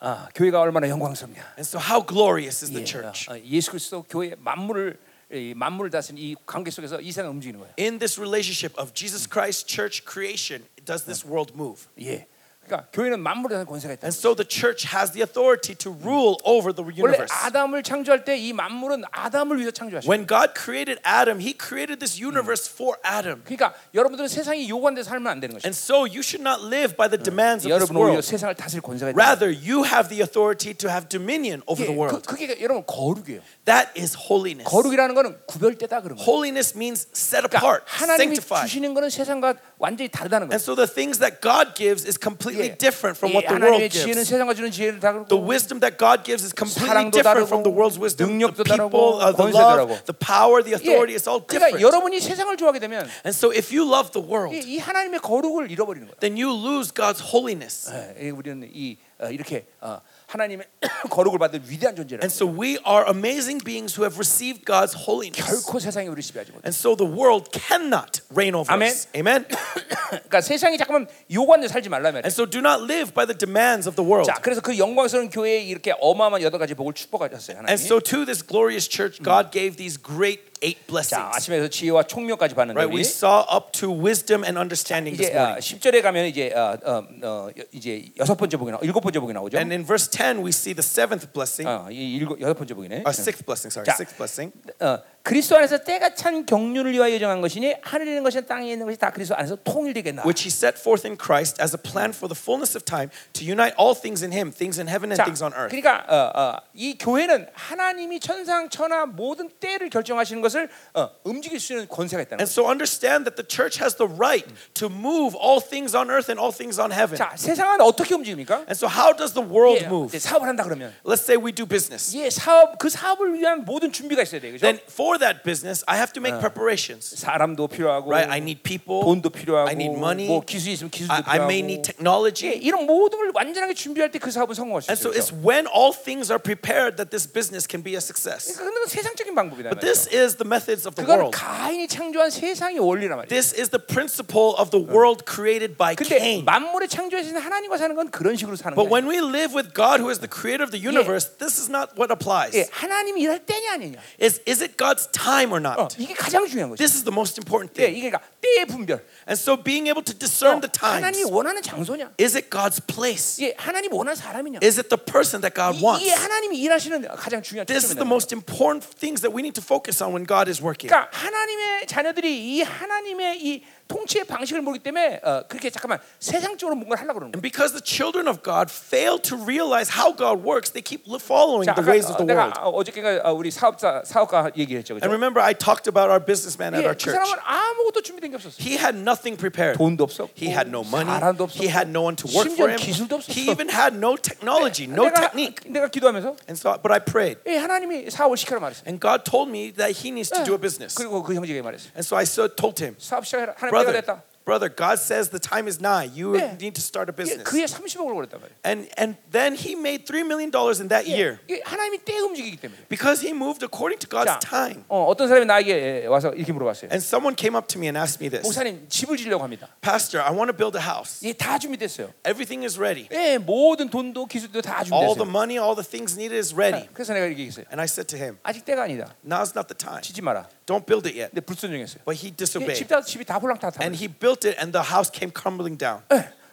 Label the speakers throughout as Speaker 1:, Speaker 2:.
Speaker 1: 아, 교회가 얼마나 영광스럽냐.
Speaker 2: And so, how glorious is the
Speaker 1: 예,
Speaker 2: church?
Speaker 1: 어, 어, 예수 그리스도 교회 만물을 이 만물을 다스린 이 관계 속에서 이 세상 움직이는 거예요.
Speaker 2: In this relationship of Jesus Christ, church, creation, does this world move?
Speaker 1: 예. 그러니까 교회는 만물에 대한 권세가 있다.
Speaker 2: And so, the church has the authority to rule over the
Speaker 1: 원래
Speaker 2: universe.
Speaker 1: 아담을 창조할 때 이 만물은 아담을 위해서 창조하신 거예요.
Speaker 2: When God created Adam, He created this universe for Adam.
Speaker 1: 그러니까 여러분들은 세상이 요구한 대로 살면 안 되는 것이죠.
Speaker 2: And so, you should not live by the
Speaker 1: Uh,
Speaker 2: demands of this
Speaker 1: 여러분은 오히려
Speaker 2: world.
Speaker 1: 세상을 다스릴 권세가 있다.
Speaker 2: Rather, you have the authority to have dominion over
Speaker 1: 예,
Speaker 2: the
Speaker 1: 그,
Speaker 2: world.
Speaker 1: 그게 여러분 거룩이에요.
Speaker 2: That is holiness.
Speaker 1: 거룩이라는 거는 구별되다 그런 거예요.
Speaker 2: Holiness means set
Speaker 1: 그러니까
Speaker 2: apart,
Speaker 1: 하나님이
Speaker 2: sanctified.
Speaker 1: 주시는 거는 세상과 완전히 다르다는 거예요. 예.
Speaker 2: And so the things that God gives is completely different from what the world
Speaker 1: 하나님의 지혜는
Speaker 2: gives.
Speaker 1: 세상과 주는 지혜를 다르고
Speaker 2: The wisdom that God gives is completely
Speaker 1: 사랑도 다르고,
Speaker 2: different from the world's wisdom. The
Speaker 1: 능력도 다르고,
Speaker 2: people, uh, the
Speaker 1: 권세도
Speaker 2: love,
Speaker 1: 다르고.
Speaker 2: the power, the authority, it's all
Speaker 1: 그러니까
Speaker 2: different.
Speaker 1: 여러분이 세상을 좋아하게 되면
Speaker 2: And so if you love the world,
Speaker 1: 이, 예, 이 하나님의 거룩을 잃어버리는 거예요.
Speaker 2: then you lose God's holiness.
Speaker 1: 예, 예, 우리는 이 어, 이렇게 어, 하나님의 거룩을 받은 위대한 존재라는
Speaker 2: And
Speaker 1: 거예요.
Speaker 2: so we are amazing beings who have received God's holiness.
Speaker 1: 결코 세상이 우리 지배하지 못해.
Speaker 2: And so the world cannot reign over
Speaker 1: Amen.
Speaker 2: us. Amen.
Speaker 1: 그러니까 세상이 잠깐만 요구하는 데 살지 말라 말이야.
Speaker 2: And so do not live by the demands of the world.
Speaker 1: 자, 그래서 그 영광스러운 교회에 이렇게 어마어마한 여덟 가지 복을 축복하셨어요. 하나님.
Speaker 2: And so to this glorious church, God gave these great eight
Speaker 1: 자,
Speaker 2: blessings.
Speaker 1: 아침에서 지혜와 총명까지 봤는데
Speaker 2: Right, we
Speaker 1: 우리
Speaker 2: saw up to wisdom and understanding this
Speaker 1: 이제 아,
Speaker 2: morning.
Speaker 1: 10절에 가면 이제 어, 어, 어, 여- 이제 여섯 번째 복이 나 일곱 번째 복이 나오죠.
Speaker 2: And in verse 10, we see the seventh blessing,
Speaker 1: 어, 이 일곱 여섯 번째 복이네.
Speaker 2: or Uh, sixth blessing, sorry,
Speaker 1: 자.
Speaker 2: sixth blessing.
Speaker 1: 어, 그리스도 안에서 때가 찬 경륜을 위하여 예정한 것이니 하늘에 있는 것이나 땅에 있는 것이 다 그리스도 안에서 통일되겠나.
Speaker 2: Which he set forth in Christ as a plan for the fullness of time to unite all things in him, things in heaven and
Speaker 1: 자,
Speaker 2: things on earth.
Speaker 1: 그러니까 어, 어, 이 교회는 하나님이 천상 천하 모든 때를 결정하시는 것을 어, 움직일 수 있는 권세가 있다는
Speaker 2: And
Speaker 1: 거예요.
Speaker 2: so understand that the church has the right to move all things on earth and all things on heaven.
Speaker 1: 자, 세상은 어떻게 움직입니까?
Speaker 2: And so, how does the world
Speaker 1: 예,
Speaker 2: move?
Speaker 1: 이제 사업을 한다 그러면
Speaker 2: Let's say we do business.
Speaker 1: 예, 사업 그 사업을 위한 모든 준비가 있어야 돼요. 그죠?
Speaker 2: Then, for that business, I have to make preparations.
Speaker 1: 사람도 필요하고
Speaker 2: Right? I need people,
Speaker 1: 돈도 필요하고
Speaker 2: I need money,
Speaker 1: 뭐 기술이 있으면 기술도
Speaker 2: I, I
Speaker 1: 필요하고
Speaker 2: may need
Speaker 1: 예,
Speaker 2: technology.
Speaker 1: 이런 모든 걸 완전하게 준비할 때 그 사업은 성공할 수
Speaker 2: And so
Speaker 1: 있어요.
Speaker 2: it's when all things are prepared that this business can be a success.
Speaker 1: 그러니까 그건 세상적인 방법이다
Speaker 2: But
Speaker 1: 말이죠.
Speaker 2: this is the methods of the
Speaker 1: 그건
Speaker 2: world.
Speaker 1: 가인이 창조한 세상의 원리란 말이죠.
Speaker 2: This is the principle of the world created by
Speaker 1: 근데
Speaker 2: Cain.
Speaker 1: 만물의 창조하신 하나님과 사는 건 그런 식으로 사는
Speaker 2: But
Speaker 1: 거예요.
Speaker 2: when we live with God, who is the creator of the universe, this is not what
Speaker 1: 예,
Speaker 2: applies.
Speaker 1: 하나님이 일할 때냐 아니냐.
Speaker 2: Is, is it God's time or
Speaker 1: 어,
Speaker 2: not?
Speaker 1: 이게 가장 중요한 거죠.
Speaker 2: 어. This is the most important
Speaker 1: 예,
Speaker 2: thing.
Speaker 1: 이게 그러니까 때의 분별.
Speaker 2: And so being able to discern the
Speaker 1: 하나님이
Speaker 2: times
Speaker 1: 원하는 장소냐.
Speaker 2: is it God's place?
Speaker 1: 예, 하나님이 원하는 사람이냐.
Speaker 2: Is it the person that
Speaker 1: 이-
Speaker 2: God wants?
Speaker 1: 이게 하나님이 일하시는 가장 중요한
Speaker 2: This is
Speaker 1: 초점이다.
Speaker 2: the most important things that we need to focus on when God is working.
Speaker 1: 그러니까 하나님의 자녀들이 이 하나님의 이 통치의 방식을 모르기 때문에 어, 그렇게 잠깐만 세상적으로 뭔가를 하려고 그러는 거예요.
Speaker 2: And because the children of God fail to realize how God works, they keep li- following
Speaker 1: 자,
Speaker 2: the ways of
Speaker 1: 아까
Speaker 2: the
Speaker 1: 어, 내가
Speaker 2: world.
Speaker 1: 어저께가 어, 우리 사업자 사업가 얘기했죠.
Speaker 2: And
Speaker 1: 그죠?
Speaker 2: remember, I talked about our businessman at
Speaker 1: 예,
Speaker 2: our
Speaker 1: 그
Speaker 2: church.
Speaker 1: 사람은 아무것도 준비된 게 없었어요.
Speaker 2: He had nothing prepared.
Speaker 1: 돈도 없었고,
Speaker 2: He had no money.
Speaker 1: 사람도 없었고,
Speaker 2: He had no one to work
Speaker 1: 심지어
Speaker 2: for him.
Speaker 1: 기술도
Speaker 2: He
Speaker 1: 없었어.
Speaker 2: even had no technology, no
Speaker 1: 내가
Speaker 2: technique.
Speaker 1: 내가 기도하면서
Speaker 2: And so, but I prayed,
Speaker 1: 예, 하나님이 사업을 시켜라 말했어요.
Speaker 2: and God told me that He needs to do a business.
Speaker 1: 그리고 그 형제에게 말했어요.
Speaker 2: And so I so told him,
Speaker 1: 사업 시작해라. 하나님 때가
Speaker 2: brother,
Speaker 1: 됐다.
Speaker 2: brother, God says the time is nigh. You
Speaker 1: 예.
Speaker 2: need to start a
Speaker 1: 예,
Speaker 2: business.
Speaker 1: 그의 30억을 벌였단 말이에요.
Speaker 2: And and then he made three million dollars in that year
Speaker 1: 예, 하나님이 때 움직이기 때문에.
Speaker 2: because he moved according to
Speaker 1: 자,
Speaker 2: God's time.
Speaker 1: 어, 어떤 사람이 나에게 와서 이렇게 물어봤어요.
Speaker 2: And someone came up to me and asked me this.
Speaker 1: 목사님 집을 지려고 합니다.
Speaker 2: Pastor, I want to build a house.
Speaker 1: 예, 다 준비됐어요.
Speaker 2: Everything is ready.
Speaker 1: 예, 모든 돈도 기술도 다
Speaker 2: All the
Speaker 1: 준비됐어요.
Speaker 2: money, all the things needed is ready.
Speaker 1: 그래서 내가 얘기했어요.
Speaker 2: And I said to him,
Speaker 1: 아직 때가 아니다.
Speaker 2: Now's not the time.
Speaker 1: 지지 마라.
Speaker 2: Don't build it yet.
Speaker 1: 근데 불순종했어요.
Speaker 2: But he
Speaker 1: 예, 집
Speaker 2: disobeyed.
Speaker 1: 다, 집이 다 홀랑 다 타.
Speaker 2: And he built it, and the house came crumbling down.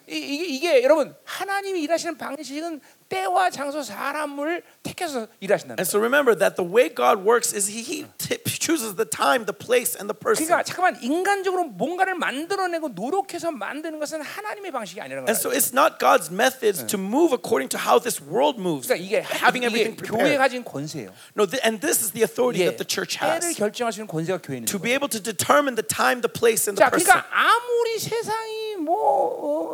Speaker 1: 이게, 이게 여러분 하나님이 일하시는 방식은 때와 장소 사람을 택해서 일하신다는
Speaker 2: And
Speaker 1: 거예요.
Speaker 2: so remember that the way God works is He, he t- chooses the time, the place, and the person.
Speaker 1: 그러니까 잠깐만 인간적으로 뭔가를 만들어내고 노력해서 만드는 것은 하나님의 방식이 아니라는
Speaker 2: And
Speaker 1: 거예요.
Speaker 2: so it's not God's methods to move according to how this world moves,
Speaker 1: 그러니까 이게, 하-
Speaker 2: having
Speaker 1: 이게
Speaker 2: everything
Speaker 1: 교회
Speaker 2: prepared.
Speaker 1: 가진 권세예요.
Speaker 2: No, th- and this is the authority
Speaker 1: 이게
Speaker 2: that the church
Speaker 1: 때를
Speaker 2: has
Speaker 1: 결정할 수 있는 권세가 교회 있는
Speaker 2: to
Speaker 1: 거예요.
Speaker 2: be able to determine the time, the place, and the
Speaker 1: 자,
Speaker 2: person.
Speaker 1: 그러니까 아무리 세상이 뭐,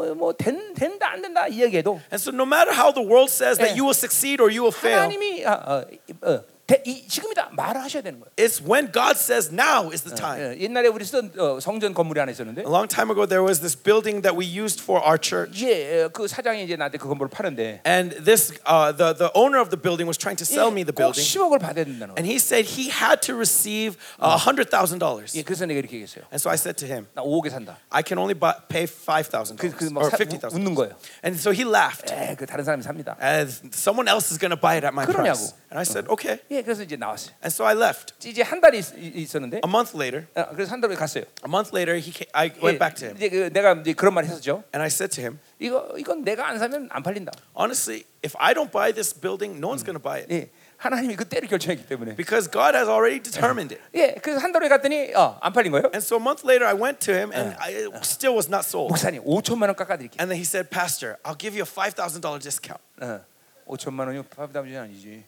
Speaker 1: 어, 뭐뭐 된다 안 된다 이야기해도
Speaker 2: And so, no matter how the world says
Speaker 1: 예.
Speaker 2: that you will succeed or you will fail,
Speaker 1: 하나님이 아, 어, 어, 대- 이- 지금이다 말을 하셔야 되는 거예요.
Speaker 2: It's when God says now is the time.
Speaker 1: 예, 옛날에 우리 쓰던 어, 성전 건물이 하나 있었는데
Speaker 2: A long time ago, there was this building that we used for our church.
Speaker 1: 예, 어, 그 사장이 이제 나한테 그 건물을 파는데
Speaker 2: And this, uh, the, the owner of the building was trying to sell me
Speaker 1: 예,
Speaker 2: the
Speaker 1: 꼭
Speaker 2: building.
Speaker 1: 10억을 받아야 된다는 거예요.
Speaker 2: And he said he had to receive
Speaker 1: 예,
Speaker 2: uh, $100,000.
Speaker 1: 그래서 내가 이렇게 얘기했어요.
Speaker 2: And so I said to him,
Speaker 1: 나 5억에 산다.
Speaker 2: I can only buy, pay
Speaker 1: 그, 그
Speaker 2: $5,000
Speaker 1: 막
Speaker 2: or
Speaker 1: 사-
Speaker 2: $50,000.
Speaker 1: 웃는 거예요.
Speaker 2: And so he laughed.
Speaker 1: 에, 그 다른 사람이 삽니다.
Speaker 2: As someone else is going to buy it at my price.
Speaker 1: 그러냐고.
Speaker 2: And I said, okay.
Speaker 1: 예, 그래서 이제 나왔어요.
Speaker 2: And so I left.
Speaker 1: 이제 한 달이 있, 있었는데
Speaker 2: A month later,
Speaker 1: 어, 그래서 한 달에 갔어요.
Speaker 2: a month later, he ca I
Speaker 1: 예,
Speaker 2: 뭐- went back to him
Speaker 1: 이제 그 내가 이제 그런 말 했었죠.
Speaker 2: and I said to him,
Speaker 1: 이거 이건 내가 안 사면 안 팔린다.
Speaker 2: honestly, if I don't buy this building, no one's
Speaker 1: Mm.
Speaker 2: going to buy it
Speaker 1: 예, 하나님이 그 때를 결정했기 때문에.
Speaker 2: because God has already determined it.
Speaker 1: 예, 그래서 한 달에 갔더니 어, 안 팔린 거예요.
Speaker 2: And so a month later, I went to him and I it still was not sold.
Speaker 1: 목사님 5천만 원 깎아드릴게요.
Speaker 2: And then he said, Pastor, I'll give you a $5,000 discount.
Speaker 1: 어, 5천만 원이 파브담이 아니지.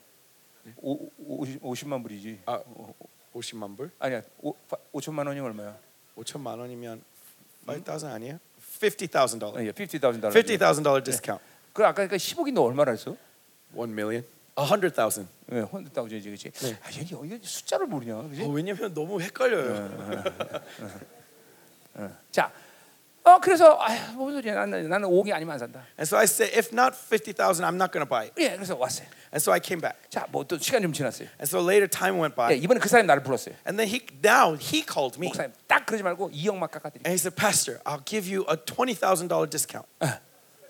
Speaker 1: 오, 오, 50만 불이지.
Speaker 2: 아, 50만 불?
Speaker 1: 아니야, 오, 5천만 원이 얼마야?
Speaker 2: 5천만 원이면 5,000 아니야? $50,000.
Speaker 1: 예, 50,000 달러.
Speaker 2: $50,000 discount.
Speaker 1: 그 아까 그 10억이 너 얼마라 했어?
Speaker 2: 1 million. 100,000.
Speaker 1: 예, 헌드 다우저지 그치
Speaker 2: 네.
Speaker 1: 아, 얘 이거 숫자를 모르냐, 그지?
Speaker 2: 어, 왜냐면 너무 헷갈려요.
Speaker 1: 자, 어 그래서 아휴 뭔 소리야? 나는 나는 5억이 아니면 안 산다.
Speaker 2: And so I said, if not 50,000, I'm not going to buy it.
Speaker 1: 예, 그래서 왔어요.
Speaker 2: And so I came back.
Speaker 1: 자, 뭐 또 시간 좀 지났어요.
Speaker 2: And so later time went
Speaker 1: 예,
Speaker 2: by.
Speaker 1: 이번에 그 사람이 나를 불렀어요.
Speaker 2: And then he now he called me.
Speaker 1: 목사님, 딱 그러지 말고 2억만 깎아드릴게요.
Speaker 2: And he said, Pastor, I'll give you a $20,000 discount. And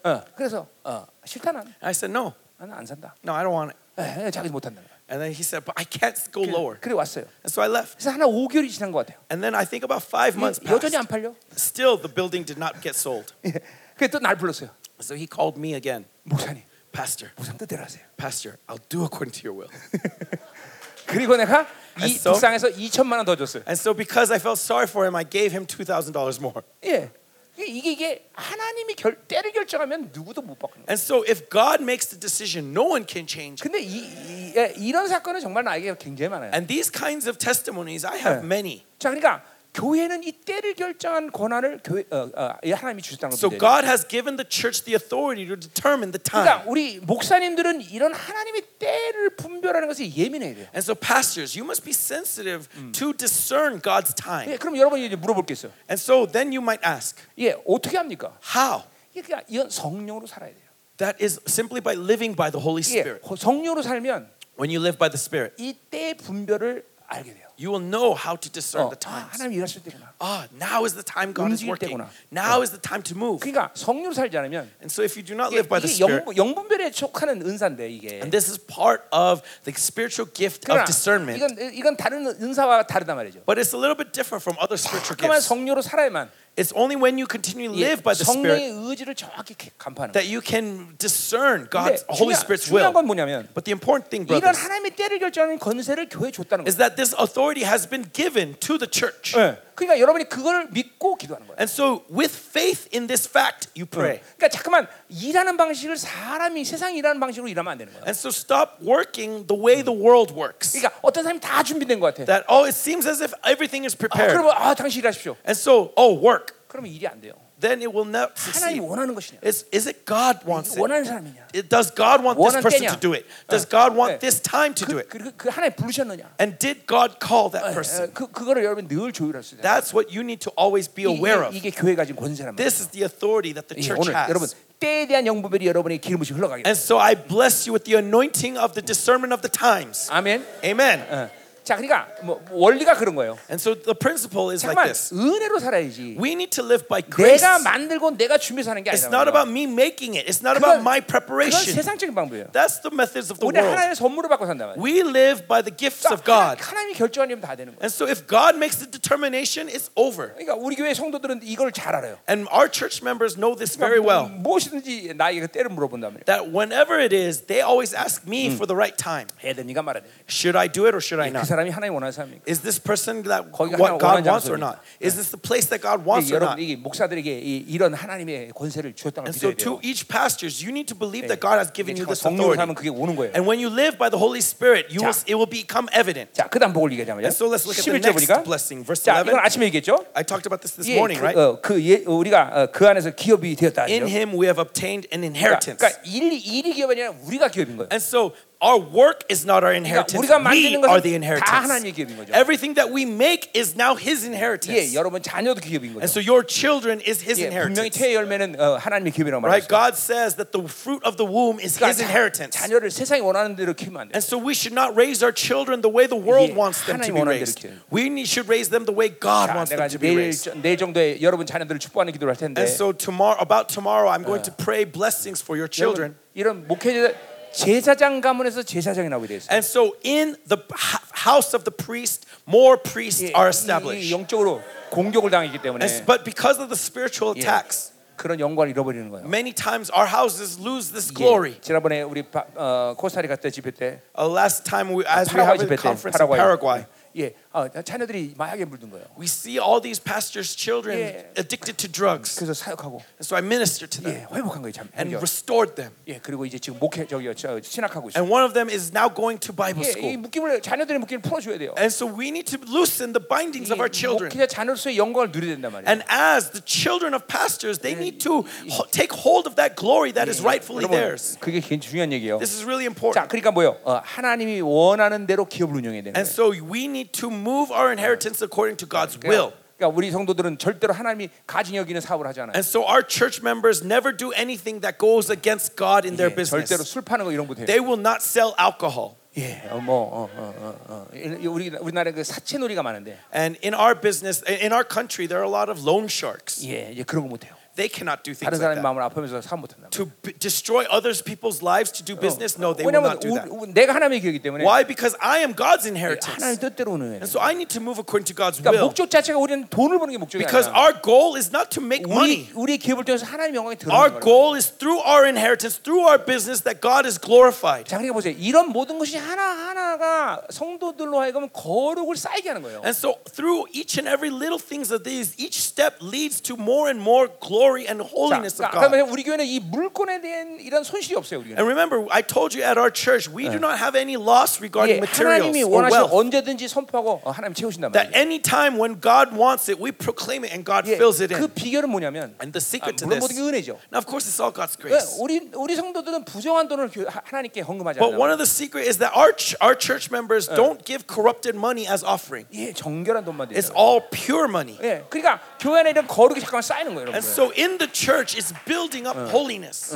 Speaker 1: 어, 그래서 어, 싫다 난,
Speaker 2: I said, no,
Speaker 1: 나는 안 산다.
Speaker 2: no, I don't want it.
Speaker 1: 예, 예, 자기도 못한다.
Speaker 2: And then he said, but I can't go lower.
Speaker 1: 그래 왔어요.
Speaker 2: And so I left.
Speaker 1: 그래서 하나 5개월이 지난 것 같아요.
Speaker 2: And then I think about five months
Speaker 1: 예, 여전히
Speaker 2: passed.
Speaker 1: 안 팔려.
Speaker 2: Still, the building did not get sold.
Speaker 1: 예, 그래 또날 불렀어요.
Speaker 2: So he called me again.
Speaker 1: 목사님,
Speaker 2: Pastor,
Speaker 1: 목사님 뜻대로 하세요.
Speaker 2: Pastor, I'll do according to your will.
Speaker 1: 그리고 내가 이
Speaker 2: 했어?
Speaker 1: 북상에서 2천만 원 더 줬어요.
Speaker 2: And so, because I felt sorry for him, I gave him $2,000 more.
Speaker 1: 예. 이게- 이게 이게 하나님이 결, 때를 결정하면 누구도 못 바꾸는 거예요.
Speaker 2: And so, if God makes the decision, no one can change it.
Speaker 1: 근데 이, 이 예, 이런 사건은 정말 나에게 굉장히 많아요.
Speaker 2: And these kinds of testimonies, I
Speaker 1: Yeah.
Speaker 2: have many.
Speaker 1: 자, 그러니까 교회는 이 때를 결정한 권한을 교회 어, 어, 이 하나님이 주셨다는
Speaker 2: So,
Speaker 1: 겁니다.
Speaker 2: God has given the church the authority to determine the time.
Speaker 1: 그러니까 우리 목사님들은 이런 하나님의 때를 분별하는 것에 예민해야 돼요.
Speaker 2: And so, pastors, you must be sensitive to discern God's
Speaker 1: 예,
Speaker 2: time.
Speaker 1: 그럼 여러분이 이제 물어볼 게 있어요.
Speaker 2: And so, then you might ask,
Speaker 1: 예, 어떻게 합니까?
Speaker 2: how?
Speaker 1: 예, 그러니까 이건 성령으로 살아야 돼요.
Speaker 2: That is simply by living by the Holy
Speaker 1: 예,
Speaker 2: Spirit.
Speaker 1: 호- 성령으로 살면
Speaker 2: When you live by the Spirit,
Speaker 1: 이 때 분별을 알게 돼요.
Speaker 2: you will know how to
Speaker 1: 어,
Speaker 2: discern the
Speaker 1: 아,
Speaker 2: times.
Speaker 1: 하나님 일하실 때구나.
Speaker 2: Ah, now is the time God is
Speaker 1: 움직일
Speaker 2: working.
Speaker 1: 때구나.
Speaker 2: Now is the time to move.
Speaker 1: 그러니까 성령으로 살지 않으면
Speaker 2: And so, if you do not
Speaker 1: 이게
Speaker 2: live by the Spirit,
Speaker 1: 영, 영분별에 속하는 은사인데 이게.
Speaker 2: and this is part of the spiritual gift of
Speaker 1: 그러나
Speaker 2: discernment,
Speaker 1: 이건 이건 다른 은사와 다르단 말이죠.
Speaker 2: but it's a little bit different from other spiritual
Speaker 1: 자꾸만
Speaker 2: gifts.
Speaker 1: 성령으로 살아야만
Speaker 2: It's only when you continue to
Speaker 1: 예,
Speaker 2: live by the Spirit
Speaker 1: 성령의 의지를 정확히 개- 간파하는 거예요.
Speaker 2: that you can discern
Speaker 1: 근데
Speaker 2: God's Holy
Speaker 1: 중요한,
Speaker 2: Spirit's
Speaker 1: 중요한 건
Speaker 2: will.
Speaker 1: 뭐냐면
Speaker 2: But the important thing,
Speaker 1: 이런
Speaker 2: brothers,
Speaker 1: 하나님의 때를 결정하는 권세를 교회에 줬다는
Speaker 2: is
Speaker 1: 거예요.
Speaker 2: that this authority has been given to the church.
Speaker 1: 예. 그러니까 여러분이 그걸 믿고 기도하는 거예요.
Speaker 2: And so, with faith in this fact, you pray.
Speaker 1: 그러니까 자꾸만 일하는 방식을 사람이 세상이 일하는 방식으로 일하면 안 되는 거예요.
Speaker 2: And so, stop working the way the world works.
Speaker 1: 그러니까 어떤 사람이 다 준비된 것 같아.
Speaker 2: That, oh, it seems as if everything is
Speaker 1: 아,
Speaker 2: prepared.
Speaker 1: 그러면 아 당신 일하십시오.
Speaker 2: And so, oh, work.
Speaker 1: 그러면 일이 안 돼요.
Speaker 2: Then it will not
Speaker 1: 하나님이
Speaker 2: succeed.
Speaker 1: 원하는 것이냐?
Speaker 2: Is, is it God wants it?
Speaker 1: 원하는 사람이냐?
Speaker 2: It- Does God want this
Speaker 1: 원하는
Speaker 2: person
Speaker 1: 때냐?
Speaker 2: to do it? Does God
Speaker 1: 네.
Speaker 2: want this time to do
Speaker 1: 그,
Speaker 2: it?
Speaker 1: 그, 그 하나님 부르셨느냐?
Speaker 2: And did God call
Speaker 1: 예,
Speaker 2: that
Speaker 1: 예,
Speaker 2: person?
Speaker 1: 그 그거를 여러분 늘 조율할 수 있어요.
Speaker 2: That's what you need to always be
Speaker 1: 이-
Speaker 2: aware
Speaker 1: 이게,
Speaker 2: of.
Speaker 1: 이게 교회가 지금 권세란 말이에요.
Speaker 2: This is the authority that the
Speaker 1: 예,
Speaker 2: church
Speaker 1: 오늘 여러분
Speaker 2: has.
Speaker 1: 때에 대한 영부별이 여러분의 기름부심 흘러가게. 돼요.
Speaker 2: And so I bless you with the anointing of the discernment of the times.
Speaker 1: 아멘.
Speaker 2: Amen.
Speaker 1: 어. 자, 그러니까 뭐 원리가 그런 거예요.
Speaker 2: And so the principle is like
Speaker 1: 잠깐만
Speaker 2: this
Speaker 1: 은혜로 살아야지.
Speaker 2: we need to live by grace.
Speaker 1: 내가 만들고 내가 준비해서 하는 게
Speaker 2: It's
Speaker 1: 아니라.
Speaker 2: not about
Speaker 1: 말이야.
Speaker 2: me making it, it's not
Speaker 1: 그건-
Speaker 2: about my
Speaker 1: 그건
Speaker 2: preparation.
Speaker 1: 세상적인 방법이에요.
Speaker 2: That's the methods of the
Speaker 1: 우리
Speaker 2: world.
Speaker 1: 하나님의 선물을 받고 산다 말이야.
Speaker 2: We live by the gifts of
Speaker 1: 그러니까 하나-
Speaker 2: God.
Speaker 1: 하나님이 결정하면 다 되는 거야.
Speaker 2: And so if God makes the determination, it's over.
Speaker 1: 그러니까 우리 교회 성도들은 이걸 잘 알아요.
Speaker 2: And our church members know this very
Speaker 1: 그러니까
Speaker 2: well.
Speaker 1: 무엇이든지 나에게 때를 물어본다면
Speaker 2: That whenever it is, they always ask me for the right time.
Speaker 1: 해야 됩니까 말아야 돼.
Speaker 2: Should I do it or should I
Speaker 1: 그
Speaker 2: not?
Speaker 1: 사람이 하나님 원하는 사람입니까?
Speaker 2: Is this person that
Speaker 1: 거기가 하나
Speaker 2: what God
Speaker 1: 원하는
Speaker 2: wants or
Speaker 1: 장소입니다.
Speaker 2: not? Is this the place that God wants
Speaker 1: 이게
Speaker 2: or
Speaker 1: 여러분
Speaker 2: not?
Speaker 1: 이게 목사들에게 이, 이런 하나님의 권세를 주었다는
Speaker 2: And
Speaker 1: 걸
Speaker 2: so
Speaker 1: 믿어야
Speaker 2: to
Speaker 1: 돼요.
Speaker 2: each pastors, you need to believe that God has given you this
Speaker 1: 성령으로
Speaker 2: authority.
Speaker 1: 사면 그게 오는 거예요.
Speaker 2: And when you live by the Holy Spirit, you
Speaker 1: 자.
Speaker 2: will, it will become evident.
Speaker 1: 자, 그다음 복을 얘기하자면
Speaker 2: And so let's look at the
Speaker 1: 11절
Speaker 2: next
Speaker 1: 보니까
Speaker 2: blessing, verse
Speaker 1: 자, 이건
Speaker 2: 11.
Speaker 1: 아침에 얘기했죠.
Speaker 2: I talked about this this
Speaker 1: 예,
Speaker 2: morning,
Speaker 1: 그,
Speaker 2: right?
Speaker 1: 어, 그 예, 어, 우리가 어, 그 안에서 기업이 되었다.
Speaker 2: In
Speaker 1: 그죠?
Speaker 2: Him we have obtained an
Speaker 1: 그러니까,
Speaker 2: inheritance.
Speaker 1: 그러니까 일이 일이 기업이 아니라 우리가 기업인 거예요. 그러니까
Speaker 2: And so Our work is not our inheritance.
Speaker 1: 우리가
Speaker 2: We
Speaker 1: 만드는
Speaker 2: are
Speaker 1: 것은 다
Speaker 2: the inheritance.
Speaker 1: 하나님의 기업인 거죠.
Speaker 2: Everything that we make is now His
Speaker 1: 예,
Speaker 2: inheritance.
Speaker 1: 여러분 자녀도 기업인 거죠.
Speaker 2: And so your children is His
Speaker 1: 예, 분명히
Speaker 2: inheritance.
Speaker 1: 태의 열매는 어, 하나님의 기업이라고 말했어요.
Speaker 2: Right?
Speaker 1: 그러니까
Speaker 2: God says that the fruit of the womb is His inheritance.
Speaker 1: 자녀를 세상이 원하는 대로 키우면 안 돼요.
Speaker 2: And so we should not raise our children the way the
Speaker 1: 예,
Speaker 2: world wants them to
Speaker 1: 하나님
Speaker 2: be
Speaker 1: 원하는
Speaker 2: raised.
Speaker 1: 대로 키워요.
Speaker 2: We need, should raise them the way God
Speaker 1: 자,
Speaker 2: wants
Speaker 1: 내가
Speaker 2: them
Speaker 1: 이제
Speaker 2: to be
Speaker 1: 내일
Speaker 2: raised.
Speaker 1: 저- 내일 정도에 여러분 자녀들을 축복하는 기도를 할 텐데.
Speaker 2: And so tomorrow, about tomorrow, I'm going to pray blessings for your children.
Speaker 1: 여러분, 이런 목회자 제사장 가문에서 제사장이 나오게 되어 있어요.
Speaker 2: And so in the h- house of the priest, more priests
Speaker 1: 예,
Speaker 2: are
Speaker 1: 이- 이
Speaker 2: established.
Speaker 1: 영적으로 공격을 당했기 때문에
Speaker 2: And s- but because of the spiritual
Speaker 1: 예,
Speaker 2: attacks,
Speaker 1: 그런 영광을 잃어버리는 거예요.
Speaker 2: many times our houses lose this
Speaker 1: 예,
Speaker 2: glory.
Speaker 1: 지난번에 우리 바, 어, 코스타리카 때 집회 때
Speaker 2: Uh, last time, we, as we
Speaker 1: 파라과이
Speaker 2: have a
Speaker 1: 집회 때
Speaker 2: conference in Paraguay,
Speaker 1: 예, 어, 자녀들이 마약에 물든 거예요.
Speaker 2: we see all these pastors' children
Speaker 1: 예.
Speaker 2: addicted to drugs.
Speaker 1: 그래서 사역하고
Speaker 2: And so I ministered to them
Speaker 1: 예, 회복한 거예요 참.
Speaker 2: and
Speaker 1: 완전.
Speaker 2: restored them.
Speaker 1: 예, 그리고 이제 지금 목회 저기 저, 신학하고 있어요.
Speaker 2: And one of them is now going to Bible
Speaker 1: 예, 이
Speaker 2: school.
Speaker 1: 묶임을 자녀들의 묶임을 풀어줘야 돼요.
Speaker 2: And so we need to loosen the bindings of our
Speaker 1: 이
Speaker 2: children.
Speaker 1: 목회자 자녀로서의 영광을 누려야 된단 말이에요.
Speaker 2: And as the children of pastors, they need to ho- take hold of that glory that is
Speaker 1: 예,
Speaker 2: rightfully
Speaker 1: 여러분,
Speaker 2: theirs.
Speaker 1: 그게 굉장히 중요한 얘기예요.
Speaker 2: This is really
Speaker 1: 자,
Speaker 2: important.
Speaker 1: 그러니까 뭐요? 어, 하나님이 원하는 대로 기업을 운영해야 되는 거예요.
Speaker 2: And so we need to move our inheritance according to God's will.
Speaker 1: 그러니까, 그러니까 우리 성도들은 절대로 하나님이 가진 여기는 사업을 하지 않아요.
Speaker 2: And so our church members never do anything that goes against God in their
Speaker 1: 예, 절대로
Speaker 2: business.
Speaker 1: 술 파는 거 이런 거 돼요.
Speaker 2: They will not sell alcohol.
Speaker 1: 예, 어, 뭐, 어, 어, 어, 어. 이- 우리 우리나라 그 사채놀이가 많은데,
Speaker 2: And in our business, in our country, there are a lot of loan sharks.
Speaker 1: 예, 이제 그런 거 못해요.
Speaker 2: They cannot do
Speaker 1: 다른
Speaker 2: things like
Speaker 1: 사람의
Speaker 2: that.
Speaker 1: 마음을 아프면서 사업 못한다.
Speaker 2: To b- destroy others people's lives to do business, no, they will
Speaker 1: 왜냐면
Speaker 2: not do that.
Speaker 1: 내가 하나님의 기이기 때문에
Speaker 2: Why? Because I am God's
Speaker 1: 하나님
Speaker 2: inheritance.
Speaker 1: 뜻대로 운영해야 돼.
Speaker 2: And so I need to move according to God's
Speaker 1: 그러니까
Speaker 2: will.
Speaker 1: 목적 자체가 우리는 돈을 버는 게 목적이
Speaker 2: Because
Speaker 1: 아니라
Speaker 2: our goal is not to make money.
Speaker 1: 우리 우리 기업을 통해서 하나님의 영광이 드러나는
Speaker 2: Our
Speaker 1: 거예요.
Speaker 2: goal is through our inheritance, through our business, that God is glorified.
Speaker 1: 자, 그러니까 보세요. 이런 모든 것이 하나 하나가 성도들로 하여금 거룩을 쌓이게 하는 거예요.
Speaker 2: And so through each and every little things of these, each step leads to more and more glory and
Speaker 1: 자,
Speaker 2: holiness of
Speaker 1: 그러니까 아까
Speaker 2: God.
Speaker 1: 말했 우리 교회는 이 물건에 대한 이런 손실이 없어요. 우리는.
Speaker 2: And remember, I told you at our church, we do not have any loss
Speaker 1: 예,
Speaker 2: regarding
Speaker 1: 하나님이
Speaker 2: materials or
Speaker 1: 원하시면
Speaker 2: wealth.
Speaker 1: 언제든지 선포하고 어, 하나님 채우신단
Speaker 2: That
Speaker 1: 말이에요.
Speaker 2: any time when God wants it, we proclaim it and God
Speaker 1: 예,
Speaker 2: fills it
Speaker 1: 그
Speaker 2: in.
Speaker 1: 비결은 뭐냐면
Speaker 2: And the
Speaker 1: 아,
Speaker 2: secret to
Speaker 1: 물론 모든 게
Speaker 2: this,
Speaker 1: 은혜죠.
Speaker 2: now of course, it's all God's
Speaker 1: 왜?
Speaker 2: grace.
Speaker 1: 우리 우리 성도들은 부정한 돈을 교- 하- 하나님께 헌금하지
Speaker 2: But one
Speaker 1: 않아요.
Speaker 2: of the secret is that our ch- our church members don't give corrupted money as offering.
Speaker 1: 예, 정결한 돈만
Speaker 2: It's
Speaker 1: 드려요.
Speaker 2: all pure money.
Speaker 1: 예, 그러니까 교회 안에 이런 거룩이 잠깐 쌓이는 거예요,
Speaker 2: And
Speaker 1: 여러분.
Speaker 2: so in the church, it's building up holiness.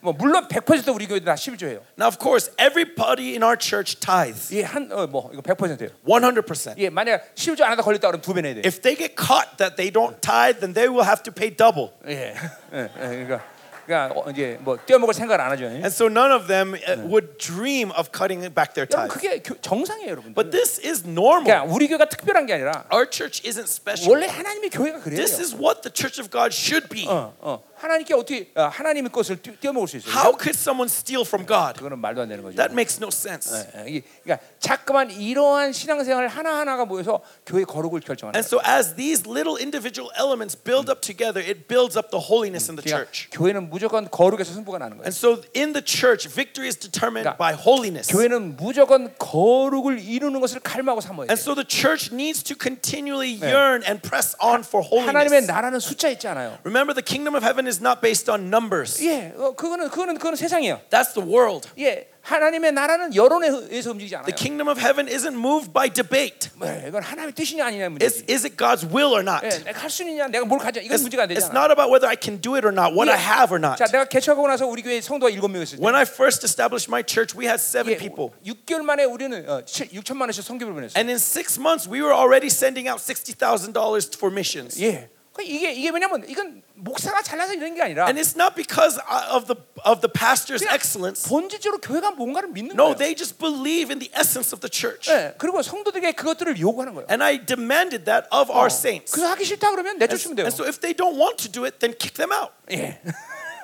Speaker 1: 뭐 물론 100% 우리 교회들 다 11조예요.
Speaker 2: Now, of course, everybody in our church tithes
Speaker 1: 예, 한 어, 뭐 이거 100%예요.
Speaker 2: 100%.
Speaker 1: 예, 만약 11조 안 하다 걸렸다 그러면 두배 내야 돼.
Speaker 2: If they get caught that they don't tithe, then they will have to pay double.
Speaker 1: 예, 예, 예, 그러니까 그러니까 어, 이제 뭐 떼어먹을 생각을 안 하죠. 예.
Speaker 2: And so none of them uh, would dream of cutting back their
Speaker 1: 여러분
Speaker 2: tithe.
Speaker 1: 그게 교- 정상이에요, 여러분.
Speaker 2: But this is normal.
Speaker 1: 그러니까 우리 교회가 특별한 게 아니라
Speaker 2: Our church isn't special.
Speaker 1: 원래 하나님의 교회가 그래요.
Speaker 2: 그렇죠. This is what the church of God should be.
Speaker 1: 어, 어. 하나님께 어떻게 어, 하나님의 것을 뛰- 뛰어먹을 수 있어요?
Speaker 2: How could someone steal from God?
Speaker 1: 그거는 말도 안 되는 거죠.
Speaker 2: That makes no sense.
Speaker 1: 예, 예. 이게- 그러니까 자꾸만 이러한 신앙생활 하나 하나가 모여서 교회 거룩을 결정하는 거예요.
Speaker 2: And so, as these little individual elements build up together, it builds up the holiness in the
Speaker 1: 그러니까
Speaker 2: church.
Speaker 1: 교회는 무조건 거룩에서 승부가 나는 거예요.
Speaker 2: And so, in the church, victory is determined
Speaker 1: 그러니까
Speaker 2: by holiness.
Speaker 1: 교회는 무조건 거룩을 이루는 것을 갈망하고 삼아야 돼요.
Speaker 2: And so, the church needs to continually yearn and press on for
Speaker 1: 하나님의
Speaker 2: holiness.
Speaker 1: 나라는 숫자 있지 않아요.
Speaker 2: Remember, the kingdom of heaven is not based on numbers,
Speaker 1: 예, 어, 그거는 그거는 그거는 세상이에요.
Speaker 2: that's the world.
Speaker 1: 예, 하나님의 나라는 여론에 의해서 움직이지 않아요.
Speaker 2: The kingdom of heaven isn't moved by debate.
Speaker 1: 예, 이건 하나님의 뜻이냐 아니냐
Speaker 2: Is,
Speaker 1: 문제지.
Speaker 2: is it God's will or not?
Speaker 1: 예, 내가 할 수 있냐, 내가 뭘 가져, 이건
Speaker 2: It's,
Speaker 1: 문제가 안
Speaker 2: it's
Speaker 1: 되잖아.
Speaker 2: not about whether I can do it or not, what I
Speaker 1: Yeah.
Speaker 2: have or not.
Speaker 1: 자, 내가 개척하고 나서 우리 교회 성도가 일곱 명이었을 때,
Speaker 2: When I first established my church, we had
Speaker 1: 예,
Speaker 2: seven people.
Speaker 1: 6개월 만에 우리는 어, 6천만 원씩 선교를 보냈어요.
Speaker 2: And in six months, we were already sending out $60,000 for missions.
Speaker 1: 예, 그 이게 이게 왜냐면 이건 목사가 잘나서 이런 게 아니라
Speaker 2: And it's not because uh, of the, of the pastor's
Speaker 1: 그냥
Speaker 2: excellence.
Speaker 1: 본질적으로 교회가 뭔가를 믿는
Speaker 2: No,
Speaker 1: 거예요.
Speaker 2: they just believe in the essence of the church.
Speaker 1: 예, 그리고 성도들에게 그것들을 요구하는 거예요.
Speaker 2: And I demanded that of our saints.
Speaker 1: 그거 하기 싫다 그러면 내쫓으면 돼요.
Speaker 2: And so if they don't want to do it, then kick them out.
Speaker 1: 예.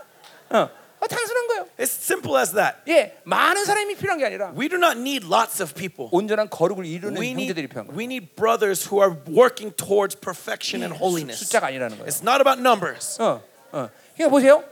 Speaker 1: 어, 어, 단순한 거예요.
Speaker 2: It's simple as that.
Speaker 1: 예, 많은 사람이 필요한 게 아니라
Speaker 2: We do not need lots of people.
Speaker 1: 온전한 거룩을 이루는
Speaker 2: We
Speaker 1: 형제들이
Speaker 2: need,
Speaker 1: 필요한 거예요.
Speaker 2: we need brothers who are working towards perfection and
Speaker 1: 수-
Speaker 2: holiness.
Speaker 1: 숫자가 아니라는 거예요.
Speaker 2: It's not about numbers.
Speaker 1: 어, 어. 그러니까 보세요.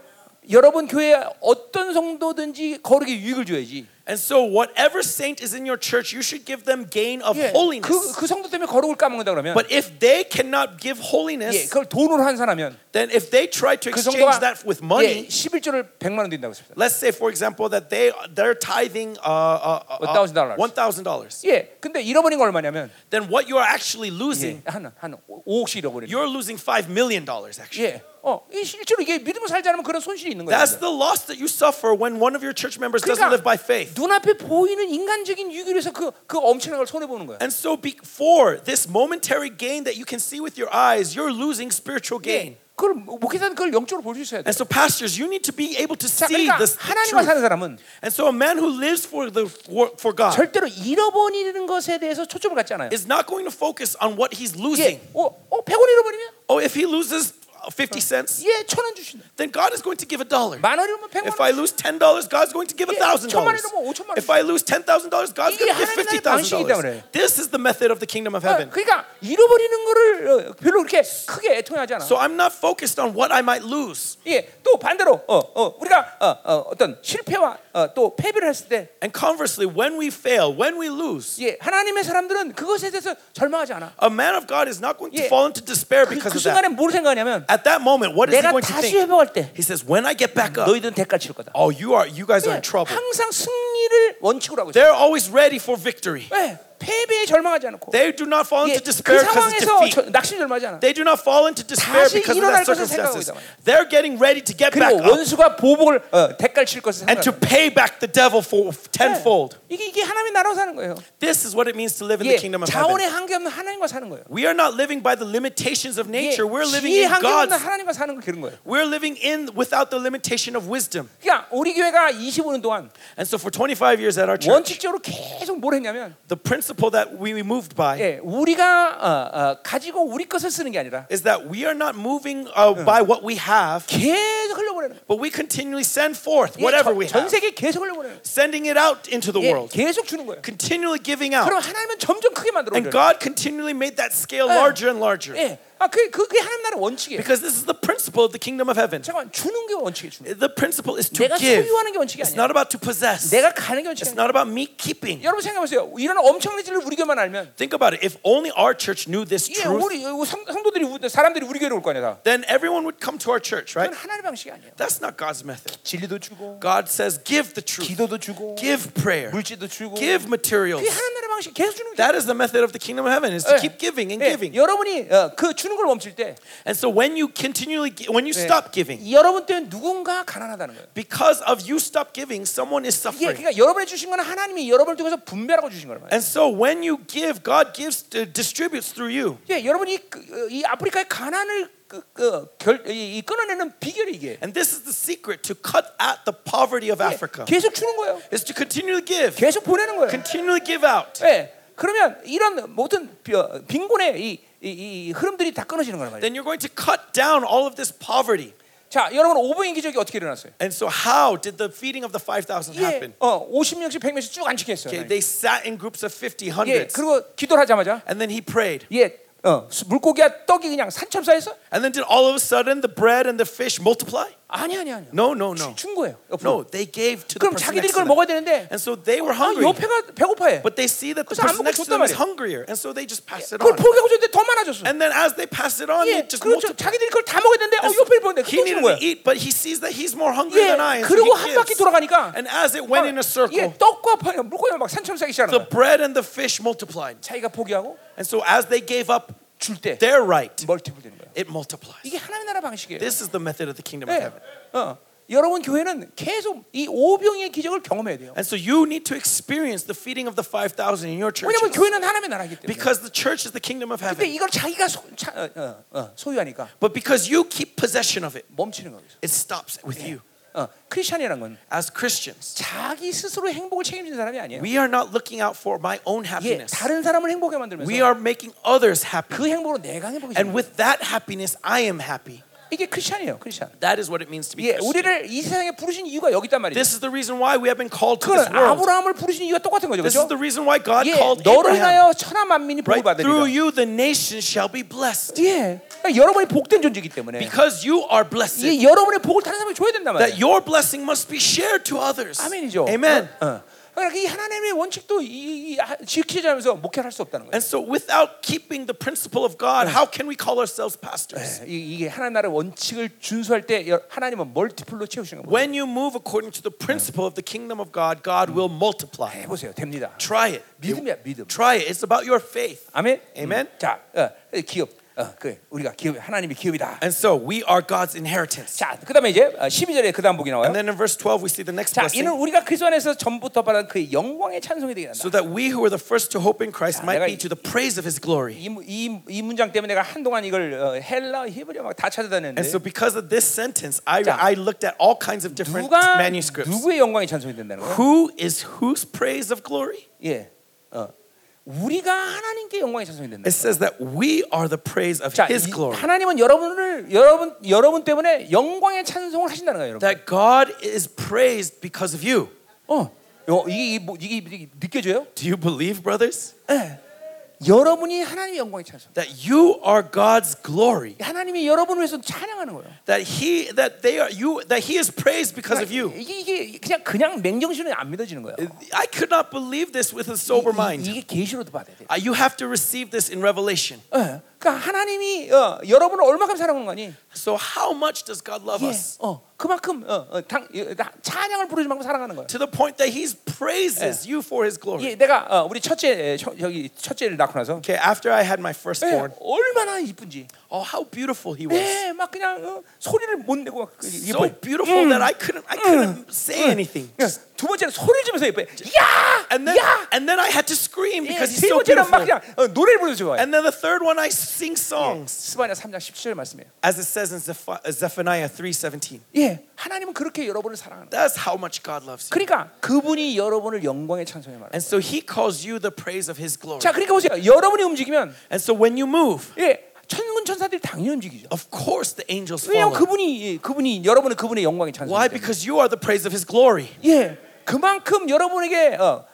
Speaker 1: 여러분 교회 어떤 성도든지 거룩에 유익을 줘야지.
Speaker 2: And so, whatever saint is in your church, you should give them gain of
Speaker 1: 예,
Speaker 2: holiness.
Speaker 1: 그, 그 성도 때문에 거룩을 까먹는다 그러면
Speaker 2: but if they cannot give
Speaker 1: 예,
Speaker 2: holiness,
Speaker 1: 그걸 돈으로 환산하면
Speaker 2: then if they try to
Speaker 1: 그
Speaker 2: exchange
Speaker 1: 성도가
Speaker 2: that with
Speaker 1: 예,
Speaker 2: money,
Speaker 1: 11조를 100만 원 드린다고 했습니다.
Speaker 2: let's say, for example, that they they're tithing uh, uh, uh,
Speaker 1: $1,000.
Speaker 2: one thousand dollars,
Speaker 1: 예, 근데 잃어버린 거 얼마냐면
Speaker 2: then what you are actually
Speaker 1: 예,
Speaker 2: losing,
Speaker 1: 한한 5억씩 잃어버린.
Speaker 2: you're losing five million dollars actually.
Speaker 1: 예, 어, 이 실제로 이게 믿음을 살지 않으면 그런 손실이 있는 거예요. 그러니까
Speaker 2: That's the loss that you suffer when one of your church members doesn't live by faith.
Speaker 1: 눈앞에 보이는 인간적인 유기로서 그 그 엄청난 걸 손해 보는 거야.
Speaker 2: And so, before this momentary gain that you can see with your eyes, you're losing spiritual gain.
Speaker 1: 예, 그걸 목회자는 그걸 영적으로 볼 수 있어야 돼.
Speaker 2: And so, pastors, you need to be able to
Speaker 1: 자,
Speaker 2: see
Speaker 1: 그러니까
Speaker 2: this
Speaker 1: 하나님과
Speaker 2: truth.
Speaker 1: 사는 사람은
Speaker 2: And so, a man who lives for the for, for God
Speaker 1: 절대로 잃어버리는 것에 대해서 초점을 갖지 않아요.
Speaker 2: is not going to focus on what he's losing.
Speaker 1: 예, 어, 어, 100원 잃어버리면
Speaker 2: Oh, if he loses uh, fifty cents,
Speaker 1: 예, 천 원 주신다.
Speaker 2: then God is going to give a dollar.
Speaker 1: 만 원 잃으면 100만
Speaker 2: If
Speaker 1: 원.
Speaker 2: I lose ten dollars, God's going to give a
Speaker 1: Yeah,
Speaker 2: thousand dollars.
Speaker 1: 천만 원이면 오천만 원.
Speaker 2: If I lose ten thousand dollars, God's
Speaker 1: 이게
Speaker 2: going to give
Speaker 1: 하나님
Speaker 2: fifty
Speaker 1: 나라의
Speaker 2: thousand
Speaker 1: 방식이다 그래요.
Speaker 2: dollars. This is the method of the kingdom of
Speaker 1: 아,
Speaker 2: heaven.
Speaker 1: 그러니까 잃어버리는 거를 어, 별로 그렇게 크게 애통하지 않아.
Speaker 2: So I'm not focused on what I might lose.
Speaker 1: 예, 또 반대로 어, 어, 우리가 어, 어, 어떤 실패와 어, 또 패배를 했을 때
Speaker 2: And conversely, when we fail, when we lose,
Speaker 1: 예, 하나님의 사람들은 그것에 대해서 절망하지 않아.
Speaker 2: a man of God is not going to
Speaker 1: Yeah.
Speaker 2: fall into despair
Speaker 1: 그,
Speaker 2: because
Speaker 1: 그
Speaker 2: of that.
Speaker 1: 순간에 뭘 생각하냐면
Speaker 2: At that moment, what is he
Speaker 1: 내가
Speaker 2: going to
Speaker 1: 다시
Speaker 2: think?
Speaker 1: 회복할 때
Speaker 2: He says, "When I get back up,
Speaker 1: 너희들은 대가 칠 거다.
Speaker 2: oh, you are you guys are
Speaker 1: 예,
Speaker 2: in trouble."
Speaker 1: 항상 승리를 원칙으로 하고 있어.
Speaker 2: They're always ready for victory.
Speaker 1: 예, 패배에 절망하지 않고
Speaker 2: They do not fall
Speaker 1: 예,
Speaker 2: into
Speaker 1: 그
Speaker 2: despair because of
Speaker 1: 상황에서
Speaker 2: defeat.
Speaker 1: 저- 낙심 절망하지 않아.
Speaker 2: They do not fall into despair
Speaker 1: 다시
Speaker 2: because of
Speaker 1: 일어날
Speaker 2: that
Speaker 1: 것을
Speaker 2: circumstances.
Speaker 1: 생각하고 있단
Speaker 2: They're getting ready to get back
Speaker 1: 그리고
Speaker 2: up.
Speaker 1: 원수가 보복을 어, 대가를 칠 것을
Speaker 2: and to
Speaker 1: 생각해.
Speaker 2: pay back the devil for tenfold.
Speaker 1: 이게 이게 하나님의 나라로 사는 거예요.
Speaker 2: This is what it means to live in
Speaker 1: 예,
Speaker 2: the kingdom of heaven.
Speaker 1: 자원의 한계 없는 하나님과 사는 거예요.
Speaker 2: We are not living by the limitations of
Speaker 1: 예,
Speaker 2: nature. We're living
Speaker 1: 지혜
Speaker 2: in
Speaker 1: 한계 없는
Speaker 2: God's.
Speaker 1: 하나님과 사는 걸 기른 거예요.
Speaker 2: We're living in without the limitation of wisdom.
Speaker 1: 그러니까 우리 교회가 25년 동안
Speaker 2: And so for 25 years at our church,
Speaker 1: 원칙적으로 계속 뭘 했냐면
Speaker 2: the principle that we we moved by
Speaker 1: 예, 우리가 어, 어, 가지고 우리 것을 쓰는 게 아니라
Speaker 2: is that we are not moving uh, by what we have,
Speaker 1: 계속 흘려보내는 거예요.
Speaker 2: but we continually send forth
Speaker 1: 예,
Speaker 2: whatever
Speaker 1: 전-
Speaker 2: we
Speaker 1: 전
Speaker 2: have,
Speaker 1: 세계 계속 흘려보내는 거예요.
Speaker 2: sending it out into the
Speaker 1: 예,
Speaker 2: world,
Speaker 1: 계속 주는 거예요.
Speaker 2: continually giving out.
Speaker 1: 그럼 하나님은 점점 크게 만들어
Speaker 2: And
Speaker 1: 줘요.
Speaker 2: God continually made that scale
Speaker 1: Yeah.
Speaker 2: larger and larger
Speaker 1: 예, 아, 그, 그- 그게 하나님 나라의 원칙이에요.
Speaker 2: because this is the principle of the kingdom of heaven.
Speaker 1: 잠깐만, 주는 게 원칙이에요. 주는 게.
Speaker 2: The principle is to
Speaker 1: 내가
Speaker 2: give.
Speaker 1: 소유하는 게 원칙이
Speaker 2: It's
Speaker 1: 아니야.
Speaker 2: not about to possess.
Speaker 1: 내가 가는 게 원칙이
Speaker 2: It's
Speaker 1: 아니야.
Speaker 2: not about me keeping.
Speaker 1: 여러분 생각해보세요. 이런 엄청난 진리를 우리 교회만 알면
Speaker 2: Think about it. If only our church knew this
Speaker 1: 예,
Speaker 2: truth,
Speaker 1: 우리 어, 성, 성도들이 우- 사람들이 우리 교회로 올 거 아니야. 다.
Speaker 2: then everyone would come to our church, right?
Speaker 1: 그건 하나님의 방식이 아니에요.
Speaker 2: That's not God's method.
Speaker 1: 진리도 주고
Speaker 2: God says, give the truth,
Speaker 1: 기도도 주고
Speaker 2: give prayer,
Speaker 1: 물질도 주고
Speaker 2: give materials.
Speaker 1: 그게 하나님 나라의 방식 계속 주는 거예요.
Speaker 2: That is the method of the kingdom of heaven: is
Speaker 1: 예.
Speaker 2: to keep giving and
Speaker 1: 예,
Speaker 2: giving.
Speaker 1: 여러분이 어, 그 주는 걸 멈출 때
Speaker 2: And so when you continually, gi- when you
Speaker 1: 예,
Speaker 2: stop giving,
Speaker 1: 여러분 때문에 누군가 가난하다는 거예요.
Speaker 2: because of you stop giving, someone is
Speaker 1: 이게
Speaker 2: suffering.
Speaker 1: 그러니까 여러분이 주신 건 하나님이 여러분을 통해서 분배라고 주신 거란 말이에요.
Speaker 2: And so when you give, God gives, uh, distributes through you.
Speaker 1: 예, 여러분이 그, 어, 이 아프리카의 가난을 그, 그, 결, 이, 이 끊어내는 비결이 이게
Speaker 2: And this is the secret to cut at the poverty of
Speaker 1: 예,
Speaker 2: Africa.
Speaker 1: 계속 주는 거예요.
Speaker 2: is to continually give,
Speaker 1: 계속 보내는 거예요.
Speaker 2: continually give out.
Speaker 1: 예, 그러면 이런 모든 비- 어, 빈곤의 이, 이, 이 흐름들이 다 끊어지는 거란 말이에요.
Speaker 2: Then you're going to cut down all of this poverty.
Speaker 1: 자, 여러분 오병이 기적이 어떻게 일어났어요?
Speaker 2: And so, how did the feeding of the 5,000
Speaker 1: 예,
Speaker 2: happen?
Speaker 1: 어, 50명씩 100명씩 쭉 앉히게 했어요.
Speaker 2: Okay,
Speaker 1: 하나님.
Speaker 2: they sat in groups of 50,
Speaker 1: 예,
Speaker 2: hundreds.
Speaker 1: 그리고 기도를 하자마자
Speaker 2: And then he prayed.
Speaker 1: 예, 어, 수- 물고기와 떡이 그냥 산처럼 쌓여서
Speaker 2: And then did all of a sudden the bread and the fish multiply?
Speaker 1: 아니 아니 아니.
Speaker 2: No, no, no.
Speaker 1: 준 거예요. 옆으로.
Speaker 2: No, they gave to the
Speaker 1: 그럼
Speaker 2: person
Speaker 1: 자기들이
Speaker 2: next
Speaker 1: 그걸
Speaker 2: to them.
Speaker 1: 먹어야 되는데
Speaker 2: And so they were
Speaker 1: 아,
Speaker 2: hungry.
Speaker 1: 옆에가 배고파해.
Speaker 2: But they see that the
Speaker 1: 그래서 안
Speaker 2: person
Speaker 1: 먹고
Speaker 2: next to them
Speaker 1: 줬단 말이에요.
Speaker 2: is hungrier. And so they just pass it
Speaker 1: 그걸
Speaker 2: on.
Speaker 1: 포기하고 줬는데 더 많아졌어.
Speaker 2: And then as they pass it on,
Speaker 1: 예,
Speaker 2: they just
Speaker 1: 그렇죠.
Speaker 2: multiply.
Speaker 1: 자기들이 그걸 다 먹어야 되는데 어, 옆에 보는데
Speaker 2: He
Speaker 1: 또 주는
Speaker 2: needed
Speaker 1: 거야.
Speaker 2: to eat, but he sees that he's more hungry
Speaker 1: 예,
Speaker 2: than I. And so
Speaker 1: 그리고
Speaker 2: he
Speaker 1: 한 바퀴
Speaker 2: gives.
Speaker 1: 돌아가니까
Speaker 2: And as it went in a circle,
Speaker 1: 예, 떡과 파- 물고기가 막 산처럼 쌓기 시작하는
Speaker 2: the
Speaker 1: 거야.
Speaker 2: bread and the fish multiplied.
Speaker 1: 자기가 포기하고
Speaker 2: And so as they gave up
Speaker 1: 줄 때
Speaker 2: their right,
Speaker 1: 멀티플 되는 거야.
Speaker 2: it multiplies.
Speaker 1: 이게 하나님 나라 방식이에요.
Speaker 2: This is the method of the kingdom of
Speaker 1: 예.
Speaker 2: heaven.
Speaker 1: 어. 여러분 교회는 계속 이 오병의 기적을 경험해야 돼요.
Speaker 2: And so you need to experience the feeding of the 5,000 in your church.
Speaker 1: 왜냐면 교회는 하나님의 나라이기 때문에.
Speaker 2: Because the church is the kingdom of
Speaker 1: 근데
Speaker 2: heaven.
Speaker 1: 이걸 자기가 소, 차, 어, 어, 어, 소유하니까
Speaker 2: But because you keep possession of it,
Speaker 1: 멈추는 거예요.
Speaker 2: it stops with you.
Speaker 1: 어, 크리스천이라는 건
Speaker 2: As Christians,
Speaker 1: 자기 스스로 행복을 책임지는 사람이 아니에요.
Speaker 2: we are not looking out for my own
Speaker 1: 예,
Speaker 2: happiness.
Speaker 1: 다른 사람을 행복하게 만들면서
Speaker 2: We are 마king others happy.
Speaker 1: 그 행복으로 내가 행복해지는
Speaker 2: And
Speaker 1: 거예요.
Speaker 2: with that happiness, I am happy.
Speaker 1: 이게 크리스천이에요. 크리스천.
Speaker 2: That is what it means to be
Speaker 1: 예,
Speaker 2: Christian.
Speaker 1: 우리를 이 세상에 부르신 이유가 여기 있단 말이에요.
Speaker 2: This is the reason why we have been called to this
Speaker 1: 그건
Speaker 2: world.
Speaker 1: 아브라함을 부르신 이유가 똑같은 거죠.
Speaker 2: This is
Speaker 1: 그렇죠?
Speaker 2: the reason why God
Speaker 1: 예,
Speaker 2: called
Speaker 1: 너로
Speaker 2: Abraham.
Speaker 1: 인하여 천하 만민이 복을
Speaker 2: Right through
Speaker 1: 받으리라.
Speaker 2: you, the nations shall be blessed.
Speaker 1: 예, 그러니까 여러분이 복된 존재이기 때문에
Speaker 2: Because you are blessed,
Speaker 1: 이 여러분의 복을 다른 사람이 줘야 된단 말이에요.
Speaker 2: that your blessing must be shared to others.
Speaker 1: 아멘이죠.
Speaker 2: Amen.
Speaker 1: 어, 어. 그러니까 이 하나님의 원칙도 이, 이, 하- 지키지 않으면서 목회를 할 수 없다는 거예요.
Speaker 2: And so, without keeping the principle of God, how can we call ourselves
Speaker 1: 예,
Speaker 2: pastors?
Speaker 1: 이, 이게 하나님 나라의 원칙을 준수할 때 여- 하나님은 멀티플로 채우시는 거예요.
Speaker 2: When you move according to the principle of the kingdom of God, God will multiply.
Speaker 1: 해보세요. 됩니다.
Speaker 2: Try it.
Speaker 1: 믿음이야, 믿음.
Speaker 2: Try it. It's about your faith.
Speaker 1: 아멘.
Speaker 2: Amen.
Speaker 1: 음. 자, 어, 기업. 어, 그 우리가 기업 하나님의 기업이다.
Speaker 2: And so, we are God's inheritance.
Speaker 1: 자, 그다음에 이제 어, 12절에 그다음 복이 나와요.
Speaker 2: And then in verse 12, we see the next
Speaker 1: 자, 이는
Speaker 2: blessing.
Speaker 1: 우리가 그리스도 안에서 전부터 받은 그의 영광의 찬송이 되게 한다.
Speaker 2: So that we who were the first to hope in Christ
Speaker 1: 자,
Speaker 2: might
Speaker 1: 내가
Speaker 2: be to the praise of his glory.
Speaker 1: 이, 이, 이 문장 때문에 내가 한동안 이걸 어, 헬라, 히브리어 막 다 찾아다녔는데
Speaker 2: And so, because of this sentence, I,
Speaker 1: 자,
Speaker 2: I looked at all kinds of different
Speaker 1: 누가
Speaker 2: manuscripts.
Speaker 1: 누구의 영광의 찬송이 된다는 거야?
Speaker 2: Who is whose praise of glory?
Speaker 1: 예, 어, 우리가 하나님께 영광의 찬송이 된다.
Speaker 2: It says that we are the praise of
Speaker 1: 자,
Speaker 2: his
Speaker 1: 이-
Speaker 2: glory.
Speaker 1: 하나님은 여러분을 여러분 여러분 때문에 영광의 찬송을 하신다는 거예요, 여러분.
Speaker 2: That God is praised because of you.
Speaker 1: 어, 요- 이게, 이게, 뭐- 이게, 이게 느껴져요? 예.
Speaker 2: Do you believe, brothers?
Speaker 1: 여러분이 하나님의 영광의 찬송.
Speaker 2: That you are God's glory.
Speaker 1: 하나님이 여러분을 위해서 찬양하는 거예요.
Speaker 2: That he that they are you that he is praised because of you.
Speaker 1: 그러니까 이게, 이게 그냥 그냥 맹정신은 안 믿어지는 거예요.
Speaker 2: I could not believe this with a sober
Speaker 1: 이-
Speaker 2: mind.
Speaker 1: 이게 계시로도 받아야 돼.
Speaker 2: Uh, You have to receive this in revelation.
Speaker 1: 예, 그러니까 하나님이 어, 여러분을 얼마큼 사랑하는 거니?
Speaker 2: So how much does God love
Speaker 1: 예,
Speaker 2: us?
Speaker 1: 어, 그만큼 어, 어, 당, 예, 나- 찬양을 부르지 만큼 사랑하는 거야.
Speaker 2: To the point that he praises you for his glory.
Speaker 1: 예, 내가 어, 우리 첫째 에, 첫- 여기 첫째를 낳고 나서
Speaker 2: Okay, after I had my
Speaker 1: 예,
Speaker 2: firstborn,
Speaker 1: 얼마나 이쁜지.
Speaker 2: oh how beautiful he was.
Speaker 1: 네, 막 그냥 어, 소리를 못 내고 막 그- 이뻐.
Speaker 2: So Mm. beautiful that I couldn't I couldn't say anything.
Speaker 1: 예, 두 번째는 소리를 지면서 예뻐. 야!
Speaker 2: And then,
Speaker 1: 야!
Speaker 2: and then I had to scream
Speaker 1: 예,
Speaker 2: because he's
Speaker 1: 세
Speaker 2: so
Speaker 1: 번째는 막
Speaker 2: beautiful.
Speaker 1: 그냥 어, 노래를 부르면서 좋아해.
Speaker 2: And then the third one, I sing songs,
Speaker 1: 스바냐 3장 17절 말씀이에요.
Speaker 2: as it says in Zeph- uh, Zephaniah 3:17.
Speaker 1: 예, 하나님은 그렇게 여러분을 사랑하는. 거예요.
Speaker 2: That's how much God loves you.
Speaker 1: 그러니까 그분이 여러분을 영광의 찬송에 말하는. 거예요.
Speaker 2: And so He calls you the praise of His glory.
Speaker 1: 자, 그러니까 보세요. 여러분이 움직이면
Speaker 2: And so when you move,
Speaker 1: 예, 천군 천사들이 당연히 움직이죠.
Speaker 2: of course the angels
Speaker 1: 왜냐하면
Speaker 2: follow.
Speaker 1: 그분이 예, 그분이 여러분은 그분의 영광의 찬송.
Speaker 2: Why? Because you are the praise of His glory.
Speaker 1: 예, 그만큼 여러분에게 어,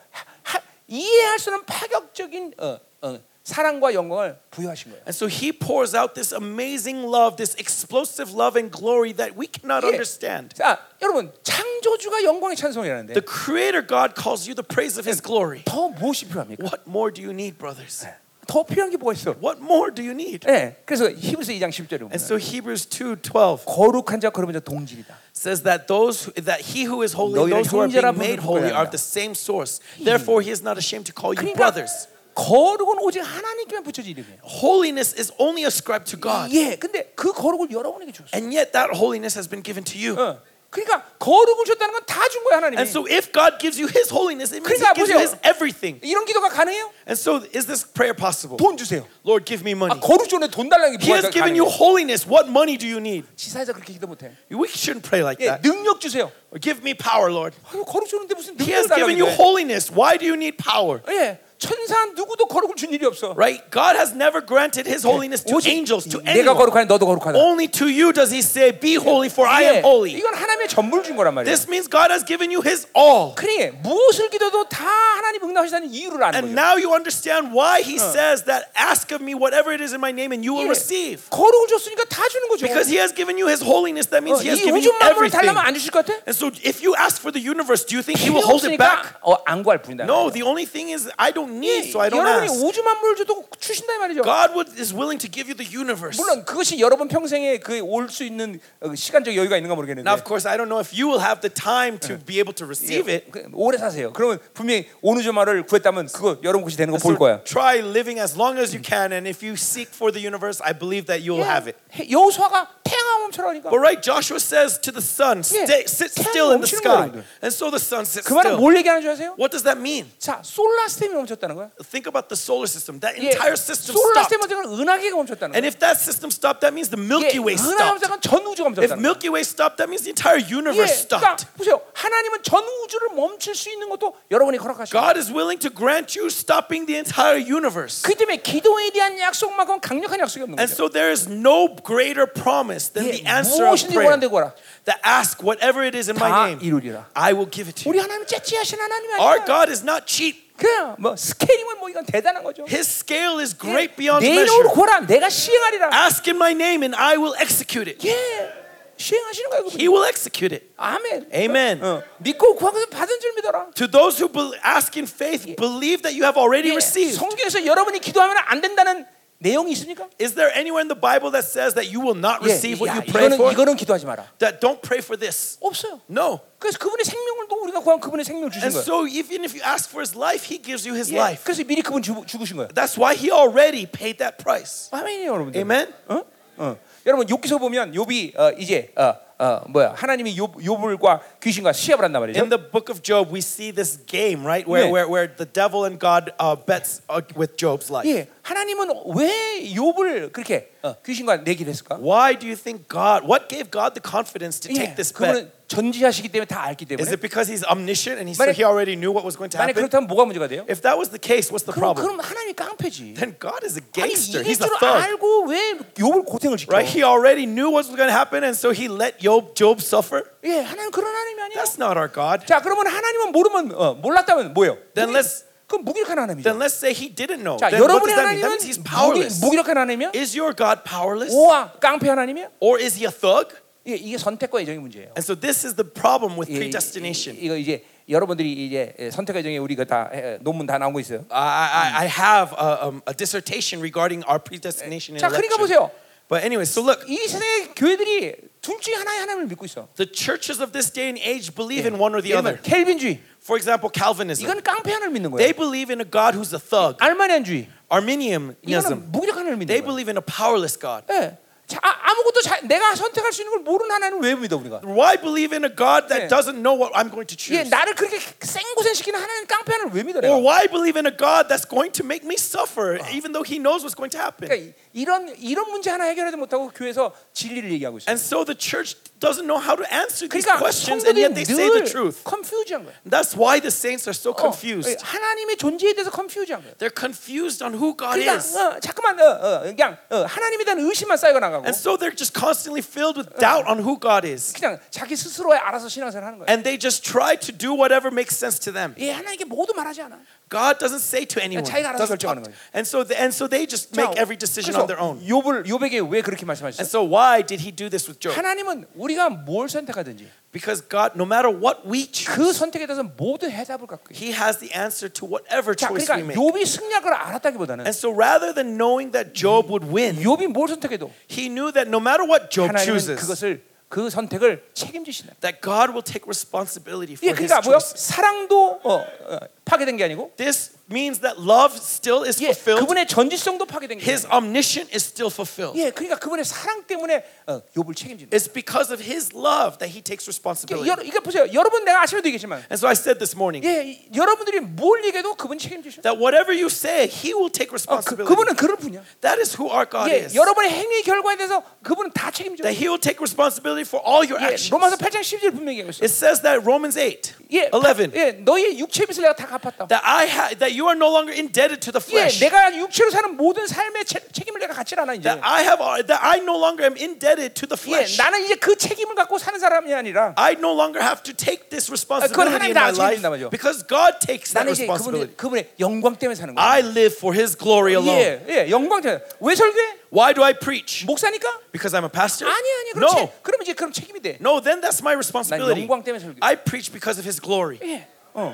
Speaker 1: 하, 이해할 수 없는 파격적인 어, 어, 사랑과 영광을 부여하신 거예요.
Speaker 2: And so He pours out this amazing love, this explosive love and glory that we cannot
Speaker 1: 예.
Speaker 2: understand.
Speaker 1: 자, 여러분 창조주가 영광의 찬송이라는데
Speaker 2: The Creator God calls you the praise of His glory.
Speaker 1: 더 무엇이 필요합니까?
Speaker 2: What more do you need, brothers?
Speaker 1: 더 필요한 게 뭐가 있어?
Speaker 2: What more do you need?
Speaker 1: 예, 그래서 히브리서 2장 10절에 보면
Speaker 2: And so Hebrews 2:12
Speaker 1: 거룩한 자 그러면 자 동질이다.
Speaker 2: says that those who, that he who is holy,
Speaker 1: 너희를
Speaker 2: those who are
Speaker 1: 형제라
Speaker 2: being made
Speaker 1: 부르는
Speaker 2: holy
Speaker 1: 거야.
Speaker 2: are of the same source. Therefore, he is not ashamed to call you
Speaker 1: 그러니까
Speaker 2: brothers.
Speaker 1: 거룩은 오직 하나님께만 붙여진 이름이에요.
Speaker 2: Holiness is only ascribed to God,
Speaker 1: 예, 근데 그 거룩을 여러분에게 줬어요.
Speaker 2: and yet that holiness has been given to you.
Speaker 1: 어. 그러니까 거룩을 줬다는 건 다 준 거야 하나님이.
Speaker 2: And so, if God gives you His holiness, it means He
Speaker 1: 그러니까
Speaker 2: gives you
Speaker 1: 보세요.
Speaker 2: His everything.
Speaker 1: 이런 기도가 가능해요?
Speaker 2: And so, is this prayer possible?
Speaker 1: 돈 주세요.
Speaker 2: Lord, give me
Speaker 1: 아,
Speaker 2: money.
Speaker 1: 거룩 줬는데 돈 달라는 게
Speaker 2: He
Speaker 1: 뭐가
Speaker 2: has given
Speaker 1: 가능해?
Speaker 2: you holiness. What money do you need?
Speaker 1: 지사에서 그렇게 기도 못해.
Speaker 2: We shouldn't pray like
Speaker 1: 예,
Speaker 2: that.
Speaker 1: 능력 주세요.
Speaker 2: Or give me power, Lord.
Speaker 1: 아유, 거룩 줬는데 무슨
Speaker 2: He has
Speaker 1: 능력을 달라고
Speaker 2: given you
Speaker 1: 기도해.
Speaker 2: holiness. Why do you need power?
Speaker 1: 예, 천사 누구도 거룩을 준 일이 없어.
Speaker 2: Right? God has never granted His holiness to
Speaker 1: 오직
Speaker 2: angels, to
Speaker 1: 내가
Speaker 2: anyone.
Speaker 1: 거룩하니 너도 거룩하다.
Speaker 2: Only to you does he say, Be holy, for I
Speaker 1: 예,
Speaker 2: am holy.
Speaker 1: 이건 하나님의 전부를 준 거란 말이에요.
Speaker 2: This means God has given you his all.
Speaker 1: 그래 무엇을 기도도 다 하나님 응답하시다는 이유를 아는
Speaker 2: And
Speaker 1: 거죠.
Speaker 2: now you understand why he says that ask of me whatever it is in my name and you will
Speaker 1: 예,
Speaker 2: receive.
Speaker 1: 거룩을 줬으니까 다 주는 거죠.
Speaker 2: Because he has given you his holiness, that means
Speaker 1: 어,
Speaker 2: he has
Speaker 1: 이
Speaker 2: given you
Speaker 1: 우주 만물을
Speaker 2: everything.
Speaker 1: 달라면 안 주실 것 같아?
Speaker 2: And so if you ask for the universe, do you think he
Speaker 1: 필요
Speaker 2: will hold it back?
Speaker 1: 없으니까 어, 안 구할 뿐이다.
Speaker 2: No, the only thing is I don't
Speaker 1: 예,
Speaker 2: need, so I don't
Speaker 1: 여러분이
Speaker 2: ask.
Speaker 1: 우주 만물을 줘도 주신다 이 말이죠.
Speaker 2: God would, is willing to give you the universe.
Speaker 1: 물론 그것이 여러분 평생에 그 올 수 있는 어, 시간적 여유가 있는가 모르겠는데.
Speaker 2: Now, of course, I don't know if you will have the time to be able to receive
Speaker 1: 예,
Speaker 2: it.
Speaker 1: 그, 오래 사세요. 그러면 분명히 어느 주말을 구했다면 그거 여러분 것이 되는 거 볼
Speaker 2: So
Speaker 1: 거야.
Speaker 2: try living as long as you can, and if you seek for the universe, I believe that you will have it.
Speaker 1: 예, 여호수아가 태양아 멈춰라 하니까
Speaker 2: But right, Joshua says to the sun, stay, sit
Speaker 1: 태양이
Speaker 2: still in the
Speaker 1: 멈추는
Speaker 2: sky.
Speaker 1: 거라는데.
Speaker 2: And so the sun sits
Speaker 1: 그 말은
Speaker 2: still.
Speaker 1: 뭘 얘기하는 줄 아세요?
Speaker 2: What does that mean?
Speaker 1: 자, 솔라 시스템이 멈췄다는 거야.
Speaker 2: Think about the solar system. That
Speaker 1: 예,
Speaker 2: entire system
Speaker 1: 솔라
Speaker 2: stopped.
Speaker 1: 시스템 멈추면 은하계가 멈췄다는
Speaker 2: And
Speaker 1: 거야. 예,
Speaker 2: if that system stopped, that means the Milky Way
Speaker 1: 은하계
Speaker 2: stopped.
Speaker 1: 멈추면 전 우주가
Speaker 2: If
Speaker 1: 멈췄다는 거야.
Speaker 2: Milky Way stopped, that means the entire
Speaker 1: 예,
Speaker 2: universe
Speaker 1: 그러니까
Speaker 2: stopped.
Speaker 1: 보세요. 하나님은 전 우주를 멈출 수 있는 것도 여러분이 허락하시고
Speaker 2: God is willing to grant you stopping the entire universe.
Speaker 1: 그 때문에 기도에 대한 약속만큼 강력한 약속이 없는
Speaker 2: And
Speaker 1: 거죠.
Speaker 2: so there is no greater promise than the
Speaker 1: 예,
Speaker 2: answer of
Speaker 1: 무엇이든지 원하는
Speaker 2: prayer.
Speaker 1: 데 구하라.
Speaker 2: That ask whatever it is in
Speaker 1: 다
Speaker 2: my name,
Speaker 1: 이루리라.
Speaker 2: I will give it to you.
Speaker 1: 우리 하나님 째째하신 하나님이
Speaker 2: Our
Speaker 1: 아니야.
Speaker 2: God is not cheap.
Speaker 1: 그냥 뭐 스케일은 뭐 이건 대단한 거죠. 예,
Speaker 2: His scale is
Speaker 1: 내
Speaker 2: great beyond
Speaker 1: 이름으로
Speaker 2: measure. 아.
Speaker 1: 구하라. 내가 시행하리라.
Speaker 2: Ask in my name and I will execute it.
Speaker 1: 예, 시행하시는 거예요. 그분이.
Speaker 2: He will execute it.
Speaker 1: 아멘.
Speaker 2: Amen.
Speaker 1: 어, 믿고 구한 것을 받은 줄 믿어라.
Speaker 2: To those who bel ask in faith, believe that you have already
Speaker 1: 예,
Speaker 2: received.
Speaker 1: 성경에서 여러분이 기도하면 안 된다는 내용이 있습니까?
Speaker 2: Is there anywhere in the Bible that says that you will not
Speaker 1: 예,
Speaker 2: receive what
Speaker 1: 야,
Speaker 2: you pray
Speaker 1: 이거는
Speaker 2: for?
Speaker 1: 이거는 기도하지 마라.
Speaker 2: That don't pray for this.
Speaker 1: 없어요.
Speaker 2: No.
Speaker 1: 그래서 그분의 생명을 또 우리가 구한 그분의 생명을 주신
Speaker 2: And
Speaker 1: 거예요.
Speaker 2: so even if you ask for his life, he gives you his
Speaker 1: 예,
Speaker 2: life.
Speaker 1: 그래서 미리 그분 주, 죽으신 거예요.
Speaker 2: That's why he already paid that price.
Speaker 1: 아멘이에요, 여러분들.
Speaker 2: Amen.
Speaker 1: 어? 어. 여러분 욥기서 보면 욥이 어, 이제 어, 어, 뭐야 하나님이 욥 욥을과 귀신과 시합을 한단 말이죠.
Speaker 2: In the book of Job, we see this game, right?
Speaker 1: Yeah.
Speaker 2: Where, where, where the devil and God uh, bets uh, with Job's life.
Speaker 1: 예, 하나님은 왜 욥을 그렇게 어, 귀신과 내기를 했을까?
Speaker 2: Why do you think God, what gave God the confidence to
Speaker 1: 예,
Speaker 2: take this bet?
Speaker 1: 그분은 전지하시기 때문에 다 알기
Speaker 2: Is
Speaker 1: 때문에.
Speaker 2: it because he's omniscient and he, so
Speaker 1: 만약-
Speaker 2: he already knew what was going to
Speaker 1: 만약
Speaker 2: happen?
Speaker 1: 그렇다면 뭐가 문제가 돼요?
Speaker 2: If that was the case, what's the
Speaker 1: 그럼
Speaker 2: problem?
Speaker 1: 그럼 하나님이 깡패지.
Speaker 2: Then God is a
Speaker 1: 아니
Speaker 2: gangster.
Speaker 1: 이길
Speaker 2: He's a
Speaker 1: 줄
Speaker 2: thug.
Speaker 1: 알고 왜 욥을 고생을 시켜?
Speaker 2: Right? He already knew what was going to happen, and so he let Job, Job suffer.
Speaker 1: 예, 하나님 그런 하나님이 아니야.
Speaker 2: That's not our God.
Speaker 1: 자, 그러면 하나님은 모르면 어, 몰랐다면 뭐예요?
Speaker 2: Then let's-
Speaker 1: 그 무기력한
Speaker 2: Then
Speaker 1: 하나님이죠.
Speaker 2: let's say he didn't know.
Speaker 1: 자,
Speaker 2: Then what does
Speaker 1: 여러분의
Speaker 2: that mean?
Speaker 1: 하나님은
Speaker 2: That means he's
Speaker 1: 무기,
Speaker 2: powerless.
Speaker 1: 무기력한 하나님이야?
Speaker 2: Is your God powerless?
Speaker 1: 오와 깡패 하나님이야?
Speaker 2: Or is he a thug?
Speaker 1: 예, 이게 선택과 예정의 문제예요.
Speaker 2: And so this is the problem with
Speaker 1: 예,
Speaker 2: predestination.
Speaker 1: 이, 거 이제 여러분들이 이제 예, 선택과 예정에 우리가 다 예, 논문 다 나온 거 있어요.
Speaker 2: I, I, I
Speaker 1: Mm.
Speaker 2: have a, um, a dissertation regarding our predestination in
Speaker 1: 자, 그러니까
Speaker 2: election.
Speaker 1: 보세요.
Speaker 2: But anyway, so look,
Speaker 1: 이 세상의 교회들이 둘 중에 하나의 하나님을 믿고 있어.
Speaker 2: the churches of this day and age believe in one or the
Speaker 1: 예를
Speaker 2: other.
Speaker 1: 들면 켈빈주의.
Speaker 2: For example, Calvinism.
Speaker 1: 이건 깡패 하나님을 믿는 거예요.
Speaker 2: They believe in a God who's a thug.
Speaker 1: 알마니안주의.
Speaker 2: Arminianism.
Speaker 1: 이거는 무기력한 하나님을 믿는 거예요.
Speaker 2: They believe in a powerless God.
Speaker 1: 예. 자, 아, 아무것도 자, 내가 선택할 수 있는 걸 모르는 하나님을 왜 믿어 우리가?
Speaker 2: Why believe in a God
Speaker 1: Yeah.
Speaker 2: that doesn't know what I'm going
Speaker 1: 예,
Speaker 2: to choose?
Speaker 1: 나를 그렇게 생고생시키는 하나님 깡패 하나님을 왜 믿어
Speaker 2: Or
Speaker 1: 내가?
Speaker 2: why believe in a God that's going to make me suffer,
Speaker 1: Oh.
Speaker 2: even though He knows what's going to happen?
Speaker 1: 그러니까 이- 이런 이런 문제 하나 해결하지 못하고 교회에서 진리를 얘기하고 있어요.
Speaker 2: And so the church doesn't know how to answer these
Speaker 1: 그러니까
Speaker 2: questions, and
Speaker 1: 성도들이
Speaker 2: yet they say the
Speaker 1: 늘
Speaker 2: truth.
Speaker 1: 컨퓨즈한 거야.
Speaker 2: That's why the saints are so
Speaker 1: 어,
Speaker 2: confused.
Speaker 1: 하나님의 존재에 대해서 컨퓨즈한 거야.
Speaker 2: Oh, They're confused on who God
Speaker 1: 그러니까
Speaker 2: is.
Speaker 1: 어, 자꾸만 어, 어, 그냥 어, 하나님에 대한 의심만 쌓여 나가고
Speaker 2: And so they're just constantly filled with doubt on who God is.
Speaker 1: 그냥 자기 스스로에 알아서 신앙생활 하는 거야.
Speaker 2: And they just try to do whatever makes sense to them.
Speaker 1: 예, 하나님께 모두 말하지 않아.
Speaker 2: God doesn't say to anyone.
Speaker 1: 자기가 알아서
Speaker 2: doesn't
Speaker 1: 결정하는
Speaker 2: talk-
Speaker 1: 거예요.
Speaker 2: And so, th- and so they just
Speaker 1: 자,
Speaker 2: make every decision
Speaker 1: 그래서
Speaker 2: on their own.
Speaker 1: 욥을 욥에게 왜 그렇게
Speaker 2: And
Speaker 1: 말씀하셨어요?
Speaker 2: so why did He do this with Job?
Speaker 1: 하나님은 우리가 뭘 선택하든지
Speaker 2: Because God, no matter what we choose,
Speaker 1: 그 선택에 대해서 모든 해답을 갖고 있어.
Speaker 2: He has the answer to whatever
Speaker 1: 자,
Speaker 2: choice
Speaker 1: 그러니까
Speaker 2: we make.
Speaker 1: 욥이 승리할 걸 알았다기보다는
Speaker 2: And so rather than knowing that Job would win,
Speaker 1: 욥이 뭘 선택해도
Speaker 2: he knew that no matter what Job
Speaker 1: 하나님은
Speaker 2: chooses,
Speaker 1: 그것을 그 선택을 책임지신다.
Speaker 2: that God will take responsibility for
Speaker 1: 예,
Speaker 2: his
Speaker 1: 그러니까 뭐요?
Speaker 2: choice.
Speaker 1: 사랑도 어, 어, 파괴된 게 아니고,
Speaker 2: This means that love still is
Speaker 1: 예,
Speaker 2: fulfilled.
Speaker 1: 그분의 전지성도 파괴된 게
Speaker 2: His
Speaker 1: 아니고,
Speaker 2: omniscience is still fulfilled.
Speaker 1: 예, 그러니까 그분의 사랑 때문에 어, 욥을 책임진다.
Speaker 2: It's because of his love that he takes
Speaker 1: 그러니까
Speaker 2: responsibility.
Speaker 1: 여러, 그러니까 보세요. 여러분 내가 아침에도 얘기했지만,
Speaker 2: And so I said this morning
Speaker 1: 예, 이- 여러분들이 뭘 얘기해도 그분 책임지셔.
Speaker 2: that whatever you say, he will
Speaker 1: 어,
Speaker 2: take
Speaker 1: 그,
Speaker 2: responsibility.
Speaker 1: 그분은 그럴 분이야.
Speaker 2: That is who our God
Speaker 1: 예,
Speaker 2: is.
Speaker 1: 여러분의 행위 결과에 대해서 그분은 다 책임져. 예,
Speaker 2: That he will take responsibility for all your
Speaker 1: 로마서
Speaker 2: actions.
Speaker 1: 8장 10절 분명히 얘기했어.
Speaker 2: It says that Romans 8,
Speaker 1: 예,
Speaker 2: 11.
Speaker 1: 예, 너희의 육체 빚을 내가 다 갚았다.
Speaker 2: that I ha- that you are no longer indebted to the
Speaker 1: 예,
Speaker 2: flesh.
Speaker 1: 내가 육체로 사는 모든 삶의 책- 책임을 내가 갖질 않아 이제.
Speaker 2: that I have that I no longer am indebted to the
Speaker 1: 예,
Speaker 2: flesh.
Speaker 1: 나는 이제 그 책임을 갖고 사는 사람이 아니라
Speaker 2: I no longer have to take this responsibility
Speaker 1: 하나님이
Speaker 2: in
Speaker 1: 다
Speaker 2: my
Speaker 1: 책임진단 말이죠.
Speaker 2: life because God takes that
Speaker 1: 나는 이제 그분의,
Speaker 2: responsibility.
Speaker 1: 그분의 영광 때문에 사는 거야.
Speaker 2: I live for His
Speaker 1: Oh,
Speaker 2: glory alone.
Speaker 1: 예, 예, 영광 때문에. 왜 설교해?
Speaker 2: Why do I preach?
Speaker 1: 목사니까?
Speaker 2: Because I'm a pastor?
Speaker 1: 아니 아니 그럼
Speaker 2: no,
Speaker 1: 책- 그럼 이제 그럼 책임이 돼.
Speaker 2: no. Then that's my responsibility.
Speaker 1: 영광 때문에 설교.
Speaker 2: I preach because of His glory.
Speaker 1: 예, 어,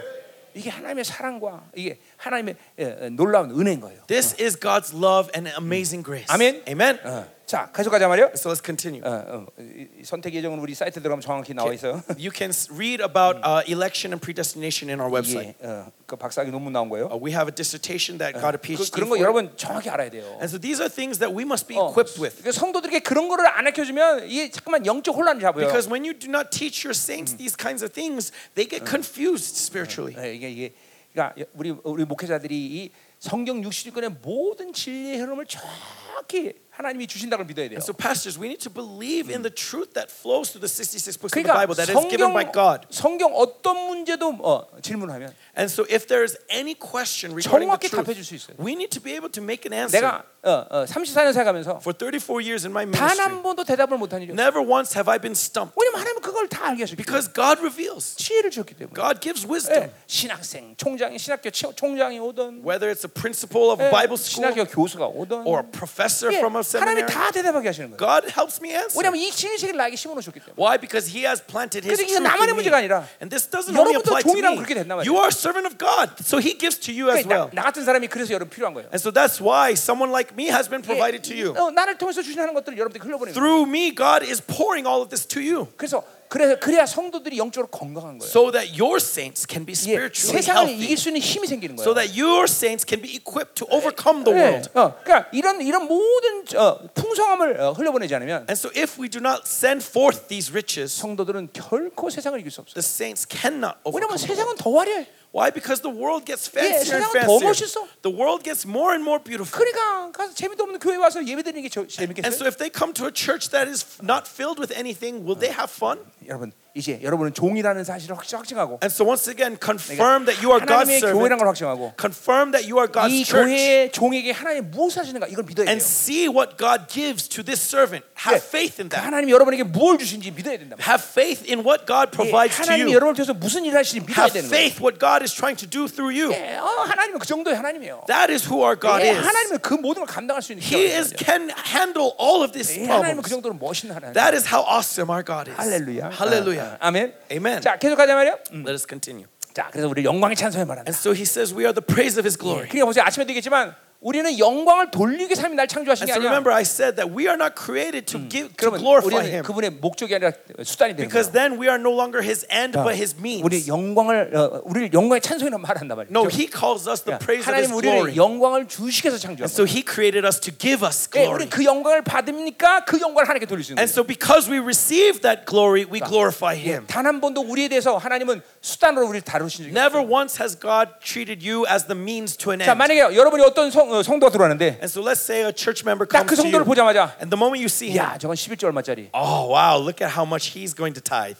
Speaker 1: 이게 하나님의 사랑과 이게 하나님의 예, 예, 놀라운 은혜인 거예요.
Speaker 2: This is God's love and amazing grace.
Speaker 1: Amen. Uh,
Speaker 2: Amen.
Speaker 1: 어. 자, 가져가자 말이요.
Speaker 2: So let's continue.
Speaker 1: 어, 어, 이- 이 선택 예정은 우리 사이트 들어가면 정확히 나와 있어요.
Speaker 2: You can s- read about uh, election and predestination in our website.
Speaker 1: 이게 어, 그 박사학위 논문 나온 거예요.
Speaker 2: Uh, we have a dissertation that got a
Speaker 1: Uh, 그,
Speaker 2: PhD.
Speaker 1: 그런 거
Speaker 2: for it.
Speaker 1: 여러분 정확히 알아야 돼요.
Speaker 2: And so these are things that we must be
Speaker 1: 어,
Speaker 2: equipped with.
Speaker 1: 그 성도들에게 그런 거를 안 알려주면 이게 잠깐만 영적 혼란을 잡아요.
Speaker 2: Because when you do not teach your saints these kinds of things, they get confused spiritually.
Speaker 1: 예, 이게 이게 그러니까 우리 우리 목회자들이 이 성경 60권의 모든 진리의 흐름을 정확히 하나님이 주신다고 믿어야 돼요.
Speaker 2: And so, pastors, we need to believe in the truth that flows through the 66 books of
Speaker 1: Mm.
Speaker 2: the
Speaker 1: 그러니까
Speaker 2: Bible that is
Speaker 1: 성경
Speaker 2: given by God.
Speaker 1: 성경 어떤 문제도 어, 질문하면
Speaker 2: And so, if there is any question regarding the
Speaker 1: 정확히 답해줄 수 있어요.
Speaker 2: truth, we need to be able to make an answer.
Speaker 1: 내가 어, 어, 34년 살아가면서
Speaker 2: For 34 years in my
Speaker 1: 단
Speaker 2: ministry,
Speaker 1: 한 번도 대답을 못한 일이 없어요.
Speaker 2: never once have I been stumped
Speaker 1: 왜냐면 하나님은 그걸 다 알게 하셨기 때문에
Speaker 2: because God reveals,
Speaker 1: 지혜를 주었기 때문에
Speaker 2: God gives
Speaker 1: 예,
Speaker 2: wisdom.
Speaker 1: 신학생 총장이 신학교 치- 총장이 오든
Speaker 2: Whether it's a principal of
Speaker 1: 예,
Speaker 2: a Bible school
Speaker 1: 신학교 교수가 오든
Speaker 2: or a professor
Speaker 1: 예,
Speaker 2: from a
Speaker 1: 하나님이
Speaker 2: seminary.
Speaker 1: 다 대답하게 하시는 거예요.
Speaker 2: God helps me answer.
Speaker 1: 왜냐하면 이 진리책을 나에게 심어놓으셨기 때문에.
Speaker 2: Why? Because He has planted His
Speaker 1: 그래서 이게
Speaker 2: truth
Speaker 1: 나만의
Speaker 2: in me.
Speaker 1: 문제가 아니라
Speaker 2: And this doesn't only
Speaker 1: 여러분도
Speaker 2: apply
Speaker 1: 종이라면
Speaker 2: to
Speaker 1: 그렇게 된단
Speaker 2: me.
Speaker 1: 말이에요.
Speaker 2: You are a servant of God, so He gives to you as
Speaker 1: 그러니까
Speaker 2: well.
Speaker 1: 나, 나 같은 사람이 그래서 여러분 필요한 거예요.
Speaker 2: And so that's why someone like me has been provided to
Speaker 1: 예,
Speaker 2: you.
Speaker 1: 어, 나를 통해서 주시는 것들을 여러분들이 흘려보내는 거예요.
Speaker 2: Through me, God is pouring all of this to you,
Speaker 1: 그래서 그래서 그래야 성도들이 영적으로 건강한 거예요.
Speaker 2: so that your saints can be
Speaker 1: 예,
Speaker 2: spiritually
Speaker 1: 세상을
Speaker 2: healthy,
Speaker 1: 이길 수 있는 힘이 생기는 거예요.
Speaker 2: so that your saints can be equipped to overcome the
Speaker 1: 예,
Speaker 2: world.
Speaker 1: 어, 그러니까 이런 이런 모든 어, 풍성함을 어, 흘려보내지 않으면
Speaker 2: And so, if we do not send forth these riches,
Speaker 1: 성도들은 결코 세상을 이길 수 없어요.
Speaker 2: the saints cannot
Speaker 1: 왜냐면
Speaker 2: overcome. the world.
Speaker 1: 세상은 더 화려해.
Speaker 2: Why? Because the world gets fancier and
Speaker 1: 세상은 더
Speaker 2: fancier.
Speaker 1: 멋있어.
Speaker 2: The world gets more and more beautiful.
Speaker 1: 그러니까 가서 재미도 없는 교회 와서 예배드리는 게 저-
Speaker 2: And
Speaker 1: 재밌겠어요?
Speaker 2: so, if they come to a church that is not filled with anything, will they have fun?
Speaker 1: 여러분 이제 여러분은 종이라는 사실을 확- 확증하고
Speaker 2: And so, once again, confirm that you are
Speaker 1: 하나님의
Speaker 2: God's
Speaker 1: 교회라는 걸
Speaker 2: servant.
Speaker 1: 확증하고
Speaker 2: Confirm that you are
Speaker 1: 이
Speaker 2: God's church.
Speaker 1: 교회의 종에게 하나님 무엇을 하시는가 이걸 믿어야 돼요.
Speaker 2: And see what God gives to this servant. Have faith in
Speaker 1: 네.
Speaker 2: that.
Speaker 1: 하나님 여러분에게 뭘 주신지 믿어야 된다.
Speaker 2: Have faith in what God
Speaker 1: 예,
Speaker 2: provides to
Speaker 1: 하나님이
Speaker 2: you.
Speaker 1: 여러분을 통해서 무슨 일을 하시는지 믿어야
Speaker 2: Have
Speaker 1: 되는 거예요.
Speaker 2: faith what God is trying to do through you.
Speaker 1: 예, 어, 하나님은 그 정도의 하나님이에요.
Speaker 2: That is who our God
Speaker 1: 예,
Speaker 2: is.
Speaker 1: 하나님은 그 모든 걸 감당할 수 있는
Speaker 2: He
Speaker 1: 기가
Speaker 2: is
Speaker 1: 막힌
Speaker 2: can handle all
Speaker 1: 분이에요.
Speaker 2: of this
Speaker 1: 예, 하나님은 그
Speaker 2: problems.
Speaker 1: 정도로 멋있는 하나님.
Speaker 2: That is how awesome our God is.
Speaker 1: 할렐루야. 아,
Speaker 2: Hallelujah.
Speaker 1: 아, 아멘.
Speaker 2: Amen.
Speaker 1: 자, 계속 가자 말이요. 음.
Speaker 2: Let us continue.
Speaker 1: 자, 그래서 우리 영광의 찬송에 말한다.
Speaker 2: And so he says we are the praise of his glory.
Speaker 1: 그러니까 보세요. 아침에도 얘기했지만 우리는 영광을 돌리기 삶이 날 창조하신
Speaker 2: And
Speaker 1: 게
Speaker 2: so
Speaker 1: 아니야.
Speaker 2: remember I said that we are not created to give to
Speaker 1: 그러면
Speaker 2: glorify
Speaker 1: 우리는
Speaker 2: him
Speaker 1: 그분의 목적이 아니라 수단이 되는 거야.
Speaker 2: because then we are no longer his end but his
Speaker 1: 우리
Speaker 2: means.
Speaker 1: 영광을 어, 우리를 영광의 찬송이라고 말한단 말이야.
Speaker 2: No, he calls us the praise of his
Speaker 1: 하나님 우리를
Speaker 2: glory.
Speaker 1: 영광을 주시해서 창조한 거야.
Speaker 2: And so he created us to give us
Speaker 1: 예, 우리
Speaker 2: glory.
Speaker 1: 그 영광을 받으니까 그 영광을 하나님께 돌리시는
Speaker 2: And
Speaker 1: 거예요.
Speaker 2: so because we receive that glory, we glorify him.
Speaker 1: 단한 번도 우리에 대해서 하나님은 수단으로 우리를 다루신 적이 없어요.
Speaker 2: Never once has God treated you as the means to an
Speaker 1: 자,
Speaker 2: end.
Speaker 1: 만약에 여러분이 어떤 성, 어, 성도가 들어왔는데
Speaker 2: And so let's say a church member
Speaker 1: 딱
Speaker 2: comes
Speaker 1: 그
Speaker 2: to
Speaker 1: 성도를
Speaker 2: you,
Speaker 1: 보자마자
Speaker 2: and the moment you see him,
Speaker 1: 야, 저건 11조 얼마짜리.
Speaker 2: oh wow, look at how much he's going to tithe.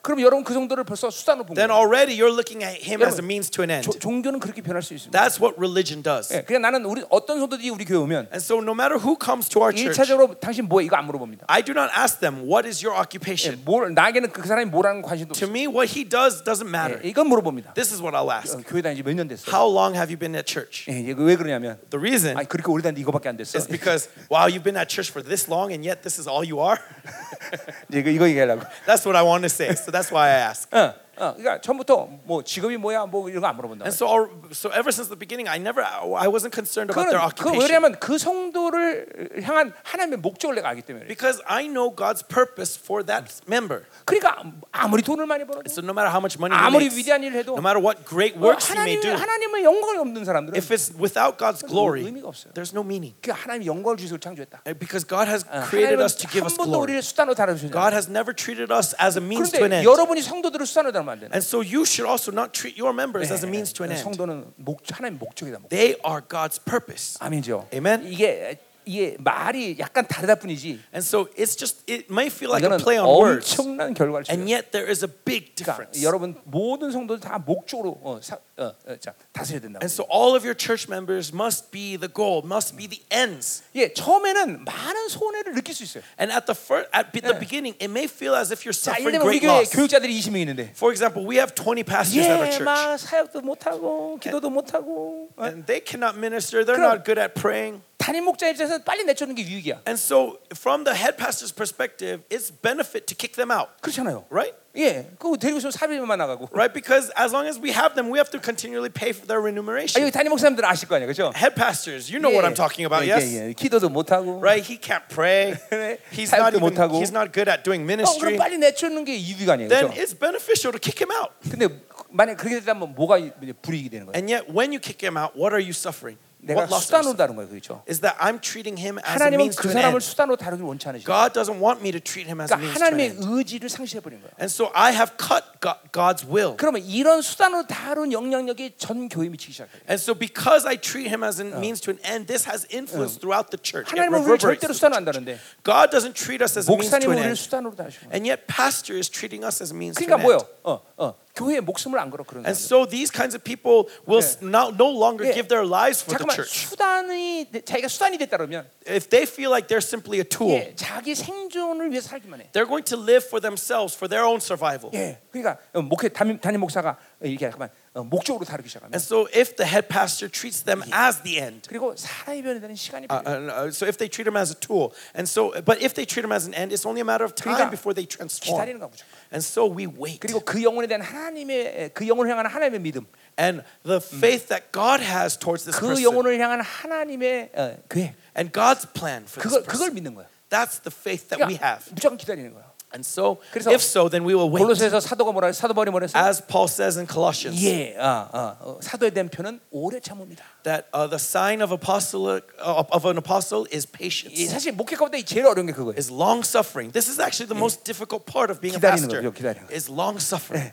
Speaker 1: 그럼 여러분 그 성도를 벌써 수단으로 본
Speaker 2: Then
Speaker 1: 거예요.
Speaker 2: already you're looking at him as a means to an end.
Speaker 1: 조, 종교는 그렇게 변할 수 있습니다.
Speaker 2: That's what religion does.
Speaker 1: 예, 그냥 나는 우리 어떤 성도들이 우리 교회 오면
Speaker 2: And so no matter who comes to our church,
Speaker 1: 일차적으로 당신 뭐해 이거 안 물어봅니다.
Speaker 2: I do not ask them what is your
Speaker 1: 예,
Speaker 2: occupation.
Speaker 1: 뭘 나에게는 그 사람이 뭐라는 관심도
Speaker 2: To
Speaker 1: 없어요.
Speaker 2: me, what he does doesn't matter.
Speaker 1: 예, 이건 물어봅니다.
Speaker 2: This is what I'll
Speaker 1: 어,
Speaker 2: ask.
Speaker 1: 교회 다니지 몇 년 됐어?
Speaker 2: How long have you been at church?
Speaker 1: 예, 이게 왜 그러냐면
Speaker 2: The reason
Speaker 1: 아니 그렇게 오래 다니는데 이거밖에 안 됐어.
Speaker 2: is because wow, you've been at church for this long and yet this is all you are.
Speaker 1: 이거 이거 얘기하려고.
Speaker 2: That's what I want to say. So that's why I ask.
Speaker 1: 어, 어, 그러니까 처음부터 뭐 직업이 뭐야 뭐 이런 거 안 물어본다.
Speaker 2: And so, all, so ever since the beginning, I never, I wasn't concerned
Speaker 1: 그거는
Speaker 2: about their
Speaker 1: 그
Speaker 2: occupation
Speaker 1: 왜냐면 그 성도를 향한 하나님의 목적을 내가 알기 때문에. 그래요.
Speaker 2: because I know God's purpose for that member.
Speaker 1: 그러니까 아무리 돈을 많이 벌어도
Speaker 2: So no matter how much money, he
Speaker 1: 아무리
Speaker 2: makes,
Speaker 1: 위대한 일을 해도
Speaker 2: no matter what great
Speaker 1: 어,
Speaker 2: works he may
Speaker 1: 하나님
Speaker 2: do,
Speaker 1: 하나님의 영광이 없는 사람들은
Speaker 2: if it's without God's glory,
Speaker 1: 의미가 없어요.
Speaker 2: there's no meaning.
Speaker 1: 그 하나님 영광을 주셔서 창조했다.
Speaker 2: And Because God has created
Speaker 1: 하나님은
Speaker 2: us to give us
Speaker 1: 한 번도
Speaker 2: glory.
Speaker 1: 우리를 수단으로 다루셨냐?
Speaker 2: God has never treated us as a means to
Speaker 1: 그런데
Speaker 2: an end.
Speaker 1: 여러분이 성도들을 수단으로 다루면 안 되는.
Speaker 2: And so you should also not treat your members as a means to an end.
Speaker 1: 성도는 목 하나님 목적이다. 목.
Speaker 2: They are God's purpose.
Speaker 1: 아멘죠.
Speaker 2: Amen.
Speaker 1: 이게 이게 말이 약간 다르다 뿐이지.
Speaker 2: And so it's just, it may feel like a
Speaker 1: 이거는
Speaker 2: play on words.
Speaker 1: 엄청난 결과를 주요
Speaker 2: And yet there is a big
Speaker 1: 그러니까
Speaker 2: difference.
Speaker 1: 여러분 모든 성도들 다 목적으로 어, 사, 어, 어, 자, 다스려야 된다.
Speaker 2: And so all of your church members must be the goal, must be the ends.
Speaker 1: 예, 처음에는 많은 손해를 느낄 수 있어요.
Speaker 2: And at the first, at be- the beginning, it may feel as if you're
Speaker 1: 자, 예를
Speaker 2: suffering
Speaker 1: 들면 우리
Speaker 2: great
Speaker 1: 교회
Speaker 2: loss.
Speaker 1: 교육자들이 20명 있는데
Speaker 2: For example, we have 20 pastors at our
Speaker 1: 예,
Speaker 2: church,
Speaker 1: 막 사역도 못 하고 기도도 못 하고 어?
Speaker 2: and they cannot minister. They're
Speaker 1: 그럼-
Speaker 2: not good at praying.
Speaker 1: 담임 목자 입장에서 빨리 내쫓는 게 유익이야.
Speaker 2: And so, from the head pastor's perspective, it's benefit to kick them out,
Speaker 1: 그렇잖아요.
Speaker 2: right?
Speaker 1: 예, 그거 데리고 있으면 사비만 나가고.
Speaker 2: Right? Because as long as we have them, we have to continually pay for their
Speaker 1: 아,
Speaker 2: remuneration.
Speaker 1: 여기 담임 목사님들 아실 거 아니에요, 그렇죠?
Speaker 2: Head pastors, you know what I'm talking about, yes?
Speaker 1: 예, 예. 기도도 못 하고.
Speaker 2: Right? He can't pray.
Speaker 1: 네.
Speaker 2: He's not
Speaker 1: 사역도
Speaker 2: even,
Speaker 1: 못하고.
Speaker 2: he's not good at doing
Speaker 1: 어, 그럼
Speaker 2: ministry.
Speaker 1: 빨리 내쫓는 게 이득 아니에요,
Speaker 2: Then
Speaker 1: 그렇죠?
Speaker 2: it's beneficial to kick him out.
Speaker 1: 근데 만약 그렇게 되면 뭐가 이제 불이익이 되는 거예요?
Speaker 2: And yet, when you kick him out, what are you suffering?
Speaker 1: 내가
Speaker 2: What loss are you
Speaker 1: 수단으로
Speaker 2: suffering?
Speaker 1: 다룬 거예요, 그렇죠?
Speaker 2: Is that I'm treating him as a
Speaker 1: 하나님은
Speaker 2: means
Speaker 1: 그
Speaker 2: to an
Speaker 1: 사람을
Speaker 2: end.
Speaker 1: 수단으로 다루길 원치 않으시고
Speaker 2: God doesn't want me to treat him as a
Speaker 1: 그러니까
Speaker 2: means to an
Speaker 1: 하나님의
Speaker 2: end.
Speaker 1: 의지를 상실해 버린 거예요.
Speaker 2: And so I have cut God, God's will.
Speaker 1: 그러면 이런 수단으로 다룬 영향력이 전 교회 미치기 시작해요.
Speaker 2: And so because I treat him as a means to an end, this has influence throughout the church. It
Speaker 1: 하나님은 우리를
Speaker 2: reverberates
Speaker 1: 절대로
Speaker 2: through
Speaker 1: 수단으로
Speaker 2: the
Speaker 1: 안 다는데
Speaker 2: church. God doesn't treat us as a means to
Speaker 1: 목사님은
Speaker 2: an
Speaker 1: 우리를
Speaker 2: end.
Speaker 1: 수단으로 다루시고
Speaker 2: And yet pastor is treating us as a means to
Speaker 1: 그러니까
Speaker 2: an
Speaker 1: 뭐요?
Speaker 2: end.
Speaker 1: 어, 어, 교회에 목숨을 안 걸어 그런
Speaker 2: And
Speaker 1: 사람들.
Speaker 2: so these kinds of people will s- now no longer
Speaker 1: 예.
Speaker 2: give their lives for the
Speaker 1: 잠깐만
Speaker 2: church.
Speaker 1: 수단이 내- 자기가 수단이 됐다 그러면
Speaker 2: If they feel like they're simply a tool,
Speaker 1: 예, 자기 생존을 위해 서 살기만 해.
Speaker 2: they're going to live for themselves, for their own survival.
Speaker 1: 예, 그러니까 어, 목회 담임, 담임 목사가 이렇게 약간 어, 목적으로 다루기 시작합니다.
Speaker 2: And so if the head pastor treats them as the end,
Speaker 1: 그리고 사람이 변해다는 시간이
Speaker 2: uh,
Speaker 1: 필요해요.
Speaker 2: uh, uh, so if they treat him as a tool, and so but if they treat him as an end, it's only a matter of time
Speaker 1: 그러니까
Speaker 2: before they transform.
Speaker 1: 기다리는 거죠.
Speaker 2: And so we wait.
Speaker 1: 그리고 그 영혼에 대한 하나님의 그 영혼을 향하는 하나님의 믿음,
Speaker 2: And the faith that God has towards this
Speaker 1: 그
Speaker 2: person
Speaker 1: 영혼을 향한 하나님의 어, 계획,
Speaker 2: and God's plan for this
Speaker 1: 그걸 그걸
Speaker 2: person.
Speaker 1: 믿는 거예요.
Speaker 2: That's the faith that we
Speaker 1: 그러니까
Speaker 2: have.
Speaker 1: 무조건 기다리는 거예요.
Speaker 2: And so,
Speaker 1: 그래서
Speaker 2: if so, then we will wait.
Speaker 1: 골로새서 사도가 뭐라 사도 바울이 뭐라 했어요?
Speaker 2: As Paul says in Colossians,
Speaker 1: 예, 아, 아, 어, 사도에 대한 표는 오래 참음이다.
Speaker 2: that uh, the sign of apostle uh, of an apostle is
Speaker 1: 이
Speaker 2: patience,
Speaker 1: 사실 목회가보다 이 제일 어려운 게 그거예요.
Speaker 2: is long suffering. This is actually the most difficult part of being a
Speaker 1: 기다리는
Speaker 2: pastor.
Speaker 1: 거죠, 기다리는 거.
Speaker 2: Is long suffering.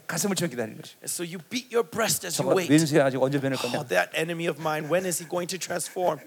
Speaker 1: 네, 가슴을 치면 기다리는 거죠.
Speaker 2: And so you beat your breast as you
Speaker 1: 정말
Speaker 2: wait.
Speaker 1: 왼수야 아직 언제 변할
Speaker 2: Oh,
Speaker 1: 거냐.
Speaker 2: that enemy of mine. When is he going to transform?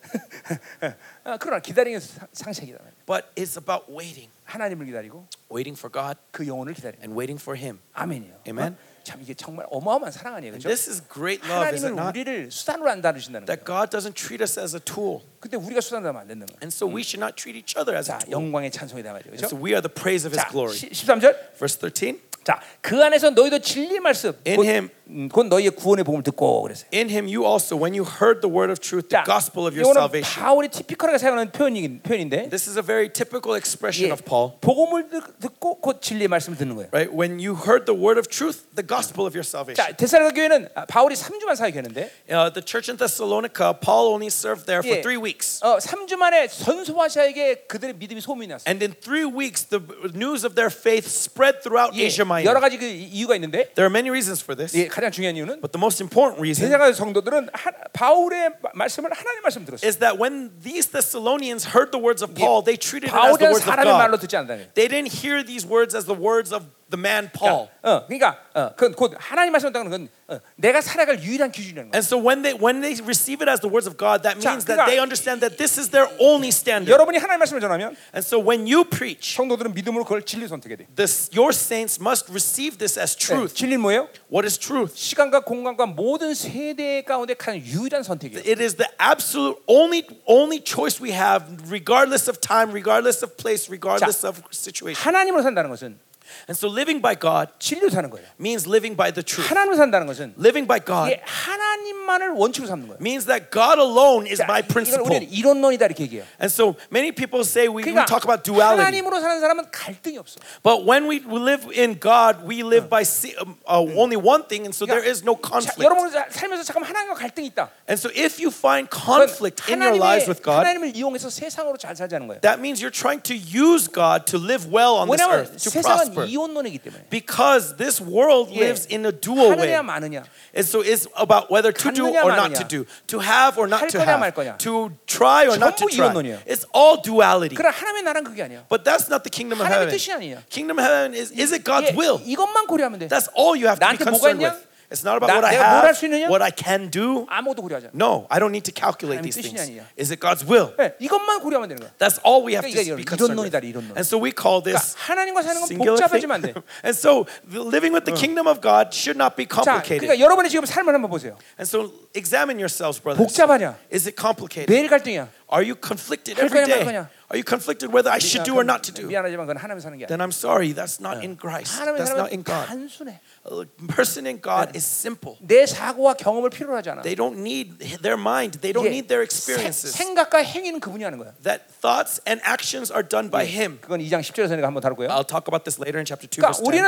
Speaker 1: 아, 그러나 기다리는 상- 상책이다.
Speaker 2: But it's about waiting,
Speaker 1: 하나님을 기다리고
Speaker 2: waiting for God
Speaker 1: 그 영혼을 기다리는.
Speaker 2: and waiting for Him.
Speaker 1: 아멘이요.
Speaker 2: Amen.
Speaker 1: 어? 참 이게 정말 어마어마한 사랑 아니에요,
Speaker 2: And
Speaker 1: 그렇죠?
Speaker 2: this is great love, is
Speaker 1: 하나님은
Speaker 2: it not?
Speaker 1: 우리를 수단으로 안 다루신다는 거예요.
Speaker 2: That God doesn't treat us as a tool,
Speaker 1: 근데 우리가 수단으로 안 된다는 거예요.
Speaker 2: and so we should not treat each other as
Speaker 1: 자,
Speaker 2: a tool.
Speaker 1: 영광의 찬송이다 말이죠.
Speaker 2: And so
Speaker 1: 그렇죠?
Speaker 2: we are the praise of His
Speaker 1: 자,
Speaker 2: glory.
Speaker 1: 13절.
Speaker 2: Verse 13.
Speaker 1: 자, 그 안에서 너희도 진리 말씀
Speaker 2: In
Speaker 1: 곧,
Speaker 2: him.
Speaker 1: 음, 곧 너희의 구원의 복음을 듣고 그랬어요.
Speaker 2: In him you also, when you heard the word of truth, the
Speaker 1: 자,
Speaker 2: gospel of your
Speaker 1: 이거는
Speaker 2: salvation.
Speaker 1: 바울이 티피컬하게 사용하는 표현이, 표현인데
Speaker 2: This is a very typical expression
Speaker 1: 예,
Speaker 2: of Paul,
Speaker 1: 복음을 듣- 듣고 곧 진리의 말씀을 듣는 거예요.
Speaker 2: right? When you heard the word of truth, the gospel of your salvation.
Speaker 1: 자, 데살로니가 교회는 아, 바울이 3주만 사역했는데
Speaker 2: Uh, the church in Thessalonica, Paul only served there for
Speaker 1: 예.
Speaker 2: three weeks.
Speaker 1: 어, 3주 만에 선소화자에게 그들의 믿음이 소문이 났어요.
Speaker 2: And in three weeks, the news of their faith spread throughout
Speaker 1: 예,
Speaker 2: Asia
Speaker 1: 여러
Speaker 2: Minor.
Speaker 1: 가지 그 이유가 있는데
Speaker 2: There are many reasons for this,
Speaker 1: 예, 가장 중요한 이유는
Speaker 2: but the most important reason
Speaker 1: 세상의 성도들은 하, 바울의 마- 말씀을 하나님 말씀 들었어요.
Speaker 2: is that when these Thessalonians heard the words of Paul, they treated it as
Speaker 1: 바울이라는
Speaker 2: the words of
Speaker 1: 사람의 말로
Speaker 2: God.
Speaker 1: 듣지 않는다는 거예요.
Speaker 2: They didn't hear these words as the words of the man Paul.
Speaker 1: 그러니까, 어, 그러니까 어, 그건 곧 하나님 말씀 듣는 건 어, 내가 살아갈 유일한 기준이라는 거예요.
Speaker 2: And so when they when they receive it as the words of God, that
Speaker 1: 자,
Speaker 2: means that they
Speaker 1: 그러니까
Speaker 2: understand that this is their only standard.
Speaker 1: 여러분이 하나님 말씀을 전하면
Speaker 2: And so when you preach,
Speaker 1: 성도들은 믿음으로 그걸 진리 선택해야 돼요.
Speaker 2: this your saints must receive this as
Speaker 1: 네,
Speaker 2: truth.
Speaker 1: 진리는 뭐예요?
Speaker 2: What is truth?
Speaker 1: 시간과 공간과 모든 세대 가운데 가장 유일한 선택이에요.
Speaker 2: It is the absolute only only choice we have, regardless of time, regardless of place, regardless of situation.
Speaker 1: 하나님으로 산다는 것은
Speaker 2: And so living by God
Speaker 1: 진리로 사는 거예요.
Speaker 2: means living by the truth.
Speaker 1: 하나님으로 산다는 것은
Speaker 2: Living by God
Speaker 1: 이게 하나님만을 원칙으로 삼는 거예요.
Speaker 2: means that God alone is my
Speaker 1: 이걸
Speaker 2: principle.
Speaker 1: 우리는 이론론이다 이렇게 얘기해요.
Speaker 2: And so many people say we, we
Speaker 1: 그러니까
Speaker 2: talk about duality.
Speaker 1: 하나님으로 사는 사람은 갈등이 없어.
Speaker 2: But when we live in God, we live by se- um, uh, only one thing, and so there is no
Speaker 1: 그러니까 자,
Speaker 2: conflict.
Speaker 1: 여러분 살면서 잠깐 하나님과 갈등이 있다.
Speaker 2: And so if you find
Speaker 1: 그건
Speaker 2: conflict in your
Speaker 1: 하나님의,
Speaker 2: lives with God,
Speaker 1: 하나님을 이용해서 세상으로 잘 살자는 거예요.
Speaker 2: that means you're trying to use God to live well on this
Speaker 1: 왜냐하면
Speaker 2: earth, to prosper.
Speaker 1: 세상은 이혼론이기 때문에
Speaker 2: Because this world
Speaker 1: 예.
Speaker 2: lives in a dual way.
Speaker 1: 하느냐 마느냐
Speaker 2: And so it's about whether to do
Speaker 1: 갖느냐
Speaker 2: or not
Speaker 1: 마느냐.
Speaker 2: to do, to have or
Speaker 1: 할
Speaker 2: not to
Speaker 1: 거냐 말 거냐.
Speaker 2: have, to try or not to
Speaker 1: 전부
Speaker 2: try.
Speaker 1: 이혼론이에요.
Speaker 2: It's all duality.
Speaker 1: 그러나 하나님의 나라는 그게 아니야
Speaker 2: But that's not the kingdom of
Speaker 1: 하나님의
Speaker 2: heaven.
Speaker 1: 뜻이 아니에요.
Speaker 2: Kingdom of heaven is is it God's
Speaker 1: 예,
Speaker 2: will?
Speaker 1: 이것만 고려하면 돼
Speaker 2: That's all you have to be
Speaker 1: 나한테 뭐가
Speaker 2: concerned
Speaker 1: 있냐?
Speaker 2: with. It's not about
Speaker 1: 나-
Speaker 2: what I
Speaker 1: 내가 뭘할수
Speaker 2: have,
Speaker 1: 있느냐?
Speaker 2: what I can do.
Speaker 1: 아무것도 고려하지 않아
Speaker 2: No, I don't need to calculate
Speaker 1: 하나님
Speaker 2: these
Speaker 1: 뜻이냐, 아니냐?
Speaker 2: things. Is it God's will?
Speaker 1: 예, 이것만 고려하면 되는 거야
Speaker 2: That's all we have
Speaker 1: 그러니까
Speaker 2: to
Speaker 1: 이게
Speaker 2: be concerned with.
Speaker 1: 이론론이다, 이론론.
Speaker 2: And so we call this
Speaker 1: 그러니까 하나님과 사는 건
Speaker 2: singular thing.
Speaker 1: 복잡해지면 안 돼.
Speaker 2: and so the living with the kingdom of God should not be
Speaker 1: 자,
Speaker 2: complicated.
Speaker 1: 그러니까 여러분의 지금 삶을 한번 보세요
Speaker 2: And so examine yourselves, brothers.
Speaker 1: 복잡하냐
Speaker 2: Is it complicated?
Speaker 1: 매일 갈등이야
Speaker 2: Are you conflicted
Speaker 1: 할
Speaker 2: every
Speaker 1: 거냐, 말
Speaker 2: day?
Speaker 1: 거냐?
Speaker 2: Are you conflicted whether I should do or not to do?
Speaker 1: 미안하지만 그건 하나님 사는 게 아니야
Speaker 2: Then I'm sorry, that's not in Christ.
Speaker 1: 하나님의
Speaker 2: That's not in
Speaker 1: 사람은
Speaker 2: God.
Speaker 1: 단순해
Speaker 2: A person in God is simple.
Speaker 1: 내 사고와 경험을 필요로 하지 않아
Speaker 2: They don't need their mind. They don't
Speaker 1: 예,
Speaker 2: need
Speaker 1: 세-
Speaker 2: their experiences.
Speaker 1: 생각과 행위는 그분이 하는 거야
Speaker 2: That thoughts and actions are done by Him.
Speaker 1: 그건 2장 10절에서 내가 한번 다룰 거예요
Speaker 2: I'll talk about this later in chapter 2,
Speaker 1: 그러니까
Speaker 2: verse 10.
Speaker 1: 우리는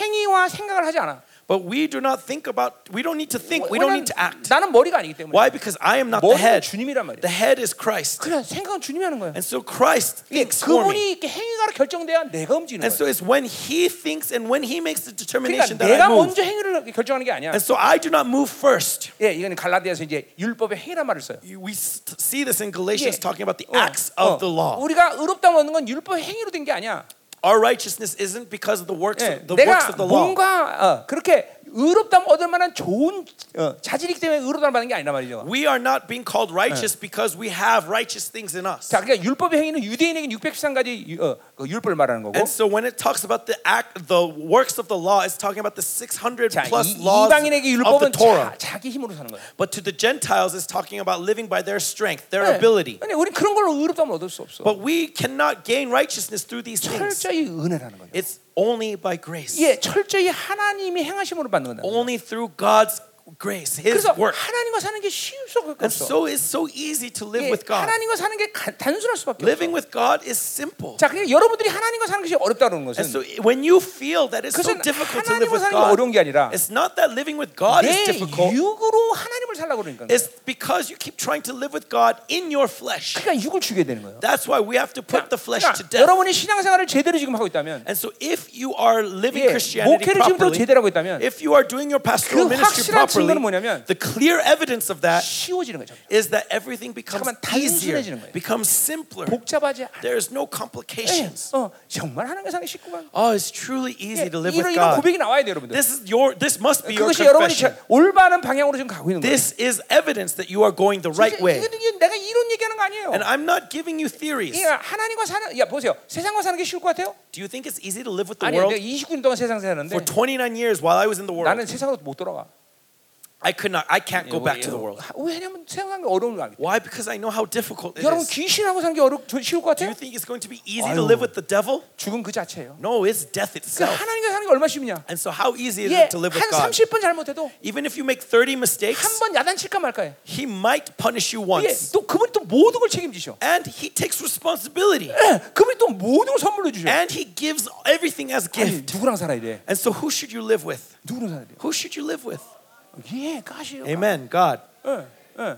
Speaker 1: 행위와 생각을 하지 않아
Speaker 2: But we do not think about, we don't need to think, we don't
Speaker 1: 왜냐면
Speaker 2: need to act.
Speaker 1: 나는 머리가 아니기 때문에
Speaker 2: Why? Because I am not the
Speaker 1: 머리는
Speaker 2: head.
Speaker 1: 주님이란 말이야.
Speaker 2: The head is Christ.
Speaker 1: 그래 생각은 주님이 하는 거야
Speaker 2: And so Christ
Speaker 1: 이게
Speaker 2: thinks for me.
Speaker 1: 그분이 이렇게 행위가 결정돼야 내가 움직이는
Speaker 2: And so
Speaker 1: 거야.
Speaker 2: it's when He thinks and when He makes the determination
Speaker 1: 그러니까
Speaker 2: that I
Speaker 1: 내가
Speaker 2: move.
Speaker 1: 먼저 행위를 결정하는 게 아니야.
Speaker 2: And so I do not move first.
Speaker 1: 예, 이건 갈라디아서 이제 율법의 행위란 말을 써요.
Speaker 2: You- We s- see this in
Speaker 1: 예.
Speaker 2: Galatians talking about the
Speaker 1: 어,
Speaker 2: acts
Speaker 1: 어.
Speaker 2: of the
Speaker 1: Oh,
Speaker 2: law.
Speaker 1: 우리가 의롭다 먹는 건 율법 행위로 된 게 아니야.
Speaker 2: Our righteousness isn't because of the works
Speaker 1: 예,
Speaker 2: of the works
Speaker 1: 내가
Speaker 2: of the law.
Speaker 1: 뭔가 어, 그렇게 의롭다 얻을 만한 좋은 어, 자질이기 때문에 의롭다 받는 게 아니란 말이죠.
Speaker 2: We are not being called righteous because we have righteous things in us.
Speaker 1: 자, 그러니까 율법의 행위는 유대인에게 613가지 어, 그 율법을 말하는 거고.
Speaker 2: And so when it talks about the act, the works of the law, it's talking about the 600
Speaker 1: 자,
Speaker 2: plus
Speaker 1: 이,
Speaker 2: laws
Speaker 1: 이방인에게
Speaker 2: of the
Speaker 1: 율법은 자,
Speaker 2: Torah.
Speaker 1: 자기 힘으로 사는 거야.
Speaker 2: But to the Gentiles, it's talking about living by their strength, their
Speaker 1: 예.
Speaker 2: ability.
Speaker 1: 아니, 우리 그런 걸로 의롭다 얻을 수 없어.
Speaker 2: But we cannot gain righteousness through these things.
Speaker 1: 철저히 은혜라는 거죠.
Speaker 2: It's only by grace.
Speaker 1: 예, 철저히 하나님이 행하심으로 받는 거다.
Speaker 2: Only through God's grace, His
Speaker 1: 그래서
Speaker 2: work.
Speaker 1: 하나님과 사는 게 쉬울 수 없고
Speaker 2: And
Speaker 1: 없어.
Speaker 2: so it's so easy to live
Speaker 1: 예,
Speaker 2: with God.
Speaker 1: 하나님과 사는 게 가- 단순할 수밖에
Speaker 2: Living
Speaker 1: 없어.
Speaker 2: with God is simple.
Speaker 1: 자, 그러니까 여러분들이 하나님과 사는 것이 어렵다 그러는 것은
Speaker 2: And so when you feel that it's so
Speaker 1: 그것은
Speaker 2: difficult to live
Speaker 1: 하나님과
Speaker 2: with
Speaker 1: 사는 게 어려운 게 아니라
Speaker 2: God, it's not that living with God
Speaker 1: 내
Speaker 2: is difficult.
Speaker 1: 육으로 하나님을 살라고 그러니까.
Speaker 2: It's because you keep trying to live with God in your flesh.
Speaker 1: 그러니까 육을 죽여야 되는 거예요.
Speaker 2: That's why we have to put the flesh to
Speaker 1: 그러니까
Speaker 2: death.
Speaker 1: 여러분이 신앙생활을 제대로 지금 하고 있다면,
Speaker 2: And so if you are
Speaker 1: 예,
Speaker 2: living Christianity
Speaker 1: 목회를 지금대로
Speaker 2: properly,
Speaker 1: 제대로 하고 있다면
Speaker 2: if you are doing your pastoral
Speaker 1: 그
Speaker 2: ministry
Speaker 1: 확실한
Speaker 2: properly,
Speaker 1: 증거는 뭐냐면
Speaker 2: the clear evidence of that
Speaker 1: 쉬워지는 거죠.
Speaker 2: is that everything becomes
Speaker 1: 잠깐만,
Speaker 2: easier,
Speaker 1: 단순해지는 거예요.
Speaker 2: becomes simpler.
Speaker 1: 복잡하지 않아.
Speaker 2: There is no
Speaker 1: 예,
Speaker 2: complications.
Speaker 1: 어, 정말 하나님과 사는 게 쉽구만.
Speaker 2: Oh, it's truly
Speaker 1: 예,
Speaker 2: easy to
Speaker 1: 이런
Speaker 2: live with
Speaker 1: 이런
Speaker 2: God.
Speaker 1: 고백이 나와야 돼요, 여러분들.
Speaker 2: This is your this must be your
Speaker 1: 그것이 여러분이
Speaker 2: confession.
Speaker 1: 저- 올바른 방향으로 지금 가고 있는 거예요.
Speaker 2: This is evidence that you are going the right
Speaker 1: 이게-
Speaker 2: way.
Speaker 1: 이게- 이게 내가 이론 얘기하는 거 아니에요.
Speaker 2: And I'm not giving you theories.
Speaker 1: 그러니까 하나님과 사는 야 보세요. 세상과 사는 게 쉬울 것 같아요?
Speaker 2: Do you think it's easy to live with the
Speaker 1: 아니, 내가
Speaker 2: world?
Speaker 1: 29년 동안 세상 사는데
Speaker 2: For 29 years while I was in the world,
Speaker 1: 나는 세상으로 못 돌아가.
Speaker 2: I could not I can't go
Speaker 1: 예,
Speaker 2: back
Speaker 1: 왜-
Speaker 2: to the world.
Speaker 1: 왜냐면 세상 사는 게 어려운 거 알겠다.
Speaker 2: Why? Because I know how difficult it
Speaker 1: 여러분
Speaker 2: is.
Speaker 1: 귀신하고 사는 게 어려 저- 쉬울 것
Speaker 2: Do
Speaker 1: 같아요?
Speaker 2: you think it's going to be easy to
Speaker 1: 아유.
Speaker 2: live with the devil?
Speaker 1: 죽음 그 자체예요.
Speaker 2: No, it's death
Speaker 1: 그러니까
Speaker 2: itself.
Speaker 1: 하나님과 사는 게 얼마나 쉽냐?
Speaker 2: And so how easy is
Speaker 1: 예, 한
Speaker 2: it to live with God?
Speaker 1: 30번 잘못해도
Speaker 2: Even if you make 30
Speaker 1: 한
Speaker 2: mistakes,
Speaker 1: 번 야단칠까 말까 해.
Speaker 2: he might punish you
Speaker 1: 예,
Speaker 2: once.
Speaker 1: 또 그분이 또 모든 걸 책임지셔.
Speaker 2: And he takes responsibility.
Speaker 1: 예, 그분이 또 모든 걸 선물로 주셔.
Speaker 2: And he gives everything as
Speaker 1: 아니,
Speaker 2: gift.
Speaker 1: 누구랑 살아야 돼?
Speaker 2: And so who should you live with?
Speaker 1: 누구랑 살아야 돼?
Speaker 2: Who should you live with?
Speaker 1: 예, 가시요.
Speaker 2: Amen, God.
Speaker 1: 예, 예.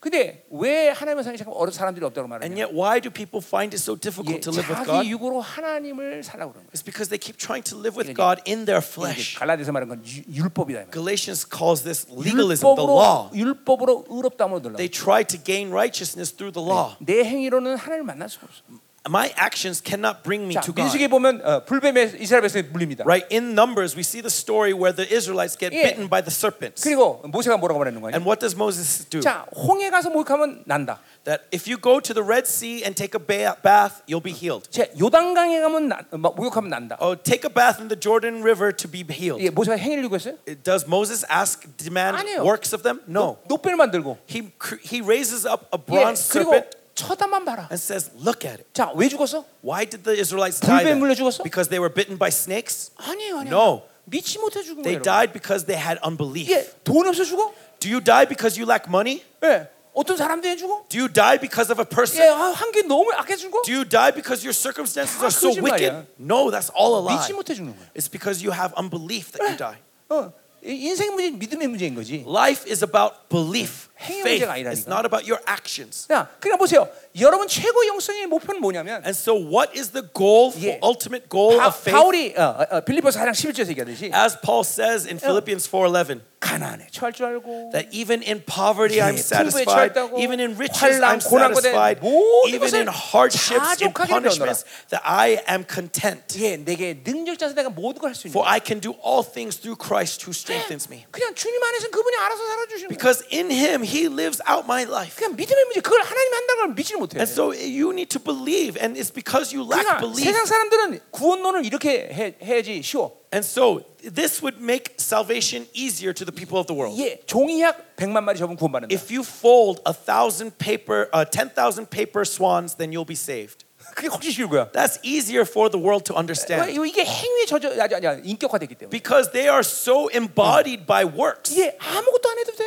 Speaker 1: 근데 왜 하나님의 상이 자꾸 어려 사람들이 없다고 말하냐?
Speaker 2: And yet why do people find it so
Speaker 1: 예,
Speaker 2: difficult to live with God?
Speaker 1: 자기 육으로 하나님을 살라고 그러는 거예요.
Speaker 2: It's because they keep trying to live with
Speaker 1: 이게
Speaker 2: God in their
Speaker 1: 이게
Speaker 2: flesh.
Speaker 1: 갈라디아서 말한 건 유- 율법이다. 이 말이에요.
Speaker 2: Galatians calls this legalism, the
Speaker 1: 율법으로
Speaker 2: law.
Speaker 1: 율법으로 의롭다함을 들라.
Speaker 2: They try to gain righteousness through the law.
Speaker 1: 내 행위로는 하나님을 만날 수가 없어.
Speaker 2: My actions cannot bring me
Speaker 1: 자,
Speaker 2: to God.
Speaker 1: 민수기 보면 어, 불뱀에 이스라엘 백성이 물립니다.
Speaker 2: Right in Numbers, we see the story where the Israelites get
Speaker 1: Yeah.
Speaker 2: bitten by the serpents.
Speaker 1: 그리고 모세가 뭐라고 말했는 거냐?
Speaker 2: And what does Moses do?
Speaker 1: 자, 홍해 가서 목욕하면 난다.
Speaker 2: That if you go to the Red Sea and take a ba- bath, you'll be healed.
Speaker 1: 제 요단강에 가면 나, 어, 막 목욕하면 난다.
Speaker 2: Oh, take a bath in the Jordan River to be healed. Uh,
Speaker 1: 예, 모세가 행위를 요구했어요?
Speaker 2: Does Moses ask, demand
Speaker 1: 아니에요.
Speaker 2: works of them? No.
Speaker 1: 노뼈를 만들고.
Speaker 2: He, cr- he raises up a
Speaker 1: 예,
Speaker 2: bronze
Speaker 1: 그리고
Speaker 2: serpent
Speaker 1: 쳐다만 봐라.
Speaker 2: and says, Look at it.
Speaker 1: 자, 왜 죽었어?
Speaker 2: Why did the Israelites
Speaker 1: 불뱀
Speaker 2: die? then?
Speaker 1: 물려 죽었어?
Speaker 2: Because they were bitten by snakes?
Speaker 1: 아니에요, 아니에요.
Speaker 2: No.
Speaker 1: 믿지 못해 죽은
Speaker 2: They
Speaker 1: 거예요.
Speaker 2: died because they had unbelief.
Speaker 1: 예, 돈 없어 죽어?
Speaker 2: Do you die because you lack money?
Speaker 1: 예. 어떤 사람도 해 죽어?
Speaker 2: Do you die because of a person?
Speaker 1: 예, 아, 한게 너무 악해 죽어?
Speaker 2: Do you die because your circumstances
Speaker 1: 다
Speaker 2: are so
Speaker 1: 거짓말이야.
Speaker 2: wicked? No, that's all a lie.
Speaker 1: 믿지 못해 죽는 거야.
Speaker 2: It's because you have unbelief that you die.
Speaker 1: 어, 이- 인생 문제 믿음의 문제인 거지.
Speaker 2: Life is about belief,
Speaker 1: 행위
Speaker 2: faith.
Speaker 1: 문제가 아니라니까.
Speaker 2: It's not about your actions.
Speaker 1: 자, 그러니까 보세요. 여러분 최고 영성의 목표는 뭐냐면
Speaker 2: And so, what is the goal, for
Speaker 1: Yeah.
Speaker 2: ultimate goal
Speaker 1: 바,
Speaker 2: of faith?
Speaker 1: 바울이 어, 어, 어, 빌리포스 4장 11절에서 얘기하듯이
Speaker 2: As Paul says in Philippians 4:11,
Speaker 1: 가난에 처할 줄 알고
Speaker 2: that even in poverty I'm
Speaker 1: 예,
Speaker 2: satisfied,
Speaker 1: 풍부에 처했다고,
Speaker 2: even in riches
Speaker 1: 환란,
Speaker 2: I'm
Speaker 1: 고난과 된
Speaker 2: satisfied,
Speaker 1: 모든
Speaker 2: even
Speaker 1: 것을
Speaker 2: in hardships, in
Speaker 1: 자족하기를
Speaker 2: punishments, that I am content.
Speaker 1: 예, 내게 능력자서 내가 모든 걸 할 수 있는
Speaker 2: For
Speaker 1: 거야.
Speaker 2: I can do all things through Christ who strengthens me.
Speaker 1: 그냥 주님 안에서는 그분이 알아서 살아주시는 거야.
Speaker 2: Because in Him He lives out my life.
Speaker 1: 그냥 믿음의 문제. 그걸 하나님이 한다는 걸 믿지를 못해.
Speaker 2: And so you need to believe, and it's because you lack
Speaker 1: 그러니까
Speaker 2: belief.
Speaker 1: 세상 사람들은 구원론을 이렇게 해, 해야지 쉬워.
Speaker 2: And so this would make salvation easier to the people of the world.
Speaker 1: 예, 종이약 100만 마리 접으면 구원받는다.
Speaker 2: If you fold a thousand paper, uh, ten thousand paper swans, then you'll be saved.
Speaker 1: 그게 훨씬 쉬운 거야.
Speaker 2: That's easier for the world to
Speaker 1: 왜?
Speaker 2: understand.
Speaker 1: 이게 행위에 젖어 아니 아니 인격화됐기 때문에.
Speaker 2: Because they are so embodied by works.
Speaker 1: 예, 아무것도 안 해도 돼.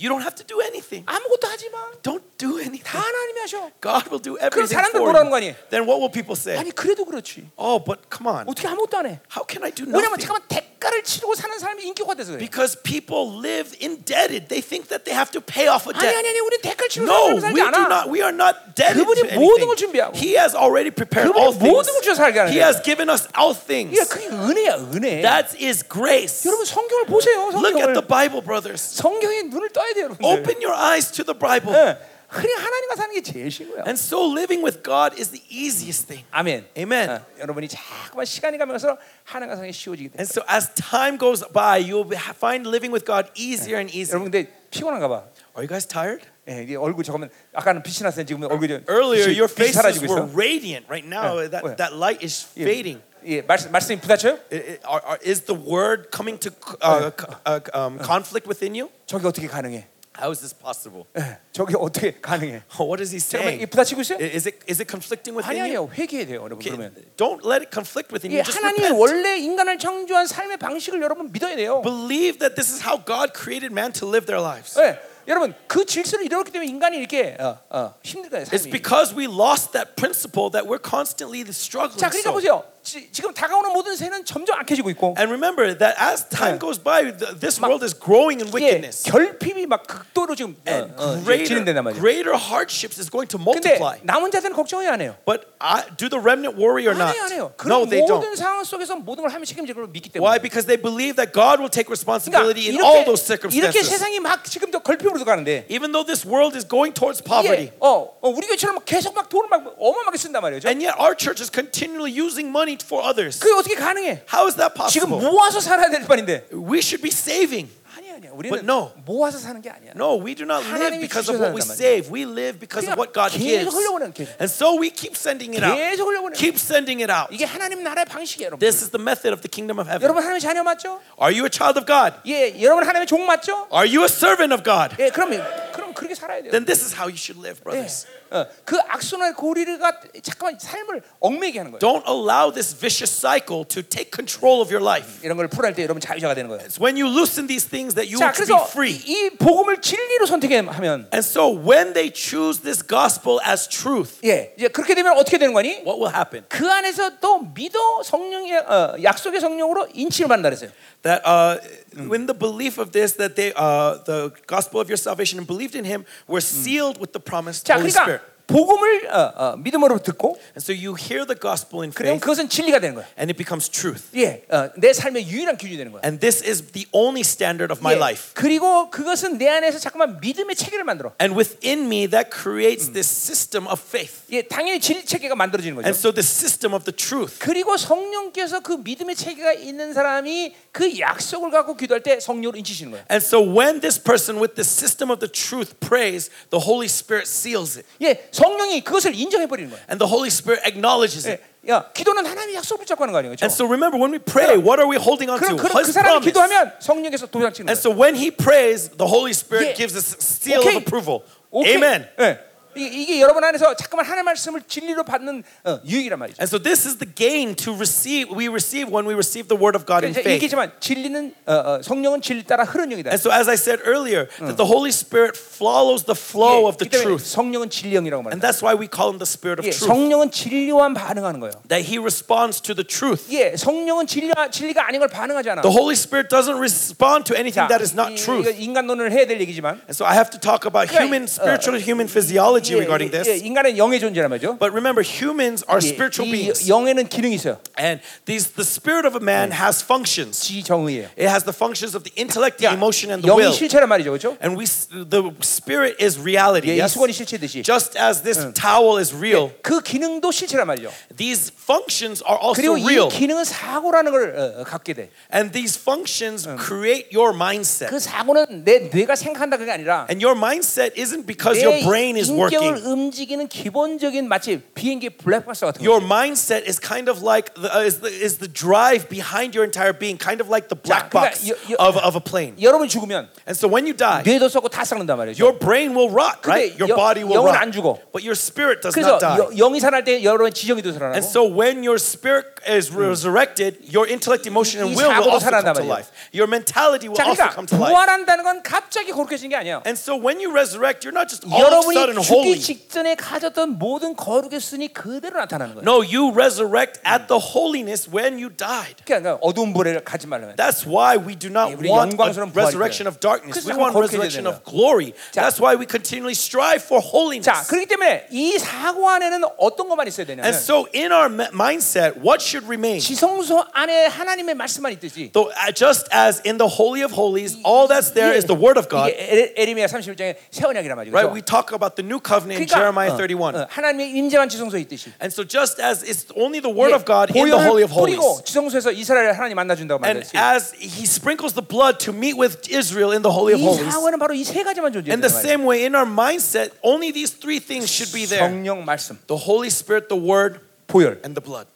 Speaker 2: You don't have to do anything.
Speaker 1: 아무것도 하지 마.
Speaker 2: Don't do
Speaker 1: 다
Speaker 2: anything.
Speaker 1: 하나님이 하셔.
Speaker 2: God will do everything
Speaker 1: 사람들
Speaker 2: for
Speaker 1: 뭐라는 거
Speaker 2: you.
Speaker 1: 아니에요?
Speaker 2: Then what will people say?
Speaker 1: 아니 그래도 그렇지.
Speaker 2: Oh, but come on.
Speaker 1: 어떻게 아무것도 안 해?
Speaker 2: How can I do
Speaker 1: 왜냐면
Speaker 2: nothing?
Speaker 1: 잠깐만 대가를 치르고 사는 사람이 인격화돼서 그래.
Speaker 2: Because people live indebted. They think that they have to pay off a
Speaker 1: 아니
Speaker 2: debt.
Speaker 1: 아니 아니 우리 대가를 치르고
Speaker 2: No,
Speaker 1: 사는 사람이
Speaker 2: we do
Speaker 1: 살지 않아.
Speaker 2: not. We are not debted
Speaker 1: 그분이
Speaker 2: to
Speaker 1: 모든 걸
Speaker 2: anything.
Speaker 1: 준비하고.
Speaker 2: He has already prepared
Speaker 1: 그분이
Speaker 2: all
Speaker 1: 모든
Speaker 2: things.
Speaker 1: 걸 주셔서 살게 하는
Speaker 2: He
Speaker 1: 거야.
Speaker 2: has given us all things.
Speaker 1: 예, 그게 은혜야 은혜.
Speaker 2: That is grace.
Speaker 1: 여러분 성경을 보세요.
Speaker 2: Look at
Speaker 1: 성경을
Speaker 2: the Bible, brothers.
Speaker 1: 성경에 눈을 떠야 돼요, 여러분.
Speaker 2: Open your eyes to the Bible.
Speaker 1: 예, 그냥 하나님과 사는 게 제일 쉬운 거야.
Speaker 2: And so living with God is the easiest thing.
Speaker 1: 아멘.
Speaker 2: Amen.
Speaker 1: 어, 여러분이 자꾸만 시간이 가면서 하나님과 사는 게 쉬워지게 돼.
Speaker 2: And so as time goes by, you'll be- find living with God easier and easier.
Speaker 1: 여러분 근데 피곤한가 봐.
Speaker 2: Are you guys tired?
Speaker 1: 예, 이게 얼굴 잠깐만 아까는 빛이 났어요. 지금 얼굴이
Speaker 2: Earlier,
Speaker 1: 빛이,
Speaker 2: your
Speaker 1: 빛이
Speaker 2: faces
Speaker 1: 사라지고
Speaker 2: were
Speaker 1: 있어.
Speaker 2: radiant. Right now,
Speaker 1: Yeah.
Speaker 2: that,
Speaker 1: Where?
Speaker 2: that light is
Speaker 1: 예,
Speaker 2: fading.
Speaker 1: 예, 말씀 말씀이 부딪혀요?
Speaker 2: I- I- are- are- Is the word coming to uh, co- uh, um, conflict within you?
Speaker 1: 저게 어떻게 가능해?
Speaker 2: How is this possible?
Speaker 1: 예, 저게 어떻게 가능해?
Speaker 2: What is he
Speaker 1: 잠깐만, 이
Speaker 2: saying?
Speaker 1: 부딪히고 있어요?
Speaker 2: I- Is it is it conflicting with
Speaker 1: 아니
Speaker 2: you?
Speaker 1: 아니요 회개해야 돼요 여러분
Speaker 2: Okay,
Speaker 1: 그러면
Speaker 2: Don't let it conflict with you.
Speaker 1: 예,
Speaker 2: Just
Speaker 1: 하나님이
Speaker 2: repent.
Speaker 1: 원래 인간을 창조한 삶의 방식을 여러분 믿어야 돼요
Speaker 2: Believe that this is how God created man to live their lives.
Speaker 1: 예, 여러분 그 질서를 잃었기 때문에 인간이 이렇게 어, 어, 힘들거든요
Speaker 2: It's
Speaker 1: 삶이
Speaker 2: because we lost that principle that we're constantly struggling.
Speaker 1: 자 그러니까
Speaker 2: so.
Speaker 1: 보세요 지, 지금 다가오는 모든 새는 점점 악해지고 있고
Speaker 2: And remember that as time goes by, th- this world is growing in
Speaker 1: 예,
Speaker 2: wickedness.
Speaker 1: 결핍이 막 극도로 지금 어,
Speaker 2: And
Speaker 1: 어, 지금 진행된단
Speaker 2: greater,
Speaker 1: 말이에요
Speaker 2: greater hardships is going to
Speaker 1: 근데
Speaker 2: multiply.
Speaker 1: 남은 자들은 걱정이 안 해요
Speaker 2: But I, do the remnant worry or
Speaker 1: 안
Speaker 2: not?
Speaker 1: 해요 안 해요 그런
Speaker 2: No, they
Speaker 1: 모든
Speaker 2: don't.
Speaker 1: 상황 속에서 모든 걸 하면 책임질 걸 믿기 때문에
Speaker 2: Why? Because they believe that God will take
Speaker 1: 그러니까
Speaker 2: responsibility in all those
Speaker 1: 이렇게, 이렇게
Speaker 2: circumstances.
Speaker 1: 세상이 막 지금 저 걸핍으로 가는데
Speaker 2: Even though this world is going towards poverty,
Speaker 1: 이게, 어, 어, 우리 교회처럼 막 계속 막 돈을 막 어마어마하게 쓴단 말이죠.
Speaker 2: and yet our church is continually using money for others.
Speaker 1: 그게 어떻게 가능해?
Speaker 2: How is that
Speaker 1: 지금
Speaker 2: possible?
Speaker 1: 모아서 살아야 될 판인데.
Speaker 2: We should be saving.
Speaker 1: 아니 아니야. 우리는
Speaker 2: But no.
Speaker 1: 모아서 사는 게 아니야.
Speaker 2: No, we do not live
Speaker 1: 하나님이
Speaker 2: because of what we
Speaker 1: 주셔야 한단
Speaker 2: save. We live because of
Speaker 1: 그러니까
Speaker 2: what God
Speaker 1: 계속
Speaker 2: gives.
Speaker 1: 흘려보내는 계속.
Speaker 2: And so we keep sending it out.
Speaker 1: 계속 흘려보내.
Speaker 2: Keep sending it out.
Speaker 1: 이게 하나님 나라의 방식이에요, 여러분.
Speaker 2: This is the method of the kingdom of heaven.
Speaker 1: 여러분 하나님의 자녀 맞죠?
Speaker 2: Are you a child of God?
Speaker 1: 예, 여러분 하나님의 종 맞죠?
Speaker 2: Are you a servant of God?
Speaker 1: 예, 그럼 그럼 그렇게 살아야 돼요.
Speaker 2: Then this is how you should live,
Speaker 1: 예.
Speaker 2: brothers.
Speaker 1: 어, 그 악순환 고리가 잠깐만 삶을 얽매게 하는 거예요.
Speaker 2: Don't allow this vicious cycle to take control of your life.
Speaker 1: 이런 걸 풀할 때 여러분 자유자가 되는 거예요.
Speaker 2: It's when you loosen these things that you
Speaker 1: 자,
Speaker 2: will be
Speaker 1: 그래서 이,
Speaker 2: free.
Speaker 1: 이 복음을 진리로 선택하면
Speaker 2: And so when they choose this gospel as truth,
Speaker 1: 예, 이제 그렇게 되면 어떻게 되는 거니?
Speaker 2: what will happen?
Speaker 1: 그 안에서 또 믿어 성령의 어, 약속의 성령으로 인치를 받는다 그랬어요.
Speaker 2: That uh, in the belief of this, that they, uh, the gospel of your salvation and believed in Him, were sealed with the promised
Speaker 1: 자,
Speaker 2: Holy
Speaker 1: 그러니까
Speaker 2: Spirit.
Speaker 1: 복음을 어, 어, 믿음으로 듣고
Speaker 2: And so you hear the gospel in
Speaker 1: 그럼
Speaker 2: faith,
Speaker 1: 그것은 진리가 되는 거야.
Speaker 2: and it becomes truth.
Speaker 1: 예, 어, 내 삶의 유일한 기준이 되는 거야.
Speaker 2: And this is the only standard of my
Speaker 1: 예,
Speaker 2: life.
Speaker 1: 그리고 그것은 내 안에서 자꾸만 믿음의 체계를 만들어.
Speaker 2: And within me, that creates this system of faith.
Speaker 1: 예, 당연히 진리 체계가 만들어지는 거죠.
Speaker 2: And so the system of the truth.
Speaker 1: 그리고 성령께서 그 믿음의 체계가 있는 사람이 그 약속을 갖고 기도할 때 성령으로 인치시는 거야.
Speaker 2: And so when this person with the system of the truth prays, the Holy Spirit seals it.
Speaker 1: 예, 성령이 그것을 인정해 버리는 거야.
Speaker 2: And the Holy Spirit acknowledges it.
Speaker 1: 예, 야, 기도는 하나님의 약속을 붙잡고 하는 거 아니에요?
Speaker 2: And
Speaker 1: 그렇죠?
Speaker 2: so remember, when we pray, what are we holding on
Speaker 1: 그럼
Speaker 2: to?
Speaker 1: 그, 그
Speaker 2: His
Speaker 1: 사람이
Speaker 2: promise.
Speaker 1: 기도하면 성령께서 도장치는 거야.
Speaker 2: And so when he prays, the Holy Spirit
Speaker 1: Yeah.
Speaker 2: gives us a seal
Speaker 1: Okay.
Speaker 2: of approval.
Speaker 1: 오케이.
Speaker 2: Amen.
Speaker 1: 예. 이- 이게 여러분 안에서 잠깐만 하나님 말씀을 진리로 받는 어, 유익이란 말이죠.
Speaker 2: And so this is the gain to receive we receive when we receive the word of God in
Speaker 1: 이제
Speaker 2: faith.
Speaker 1: 얘기지만 진리는 어, 어, 성령은 진리 따라 흐르는 영이다.
Speaker 2: And so as I said earlier, that the Holy Spirit follows the flow of the
Speaker 1: 이 때문에
Speaker 2: truth.
Speaker 1: 성령은 진리 영이라고
Speaker 2: And
Speaker 1: 말합니다.
Speaker 2: that's why we call him the spirit of
Speaker 1: 예,
Speaker 2: truth.
Speaker 1: 성령은 진리와 반응하는 거예요.
Speaker 2: That he responds to the truth.
Speaker 1: 예, 성령은 진리 진리가 아닌 걸 반응하지 않아.
Speaker 2: The Holy Spirit doesn't respond to
Speaker 1: 자,
Speaker 2: anything that is not
Speaker 1: 이-
Speaker 2: truth.
Speaker 1: 이거 인간론을 해야 될 얘기지만
Speaker 2: And so I have to talk about
Speaker 1: 그러니까, 어,
Speaker 2: human spiritual human physiology regarding
Speaker 1: 예, 예,
Speaker 2: this.
Speaker 1: 인간은 영의 존재란 말이죠.
Speaker 2: But remember, humans are
Speaker 1: 예,
Speaker 2: spiritual
Speaker 1: 이
Speaker 2: beings.
Speaker 1: 영에는 기능이 있어요.
Speaker 2: And these the spirit of a man has functions.
Speaker 1: 지정의예요.
Speaker 2: It has the functions of the intellect, the emotion, and the
Speaker 1: 영이
Speaker 2: will.
Speaker 1: 실체란 말이죠, 그렇죠?
Speaker 2: And we, s- the spirit is reality.
Speaker 1: 예, 이
Speaker 2: yes?
Speaker 1: 수건이 실체듯이
Speaker 2: Just as this towel is real,
Speaker 1: 그 기능도 실체란 말이죠.
Speaker 2: these functions are also
Speaker 1: 그리고 이
Speaker 2: real.
Speaker 1: 기능은 사고라는 걸 어, 어, 갖게 돼.
Speaker 2: And these functions create your mindset.
Speaker 1: 그 사고는 내 뇌가 생각한다 그게 아니라
Speaker 2: And your mindset isn't because
Speaker 1: 내
Speaker 2: your brain is
Speaker 1: 인격을
Speaker 2: working.
Speaker 1: 움직이는 기본적인 마치 비행기 블랙박스 같은 거.
Speaker 2: Your mindset is kind of like the, uh, is, the, is the drive behind your entire being, kind of like the black
Speaker 1: 그러니까
Speaker 2: box
Speaker 1: 여- 여-
Speaker 2: of, of a plane.
Speaker 1: 여러분 죽으면
Speaker 2: And so when you die,
Speaker 1: 뇌도 썩고 다 썩는단 말이죠.
Speaker 2: your brain will rot, right? Your
Speaker 1: 영-
Speaker 2: body will
Speaker 1: 영은 안
Speaker 2: rot.
Speaker 1: 죽어.
Speaker 2: But your spirit does
Speaker 1: 그래서
Speaker 2: not die.
Speaker 1: 여- 영이 살아날 때 여러분 지정이도 살아나고
Speaker 2: And so when your spirit is resurrected, your intellect,
Speaker 1: 이
Speaker 2: emotion, and will will
Speaker 1: 사고도
Speaker 2: also come
Speaker 1: 살아난단
Speaker 2: to
Speaker 1: 말이에요.
Speaker 2: life. Your mentality will
Speaker 1: 자
Speaker 2: also
Speaker 1: 그러니까
Speaker 2: come to life.
Speaker 1: 부활한다는 건 갑자기 고룩해지는 게 아니야.
Speaker 2: And so when you resurrect, you're not just all of a sudden
Speaker 1: 여러분이
Speaker 2: holy.
Speaker 1: 죽기 직전에 가졌던 모든 거룩의 순이 그대로 나타나는 거예요.
Speaker 2: No, you resurrect at the holiness when you died.
Speaker 1: 그러니까 어두운 불에 가지 말라면.
Speaker 2: That's why we do
Speaker 1: 예,
Speaker 2: not
Speaker 1: 우리
Speaker 2: want a
Speaker 1: 영광스러운 부활이
Speaker 2: resurrection
Speaker 1: 돼요.
Speaker 2: of darkness.
Speaker 1: 그래서
Speaker 2: We
Speaker 1: 항상
Speaker 2: want
Speaker 1: 거룩해져야
Speaker 2: resurrection
Speaker 1: 돼요.
Speaker 2: of glory.
Speaker 1: 자.
Speaker 2: That's why we continually strive for holiness.
Speaker 1: 자, 그렇기 때문에 이 사고 안에는 어떤 것만 있어야 되냐면
Speaker 2: And so in our me- mindset, what should remain?
Speaker 1: 지성소 안에 하나님의 말씀만 있듯이
Speaker 2: Though, uh, just as in the Holy of Holies, all that's there is the Word of God.
Speaker 1: 이게 에레- 에레미야 31장에 새 언약이란 말이죠.
Speaker 2: Right? We talk about the new covenant in
Speaker 1: 그러니까
Speaker 2: Jeremiah
Speaker 1: 어,
Speaker 2: 31.
Speaker 1: 어, 하나님의 임재만 지성소에 있듯이
Speaker 2: And so just as it's only the word of God in the Holy
Speaker 1: 보혈을
Speaker 2: of Holies.
Speaker 1: 뿌리고 지성소에서 이스라엘 하나님 만나준다고
Speaker 2: And
Speaker 1: 말했지.
Speaker 2: as he sprinkles the blood to meet with Israel in the Holy of
Speaker 1: 이
Speaker 2: Holies.
Speaker 1: 사고는 바로 이 세 가지만
Speaker 2: In the
Speaker 1: 존재한다는 말이에요.
Speaker 2: same way, in our mindset, only these three things should be there.
Speaker 1: 성령 말씀,
Speaker 2: The Holy Spirit, the Word,
Speaker 1: 보혈.
Speaker 2: and the blood.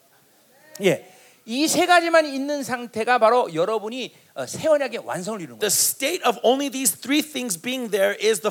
Speaker 1: 예. 이 세 가지만 있는 상태가 바로 여러분이 어, 새 언약의 완성을 이루는 거예요.
Speaker 2: The state of only these three things being there is the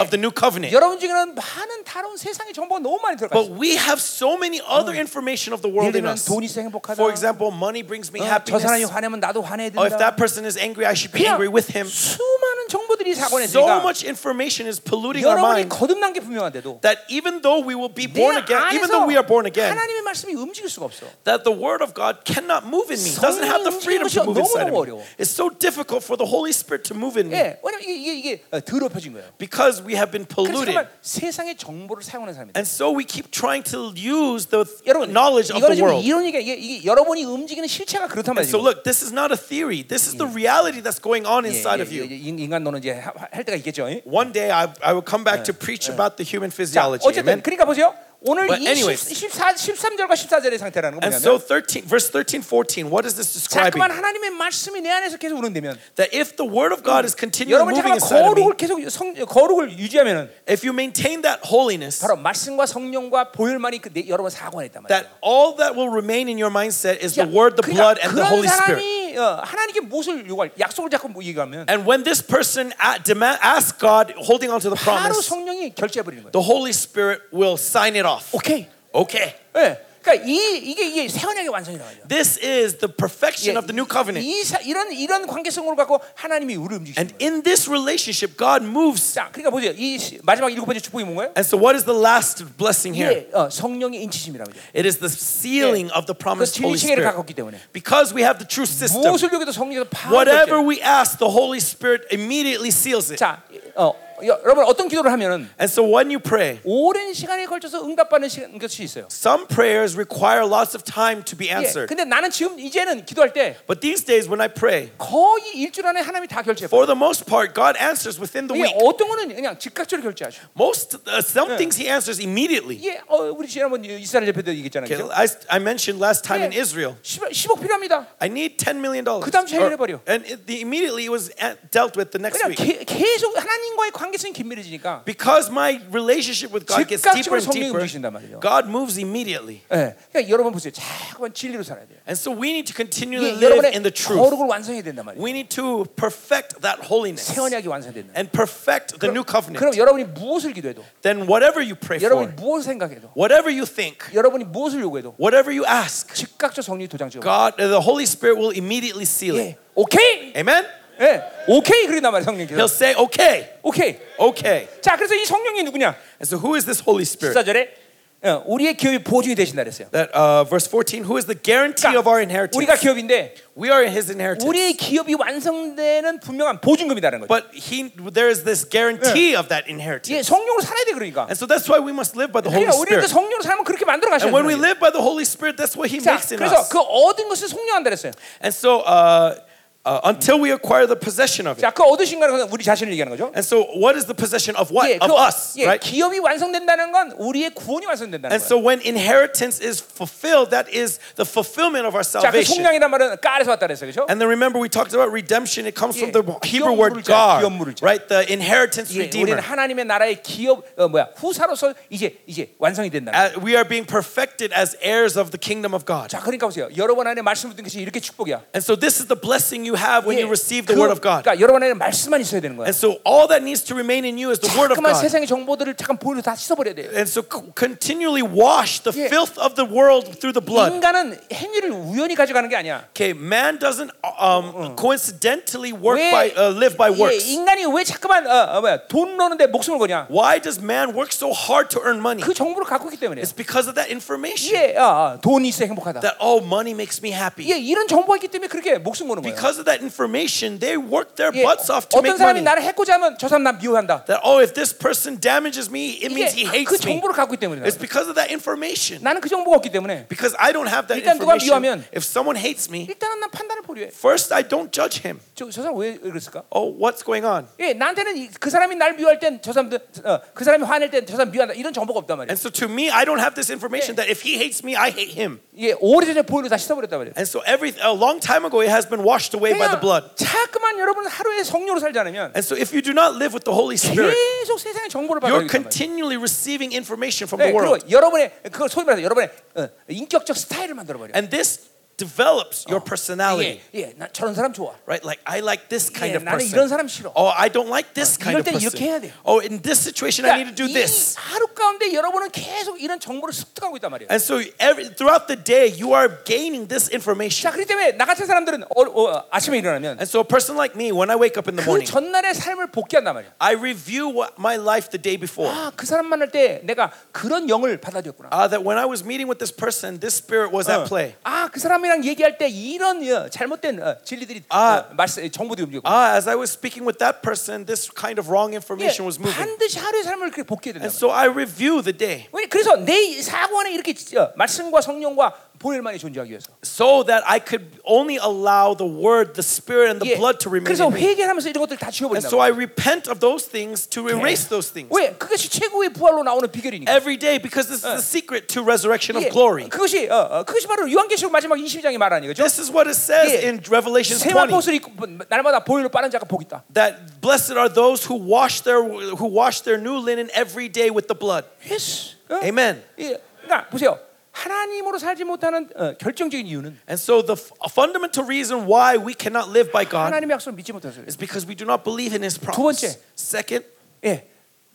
Speaker 1: 근데
Speaker 2: of the new covenant.
Speaker 1: 여러분 중에는 많은 다른 세상의 정보가 너무 많이 들어가
Speaker 2: But
Speaker 1: 있어요.
Speaker 2: we have so many other information of the
Speaker 1: 예를
Speaker 2: world in
Speaker 1: 들면
Speaker 2: us.
Speaker 1: 돈이 있어 행복하다.
Speaker 2: For example, money brings
Speaker 1: 어,
Speaker 2: me
Speaker 1: 저 사람이
Speaker 2: happiness.
Speaker 1: 화내면 나도 화내야
Speaker 2: Oh, if that
Speaker 1: 된다.
Speaker 2: person is angry, I should be
Speaker 1: 그냥
Speaker 2: angry with him.
Speaker 1: 수많은 정보들이
Speaker 2: So
Speaker 1: 사고냈으니까
Speaker 2: much information is polluting our
Speaker 1: 여러분이
Speaker 2: mind
Speaker 1: 거듭난 게 분명한데도
Speaker 2: that even though we will be
Speaker 1: 내
Speaker 2: born again, even
Speaker 1: 안에서
Speaker 2: though we are born again, 음.
Speaker 1: 하나님의 말씀이 움직일 수가 없어.
Speaker 2: that the word of God cannot move in me. It doesn't have the
Speaker 1: 성령이
Speaker 2: freedom to
Speaker 1: 움직이는
Speaker 2: move
Speaker 1: 것이 너무너무
Speaker 2: inside of me.
Speaker 1: 어려워.
Speaker 2: It's so difficult for the Holy Spirit to move in me
Speaker 1: 예, 왜냐면 이게 이게, 이게 어, 더럽혀진 거예요.
Speaker 2: because we have been
Speaker 1: 그래서
Speaker 2: polluted.
Speaker 1: 정말 세상의 정보를 사용하는 사람입니다.
Speaker 2: And so we keep trying to use the
Speaker 1: 여러분,
Speaker 2: knowledge of
Speaker 1: 이거는
Speaker 2: the
Speaker 1: 지금
Speaker 2: world.
Speaker 1: 이런 얘기가 이게, 이게 여러분이 움직이는 실체가 그렇단
Speaker 2: And
Speaker 1: 말이에요.
Speaker 2: so look, this is not a theory. This is the reality that's going on
Speaker 1: 예,
Speaker 2: inside
Speaker 1: 예,
Speaker 2: of
Speaker 1: 예,
Speaker 2: you.
Speaker 1: 인- 인간 너는 이제 하- 할 때가 있겠죠. 예?
Speaker 2: One day I, I will come back to preach about the human
Speaker 1: 자,
Speaker 2: physiology.
Speaker 1: 어쨌든
Speaker 2: Amen.
Speaker 1: 그러니까 보세요. 오늘
Speaker 2: But
Speaker 1: 이
Speaker 2: anyways.
Speaker 1: 10, 14, 13절과 14절의 상태라는 건
Speaker 2: And
Speaker 1: 뭐냐면
Speaker 2: so 13, verse 13, 14, what is this describing?
Speaker 1: 자꾸만 하나님의 말씀이 내 안에서 계속 우는다면
Speaker 2: That if the word of God is continually
Speaker 1: 여러분 잠깐
Speaker 2: moving inside of me,
Speaker 1: 거룩을 계속 성, 거룩을 유지하면은
Speaker 2: if you maintain that holiness,
Speaker 1: 바로 말씀과 성령과 보혈만이 그 내, 여러분 사관에 있단 말이에요.
Speaker 2: that all that will remain in your mindset is
Speaker 1: 야,
Speaker 2: the word, the
Speaker 1: 그러니까
Speaker 2: blood, and the
Speaker 1: 그런
Speaker 2: Holy Spirit.
Speaker 1: 사람이 어, 하나님께 무엇을 요구할 약속을 자꾸 뭐 얘기하면
Speaker 2: And when this person a- demand, asks God, holding on to the
Speaker 1: 바로
Speaker 2: promise,
Speaker 1: 성령이 결제해 버리는 거예요.
Speaker 2: the Holy Spirit will sign it off.
Speaker 1: 오케이.
Speaker 2: Okay.
Speaker 1: 예. 그러니까 이 이게 이게 새 언약의 완성이라고 하죠.
Speaker 2: This is the perfection of the new covenant.
Speaker 1: 이 사- 이런 이런 관계성으로 갖고 하나님이 우리를 움직이시는
Speaker 2: And
Speaker 1: 거예요.
Speaker 2: in this relationship, God moves.
Speaker 1: 자, 그러니까 보세요. 이 시- 마지막 일곱 번째 축복이 뭔가요?
Speaker 2: And so, what is the last blessing here?
Speaker 1: 예, 어, 성령의 인치심이라고 하죠.
Speaker 2: It is the sealing of the
Speaker 1: 그
Speaker 2: promised Holy
Speaker 1: 진리체계를
Speaker 2: Spirit.
Speaker 1: 갖고 있기 때문에
Speaker 2: Because we have the true system,
Speaker 1: 무엇을 여기도 성령에서 파악할
Speaker 2: whatever
Speaker 1: 때.
Speaker 2: we ask, the Holy Spirit immediately seals it.
Speaker 1: 자, 어, 여- 여러분 어떤 기도를 하면은
Speaker 2: And so, when you pray,
Speaker 1: 오랜 시간에 걸쳐서 응답받는 시간 것이 있어요.
Speaker 2: some prayers require lots of time to be
Speaker 1: 예,
Speaker 2: answered.
Speaker 1: 근데 나는 지금 이제는 기도할 때
Speaker 2: But these days, when I pray,
Speaker 1: 거의 일주일 안에 하나님이 다 결제해.
Speaker 2: for the most part, God answers within the
Speaker 1: 이게
Speaker 2: week.
Speaker 1: 어떤 거는 그냥 즉각적으로 결제하죠.
Speaker 2: Most uh, some things He answers immediately.
Speaker 1: 이게 어, 우리 지난번 이스라엘 예배 때 얘기했잖아요.
Speaker 2: Okay,
Speaker 1: 그죠?
Speaker 2: I, I mentioned last time in
Speaker 1: 예,
Speaker 2: Israel,
Speaker 1: 10억 10억 필요합니다.
Speaker 2: I need ten million dollars.
Speaker 1: 그다음 주에 해결해버려.
Speaker 2: And it, the, immediately it was at- dealt with the next
Speaker 1: 그냥
Speaker 2: week.
Speaker 1: 게- 계속 하나님과의 관계성이 긴밀해지니까
Speaker 2: Because my relationship with God gets deeper
Speaker 1: 즉각적으로
Speaker 2: and
Speaker 1: 성령이
Speaker 2: deeper,
Speaker 1: 움직이신단 말이에요.
Speaker 2: God moves immediately.
Speaker 1: 예, 그러니까 여러분 보세요. 자꾸만 진리로 살아야 돼요.
Speaker 2: And so we need to continually
Speaker 1: 이게
Speaker 2: live
Speaker 1: 여러분의
Speaker 2: in the truth.
Speaker 1: 거룩을 완성해야 된단 말이에요.
Speaker 2: We need to perfect that holiness
Speaker 1: 새 언약이 완성된다.
Speaker 2: and perfect the new
Speaker 1: 그럼
Speaker 2: covenant.
Speaker 1: 여러분이 무엇을 기도해도
Speaker 2: Then whatever you pray
Speaker 1: 여러분이
Speaker 2: for,
Speaker 1: 무엇을 생각해도
Speaker 2: whatever you think,
Speaker 1: 여러분이 무엇을 요구해도
Speaker 2: whatever you ask,
Speaker 1: 즉각적 성령이 도장지고
Speaker 2: God, the Holy Spirit will immediately seal it.
Speaker 1: 예, 오케이
Speaker 2: Amen?
Speaker 1: 예, 오케이 그러단 말이에요 성령께서
Speaker 2: He'll say, okay,
Speaker 1: 오케이
Speaker 2: okay.
Speaker 1: 자 그래서 이 성령이 누구냐
Speaker 2: And so who is this Holy Spirit?
Speaker 1: 14절에 어, 우리의 기업이 보증이 되신다 그랬어요
Speaker 2: That uh, verse 14, who is the guarantee of our
Speaker 1: 그러니까
Speaker 2: inheritance?
Speaker 1: 우리가 기업인데
Speaker 2: We are in his inheritance.
Speaker 1: 우리의 기업이 완성되는 분명한 보증금이라는 거죠
Speaker 2: But he, there is this guarantee of that inheritance.
Speaker 1: 예, 성령으로 살아야 돼 그러니까
Speaker 2: And so that's why we must live by the Holy
Speaker 1: 그러니까 우리를 그
Speaker 2: Spirit.
Speaker 1: 성령으로 살면 그렇게 만들어 가셔야
Speaker 2: And when we
Speaker 1: 돼요
Speaker 2: live by the Holy Spirit, that's what He
Speaker 1: 자
Speaker 2: makes in
Speaker 1: 그래서
Speaker 2: us.
Speaker 1: 그 얻은 것을 속량한다 그랬어요
Speaker 2: And so uh, uh, until we acquire the possession of it.
Speaker 1: 자그 얻으신 거는 우리 자신을 얘기하는 거죠
Speaker 2: And so what is the possession of what?
Speaker 1: 예,
Speaker 2: Of
Speaker 1: 그-
Speaker 2: us,
Speaker 1: 예,
Speaker 2: right?
Speaker 1: 기업이 완성된다는 건 우리의 구원이 완성된다는
Speaker 2: And
Speaker 1: 거예요.
Speaker 2: so when inheritance is fulfilled, that is the fulfillment of our
Speaker 1: 자, 그
Speaker 2: salvation.
Speaker 1: 속량이란 말은 깔에서 왔다 그랬어요. 그죠?
Speaker 2: And then remember we talked about redemption. It comes
Speaker 1: 예,
Speaker 2: from the Hebrew word
Speaker 1: 기업물을 자, 기업물을
Speaker 2: God,
Speaker 1: 자.
Speaker 2: right? The inheritance
Speaker 1: 예, 우리는
Speaker 2: redeemer.
Speaker 1: 하나님의 나라의 기업 어, 뭐야? 후사로서 이제 이제 완성이 된다.
Speaker 2: Uh, We are being perfected as heirs of the kingdom of God.
Speaker 1: 자, 그러니까 보세요. 여러분 안에 말씀 붙은 것이 이렇게 축복이야.
Speaker 2: And so this is the blessing you have when
Speaker 1: 예,
Speaker 2: you receive the
Speaker 1: 그-
Speaker 2: word of God.
Speaker 1: 그러니까 여러분 안에 말씀만 있어야 되는 거야.
Speaker 2: And so all that needs to remain in you is the word of
Speaker 1: 그만
Speaker 2: God.
Speaker 1: 세상의 정보들을 잠깐 보일로 다 씻어버려야 돼요.
Speaker 2: And so c- continually wash the
Speaker 1: Yeah.
Speaker 2: filth of the world through the blood.
Speaker 1: 인간은 행위를 우연히 가져가는 게 아니야.
Speaker 2: Okay, man doesn't um, coincidentally work
Speaker 1: 왜-
Speaker 2: by uh, live
Speaker 1: 예,
Speaker 2: by works.
Speaker 1: 인간이 왜 자꾸만 어, 어, 뭐야, 돈 넣는데 목숨을 거냐?
Speaker 2: Why does man work so hard to earn money?
Speaker 1: 그 정보를 갖고 있기 때문에.
Speaker 2: It's because of that information
Speaker 1: 예, 아, 아, 돈이 있어 야 행복하다.
Speaker 2: that oh, money makes me happy.
Speaker 1: 예, 이런 정보가 있기 때문에 그렇게 목숨 거는 거예요.
Speaker 2: Because of that information, they work their
Speaker 1: 예,
Speaker 2: butts off to
Speaker 1: 어떤
Speaker 2: make
Speaker 1: 사람이
Speaker 2: money.
Speaker 1: 나를 해코자 하면 저 사람 나 미워한다.
Speaker 2: That oh, if this person damages me, it means he
Speaker 1: 이게 그
Speaker 2: hates me.
Speaker 1: 정보를 갖고 있기 때문에
Speaker 2: It's because of that information.
Speaker 1: 나는 그 정보가 없기 때문에
Speaker 2: Because I don't have that
Speaker 1: 일단 누가
Speaker 2: information.
Speaker 1: 미워하면-
Speaker 2: If someone hates me,
Speaker 1: 일단은 난 판단을 보류해.
Speaker 2: first I don't judge him.
Speaker 1: 저, 저 사람 왜 그랬을까?
Speaker 2: Oh, what's going on?
Speaker 1: 예, 나한테는 이- 그 사람이 날 미워할 땐 저 사람 어, 그 사람이 화낼 땐 저 사람 미워한다 이런 정보가 없단 말이에요.
Speaker 2: And so to me, I don't have this information that if he hates me, I hate him.
Speaker 1: 예, 오래전에 보일로 다 씻어버렸단 말이에요.
Speaker 2: And so every a long time ago, it has been washed away by the blood.
Speaker 1: 그냥 자꾸만 여러분 하루에 성료로 살지 않으면
Speaker 2: And so if you do not live with the Holy Spirit,
Speaker 1: 계속 세상의 정보를 받아들이단
Speaker 2: you're
Speaker 1: 말이에요.
Speaker 2: continually receiving information from
Speaker 1: 네,
Speaker 2: the world.
Speaker 1: 그리고 여러분의 그 소위 말해서 여러분의 어, 인격적 스타일을 만들어버려.
Speaker 2: And this develops your personality.
Speaker 1: 예, 예, 나 저런 사람 좋아.
Speaker 2: Right? Like I like this kind
Speaker 1: 예,
Speaker 2: of
Speaker 1: 나는
Speaker 2: person.
Speaker 1: 이런 사람 싫어.
Speaker 2: Oh, I don't like this
Speaker 1: 어,
Speaker 2: kind
Speaker 1: 이럴
Speaker 2: of
Speaker 1: 땐
Speaker 2: person.
Speaker 1: 이렇게 해야 돼.
Speaker 2: Oh, in this situation I need to do
Speaker 1: 그러니까 이
Speaker 2: this.
Speaker 1: 하루 가운데 여러분은 계속 이런 정보를 습득하고 있단 말이에요.
Speaker 2: And so every throughout the day you are gaining this
Speaker 1: 자,
Speaker 2: information.
Speaker 1: 그렇기 때문에 나 같은 사람들은 어, 어, 아침에 일어나면
Speaker 2: And so a person like me when I wake up in the
Speaker 1: 그
Speaker 2: morning
Speaker 1: 전날의 삶을 복귀한단 말이야.
Speaker 2: I review what my life the day before.
Speaker 1: 아, 그 사람 만날 때 내가 그런 영을 받아들였구나.
Speaker 2: Uh, that when I was meeting with this person, this spirit was at play.
Speaker 1: 아, 그 사람이랑 얘기할 때 이런 어, 잘못된 어, 진리들이
Speaker 2: 아.
Speaker 1: 어, 말씀 정보들이 움직이고.
Speaker 2: Ah, as I was speaking with that person, this kind of wrong
Speaker 1: 예,
Speaker 2: information was moving.
Speaker 1: 반드시 하루의 삶을 그렇게 복귀해야 된다.
Speaker 2: And so I review the day
Speaker 1: 왜? 그래서 내 이 사고 안에 이렇게 어, 말씀과 성령과 보혈만이 존재하기 위해서.
Speaker 2: so that I could only allow the word, the spirit, and the
Speaker 1: 예.
Speaker 2: blood to remain.
Speaker 1: 그래서
Speaker 2: In me.
Speaker 1: 회개하면서 이런 것들 다
Speaker 2: And
Speaker 1: 지워버린다.
Speaker 2: so I repent of those things to erase those things
Speaker 1: 왜? 그것이 최고의 부활로 나오는 비결이니까.
Speaker 2: every day because this is the secret to resurrection
Speaker 1: 예,
Speaker 2: of glory.
Speaker 1: 그것이 어, 어, 그것이 바로 요한계시록 마지막 22장에 말하는 거죠.
Speaker 2: This is what it says
Speaker 1: Yeah.
Speaker 2: in Revelation
Speaker 1: 세만
Speaker 2: 20
Speaker 1: 옷을 입고 뭐, 날마다 보혈로 빠른 자가 복 있다.
Speaker 2: that blessed are those who wash their who wash their new linen every day with the blood.
Speaker 1: 예스. 어?
Speaker 2: Amen.
Speaker 1: 예. 그러니까 보세요. 하나님으로 살지 못하는 어, 결정적인 이유는
Speaker 2: And so the f- a fundamental reason why we cannot live by God
Speaker 1: 하나님의 약속을 믿지 못해서 그래요.
Speaker 2: is because we do not believe in His promise.
Speaker 1: 번째.
Speaker 2: Second
Speaker 1: 예.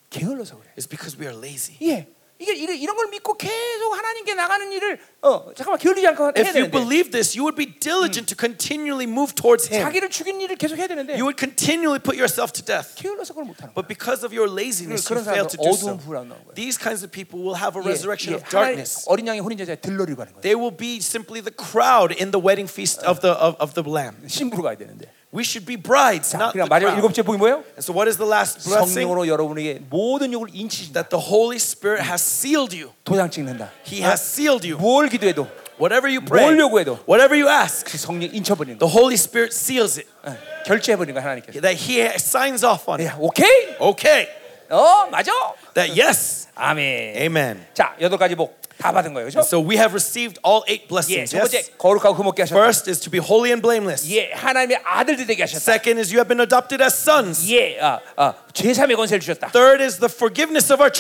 Speaker 1: 게을러서 그래.
Speaker 2: is because we are lazy.
Speaker 1: 예. 이게 이런, 이런 걸 믿고 계속 하나님께 나가는 일을 어, 잠깐만 게을리지 않고 해야
Speaker 2: If you
Speaker 1: 되는데
Speaker 2: believe this, you would be diligent to continually move towards Him.
Speaker 1: 자기를 죽이는 일을 계속 해야 되는데
Speaker 2: You would continually put yourself to death.
Speaker 1: 게을러서 그걸 못하는 거야.
Speaker 2: But because of your laziness, you
Speaker 1: 그런
Speaker 2: fail
Speaker 1: 사람은
Speaker 2: to do
Speaker 1: 어두운
Speaker 2: so.
Speaker 1: 불안 나온 거예요.
Speaker 2: These kinds of people will have a
Speaker 1: 예,
Speaker 2: resurrection
Speaker 1: 예,
Speaker 2: of
Speaker 1: 하나의
Speaker 2: darkness.
Speaker 1: 어린 양의 혼인 제자의 들러리로 가는 거예요.
Speaker 2: They will be simply the crowd in the wedding feast of the of, of the Lamb.
Speaker 1: 신부로 가야 되는데.
Speaker 2: We should be brides,
Speaker 1: 자,
Speaker 2: not the
Speaker 1: 그럼 마지막
Speaker 2: crowd.
Speaker 1: 일곱째 복이 뭐예요?
Speaker 2: And so, what is the last blessing?
Speaker 1: 아. 성령으로 여러분에게 모든 욕을 인치신다.
Speaker 2: That the Holy Spirit has sealed you.
Speaker 1: 도장 찍는다. 어?
Speaker 2: He has sealed you.
Speaker 1: 뭘 기도해도
Speaker 2: Whatever you pray,
Speaker 1: 뭘 요구해도.
Speaker 2: whatever you ask,
Speaker 1: 그 성령 인쳐버리는 거.
Speaker 2: the Holy Spirit seals it.
Speaker 1: 예, 결제해버리는 거 하나님께서.
Speaker 2: That He signs off on it.
Speaker 1: 야, 오케이?
Speaker 2: Okay.
Speaker 1: 어, 맞아?
Speaker 2: That yes.
Speaker 1: 아멘.
Speaker 2: Amen.
Speaker 1: 자, 여덟 가지 복 다 받은 거예요. 그렇죠?
Speaker 2: So we have received all
Speaker 1: 예,
Speaker 2: eight blessings.
Speaker 1: 첫 번째
Speaker 2: Yes.
Speaker 1: 거룩하고 흠없게 하셨다.
Speaker 2: First is to be holy and blameless.
Speaker 1: 예, 하나님의 아들들 되게 하셨다.
Speaker 2: Second is you have been adopted as sons.
Speaker 1: 예, 아, 아, 제3의 권세를 주셨다.
Speaker 2: Third is the forgiveness of our
Speaker 1: 지혜와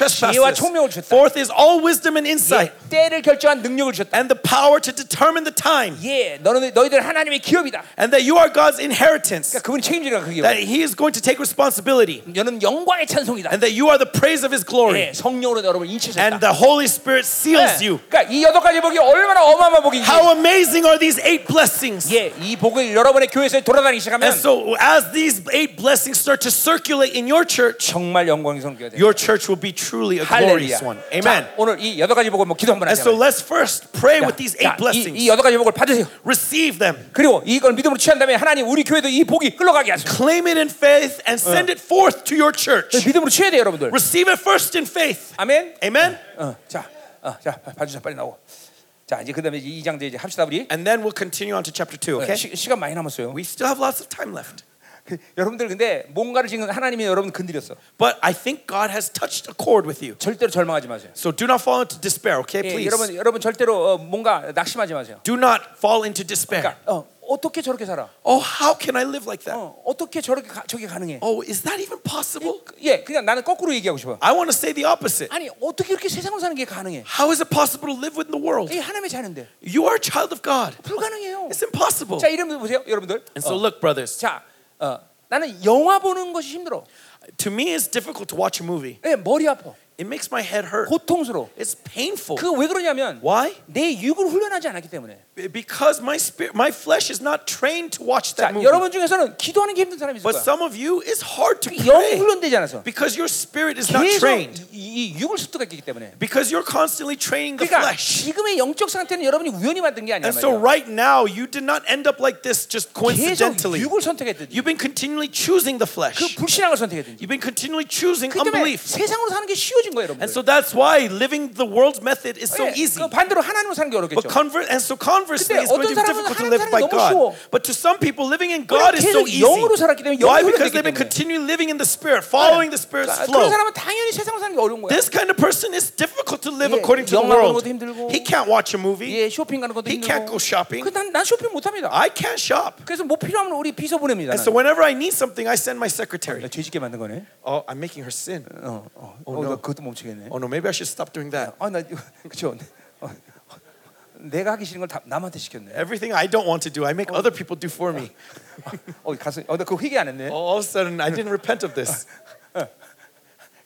Speaker 2: trespasses.
Speaker 1: 총명을 주셨다.
Speaker 2: Fourth is all wisdom and insight.
Speaker 1: 예, 때를 결정한 능력을 주셨다.
Speaker 2: and the power to determine the time,
Speaker 1: 예, 너는 너희들 하나님의 기업이다.
Speaker 2: and that you are God's inheritance,
Speaker 1: 그러니까 그분이 책임지라 그게.
Speaker 2: that He is going to take responsibility,
Speaker 1: 너는 영광의 찬송이다.
Speaker 2: and that you are the praise of His glory,
Speaker 1: 예, 성령으로 여러분 인치셨다.
Speaker 2: and the Holy Spirit seals
Speaker 1: 예,
Speaker 2: you.
Speaker 1: 그러니까 이 여덟 가지 복이 얼마나 어마어마한 복인지.
Speaker 2: How amazing are these eight blessings!
Speaker 1: 예, 이 복을 여러분의 교회에서 돌아다니기 시작하면
Speaker 2: And so, as these eight blessings start to circulate in your church,
Speaker 1: 정말 영광스러운 교회가 돼요.
Speaker 2: your church will be truly a
Speaker 1: 할렐루야.
Speaker 2: glorious one. Amen.
Speaker 1: 자, 오늘 이 여덟 가지 복을 뭐 기도 한번
Speaker 2: And
Speaker 1: 하자.
Speaker 2: so, let's first pray
Speaker 1: 자,
Speaker 2: with these
Speaker 1: 자, 이,
Speaker 2: eight
Speaker 1: 이
Speaker 2: blessings,
Speaker 1: 여덟 가지 복을 받으세요.
Speaker 2: receive them,
Speaker 1: 그리고 이걸 믿음으로 취한 다음에 하나님 우리 교회도 이 복이 흘러가게 하소서.
Speaker 2: claim it in faith, and send it forth to your church.
Speaker 1: 믿음으로 취해야 돼요, 여러분들.
Speaker 2: Receive it first in faith.
Speaker 1: 아멘.
Speaker 2: Amen.
Speaker 1: 어, 자, 어, 자, 봐주세요. 빨리 나오고. 자, 이제 그다음에 이제 2장제 이제 합시다 우리. 어,
Speaker 2: And then we'll continue on to chapter 2, okay?
Speaker 1: 시, 시간 많이 남았어요.
Speaker 2: We still have lots of time left.
Speaker 1: 그, 여러분들 근데 뭔가를 지금 하나님이 여러분 건드렸어.
Speaker 2: But I think God has touched a chord with you.
Speaker 1: 절대로 절망하지 마세요.
Speaker 2: So do not fall into despair, okay?
Speaker 1: 예,
Speaker 2: Please.
Speaker 1: 여러분 여러분 절대로 어, 뭔가 낙심하지 마세요.
Speaker 2: Do not fall into despair.
Speaker 1: 그러니까 어, 어떻게 저렇게 살아?
Speaker 2: Oh, how can I live like that?
Speaker 1: 어, 어떻게 저렇게 가, 저게 가능해?
Speaker 2: Oh, is that even possible?
Speaker 1: 예, 그냥 나는 거꾸로 얘기하고 싶어.
Speaker 2: I want to say the opposite.
Speaker 1: 아니 어떻게 이렇게 세상으로 사는 게 가능해?
Speaker 2: How is it possible to live within the world?
Speaker 1: 이 하나님의 자녀인데
Speaker 2: You are a child of God.
Speaker 1: 불가능해요.
Speaker 2: It's impossible.
Speaker 1: 자 이름 보세요, 여러분들.
Speaker 2: And
Speaker 1: 어,
Speaker 2: so look, brothers,
Speaker 1: 자, 어, 나는 영화 보는 것이 힘들어.
Speaker 2: to me it's difficult to watch a movie.
Speaker 1: 예, 머리 아파.
Speaker 2: It makes my head hurt.
Speaker 1: 고통스러워.
Speaker 2: It's painful.
Speaker 1: 그 왜 그러냐면
Speaker 2: Why?
Speaker 1: 내 육을 훈련하지 않았기 때문에.
Speaker 2: Because my spirit my flesh is not trained to watch
Speaker 1: 자,
Speaker 2: that movie.
Speaker 1: 여러분 중에서는 기도하는 게 힘든 사람이 있을 거야.
Speaker 2: But some of you it's hard to
Speaker 1: 영
Speaker 2: pray.
Speaker 1: 훈련되지 않아서
Speaker 2: Because your spirit is not
Speaker 1: 계속
Speaker 2: trained.
Speaker 1: 이, 이 육을 습득했기 때문에.
Speaker 2: Because you're constantly training the
Speaker 1: 그러니까
Speaker 2: flesh.
Speaker 1: 지금의 영적 상태는 여러분이 우연히 만든 게 아니야.
Speaker 2: And so right now, you did not end up like this just
Speaker 1: 계속
Speaker 2: coincidentally.
Speaker 1: 육을 선택했든지
Speaker 2: You've been continually choosing the
Speaker 1: 그
Speaker 2: flesh.
Speaker 1: 불신앙을 선택했든지.
Speaker 2: You've been continually choosing
Speaker 1: 그 때문에
Speaker 2: unbelief.
Speaker 1: 세상으로 사는 게 쉬워진 거예요,
Speaker 2: And
Speaker 1: 여러분.
Speaker 2: so that's why living the world's method is so easy.
Speaker 1: 그 반대로 하나님으로 사는 게 어렵겠죠.
Speaker 2: But convert, and so conversely,
Speaker 1: 근데
Speaker 2: it's going to be
Speaker 1: 어떤 사람은
Speaker 2: difficult to
Speaker 1: 하나님
Speaker 2: live by
Speaker 1: 사는 게 너무
Speaker 2: God.
Speaker 1: 쉬워.
Speaker 2: But to some people, living in God is so
Speaker 1: 계속
Speaker 2: easy.
Speaker 1: 영으로 살았기 때문에
Speaker 2: Why?
Speaker 1: 영으로
Speaker 2: Because
Speaker 1: 되기
Speaker 2: they've been
Speaker 1: 때문에.
Speaker 2: continually living in the Spirit, following the Spirit's
Speaker 1: 자, 그런
Speaker 2: flow.
Speaker 1: 사람은 당연히 세상으로 사는 게 어려운 거야.
Speaker 2: This kind of person is difficult to live
Speaker 1: 예,
Speaker 2: according to the
Speaker 1: 영화 보는
Speaker 2: world.
Speaker 1: 것도 힘들고.
Speaker 2: He can't watch a movie.
Speaker 1: 예, 쇼핑 가는 것도
Speaker 2: He can't
Speaker 1: 힘들고.
Speaker 2: go shopping.
Speaker 1: 그난 난 쇼핑 못 합니다.
Speaker 2: I can't shop.
Speaker 1: 그래서 뭐 필요하면 우리 비서 보냅니다.
Speaker 2: And
Speaker 1: 나는.
Speaker 2: so whenever I need something, I send my
Speaker 1: 야,
Speaker 2: secretary.
Speaker 1: 죄짓게 만든 거네.
Speaker 2: Oh, I'm making her sin.
Speaker 1: 어, 어, 어, 나 그것도 멈추겠네.
Speaker 2: Oh no, maybe I should stop doing that.
Speaker 1: 아, 나 그죠. 네. 어, 내가 하기 싫은 걸 다, 남한테 시켰네.
Speaker 2: Everything I don't want to do, I make
Speaker 1: Oh.
Speaker 2: other people do for me.
Speaker 1: 어, 가서 어, 나 그거 회개 안 했네.
Speaker 2: All of a sudden, I didn't repent of this.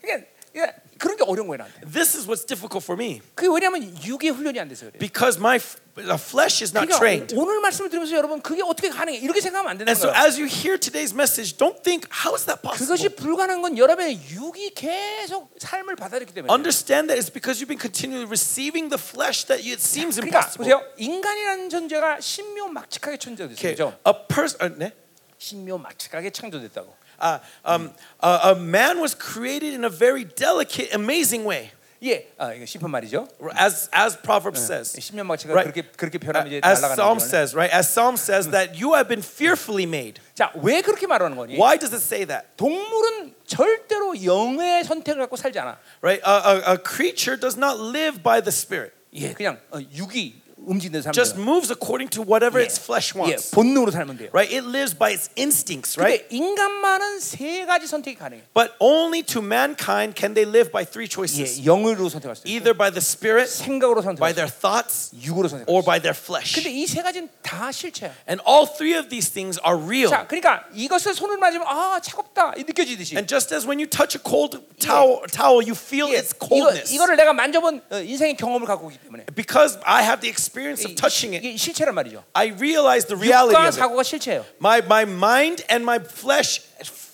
Speaker 1: 그러니까, 그러니까 그런 게 어려운 거야 나한테.
Speaker 2: This is what's difficult for me
Speaker 1: 그게 왜냐하면 육의 훈련이 안 돼서 그래.
Speaker 2: because my f- the flesh is not
Speaker 1: 그러니까
Speaker 2: trained.
Speaker 1: 오늘 말씀을 들으면서 여러분 그게 어떻게 가능해? 이렇게 생각하면 안 되는
Speaker 2: And so,
Speaker 1: 거야.
Speaker 2: as you hear today's message, don't think, how is that
Speaker 1: 그것이
Speaker 2: possible?
Speaker 1: 불가능한 건 여러분의 육이 계속 삶을 받아들였기 때문에. 그래요.
Speaker 2: Understand that it's because you've been continually receiving the flesh that you, it seems
Speaker 1: 그러니까
Speaker 2: impossible.
Speaker 1: 보세요. 인간이라는 존재가 신묘막측하게
Speaker 2: Okay,
Speaker 1: 창조됐죠.
Speaker 2: a person,
Speaker 1: 신묘막측하게 창조됐다고.
Speaker 2: uh, um, a, a man was created in a very delicate, amazing way,
Speaker 1: 예, 아, 이거 시편 말이죠. 예,
Speaker 2: as as Proverbs says,
Speaker 1: 신묘막측을
Speaker 2: Right.
Speaker 1: 그렇게 그렇게 표현하면 이제
Speaker 2: as
Speaker 1: 날아가는
Speaker 2: Psalm
Speaker 1: 거잖아요.
Speaker 2: says, right? As Psalm says that you have been fearfully made.
Speaker 1: 자, 왜 그렇게 말하는 거니?
Speaker 2: Why does it say that?
Speaker 1: 동물은 절대로 영의 선택을 갖고 살지 않아.
Speaker 2: Right? A, a, a creature does not live by the spirit;
Speaker 1: 예, 그냥 어, 육이 움직이는 사람.
Speaker 2: just moves according to whatever its flesh
Speaker 1: 예,
Speaker 2: wants.
Speaker 1: 본능으로 살면 돼요.
Speaker 2: Right? It lives by its instincts.
Speaker 1: 근데
Speaker 2: Right?
Speaker 1: 인간만은 세 가지 선택이 가능해.
Speaker 2: But only to mankind can they live by three choices:
Speaker 1: 예, 영으로 선택할 수 있고,
Speaker 2: either by the spirit,
Speaker 1: 생각으로
Speaker 2: by
Speaker 1: 선택할 수
Speaker 2: their thoughts,
Speaker 1: 있고, 육으로 선택할 수
Speaker 2: or
Speaker 1: 있고.
Speaker 2: by their flesh.
Speaker 1: 근데 이 세 가지는 다 실체야.
Speaker 2: And all three of these things are real.
Speaker 1: 자, 그러니까 이것을 손을 맞으면 아 차갑다 이 느껴지듯이.
Speaker 2: And just as when you touch a cold towel, towel you feel
Speaker 1: 예,
Speaker 2: its coldness.
Speaker 1: 이거, 를 내가 만져본 어, 인생의 경험을 갖고 있기 때문에
Speaker 2: because I have the experience of touching it,
Speaker 1: 이게 실체란 말이죠.
Speaker 2: I realize the reality
Speaker 1: 육과
Speaker 2: of it.
Speaker 1: 사고가 실체예요.
Speaker 2: My, my mind and my flesh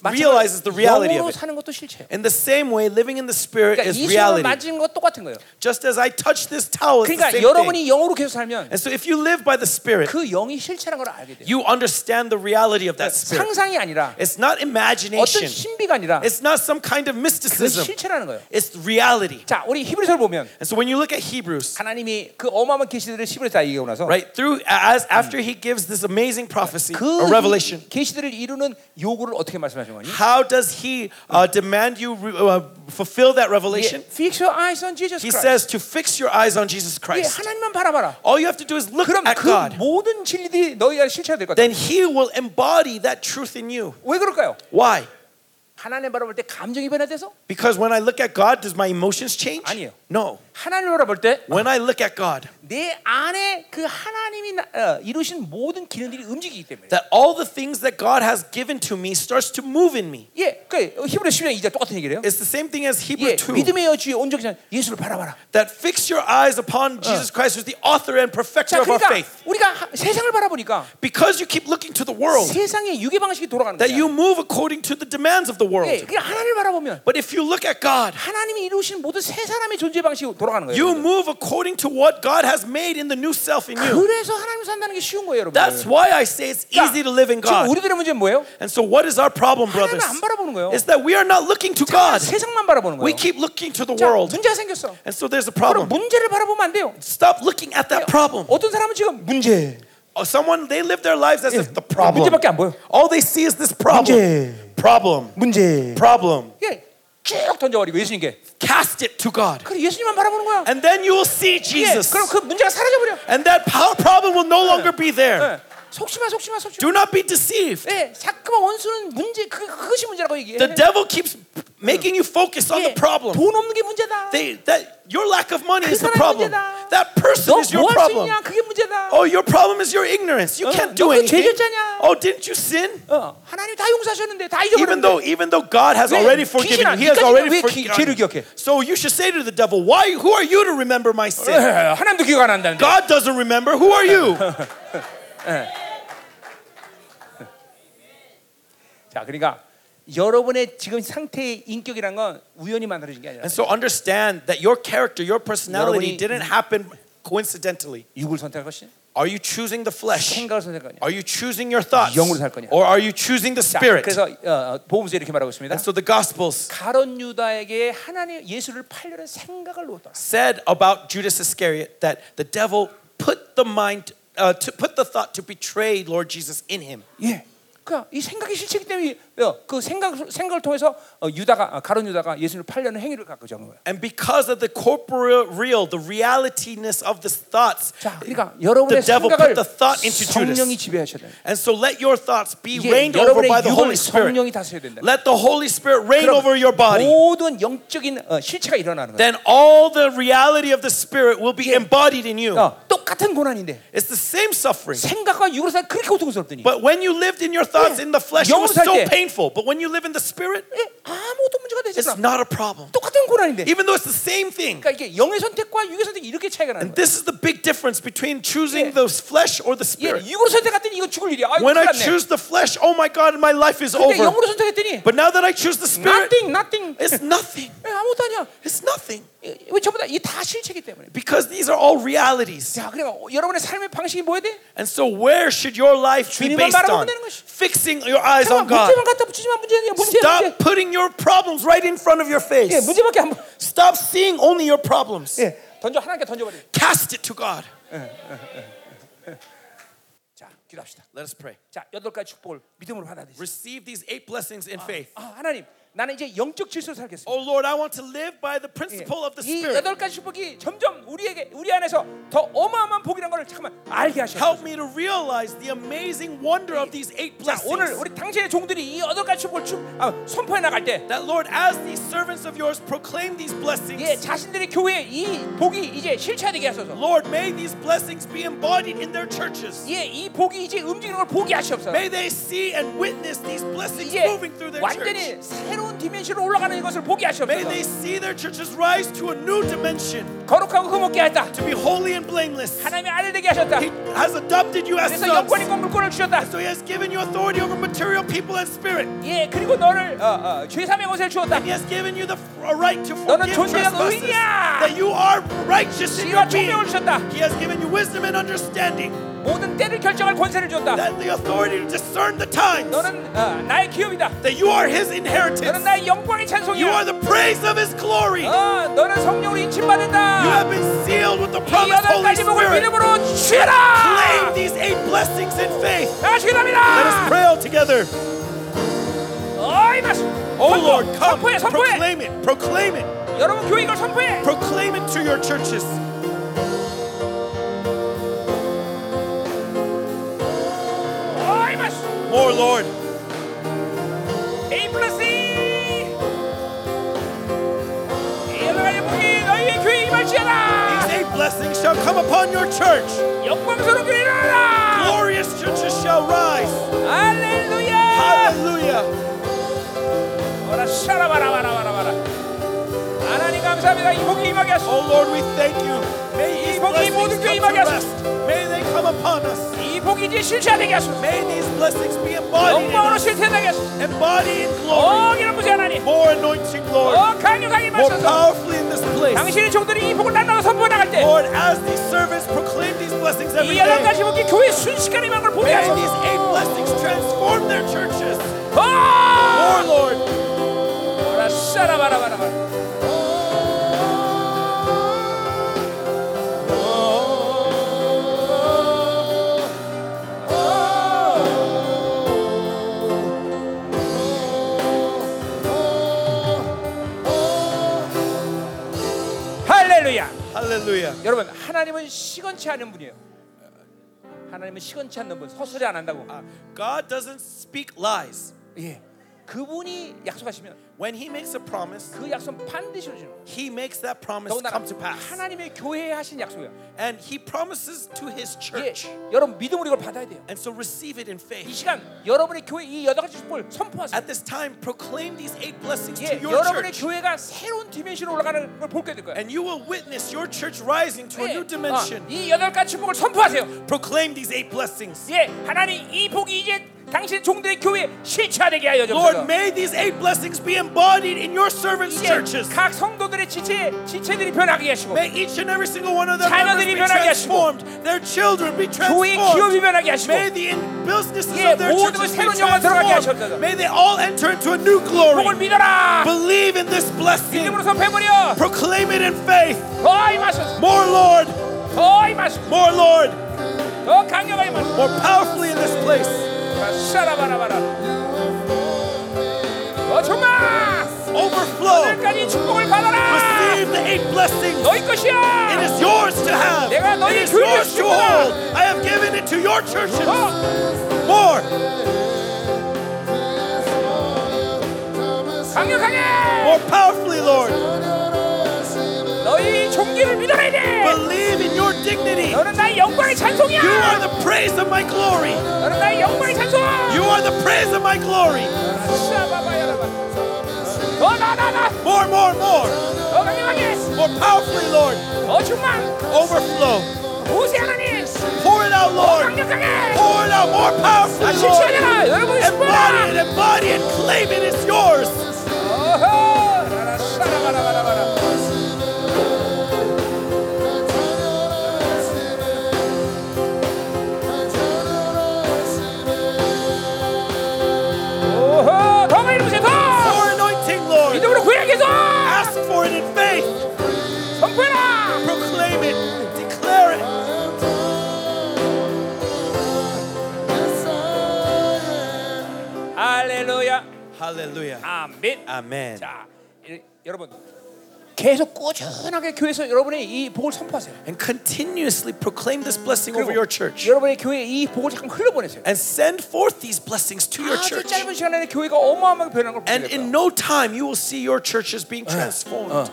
Speaker 2: realizes the
Speaker 1: 마찬가지로
Speaker 2: reality
Speaker 1: 영으로
Speaker 2: of it.
Speaker 1: 사는 것도 실체예요.
Speaker 2: In the same way, living in the spirit
Speaker 1: 그러니까
Speaker 2: is
Speaker 1: 이 손을
Speaker 2: reality.
Speaker 1: 맞은 것 똑같은 거예요.
Speaker 2: Just as I touch this towel, it's the
Speaker 1: 그러니까
Speaker 2: same thing.
Speaker 1: 여러분이 영으로 계속 살면
Speaker 2: And so if you live by the spirit,
Speaker 1: 그 영이 실체란 걸 알게 돼요.
Speaker 2: you understand the reality of that spirit.
Speaker 1: 상상이 아니라
Speaker 2: It's not
Speaker 1: 어떤
Speaker 2: imagination.
Speaker 1: 신비가 아니라
Speaker 2: It's not some kind of
Speaker 1: 그
Speaker 2: mysticism.
Speaker 1: 실체라는 거예요.
Speaker 2: It's reality.
Speaker 1: 자, 우리 히브리서를 보면
Speaker 2: And so when you look at Hebrews,
Speaker 1: 하나님이 그 어마어마한 계시들을 히브리서 다 얘기하고 나서
Speaker 2: right through as after he gives this amazing prophecy
Speaker 1: 그
Speaker 2: or revelation
Speaker 1: 계시들을 이루는 요구를 어떻게 말씀하신 거니?
Speaker 2: how does he uh, demand you re- uh, fulfill that revelation
Speaker 1: 예, Fix your eyes on Jesus
Speaker 2: he
Speaker 1: Christ.
Speaker 2: says to fix your eyes on jesus
Speaker 1: 예,
Speaker 2: christ
Speaker 1: 하나님만 바라봐라.
Speaker 2: all you have to do is look
Speaker 1: 그럼
Speaker 2: at
Speaker 1: 그
Speaker 2: god
Speaker 1: 모든 진리들이 너희가 실체가 될 거다.
Speaker 2: then he will embody that truth in you
Speaker 1: 왜 그럴까요?
Speaker 2: why
Speaker 1: 하나님 바라볼 때 감정이 변화돼서
Speaker 2: because when i look at god does my emotions change
Speaker 1: 아니에요.
Speaker 2: no
Speaker 1: 하나님 바라볼 때 내
Speaker 2: when i look at god
Speaker 1: 안에 그 하나님이 나- 어, 이루신 모든 기능들이 움직이기 때문에.
Speaker 2: that all the things that god has given to me starts to move in me
Speaker 1: 예, 그 히브리 10년 이제 똑같은 얘기를 해요.
Speaker 2: it's the same thing as hebrew
Speaker 1: 예,
Speaker 2: 2
Speaker 1: 믿음의 여주의 온전한 예수를 바라봐라.
Speaker 2: that fix your eyes upon jesus christ who's the author and
Speaker 1: 자,
Speaker 2: perfecter of our
Speaker 1: 그러니까
Speaker 2: faith
Speaker 1: 우리가 하- 세상을 바라보니까
Speaker 2: Because you keep looking to the world,
Speaker 1: 세상의 유괴 방식이 돌아가는
Speaker 2: that
Speaker 1: 거예요.
Speaker 2: you move according to the demands of the world.
Speaker 1: 예, 그냥 하나님을 바라보면
Speaker 2: But if you look at God,
Speaker 1: 하나님이 이루신 모든 세 사람의 존재 방식이 돌아가는 거예요.
Speaker 2: you
Speaker 1: 여러분들.
Speaker 2: move according to what God has made in the new self in you.
Speaker 1: 그래서 하나님 산다는 게 쉬운 거예요, 여러분.
Speaker 2: That's why I say it's easy to live in
Speaker 1: 지금
Speaker 2: God.
Speaker 1: 우리들의 문제는 뭐예요?
Speaker 2: And so, what is our problem,
Speaker 1: 하나님을
Speaker 2: brothers?
Speaker 1: 안 바라보는 거예요.
Speaker 2: Is that we are not looking to God.
Speaker 1: 세상만 바라보는
Speaker 2: We
Speaker 1: 거예요.
Speaker 2: keep looking to the
Speaker 1: 자,
Speaker 2: world.
Speaker 1: 문제가 생겼어.
Speaker 2: And so, there's a
Speaker 1: 그럼
Speaker 2: problem.
Speaker 1: 문제를 바라보면 안 돼요.
Speaker 2: Stop looking at that problem.
Speaker 1: 어떤 사람은 지금 문제. 예,
Speaker 2: Oh, Someone, they live their lives as if the problem.
Speaker 1: 문제밖에 안 보여.
Speaker 2: All they see is this problem.
Speaker 1: 문제.
Speaker 2: Problem.
Speaker 1: 문제.
Speaker 2: Problem.
Speaker 1: 예, 쭉 던져버리고 예수님께.
Speaker 2: Cast it to God.
Speaker 1: 그럼 예수님만 바라보는 거야.
Speaker 2: And then you will see
Speaker 1: 예,
Speaker 2: Jesus.
Speaker 1: 그럼 그 문제가 사라져버려.
Speaker 2: And that power problem will no longer be
Speaker 1: 예,
Speaker 2: there.
Speaker 1: 속지마, 속지마, 속지마.
Speaker 2: Do not be deceived.
Speaker 1: 예, 자꾸만 원수는 문제 그 그것이 문제라고 얘기해.
Speaker 2: The devil keeps making you focus on the
Speaker 1: 예,
Speaker 2: problem.
Speaker 1: 돈 없는 게 문제다.
Speaker 2: They, that your lack of money is the
Speaker 1: 사람이
Speaker 2: problem.
Speaker 1: 문제다.
Speaker 2: That person is your
Speaker 1: 너뭐할수
Speaker 2: problem.
Speaker 1: 있냐? 그게 문제다.
Speaker 2: Oh, your problem is your ignorance. You
Speaker 1: 어,
Speaker 2: can't
Speaker 1: 너
Speaker 2: do
Speaker 1: 그
Speaker 2: anything.
Speaker 1: 죄졌잖아.
Speaker 2: Oh, didn't you sin?
Speaker 1: 어, 하나님 다 용서하셨는데 다
Speaker 2: Even
Speaker 1: 잊어버렸는데.
Speaker 2: though, even though God has
Speaker 1: 왜
Speaker 2: already forgiven
Speaker 1: 귀신아,
Speaker 2: you, He has
Speaker 1: 네가
Speaker 2: already
Speaker 1: 왜 기- 죄를
Speaker 2: forgiven you.
Speaker 1: 기억해?
Speaker 2: So you should say to the devil, "Why? Who are you to remember my
Speaker 1: 예,
Speaker 2: sin?
Speaker 1: 하나님도 기억 안 한다는데.
Speaker 2: God doesn't remember. Who are you?"
Speaker 1: 자, 그러니까 여러분의 지금 상태의 인격이란 건 우연히 만들어진 게 아니라
Speaker 2: And so understand that your character, your personality
Speaker 1: 여러분이-
Speaker 2: didn't happen coincidentally.
Speaker 1: 육을 선택할 것이냐?
Speaker 2: Are you choosing the flesh?
Speaker 1: 생각을 선택할 거냐?
Speaker 2: Are you choosing your thoughts?
Speaker 1: 영으로 살 거냐?
Speaker 2: Or are you choosing the
Speaker 1: 자,
Speaker 2: spirit?
Speaker 1: 그래서 어, 어, 보험서 이렇게 말하고 있습니다.
Speaker 2: And so the Gospels
Speaker 1: 가론 유다에게 하나님 예수를 팔려는 생각을 놓았더라.
Speaker 2: said about Judas Iscariot that the devil put the mind, uh, to put the thought to betray Lord Jesus in him.
Speaker 1: 예. 그러니까 이 생각이 실체이기 때문에 어, 그 생각 생각을 통해서 어, 유다가 아, 가론 유다가 예수를 팔려는 행위를 갖고 한 거예요.
Speaker 2: And because of the corporeal real, the realityness of the thoughts,
Speaker 1: 자, 그러니까 여러분의
Speaker 2: the devil put
Speaker 1: 생각을
Speaker 2: the thought into Judas.
Speaker 1: 성령이 지배하셔야 돼요.
Speaker 2: And so let your thoughts be
Speaker 1: 이게
Speaker 2: reigned over by
Speaker 1: 여러분의
Speaker 2: the
Speaker 1: 육을
Speaker 2: Holy Spirit.
Speaker 1: 성령이 다스려야 된다.
Speaker 2: Let the Holy Spirit reign
Speaker 1: 그럼
Speaker 2: over your body.
Speaker 1: 모든 영적인 어, 실체가 일어나는 거예요.
Speaker 2: Then all the reality of the Spirit will be embodied in you.
Speaker 1: 어, 똑같은 똑같은 고난인데
Speaker 2: It's the same suffering.
Speaker 1: 생각과 육으로 살 그렇게 고통스럽더니
Speaker 2: But when you lived in your thoughts
Speaker 1: Yeah.
Speaker 2: in the flesh, it
Speaker 1: 영혼
Speaker 2: was
Speaker 1: 살
Speaker 2: so
Speaker 1: 때.
Speaker 2: painful. But when you live in the spirit,
Speaker 1: 예, 아무것도 문제가 되지
Speaker 2: it's
Speaker 1: 않아.
Speaker 2: not a problem.
Speaker 1: 똑같은 고난인데.
Speaker 2: Even though it's the same thing.
Speaker 1: 그러니까 이게 영의 선택과 육의 선택이 이렇게 차이가 나는
Speaker 2: And
Speaker 1: 거야.
Speaker 2: this is the big difference between
Speaker 1: Yeah.
Speaker 2: choosing the flesh or the
Speaker 1: 예,
Speaker 2: spirit.
Speaker 1: 육으로 선택했더니 이거 죽을 일이야. 아유,
Speaker 2: When I
Speaker 1: 큰일 났네.
Speaker 2: choose the flesh, oh my God, my life is
Speaker 1: 근데
Speaker 2: over.
Speaker 1: 영으로 선택했더니
Speaker 2: But now that I choose the spirit,
Speaker 1: nothing, nothing.
Speaker 2: it's nothing.
Speaker 1: 예, 아무것도 아니야.
Speaker 2: It's nothing.
Speaker 1: 예, 왜 전부 다이다 실체기 때문에.
Speaker 2: Because these are all realities.
Speaker 1: 자, 그러니까 여러분의 삶의 방식이 뭐야 돼?
Speaker 2: And so, where should your life be
Speaker 1: 주님만
Speaker 2: based
Speaker 1: 바라보면
Speaker 2: on?
Speaker 1: 되는 것이.
Speaker 2: Fixing your eyes
Speaker 1: 잠깐만
Speaker 2: on God.
Speaker 1: 문제만 갖다 붙이지 마. 문제는 문제. 문제.
Speaker 2: 그러니까 Stop putting your problems right in front of your
Speaker 1: 예,
Speaker 2: face.
Speaker 1: 문제밖에 안 보.
Speaker 2: Stop seeing only your problems.
Speaker 1: 예, 던져 하나님께 던져버려.
Speaker 2: Cast it to God.
Speaker 1: 자, 기도합시다.
Speaker 2: Let us pray.
Speaker 1: 자, 여덟 가지 축복을 믿음으로 받아들이세요.
Speaker 2: Receive these eight blessings in faith.
Speaker 1: 아, 하나님, 나는 이제 영적 질서로 살겠습니다.
Speaker 2: Oh Lord, I want to live by the principle of the
Speaker 1: 이
Speaker 2: Spirit.
Speaker 1: 여덟 가지 축복이 점점 우리에게 우리 안에서 더 어마어마한 복이라는 걸 잠깐만 알게 하셔.
Speaker 2: Help me to realize the amazing wonder of these eight
Speaker 1: 자, 오늘
Speaker 2: blessings.
Speaker 1: 우리 당신의 종들이 이 여덟 가지 축복을 축, 아, 선포해 나갈 때,
Speaker 2: That Lord, as these servants of yours proclaim these
Speaker 1: 예,
Speaker 2: blessings,
Speaker 1: 자신들의 교회에 이 복이 이제 실체되게 하소서.
Speaker 2: Lord, may these blessings be embodied in their churches.
Speaker 1: 예, 이 복이 이제 움직이는 걸 보게 하시옵소서.
Speaker 2: May they see and witness these blessings
Speaker 1: 이제
Speaker 2: moving through their church.
Speaker 1: 완전히 새로운 디멘션으로 올라가는 이것을 보게
Speaker 2: May
Speaker 1: 하시옵소서.
Speaker 2: they see their churches rise to a new dimension,
Speaker 1: 거룩하고 흠없게 하였다.
Speaker 2: to be holy and blameless.
Speaker 1: 하나님의 아들 되게 하셨다.
Speaker 2: He has adopted you as
Speaker 1: 그래서
Speaker 2: sons.
Speaker 1: 영권이 물권을 주셨다.
Speaker 2: So he has given you authority over material people and spirit.
Speaker 1: 예, 그리고 너를 어, 어, 죄삼의 옷을 주었다.
Speaker 2: He has given you the a right to
Speaker 1: 너는
Speaker 2: forgive
Speaker 1: 존재가
Speaker 2: trespasses.
Speaker 1: 의인이야.
Speaker 2: That you are righteous in your
Speaker 1: 지혜와 총명을
Speaker 2: being.
Speaker 1: 주셨다.
Speaker 2: He has given you wisdom and understanding.
Speaker 1: 모든 때를 결정할 권세를 주었다.
Speaker 2: That the authority to discern the times.
Speaker 1: 너는 어, 나의 기업이다.
Speaker 2: That you are his
Speaker 1: 너는
Speaker 2: inheritance.
Speaker 1: 나의 영광의
Speaker 2: You
Speaker 1: 찬송이야.
Speaker 2: are the praise of his glory. You
Speaker 1: 어, 너는 성령으로
Speaker 2: have
Speaker 1: 인침받는다.
Speaker 2: been sealed with the
Speaker 1: 이
Speaker 2: promised
Speaker 1: 여덟
Speaker 2: Holy
Speaker 1: 가지 복을
Speaker 2: Spirit.
Speaker 1: 믿음으로
Speaker 2: Claim
Speaker 1: 취해라.
Speaker 2: these eight blessings in faith.
Speaker 1: 다 같이
Speaker 2: Let us
Speaker 1: 기도합니다.
Speaker 2: pray all together.
Speaker 1: 어이 마스.
Speaker 2: Oh Lord, come.
Speaker 1: 선포해, 선포해.
Speaker 2: Proclaim it. Proclaim it.
Speaker 1: 여러분 교회 이걸 선포해.
Speaker 2: Proclaim it to your churches.
Speaker 1: 어이 마스.
Speaker 2: More, Oh, Lord.
Speaker 1: A 플러스 E. 이 여덟 가지 복이 너희의 교회에
Speaker 2: These
Speaker 1: 임할지어다.
Speaker 2: eight blessings shall come upon your church.
Speaker 1: 영광스러운 교회를 하라.
Speaker 2: Glorious churches shall rise. Ah.
Speaker 1: 할렐루야.
Speaker 2: Hallelujah.
Speaker 1: 어라 샤라바라바라바라바라 하나님 감사합니다 이 복이 임하게 하소서
Speaker 2: Oh Lord, we thank you. May these blessings come to rest. May they come upon us.
Speaker 1: 이 복이 이제 실체되게 하소서
Speaker 2: May these blessings be embodied in
Speaker 1: 영광으로
Speaker 2: us.
Speaker 1: 실체되게 하소서
Speaker 2: Embodied in glory.
Speaker 1: 어 이런 부지 하나님 어
Speaker 2: More anointing, Lord.
Speaker 1: 강력하게
Speaker 2: More
Speaker 1: 임하소서
Speaker 2: powerfully in this place.
Speaker 1: 당신의 종들이 이 복을 날라가 선포해 나갈 때 이
Speaker 2: Lord, as these servants proclaim these blessings every
Speaker 1: 여덟
Speaker 2: day,
Speaker 1: 가지 복이 교회 순식간에 임한 걸 보게
Speaker 2: may these
Speaker 1: 하소서
Speaker 2: eight blessings transform their churches.
Speaker 1: 어
Speaker 2: More, Lord.
Speaker 1: 어라 샤라바라바라바라 할렐루야
Speaker 2: Hallelujah.
Speaker 1: 여러분 하나님은 시건치 않은 분이에요 하나님은 시건치 않는 분 서술이 안 한다고
Speaker 2: Uh, God doesn't speak lies.
Speaker 1: 예. 그분이 약속하시면
Speaker 2: When He makes a promise,
Speaker 1: 그 약속은 반드시 이루어지는 거예요
Speaker 2: He makes that promise
Speaker 1: 더군다나
Speaker 2: come to pass.
Speaker 1: 하나님의 교회에 하신 약속이에요
Speaker 2: And He promises to His
Speaker 1: 예,
Speaker 2: church.
Speaker 1: 여러분 믿음으로 이걸 받아야 돼요.
Speaker 2: And so receive it in
Speaker 1: 이
Speaker 2: faith.
Speaker 1: 시간 여러분의 교회 이 여덟 가지 축복을 선포하세요.
Speaker 2: At this time, proclaim these eight blessings
Speaker 1: 예,
Speaker 2: to your
Speaker 1: 여러분의
Speaker 2: church.
Speaker 1: 교회가 새로운 디멘션으로 올라가는 걸 볼게 될 거예요.
Speaker 2: And you will witness your church rising to a
Speaker 1: 예,
Speaker 2: new dimension.
Speaker 1: 어, 이 여덟 가지 축복을 선포하세요.
Speaker 2: Proclaim these eight blessings.
Speaker 1: 예, 하나님 이 복이 이제 당신 종들의 교회 실체화되게 하여
Speaker 2: Lord,
Speaker 1: 주옵소서.
Speaker 2: may these eight blessings be embodied in your servants'
Speaker 1: 이제
Speaker 2: churches.
Speaker 1: 각 성도들의 지체 지체들이 변하게 하시고
Speaker 2: May each and every single one of them members
Speaker 1: 자녀들이
Speaker 2: be
Speaker 1: 변하게 하시고,
Speaker 2: transformed. Their children be
Speaker 1: 교회 기업이
Speaker 2: transformed.
Speaker 1: 변하게 하시고
Speaker 2: May the in- businesses
Speaker 1: 예,
Speaker 2: of their
Speaker 1: 모든
Speaker 2: churches be
Speaker 1: 새로운 영광 들어가게 하셨다.
Speaker 2: transformed. May they all enter into a new
Speaker 1: 복을
Speaker 2: glory.
Speaker 1: 믿어라.
Speaker 2: Believe in this blessing.
Speaker 1: 믿음으로 선포해버려.
Speaker 2: Proclaim it in faith.
Speaker 1: 더 임하소서.
Speaker 2: More, Lord.
Speaker 1: 더 임하소서.
Speaker 2: More, Lord.
Speaker 1: 더 강력하게 임하소서.
Speaker 2: More powerfully in this place.
Speaker 1: 샤라바라바라 어 정말
Speaker 2: Overflow.
Speaker 1: 오늘까지 축복을 받아라
Speaker 2: Receive the eight blessings.
Speaker 1: 너희 것이야
Speaker 2: It is yours to have.
Speaker 1: 내가
Speaker 2: It
Speaker 1: 너희
Speaker 2: is
Speaker 1: 교회를
Speaker 2: yours to
Speaker 1: 주겠구나.
Speaker 2: hold. I have given it to your churches.
Speaker 1: 어,
Speaker 2: More.
Speaker 1: 강력하게
Speaker 2: More powerfully, Lord.
Speaker 1: 너희 종기를 믿어야 돼.
Speaker 2: Believe in your dignity.
Speaker 1: 너는 나의 영광의 찬송이야.
Speaker 2: You are the praise of my glory.
Speaker 1: 너는 나의 영광의 찬송.
Speaker 2: You are the praise of my glory.
Speaker 1: 더 나나나
Speaker 2: More, more, more.
Speaker 1: 더 강력하게
Speaker 2: More powerfully, Lord.
Speaker 1: 더 충만
Speaker 2: Overflow.
Speaker 1: 우세 하나님
Speaker 2: Pour it out, Lord.
Speaker 1: 강력하게
Speaker 2: Pour it out more
Speaker 1: 나
Speaker 2: powerfully, Lord.
Speaker 1: 실체하잖아 여러분이
Speaker 2: Embody
Speaker 1: 승부하라
Speaker 2: it, embody it, claim it, it's yours.
Speaker 1: 어허 라라샤라바라바라바라 오호 더 많이 보세요 더
Speaker 2: More anointing, Lord.
Speaker 1: 믿음으로 구해야겠어
Speaker 2: Ask for it in faith.
Speaker 1: 선포해라
Speaker 2: Proclaim it. Declare it.
Speaker 1: 할렐루야
Speaker 2: Hallelujah.
Speaker 1: 아멘
Speaker 2: Amen.
Speaker 1: 자 이- 여러분 계속 꾸준하게 교회에서 여러분이 이 복을 선포하세요
Speaker 2: And continuously proclaim this blessing over your church.
Speaker 1: 여러분의 교회에 이 복을 잠깐 흘려보내세요
Speaker 2: And send forth these blessings to your
Speaker 1: 아주
Speaker 2: church.
Speaker 1: 짧은 시간 안에 교회가 어마어마하게 변하는 걸
Speaker 2: And
Speaker 1: 보게 요
Speaker 2: in no time, you will see your churches being transformed.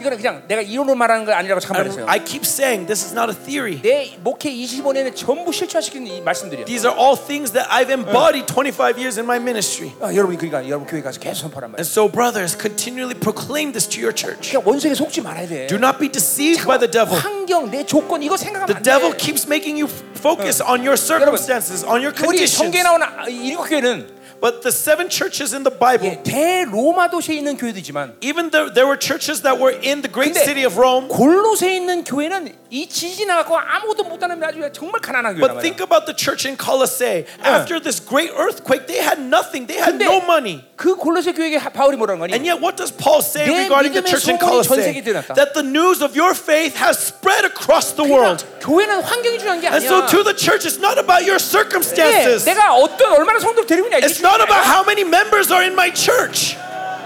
Speaker 1: 이거는 그냥 내가 이론으로 말하는 거 아니라고 잠깐
Speaker 2: And
Speaker 1: 말했어요
Speaker 2: I keep saying this is not a theory.
Speaker 1: 내 목회 25년에 전부 실천시키는 이 말씀들이야
Speaker 2: These are all things that I've embodied 25 years in my ministry.
Speaker 1: 아, 여러분이 그러니까 여러분 교회 가서 계속 선포란 말이야
Speaker 2: And so, brothers, continually proclaim this to your church.
Speaker 1: 그러니까 원수에게 속지 말아야 돼
Speaker 2: Do not be deceived by the devil.
Speaker 1: 환경, 내 조건 이거
Speaker 2: The
Speaker 1: 생각하면 안 돼.
Speaker 2: devil keeps making you focus on your circumstances, on your
Speaker 1: 우리 성경에
Speaker 2: conditions.
Speaker 1: 나오는 아, 이 일곱 교회는
Speaker 2: But the seven churches in the Bible,
Speaker 1: 예, 대 로마 도시에 있는 교회도 있지만
Speaker 2: even though there were churches that were in the great
Speaker 1: 근데
Speaker 2: city of Rome,
Speaker 1: 골로새 있는 교회는 이 지진 나갖고 아무것도 못하는 아주 정말 가난한 교회란
Speaker 2: but
Speaker 1: 말이야.
Speaker 2: think about the church in Colossae. After this great earthquake, they had nothing, they had
Speaker 1: 근데
Speaker 2: no money.
Speaker 1: 그 골로새 교회에게 하- 바울이 뭐라는 거니?
Speaker 2: And yet, what does Paul say
Speaker 1: 내
Speaker 2: regarding the
Speaker 1: 믿음의
Speaker 2: church
Speaker 1: 소문이 전
Speaker 2: in Colossae?
Speaker 1: 세계에 드러났다.
Speaker 2: That the news of your faith has spread across the world.
Speaker 1: 그러니까 교회는 환경이 중요한 게
Speaker 2: And
Speaker 1: 아니야.
Speaker 2: so, to the church, it's not about
Speaker 1: 예,
Speaker 2: your circumstances.
Speaker 1: 내가 어떤 얼마나 성도를 데리고 있냐. 이게
Speaker 2: It's not
Speaker 1: 중요한 게 아니야.
Speaker 2: about how many members are in my church.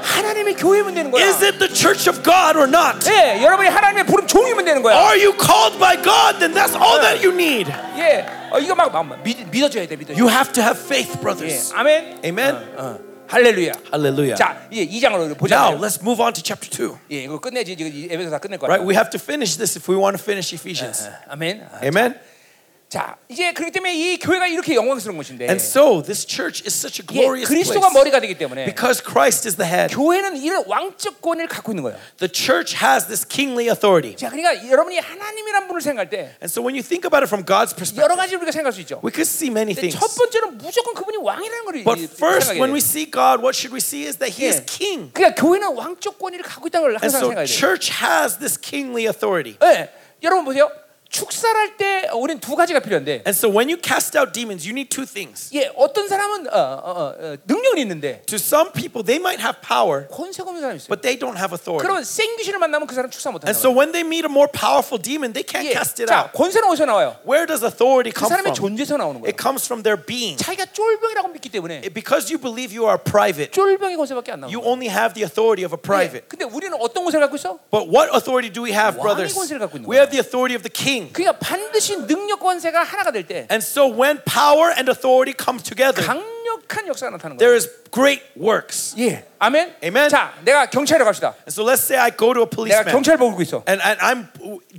Speaker 1: 하나님의 교회면 되는 거야.
Speaker 2: Is it the church of God or not?
Speaker 1: 예, 여러분이 하나님의 부름 종이면 되는 거야.
Speaker 2: Are you called by God? Then that's all that you need.
Speaker 1: 예, 어, 이거 막, 막, 막 믿, 믿어줘야 돼, 믿어.
Speaker 2: You have to have faith,
Speaker 1: 예,
Speaker 2: brothers.
Speaker 1: 아멘.
Speaker 2: Amen.
Speaker 1: 어, 할렐루야.
Speaker 2: Hallelujah.
Speaker 1: 자, 이제 이 장으로 보자.
Speaker 2: Now, let's move on to chapter 2.
Speaker 1: 예, 이거 끝내지. 지금 이 에베소 다 끝낼 거야. 예,
Speaker 2: Right? We have to finish this if we want to finish
Speaker 1: Uh,
Speaker 2: Ephesians.
Speaker 1: 아멘.
Speaker 2: Amen.
Speaker 1: 자, 이제 그렇기 때문에 이 교회가 이렇게 영광스러운 것인데.
Speaker 2: And so, this church is such a
Speaker 1: 예,
Speaker 2: glorious
Speaker 1: 그리스도가
Speaker 2: place
Speaker 1: 머리가 되기 때문에
Speaker 2: because Christ is the head.
Speaker 1: 교회는 이런 왕적 권위를 갖고 있는 거예요.
Speaker 2: The church has this kingly authority.
Speaker 1: 자, 그러니까 여러분이 하나님이란 분을 생각할 때
Speaker 2: And so, when you think about it from God's perspective,
Speaker 1: 여러 가지 우리가 생각할 수 있죠.
Speaker 2: we could see many
Speaker 1: 근데
Speaker 2: things.
Speaker 1: 첫 번째는 무조건 그분이 왕이라는 걸
Speaker 2: But
Speaker 1: 이-
Speaker 2: first,
Speaker 1: 생각해야
Speaker 2: when
Speaker 1: 돼요.
Speaker 2: we see God, what should we see is that He
Speaker 1: 예.
Speaker 2: is King.
Speaker 1: 그러니까 교회는 왕적 권위를 갖고 있다는 걸
Speaker 2: And
Speaker 1: 항상
Speaker 2: so,
Speaker 1: 생각해야 돼요.
Speaker 2: church has this kingly authority.
Speaker 1: 예, 여러분 보세요. 축사할 때 우리는 두 가지가 필요한데,
Speaker 2: And so, when you cast out demons, you need two things.
Speaker 1: 예, 어떤 사람은 어, 어, 어, 어, 능력이 있는데
Speaker 2: To some people, they might have power,
Speaker 1: 권세가 없는 사람이 있어요.
Speaker 2: but they don't have authority.
Speaker 1: 그러면 생 귀신을 만나면 그 사람 축사 못
Speaker 2: And
Speaker 1: 한다.
Speaker 2: so, when they meet a more powerful demon, they can't
Speaker 1: 예,
Speaker 2: cast it
Speaker 1: 자,
Speaker 2: out.
Speaker 1: 권세는 어디서 나와요?
Speaker 2: Where does authority
Speaker 1: 그
Speaker 2: come
Speaker 1: 사람의
Speaker 2: from?
Speaker 1: 존재에서 나오는 거예요.
Speaker 2: It comes from their being.
Speaker 1: 자기가 쫄병이라고 믿기 때문에
Speaker 2: It- Because you believe you are private,
Speaker 1: 쫄병의 권세밖에 안 나와요. 예.
Speaker 2: you only have the authority of a private.
Speaker 1: 근데 우리는 어떤 권세를 갖고 있어?
Speaker 2: But what authority do we have,
Speaker 1: 왕의
Speaker 2: brothers?
Speaker 1: 권세를 갖고 있는
Speaker 2: We have the authority of the king.
Speaker 1: 그러니까 반드시 능력 권세가 하나가 될 때
Speaker 2: And so, when power and authority come together,
Speaker 1: 강력한 역사가 나타나는 거예요.
Speaker 2: there is great works.
Speaker 1: 예. 아멘.
Speaker 2: Amen.
Speaker 1: 자, 내가 경찰에 갑시다.
Speaker 2: And so let's say I go to a
Speaker 1: 내가
Speaker 2: policeman
Speaker 1: 경찰 보고 있어.
Speaker 2: and, and I'm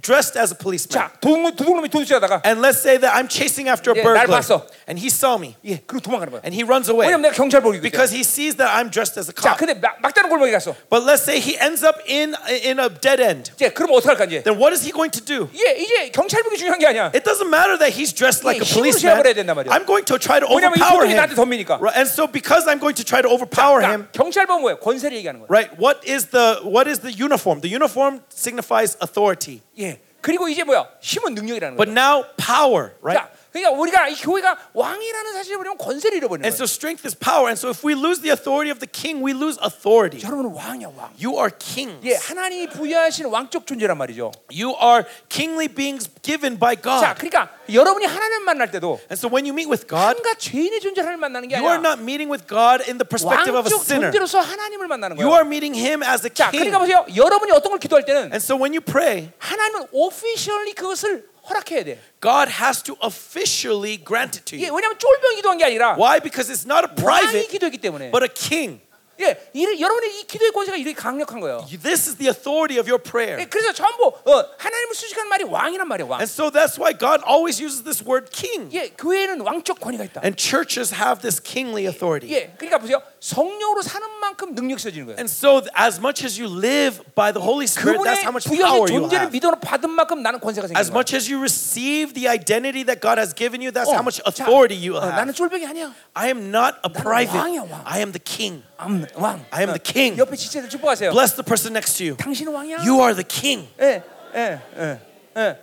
Speaker 2: dressed as a policeman.
Speaker 1: 자, 도둑 도둑놈이 도둑질하다가
Speaker 2: And let's say that I'm chasing after a
Speaker 1: 예, 날
Speaker 2: burglar
Speaker 1: 봤어.
Speaker 2: and he saw me
Speaker 1: 예, 그리고 도망가는 거야.
Speaker 2: and he runs away
Speaker 1: 왜냐면 내가 경찰 보고 있거든.
Speaker 2: because he sees that I'm dressed as a
Speaker 1: 자,
Speaker 2: cop.
Speaker 1: 근데 막, 막다른 골목에 갔어.
Speaker 2: But let's say he ends up in in a dead end.
Speaker 1: 이제 그럼 어떡 할까 이제?
Speaker 2: Then what is he going to do?
Speaker 1: 예, 이게 이제 경찰복이 중요한 게 아니야.
Speaker 2: It doesn't matter that he's dressed like a
Speaker 1: 힘으로
Speaker 2: policeman.
Speaker 1: 제압을 해야 된단 말이야.
Speaker 2: I'm going to try to
Speaker 1: 왜냐면 이
Speaker 2: overpower
Speaker 1: 도둑이
Speaker 2: him.
Speaker 1: 나한테 덤비니까.
Speaker 2: Right, And so because I'm going to try to overpower him,
Speaker 1: 그러니까 경찰복 뭐예요? 권세를 얘기하는 거야.
Speaker 2: right? What is the what is the uniform? The uniform signifies authority.
Speaker 1: 예. 그리고 이제 뭐야? 힘은 능력이라는 거야.
Speaker 2: But now power, right?
Speaker 1: 자, 그러니까 우리가 이 교회가 왕이라는 사실을 버리면 권세를 잃어버리는
Speaker 2: And
Speaker 1: 거예요.
Speaker 2: so strength is power. And so if we lose the authority of the king, we lose authority.
Speaker 1: 여러분은 왕이야 왕.
Speaker 2: You are kings.
Speaker 1: 예, 하나님이 부여하신 왕적 존재란 말이죠.
Speaker 2: You are kingly beings given by
Speaker 1: 자,
Speaker 2: God.
Speaker 1: 그러니까 여러분이 하나님 만날 때도
Speaker 2: And so when you meet with God,
Speaker 1: 한가 죄인의 존재를 만나는 게
Speaker 2: you are
Speaker 1: 아니라
Speaker 2: not meeting with God in the perspective of a
Speaker 1: 왕적
Speaker 2: sinner.
Speaker 1: 존재로서 하나님을 만나는
Speaker 2: You
Speaker 1: 거예요.
Speaker 2: are meeting him as a
Speaker 1: 자,
Speaker 2: king.
Speaker 1: 그러니까 보세요. 여러분이 어떤 걸 기도할 때는
Speaker 2: And so when you pray,
Speaker 1: 하나님은 오피셜리 그것을 허락해야 돼.
Speaker 2: God has to officially grant it to
Speaker 1: 이게
Speaker 2: you.
Speaker 1: 왜냐하면 쫄병 기도한 게 아니라
Speaker 2: Why? Because it's not a
Speaker 1: 왕이
Speaker 2: private,
Speaker 1: 기도했기 때문에.
Speaker 2: but a king.
Speaker 1: 예, 이 여러분의 이 기도의 권세가 이렇게 강력한 거예요.
Speaker 2: You- This is the authority of your prayer.
Speaker 1: 예, 그래서 전부 어, 하나님을 수식하는 말이 왕이란 말이에요. 왕.
Speaker 2: And so that's why God always uses this word king.
Speaker 1: 예, 교회에는 왕적 권위가 있다.
Speaker 2: And churches have this kingly authority.
Speaker 1: 예, 그러니까 보세요. 성령으로 사는 만큼 능력이 있어지는 거예요.
Speaker 2: And so, th- as much as you live by the Holy Spirit,
Speaker 1: 그분의
Speaker 2: that's how much
Speaker 1: 부여의
Speaker 2: power you
Speaker 1: 존재를
Speaker 2: have.
Speaker 1: 믿음으로 받은 만큼 나는 권세가 생기는
Speaker 2: As
Speaker 1: 거야.
Speaker 2: much as you receive the identity that God has given you, that's
Speaker 1: 어,
Speaker 2: how much
Speaker 1: 자,
Speaker 2: authority you
Speaker 1: 어,
Speaker 2: will
Speaker 1: 나는
Speaker 2: have.
Speaker 1: 쫄병이 아니야.
Speaker 2: I am not a private,
Speaker 1: 왕이야, 왕.
Speaker 2: I am the king.
Speaker 1: 암, 왕. 어,
Speaker 2: I am the king.
Speaker 1: 옆에 지체들 축복하세요.
Speaker 2: Bless the person next to you.
Speaker 1: 당신은 왕이야.
Speaker 2: You are the king.
Speaker 1: 예, 예, 예, 예.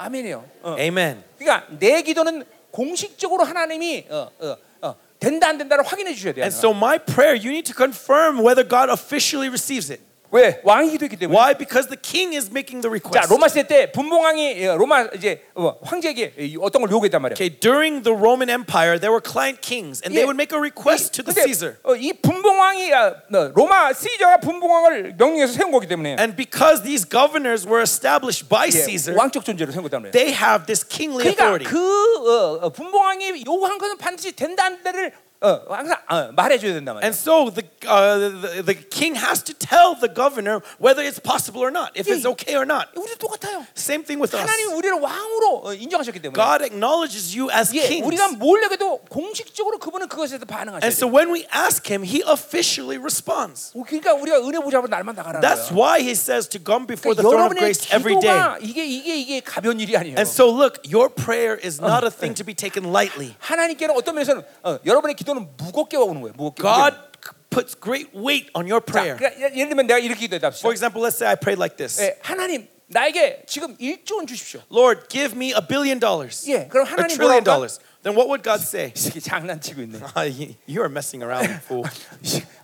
Speaker 1: 아멘이요. 어.
Speaker 2: Amen.
Speaker 1: 그러니까 내 기도는 공식적으로 하나님이 어, 어, 어, 된다 안 된다를 확인해 주셔야 돼요.
Speaker 2: And so, my prayer, you need to confirm whether God officially receives it.
Speaker 1: 왜 왕이 기도했기 때문에.
Speaker 2: Why? Because the king is making
Speaker 1: 자
Speaker 2: the request.
Speaker 1: 로마 시대 때 분봉왕이 어, 로마 이제 어, 황제에게 이 어떤 걸 요구했단 말이야.
Speaker 2: Okay, during the Roman Empire, there were client kings, and
Speaker 1: Yeah.
Speaker 2: they would make a request to the
Speaker 1: 근데,
Speaker 2: Caesar.
Speaker 1: 어, 이 분봉왕이 아, 어, 로마 시저가 분봉왕을 명령해서 세운 거기 때문에
Speaker 2: And because these governors were established by
Speaker 1: 예,
Speaker 2: Caesar,
Speaker 1: 왕적 존재로 세운 거단 말이에요.
Speaker 2: they have this kingly
Speaker 1: 그러니까
Speaker 2: authority.
Speaker 1: 그 어, 어, 분봉왕이 요구한 것은 반드시 된다 안 된다를 어, 항상 어, 말해줘야 된단 말이에요.
Speaker 2: And so the, uh, the, the king has to tell the governor whether it's possible or not, if it's
Speaker 1: Yeah.
Speaker 2: okay or not.
Speaker 1: 우리도 똑같아요.
Speaker 2: Same thing with us.
Speaker 1: 하나님 이 우리를 왕으로 어, 인정하셨기 때문에
Speaker 2: God acknowledges you as
Speaker 1: 예,
Speaker 2: king.
Speaker 1: 우리가 뭘 얘기해도 공식적으로 그분은 그것에 대해서 반응하셔야 돼요.
Speaker 2: And so when we ask him, he officially responds.
Speaker 1: 그러니까 우리가 은혜 보좌 앞으로 날만 나가라는
Speaker 2: That's
Speaker 1: 거예요.
Speaker 2: why he says to come before the
Speaker 1: 그러니까
Speaker 2: throne of
Speaker 1: 여러분의
Speaker 2: grace every day.
Speaker 1: 기도가 이게 이게 이게 가벼운 일이 아니에요.
Speaker 2: And so look, your prayer is not a thing to be taken lightly.
Speaker 1: 하나님께는 어떤 면에서는 어, 여러분의 기도는 무겁게 오는 거예요. 무겁게.
Speaker 2: God
Speaker 1: 무겁게.
Speaker 2: puts great weight on your
Speaker 1: 자,
Speaker 2: prayer.
Speaker 1: 그러니까 예- 예를 들면 내가 이렇게 기도했다. 합시다.
Speaker 2: For example, let's say I prayed like this.
Speaker 1: 예, 하나님 나에게 지금 1조 원 주십시오.
Speaker 2: Lord, give me a billion dollars.
Speaker 1: Yeah, 그럼
Speaker 2: 예, a
Speaker 1: 하나님
Speaker 2: trillion
Speaker 1: 뭐라고 할까?
Speaker 2: dollars. Then what would God say?
Speaker 1: 이 새끼 장난치고 있네.
Speaker 2: You- you are messing around, you fool.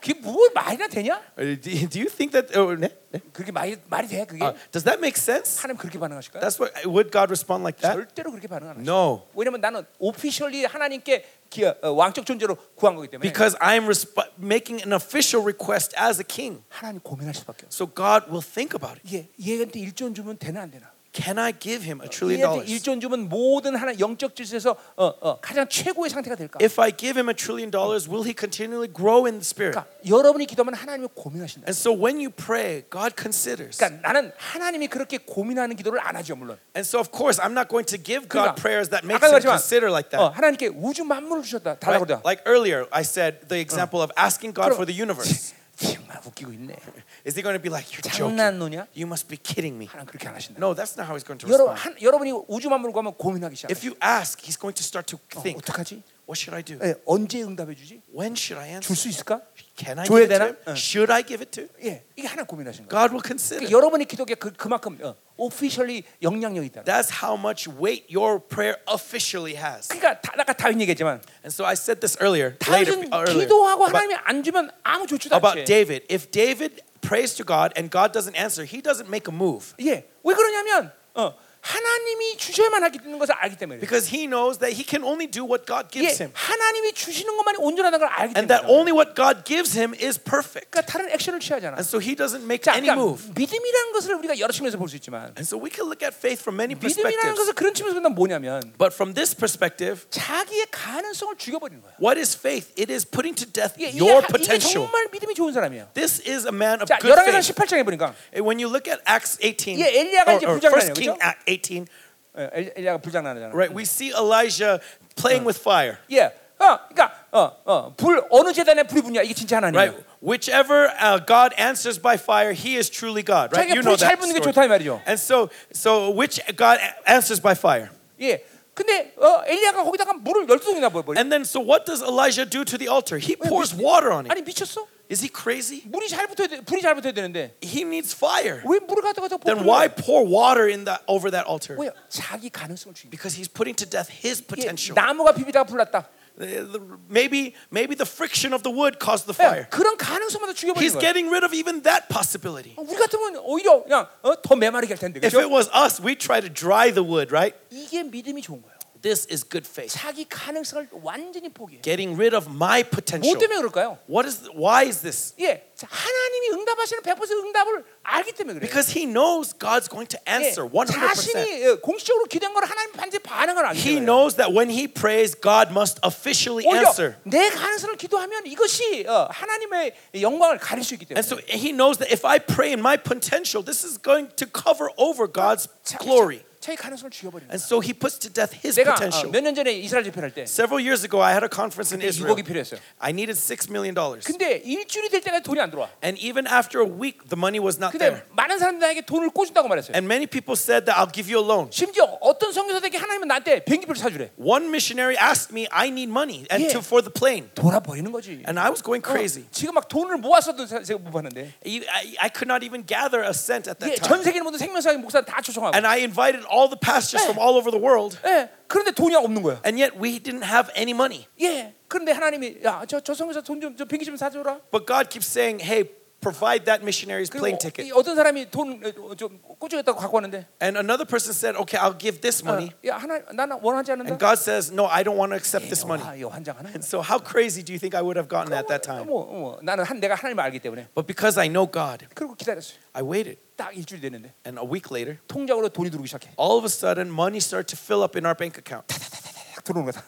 Speaker 1: 그게 뭐 말이나 되냐?
Speaker 2: Uh, Do do you think that? oh, ne- ne-
Speaker 1: 그렇게 말이 말이 돼? 그게
Speaker 2: uh, Does that make sense?
Speaker 1: 하나님 그렇게 반응하실까요?
Speaker 2: That's what uh, would God respond like that?
Speaker 1: 절대로 그렇게 반응 안 하죠.
Speaker 2: No,
Speaker 1: 왜냐면 나는 오피셜리 하나님께 기, 어, 왕적 존재로 구한 거기 때문에
Speaker 2: because I am resp- making an official request as a king.
Speaker 1: 하나님 고민할 수밖에 없어.
Speaker 2: So God will think about it.
Speaker 1: 예, 얘한테 1조 원 주면 되나 안 되나?
Speaker 2: Can I give him a trillion
Speaker 1: 얘한테
Speaker 2: dollars?
Speaker 1: 1조 원 주면 모든 하나 영적 질서에서 어, 어, 가장 최고의 상태가 될까?
Speaker 2: If I give him a trillion dollars, will he continually grow in the spirit?
Speaker 1: 그러니까 여러분이 기도하면 하나님이 고민하신다.
Speaker 2: And so when you pray, God considers.
Speaker 1: 그러니까 나는 하나님이 그렇게 고민하는 기도를 안 하죠, 물론.
Speaker 2: And so of course, I'm not going to give
Speaker 1: 그러니까
Speaker 2: God prayers that makes
Speaker 1: 아까도
Speaker 2: him
Speaker 1: 말했지만,
Speaker 2: consider like
Speaker 1: 어,
Speaker 2: that.
Speaker 1: 하나님께 우주 만물을 주셨다.
Speaker 2: Right?
Speaker 1: 달라고 그러다.
Speaker 2: Like earlier, I said the example of asking God for the universe.
Speaker 1: 정말 웃기고 있네.
Speaker 2: Is he going to be like, you're joking?
Speaker 1: 장난노냐?
Speaker 2: You must be kidding me.
Speaker 1: 하나님 그렇게 안 하신다.
Speaker 2: No, that's not how he's going to
Speaker 1: 여러분,
Speaker 2: respond.
Speaker 1: 한, 여러분이 우주 만물을 구하면 고민하기 시작.
Speaker 2: If you ask, he's going to start to
Speaker 1: 어,
Speaker 2: think,
Speaker 1: 어떡하지?
Speaker 2: what should I do?
Speaker 1: 예, 언제 응답해 주지?
Speaker 2: When should I
Speaker 1: 줄
Speaker 2: answer?
Speaker 1: 수 있을까?
Speaker 2: Can I give
Speaker 1: 줘야
Speaker 2: it to
Speaker 1: 되나?
Speaker 2: him?
Speaker 1: 응.
Speaker 2: Should I give it to? him?
Speaker 1: 예, 이게 하나 고민하신 거예요.
Speaker 2: God will
Speaker 1: 그러니까
Speaker 2: consider.
Speaker 1: 여러분의 기도에 그, 그만큼 어, 오피셜리 영향력이 있다.
Speaker 2: That's how much weight your prayer officially has.
Speaker 1: 그러니까 다, 아까 다윈 얘기했지만
Speaker 2: And so I said this earlier,
Speaker 1: 다윗은
Speaker 2: later, uh, earlier
Speaker 1: 기도하고
Speaker 2: about,
Speaker 1: 하나님이 안 주면 아무 조치도 안
Speaker 2: about
Speaker 1: 돼.
Speaker 2: David. If David prays to God and God doesn't answer, he doesn't make a move
Speaker 1: 예, 왜 그러냐면 어, 하나님이 주셔야만 하게 되는 것을 알기 때문에. 그래요.
Speaker 2: because he knows that he can only do what God gives
Speaker 1: 예,
Speaker 2: him,
Speaker 1: 하나님이 주시는 것만이 온전하다는 걸 알기
Speaker 2: and that
Speaker 1: 때문에.
Speaker 2: only what God gives him is perfect.
Speaker 1: 그러니까 다른 액션을 취하잖아.
Speaker 2: And so he doesn't make
Speaker 1: 자,
Speaker 2: any
Speaker 1: 그러니까
Speaker 2: move.
Speaker 1: 믿음이라는 것을 우리가 여러 측면에서 볼 수 있지만
Speaker 2: And so we can look at faith from many
Speaker 1: 믿음이라는
Speaker 2: perspectives.
Speaker 1: 것을 그런 측면에서 본다면 뭐냐면
Speaker 2: But from this perspective,
Speaker 1: 자기의 가능성을 죽여버리는 거야.
Speaker 2: what is faith? It is putting to death
Speaker 1: 이게, 이게,
Speaker 2: your
Speaker 1: 하- 이게
Speaker 2: potential.
Speaker 1: 정말 믿음이 좋은 사람이야.
Speaker 2: This is a man of
Speaker 1: 자,
Speaker 2: good
Speaker 1: 열왕기상
Speaker 2: faith.
Speaker 1: 18장에 보니까
Speaker 2: And Eh, When you look at Acts 18,
Speaker 1: 예, 엘리야가 이제
Speaker 2: or, or
Speaker 1: 불장난이에요,
Speaker 2: 1 King
Speaker 1: 그죠?
Speaker 2: Act 18,
Speaker 1: 어, 엘- 엘리야가 불장난하잖아.
Speaker 2: right? We see Elijah playing with fire.
Speaker 1: 예, 어, 그러니까 어, 어, 불 어느 재단에 불이 붙냐 이게 진짜 하나님이야.
Speaker 2: Right? Whichever uh, God answers by fire, he is truly God, right?
Speaker 1: 자기가
Speaker 2: You know
Speaker 1: 불이 잘
Speaker 2: that.
Speaker 1: 붙는 게
Speaker 2: story.
Speaker 1: 좋다 이 말이죠.
Speaker 2: And so so which God a- answers by fire?
Speaker 1: 예, 근데 어, 엘리야가 거기다가 물을 열두 송이나 뭐, 부어버려.
Speaker 2: And then so what does Elijah do to the altar? He pours water on it.
Speaker 1: 아니 미쳤어?
Speaker 2: Is he crazy?
Speaker 1: 물이 잘 붙어야 돼, 불이 잘 붙어야 되는데
Speaker 2: He needs fire.
Speaker 1: 왜 물을 가져가서
Speaker 2: Then why pour water in that over that altar?
Speaker 1: 왜 자기 가능성을 죽이는
Speaker 2: Because he's putting to death his
Speaker 1: 거야. 예,
Speaker 2: potential.
Speaker 1: 나무가 비비다가 불났다. 예.
Speaker 2: The- the- Maybe maybe the friction of the wood caused the
Speaker 1: 예,
Speaker 2: fire.
Speaker 1: 그런 가능성마다
Speaker 2: He's
Speaker 1: 죽여버리는 거야.
Speaker 2: getting rid of even that possibility.
Speaker 1: 우리 같으면 오히려 그냥 어, 더 메마르게 할 텐데
Speaker 2: If
Speaker 1: 그렇죠?
Speaker 2: it was us, we'd try to dry the wood, right?
Speaker 1: 이게 믿음이 좋은 거예요.
Speaker 2: This is good faith.
Speaker 1: 자기 가능성을 완전히 포기해요.
Speaker 2: Getting rid of my
Speaker 1: 뭐
Speaker 2: potential.
Speaker 1: 때문에 그럴까요?
Speaker 2: What is why is this?
Speaker 1: 예, 자, 하나님이 응답하시는 100% 응답을 알기 때문에 그래요.
Speaker 2: Because he knows God's going to
Speaker 1: 예,
Speaker 2: answer 100%.
Speaker 1: 자신이 어, 공식적으로 기대한 걸 하나님 반드시 반응을 안
Speaker 2: He
Speaker 1: 해요.
Speaker 2: knows that when he prays, God must officially
Speaker 1: 오히려
Speaker 2: answer.
Speaker 1: 내 가능성을 기도하면 이것이 어, 하나님의 영광을 가릴 수 있기 때문에.
Speaker 2: And so he knows that if I pray in my potential, this is going to cover over God's
Speaker 1: 자,
Speaker 2: glory.
Speaker 1: 자, 자기 가능성을 죽여버리는
Speaker 2: And
Speaker 1: 거예요.
Speaker 2: so he puts to death his
Speaker 1: 내가 어,
Speaker 2: potential.
Speaker 1: 몇 년 전에 이스라엘 집회할 때
Speaker 2: Several years ago, I had a conference in
Speaker 1: 그때
Speaker 2: Israel.
Speaker 1: 6억이 필요했어요.
Speaker 2: I needed six million dollars.
Speaker 1: 근데 일주일이 될 때까지 돈이 안 들어와.
Speaker 2: And even after a week, the money was not
Speaker 1: 근데
Speaker 2: there.
Speaker 1: 많은 사람들 나에게 돈을 꿔준다고 말했어요.
Speaker 2: And many people said that I'll give you a loan.
Speaker 1: 심지어 어떤 성교사들에게 하나님은 나한테 비행기표를 사주래.
Speaker 2: One missionary asked me, I need money and
Speaker 1: Yeah. Oh.
Speaker 2: to, for the plane.
Speaker 1: 돌아버리는 거지.
Speaker 2: And I was going
Speaker 1: 어,
Speaker 2: crazy.
Speaker 1: 지금 막 돈을 모았어도 사- 제가 못 봤는데.
Speaker 2: You- I, I could not even gather a cent at
Speaker 1: 예,
Speaker 2: that
Speaker 1: 전
Speaker 2: time.
Speaker 1: 세계 모든 생명사의 목사 다 초청하고.
Speaker 2: And I invited all the pastors from all over the world.
Speaker 1: 예, 그런데 돈이 없는 거야.
Speaker 2: And yet we didn't have any money.
Speaker 1: 예, 그런데 하나님이 야저저 성교사 돈 좀저 비행기 좀 사줘라.
Speaker 2: But God keeps saying, hey, provide that missionary's
Speaker 1: 그리고
Speaker 2: plane
Speaker 1: 어, 이
Speaker 2: ticket.
Speaker 1: 어떤 사람이 돈좀 꼬주겠다고 갖고 왔는데.
Speaker 2: And another person said, okay, I'll give this
Speaker 1: 어,
Speaker 2: money.
Speaker 1: 야 하나 나는 원하지 않는다.
Speaker 2: And God says, no, I don't want to accept this money.
Speaker 1: 아, 이거 환장하는 거야.
Speaker 2: So how crazy do you think I would have gotten at that time?
Speaker 1: 뭐, 뭐, 나는 한 내가 하나님을 알기 때문에.
Speaker 2: But because I know God,
Speaker 1: 그리고 기다렸어요.
Speaker 2: I waited.
Speaker 1: 딱 일주일 됐는데
Speaker 2: And a week later,
Speaker 1: 통장으로 돈이 들어오기 시작해.
Speaker 2: all of a sudden, money started to fill up in our bank account.
Speaker 1: 딱 들어오는 거다.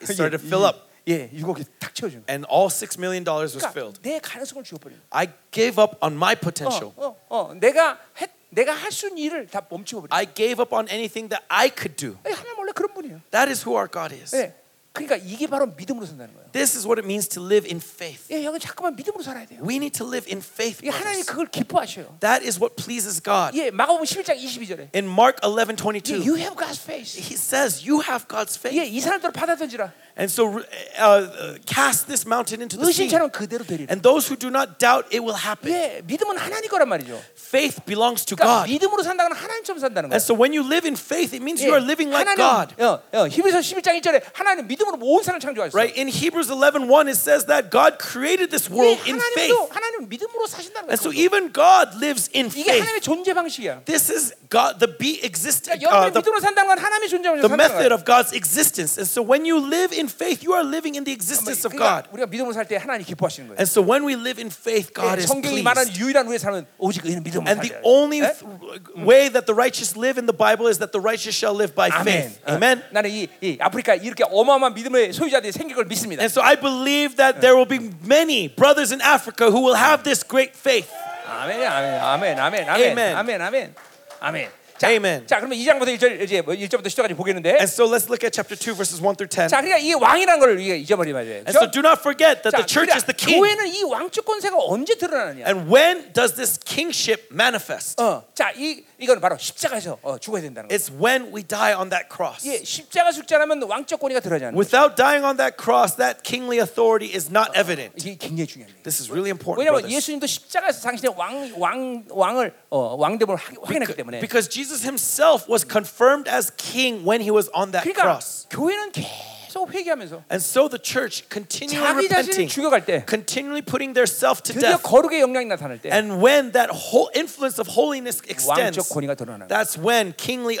Speaker 2: It started to fill up,
Speaker 1: 예, 6억이 탁 채워준 거야.
Speaker 2: and all six million dollars was
Speaker 1: 그러니까
Speaker 2: filled.
Speaker 1: 내 가능성을 죽여버리는
Speaker 2: I gave up on my
Speaker 1: 거야.
Speaker 2: potential.
Speaker 1: 어, 어, 어, 내가 했, 내가 할 수 있는 일을 다 멈추어버려.
Speaker 2: I gave up on anything that I could do.
Speaker 1: 예, 하나님 원래 그런 분이에요.
Speaker 2: That is who our God is.
Speaker 1: 예, 그러니까 이게 바로 믿음으로 산다는 거예요.
Speaker 2: This is what it means to live in faith.
Speaker 1: 예, 여러분 자꾸만 믿음으로 살아야 돼요.
Speaker 2: We need to live in faith.
Speaker 1: 예, 하나님이
Speaker 2: brothers.
Speaker 1: 그걸 기뻐하셔요.
Speaker 2: That is what pleases God.
Speaker 1: 예, 마가복음 11장 22절에
Speaker 2: In Mark 11
Speaker 1: 예,
Speaker 2: 22,
Speaker 1: you have God's face.
Speaker 2: he says, You have God's
Speaker 1: 예,
Speaker 2: faith.
Speaker 1: 이 사람들을 받아든지라
Speaker 2: And so uh, uh, cast this mountain into the sea.
Speaker 1: 의심처럼 그대로 되리라.
Speaker 2: And those who do not doubt, it will happen.
Speaker 1: 예, 믿음은 하나님 거란 말이죠.
Speaker 2: Faith belongs to
Speaker 1: 그러니까
Speaker 2: God.
Speaker 1: 믿음으로 산다는 건 하나님처럼 산다는 거예요.
Speaker 2: And so when you live in faith, it means
Speaker 1: 예,
Speaker 2: you are living like God.
Speaker 1: 하나님, 어, 어, 히브리서 11장 1절에 하나님 믿음으로 모든 세상을 창조하셨어요.
Speaker 2: Right? In Hebrews 11 it says that God created this
Speaker 1: 예,
Speaker 2: world in faith.
Speaker 1: 하나님도 하나님 믿음으로 사신다는
Speaker 2: And so
Speaker 1: 거예요.
Speaker 2: even God lives in
Speaker 1: 이게
Speaker 2: faith.
Speaker 1: 하나님의 존재 방식이야.
Speaker 2: This is God, the be existent,
Speaker 1: 그러니까
Speaker 2: uh,
Speaker 1: 여러분이
Speaker 2: the,
Speaker 1: 믿음으로 산다는 건 하나님의 존재 방식으로
Speaker 2: the
Speaker 1: 산다는
Speaker 2: method
Speaker 1: 거예요.
Speaker 2: of God's existence. And so when you live in faith, you are living in the existence of
Speaker 1: 그러니까
Speaker 2: God.
Speaker 1: 우리가 믿음으로 살 때 하나님 이 기뻐하시는 거예요.
Speaker 2: And so when we live in faith, God
Speaker 1: 예,
Speaker 2: is
Speaker 1: 성경이
Speaker 2: pleased.
Speaker 1: 말하는 유일한 우리의 삶은 오직 의는 믿음으로
Speaker 2: And the
Speaker 1: 살아요.
Speaker 2: only th- way that the righteous live in the Bible is that the righteous shall live by
Speaker 1: 아멘.
Speaker 2: faith. Amen.
Speaker 1: 어, 나는 이, 이 아프리카 이렇게 어마어마한 믿음의 소유자들이 생길 걸 믿습니다.
Speaker 2: And so I believe
Speaker 1: Uh.
Speaker 2: that there will be many brothers in Africa who will have this great faith.
Speaker 1: 아멘, 아멘, 아멘, 아멘, 아멘,
Speaker 2: Amen.
Speaker 1: 아멘, 아멘, 아멘. 자,
Speaker 2: Amen.
Speaker 1: 자, 그러면 2장부터 1절 이제 1절부터 10절까지 보겠는데.
Speaker 2: And so let's look at chapter 2, verses 1 through 10.
Speaker 1: 자, 그러니까 이 왕이라는 걸 우리가 잊어버리면 안 돼.
Speaker 2: And so do not forget that the church is the king.
Speaker 1: 그러니까 교회는 이 왕주권세가 언제 드러나느냐?
Speaker 2: And when does this kingship manifest?
Speaker 1: 어, 자, 이 이건 바로 십자가에서 어, 죽어야 된다는 거예요.
Speaker 2: It's when we die on that cross.
Speaker 1: 예, 십자가 죽지 않으면 왕적 권위가 드러나지 않아요.
Speaker 2: Without dying on that cross, that kingly authority is not
Speaker 1: Oh.
Speaker 2: evident.
Speaker 1: 이게 굉장히 중요한 거예요.
Speaker 2: This is really important.
Speaker 1: 왜냐하면
Speaker 2: Brothers.
Speaker 1: 예수님도 십자가에서 당신의 왕, 왕, 왕을 어, 왕됨을 확- 확인했기 때문에
Speaker 2: Because Jesus himself was confirmed as king when he was on that
Speaker 1: 그러니까
Speaker 2: cross.
Speaker 1: 교회는 계속 회개하면서
Speaker 2: And so the church continually
Speaker 1: 자기 자신을
Speaker 2: repenting,
Speaker 1: 죽여갈 때
Speaker 2: continually putting their self to
Speaker 1: 드디어
Speaker 2: death.
Speaker 1: 거룩의 영향이 나타날 때
Speaker 2: And when that whole influence of holiness
Speaker 1: 왕적
Speaker 2: extends,
Speaker 1: 권위가 드러나는 거예요.
Speaker 2: that's when kingly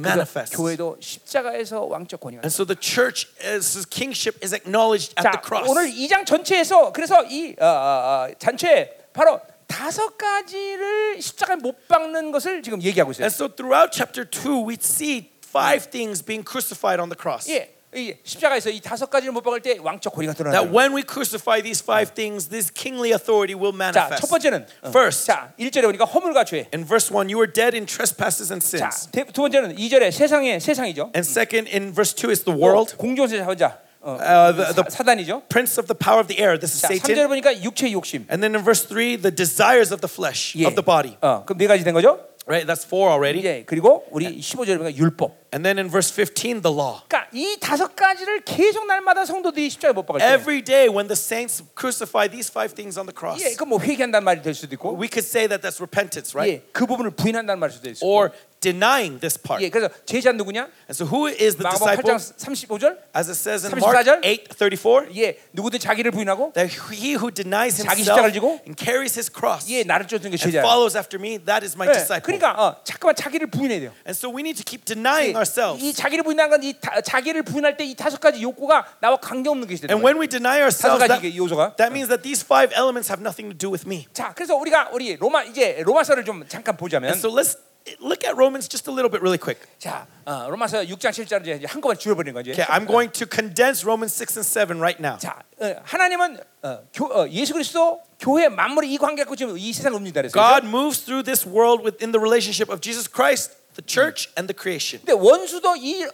Speaker 1: 예, 그래서
Speaker 2: manifests.
Speaker 1: 교회도 십자가에서 왕적 권위가
Speaker 2: And so the church, is, his kingship is acknowledged
Speaker 1: 자,
Speaker 2: at the cross.
Speaker 1: 오늘 2장 전체에서 그래서 이 어, 어, 어, 잔초에 바로 다섯 가지를 십자가에 못 박는 것을 지금 얘기하고 있어요.
Speaker 2: And so throughout chapter 2, we see five things being crucified on the cross.
Speaker 1: 예, 이 십자가에서 이 다섯 가지를 못 박을 때 왕적 고리가
Speaker 2: That
Speaker 1: 드러나요.
Speaker 2: when we crucify these five things, this kingly authority will
Speaker 1: 자, 첫
Speaker 2: manifest.
Speaker 1: 번째는 어,
Speaker 2: First.
Speaker 1: 자, 1절에 보니까 허물과 죄.
Speaker 2: In verse 1, you were dead in trespasses and
Speaker 1: 자,
Speaker 2: sins.
Speaker 1: 대- 두 번째는 2절에 세상의 세상이죠.
Speaker 2: And second, in verse 2, is the world,
Speaker 1: 공존세 자원자. 어,
Speaker 2: Uh, the- the-
Speaker 1: 사- 사단이죠.
Speaker 2: prince of the power of the air. This is
Speaker 1: 자,
Speaker 2: Satan.
Speaker 1: 3절에 보니까 육체의 욕심.
Speaker 2: And then in verse 3, the desires of the flesh,
Speaker 1: 예.
Speaker 2: of the body.
Speaker 1: 어, 그럼 네 가지 된 거죠?
Speaker 2: Right? That's four already.
Speaker 1: 예. 그리고
Speaker 2: 네.
Speaker 1: 우리 15절에 보니까 율법.
Speaker 2: And then in verse 15, the law.
Speaker 1: 그러니까 이 다섯 가지를 계속 날마다 성도들이 십자가에 못 박을 때
Speaker 2: Every day when the saints crucify these five things on the cross,
Speaker 1: 예, 그뭐 회개한다는 말이 될 수도 있고,
Speaker 2: we could say that that's repentance, right?
Speaker 1: 예, 그 부분을 부인한다는 말일 수도 있고,
Speaker 2: Or denying this part.
Speaker 1: 예, 그래서 제자 누구냐?
Speaker 2: And so who is the
Speaker 1: 마가복음
Speaker 2: disciple?
Speaker 1: 8장 35절,
Speaker 2: As it says in
Speaker 1: 34
Speaker 2: Mark
Speaker 1: 절?
Speaker 2: 8:34,
Speaker 1: 예, 누구든 자기를 부인하고,
Speaker 2: that he who denies
Speaker 1: 자기
Speaker 2: himself
Speaker 1: 십자가를 지고?
Speaker 2: and carries his cross
Speaker 1: 예, 나를 쫓는 게
Speaker 2: and
Speaker 1: 제자야.
Speaker 2: follows after me, that is my
Speaker 1: 예,
Speaker 2: disciple.
Speaker 1: 그러니까 어, 자꾸만 자기를 부인해야 돼요.
Speaker 2: And so we need to keep
Speaker 1: 예,
Speaker 2: denying ourselves.
Speaker 1: 이 자기를 부인하는 건 이 자기를 부인할 때 이 다섯 가지 욕구가 나와 관계없는 것이 되는
Speaker 2: And
Speaker 1: 거예요.
Speaker 2: when we deny
Speaker 1: 다섯
Speaker 2: ourselves,
Speaker 1: 가지
Speaker 2: that,
Speaker 1: 이게 요소가.
Speaker 2: that means that these five elements have nothing to do with me.
Speaker 1: 자, 그래서 우리가 우리 로마 이제 로마서를 좀 잠깐 보자면
Speaker 2: And so let's look at Romans just a little bit really quick.
Speaker 1: 자, 어, 로마서 6장 7절로 이제 한꺼번에 줄여버리는 거지.
Speaker 2: Okay, I'm going to condense Romans 6 and 7 right now.
Speaker 1: 자, 어, 하나님은 어, 교, 어, 예수 그리스도 교회 만물이 이 관계 갖고 지금 이 세상을 옵니다. 그래서
Speaker 2: God moves through this world within the relationship of Jesus Christ, the church, and the creation.
Speaker 1: 근데 원수도 이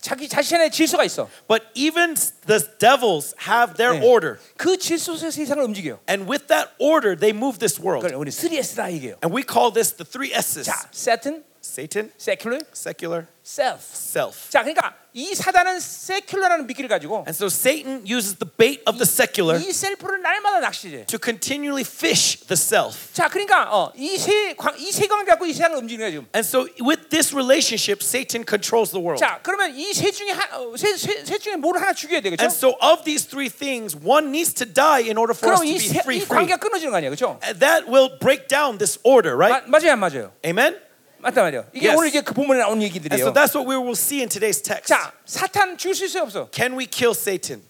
Speaker 1: 자기 자신의 질서가 있어.
Speaker 2: But even the devils have their
Speaker 1: 네.
Speaker 2: order.
Speaker 1: 그 질서 속에서 세상을 움직여요.
Speaker 2: And with that order, they move this world.
Speaker 1: 그걸 우리 3S라 얘기해요.
Speaker 2: And we call this the three S's
Speaker 1: 자, Satan,
Speaker 2: Satan,
Speaker 1: secular,
Speaker 2: secular,
Speaker 1: self.
Speaker 2: self.
Speaker 1: 자, 그러니까 이 사단은 secular라는 미끼를 가지고
Speaker 2: And so Satan uses the bait of the secular
Speaker 1: 이 셀프를 날마다 낚시해.
Speaker 2: to continually fish the self.
Speaker 1: 자, 그러니까 어, 이세 이세 관계 갖고 이 세상을 움직이는 거야 지금.
Speaker 2: And so with this relationship, Satan controls the world.
Speaker 1: 자, 그러면 이 세 중에 어, 한세세 중에 뭘 하나 죽여야 되겠죠?
Speaker 2: And so of these three things, one needs to die in order for us
Speaker 1: 그럼
Speaker 2: to
Speaker 1: 이,
Speaker 2: be
Speaker 1: 세,
Speaker 2: free.
Speaker 1: 이
Speaker 2: free.
Speaker 1: 관계가 끊어지는 거 아니야, 그렇죠?
Speaker 2: And Uh, that will break down this order, right?
Speaker 1: 맞아요, 안 맞아요?
Speaker 2: Amen?
Speaker 1: 맞다 말이요. 이게
Speaker 2: Yes.
Speaker 1: 오늘 이제 그 본문에 나온
Speaker 2: And so
Speaker 1: 얘기들이에요.
Speaker 2: that's what we will see in today's text.
Speaker 1: 자, 사탄 죽일 수 있어요, 없어?
Speaker 2: Can we kill Satan?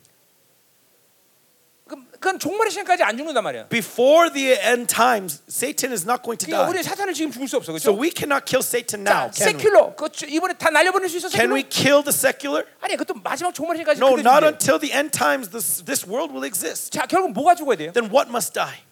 Speaker 1: 그럼 그건 종말의 시간까지 안 죽는단 말이야.
Speaker 2: Before the end times, Satan is not going to
Speaker 1: 그러니까
Speaker 2: die.
Speaker 1: 우리 사탄을 지금 죽일 수 없어,
Speaker 2: So
Speaker 1: 그렇죠?
Speaker 2: we cannot kill Satan now,
Speaker 1: 자,
Speaker 2: can we?
Speaker 1: 세큘러, 그 이번에 다 날려보낼 수 있어,
Speaker 2: Can we
Speaker 1: 세큘러?
Speaker 2: kill the secular?
Speaker 1: 아니, 그것도 마지막 종말의 시간까지
Speaker 2: No,
Speaker 1: 그대로
Speaker 2: not
Speaker 1: 죽여요.
Speaker 2: until the end times this, this world will exist.
Speaker 1: 자, 결국 뭐가 죽어야 돼요?
Speaker 2: Then what must die?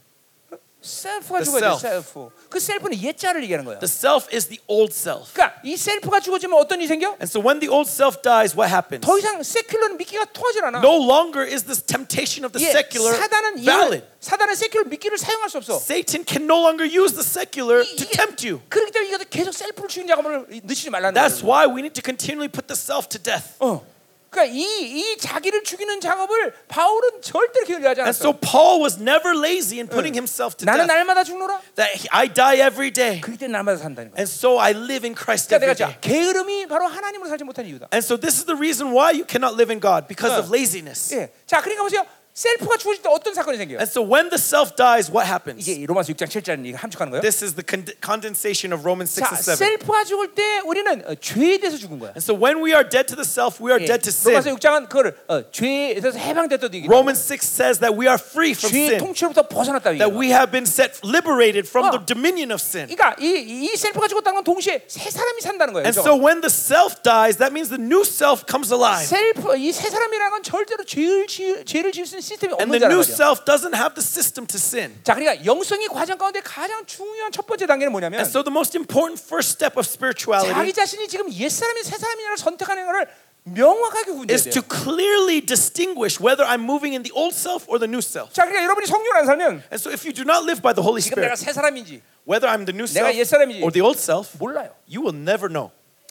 Speaker 1: 셀프가
Speaker 2: The
Speaker 1: 죽어야 돼요,
Speaker 2: self.
Speaker 1: 셀프. 그 셀프는 옛자를 얘기하는 거야.
Speaker 2: The self is the old self.
Speaker 1: 그러니까 이 셀프가 죽어지면 어떤 일이 생겨?
Speaker 2: And so when the old self dies, what happens?
Speaker 1: 더 이상 세큘러는 미끼가 통하지 않아.
Speaker 2: No longer is this temptation of the
Speaker 1: 예,
Speaker 2: secular
Speaker 1: 사단은
Speaker 2: valid.
Speaker 1: 이 사단은 세큘러 미끼를 사용할 수 없어.
Speaker 2: Satan can no longer use the secular 그러니까 to
Speaker 1: 이게-
Speaker 2: tempt you.
Speaker 1: 그렇기 때문에 이것도 계속 셀프를 죽인 작업을 늦추지 말라는
Speaker 2: That's
Speaker 1: 거예요.
Speaker 2: why we need to continually put the self to death.
Speaker 1: 어. 그러니까 이, 이 자기를 죽이는 작업을 바울은 절대 게을리하지
Speaker 2: And so
Speaker 1: 않았어.
Speaker 2: Paul was never lazy in putting himself to
Speaker 1: 나는
Speaker 2: death.
Speaker 1: 날마다 죽노라.
Speaker 2: That he- I die every day.
Speaker 1: 그때 날마다 산다는 거야.
Speaker 2: And so I live in Christ
Speaker 1: 그러니까 내가
Speaker 2: every day.
Speaker 1: 자, 게으름이 바로 하나님으로 살지 못한 이유다.
Speaker 2: And so this is the reason why you cannot live in God because
Speaker 1: Uh.
Speaker 2: of laziness.
Speaker 1: 예. 자, 그러니까 보세요. 셀프가 죽어질 때 어떤 사건이 생겨요?
Speaker 2: And so when the self dies, what happens?
Speaker 1: 이게 이 로마서 6장 7절은 이거 함축하는 거예요.
Speaker 2: This is the con- condensation of Romans 6
Speaker 1: 자,
Speaker 2: and 7.
Speaker 1: 셀프가 죽을 때 우리는 어, 죄에 대해서 죽은 거야.
Speaker 2: And so when we are dead to the self, we are
Speaker 1: 예,
Speaker 2: dead to sin.
Speaker 1: 로마서 6장은 그거를 어, 죄에 대해서 해방됐다도 얘기.
Speaker 2: Romans 6 says that we are free from
Speaker 1: 죄의
Speaker 2: sin,
Speaker 1: 통치로부터 벗어났다 얘기.
Speaker 2: that we have been set liberated from
Speaker 1: Uh.
Speaker 2: the dominion of sin.
Speaker 1: 그러니까 이, 이 셀프가 죽었다는 건 동시에 세 사람이 산다는 거예요.
Speaker 2: And
Speaker 1: 그죠?
Speaker 2: so when the self dies, that means the new self comes alive.
Speaker 1: 셀프 이 세 사람이라는 건 절대로 죄를 지, 죄를 지을 수 있는 시스템이
Speaker 2: And
Speaker 1: 없는
Speaker 2: the new
Speaker 1: 자라는 거죠.
Speaker 2: self doesn't have the system to sin.
Speaker 1: 자, 그러니까 영성의 과정 가운데 가장 중요한 첫 번째 단계는 뭐냐면
Speaker 2: And so the most important first step of
Speaker 1: 자기
Speaker 2: spirituality
Speaker 1: 자신이 지금 옛 사람이 새 사람이냐를 선택하는 것을 명확하게
Speaker 2: is
Speaker 1: 구분해야 돼요.
Speaker 2: to clearly distinguish whether I'm moving in the old self or the new self.
Speaker 1: 자, 그러니까 여러분이 성령을 안 살면
Speaker 2: And so if you do not live by the Holy
Speaker 1: 지금 내가
Speaker 2: Spirit,
Speaker 1: 새 사람인지
Speaker 2: whether I'm the new
Speaker 1: 내가
Speaker 2: self
Speaker 1: 옛사람인지
Speaker 2: or the old self,
Speaker 1: 몰라요.
Speaker 2: you will never know.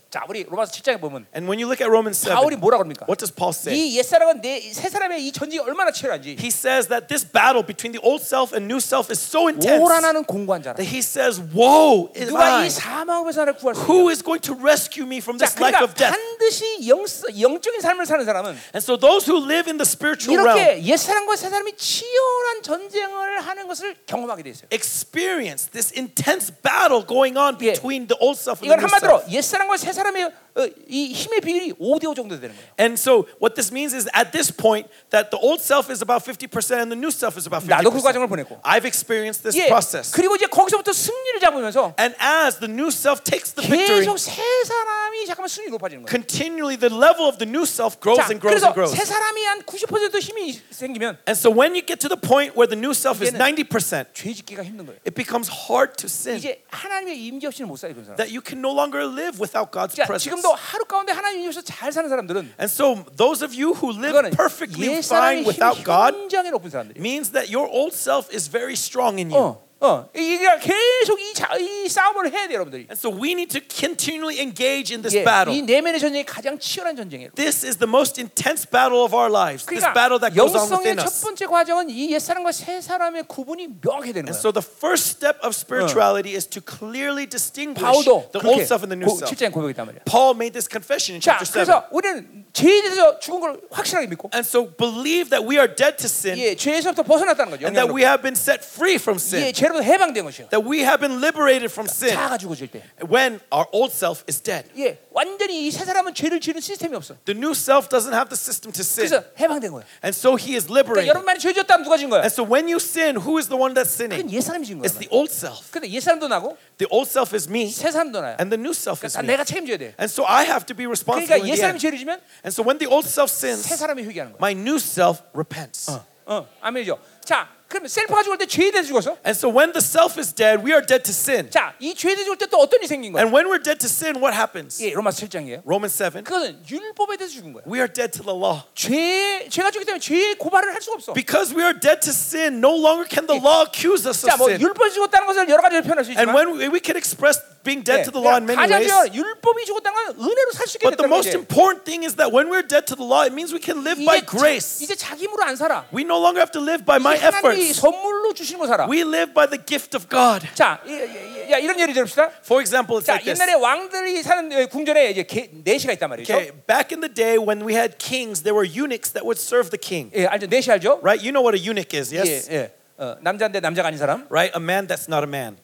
Speaker 1: 자, 우리 로마서 7장에 보면
Speaker 2: And when you look at Romans
Speaker 1: 바울이
Speaker 2: 7,
Speaker 1: 뭐라 그럽니까?
Speaker 2: what does Paul say?
Speaker 1: 이 옛사람은 내새 사람의 이 전쟁이 얼마나 치열한지
Speaker 2: He says that this battle between the old self and new self is so intense
Speaker 1: 오라나는 공고한 자라.
Speaker 2: that he 사ys, "Woe is
Speaker 1: 누가 이
Speaker 2: I!
Speaker 1: 사망에서 나를 구할 수
Speaker 2: Who
Speaker 1: 있냐?
Speaker 2: is going to rescue me from
Speaker 1: 자,
Speaker 2: this life
Speaker 1: 그러니까
Speaker 2: of death?"
Speaker 1: 반드시 영, 영적인 삶을 사는 사람은
Speaker 2: And so those who live in the spiritual realm
Speaker 1: 이렇게 옛 사람과 새 사람이 치열한 전쟁을 하는 것을 경험하게 돼 있어요.
Speaker 2: experience this intense battle going on
Speaker 1: Yeah.
Speaker 2: between the old self and the
Speaker 1: 이건
Speaker 2: new
Speaker 1: 한마디로
Speaker 2: self.
Speaker 1: 옛 사람과 새 사람의 어, 이 힘의 비율이 5대5 정도 되는 거예요.
Speaker 2: And so what this means is at this point that the old self is about 50% and the new self is about
Speaker 1: 나도 그
Speaker 2: 50%.
Speaker 1: 과정을 보냈고.
Speaker 2: I've experienced this
Speaker 1: 예.
Speaker 2: process.
Speaker 1: 그리고 이제 거기서부터 승리를 잡으면서
Speaker 2: And as the new self takes the victory,
Speaker 1: 계속 새 사람이 잠깐만 순위 높아지는 거예요.
Speaker 2: continually the level of the new self grows
Speaker 1: 자,
Speaker 2: and grows
Speaker 1: 그래서
Speaker 2: and grows.
Speaker 1: 새 사람이 한 90% 힘이 생기면
Speaker 2: And so when you get to the point where the new self is
Speaker 1: 이제는-
Speaker 2: 90%,
Speaker 1: 죄짓기가 힘든 거예요.
Speaker 2: it becomes hard to sin
Speaker 1: 이제 하나님의 임재 없이는 못 살아요, 그 사람.
Speaker 2: that you can no longer live without God's
Speaker 1: 그러니까
Speaker 2: presence.
Speaker 1: 지금도 하루 가운데 하나님 임재 없이 잘 사는 사람들은
Speaker 2: And so those of you who
Speaker 1: 그거는
Speaker 2: live perfectly
Speaker 1: 옛 사람의
Speaker 2: fine without God
Speaker 1: 힘이 굉장히 높은 사람들이.
Speaker 2: means that your old self is very strong in you.
Speaker 1: 어, 어, 이게 계속 이, 자, 이 싸움을 해야 돼요, 여러분들이.
Speaker 2: And so we need to continually engage in this
Speaker 1: 예,
Speaker 2: battle.
Speaker 1: 이 내면의 전쟁이 가장 치열한 전쟁이에요.
Speaker 2: This is the most intense battle of our lives. this battle
Speaker 1: 그러니까
Speaker 2: that goes on
Speaker 1: 영성의
Speaker 2: within
Speaker 1: 첫
Speaker 2: us.
Speaker 1: 번째 과정은 이 옛사람과 새 사람의 구분이 명확해 되는
Speaker 2: And
Speaker 1: 거예요.
Speaker 2: so the first step of spirituality is to clearly distinguish
Speaker 1: 바울도
Speaker 2: the
Speaker 1: 그렇게
Speaker 2: old self and the new
Speaker 1: 고-
Speaker 2: self.
Speaker 1: 실제는 고백했단 말이야.
Speaker 2: Paul made this confession in
Speaker 1: 자,
Speaker 2: chapter 7.
Speaker 1: 그래서 우리는 죄에 대해서 죽은 걸 확실하게 믿고
Speaker 2: And so believe that we are dead to sin
Speaker 1: 예, 죄에서부터 벗어났다는 거죠.
Speaker 2: and that
Speaker 1: 영향으로.
Speaker 2: we have been set free from sin.
Speaker 1: 예, 죄 죄로부터 해방된 것이요.
Speaker 2: that we have been liberated from sin
Speaker 1: 자가 죽어질 때.
Speaker 2: when our old self is dead.
Speaker 1: 예, 완전히 이 새 사람은 죄를 지는 시스템이 없어.
Speaker 2: The new self doesn't have the system to
Speaker 1: 그래서
Speaker 2: sin,
Speaker 1: 해방된 거예요.
Speaker 2: and so he is
Speaker 1: 그러니까
Speaker 2: liberated.
Speaker 1: 여러분만이 죄 졌다면 누가 진 거야?
Speaker 2: And so when you sin, who is the one that's
Speaker 1: 그건
Speaker 2: sinning?
Speaker 1: 옛 사람이 진 거야.
Speaker 2: It's the old self.
Speaker 1: 근데 옛 사람도 나고
Speaker 2: The old self is me,
Speaker 1: 새 사람도 나요.
Speaker 2: and the new self
Speaker 1: 그러니까 다
Speaker 2: is me.
Speaker 1: 내가 책임져야 돼.
Speaker 2: And so I have to be responsible.
Speaker 1: 그러니까
Speaker 2: In
Speaker 1: 옛
Speaker 2: the
Speaker 1: 사람이
Speaker 2: end.
Speaker 1: 죄를 지면
Speaker 2: And so when the old self
Speaker 1: 새
Speaker 2: sins,
Speaker 1: 사람이 회개하는 거야.
Speaker 2: my new self repents.
Speaker 1: 어, 아멘이죠. 자, 그럼 셀프가 죽을 때 죄에 대해서 죽었어?
Speaker 2: And so when the self is dead, we are dead to sin.
Speaker 1: 자, 이 죄에 대해서 죽을 때 또 어떤 일이 생긴 거야?
Speaker 2: And when we're dead to sin, what happens?
Speaker 1: 예, 로마서 7장이에요.
Speaker 2: Romans 7.
Speaker 1: 그것은 율법에 대해서 죽은 거야.
Speaker 2: We are dead to the law.
Speaker 1: 죄 죄가 죽기 때문에 죄의 고발을 할 수가 없어.
Speaker 2: Because we are dead to sin, no longer can the law accuse us
Speaker 1: 자,
Speaker 2: of
Speaker 1: 뭐
Speaker 2: sin.
Speaker 1: 율법이 죽었다는 것을 여러 가지로 표현할 수
Speaker 2: And
Speaker 1: 있지만
Speaker 2: when we, we can express being dead to the law in
Speaker 1: 예,
Speaker 2: many
Speaker 1: 가장
Speaker 2: ways.
Speaker 1: 중요한 율법이 죽었다는 건 은혜로 살 수 있게
Speaker 2: But the
Speaker 1: 됐다는
Speaker 2: most
Speaker 1: 거지.
Speaker 2: important thing is that when we're dead to the law, it means we can live
Speaker 1: 이제,
Speaker 2: by
Speaker 1: 자-
Speaker 2: grace.
Speaker 1: 이제 자기 힘으로 안 살아.
Speaker 2: We no longer have to live by my
Speaker 1: 이제 하나님이
Speaker 2: efforts.
Speaker 1: 선물로 주시는 거 살아.
Speaker 2: We live by the gift of God.
Speaker 1: 자, 이- 이- 야 이런 예를 들읍시다.
Speaker 2: For example, it's
Speaker 1: 자,
Speaker 2: like this.
Speaker 1: 옛날에 왕들이 사는 어, 궁전에 이제 개, 네 내시가 있단 말이죠.
Speaker 2: Okay, back in the day when we had kings, there were eunuchs that would serve the king.
Speaker 1: 예, 알죠? 내시 알죠?
Speaker 2: Right? You know what a eunuch is, yes?
Speaker 1: 예, 예. 어, 남자인데 남자가 아닌 사람.
Speaker 2: Right? A man that's not a man.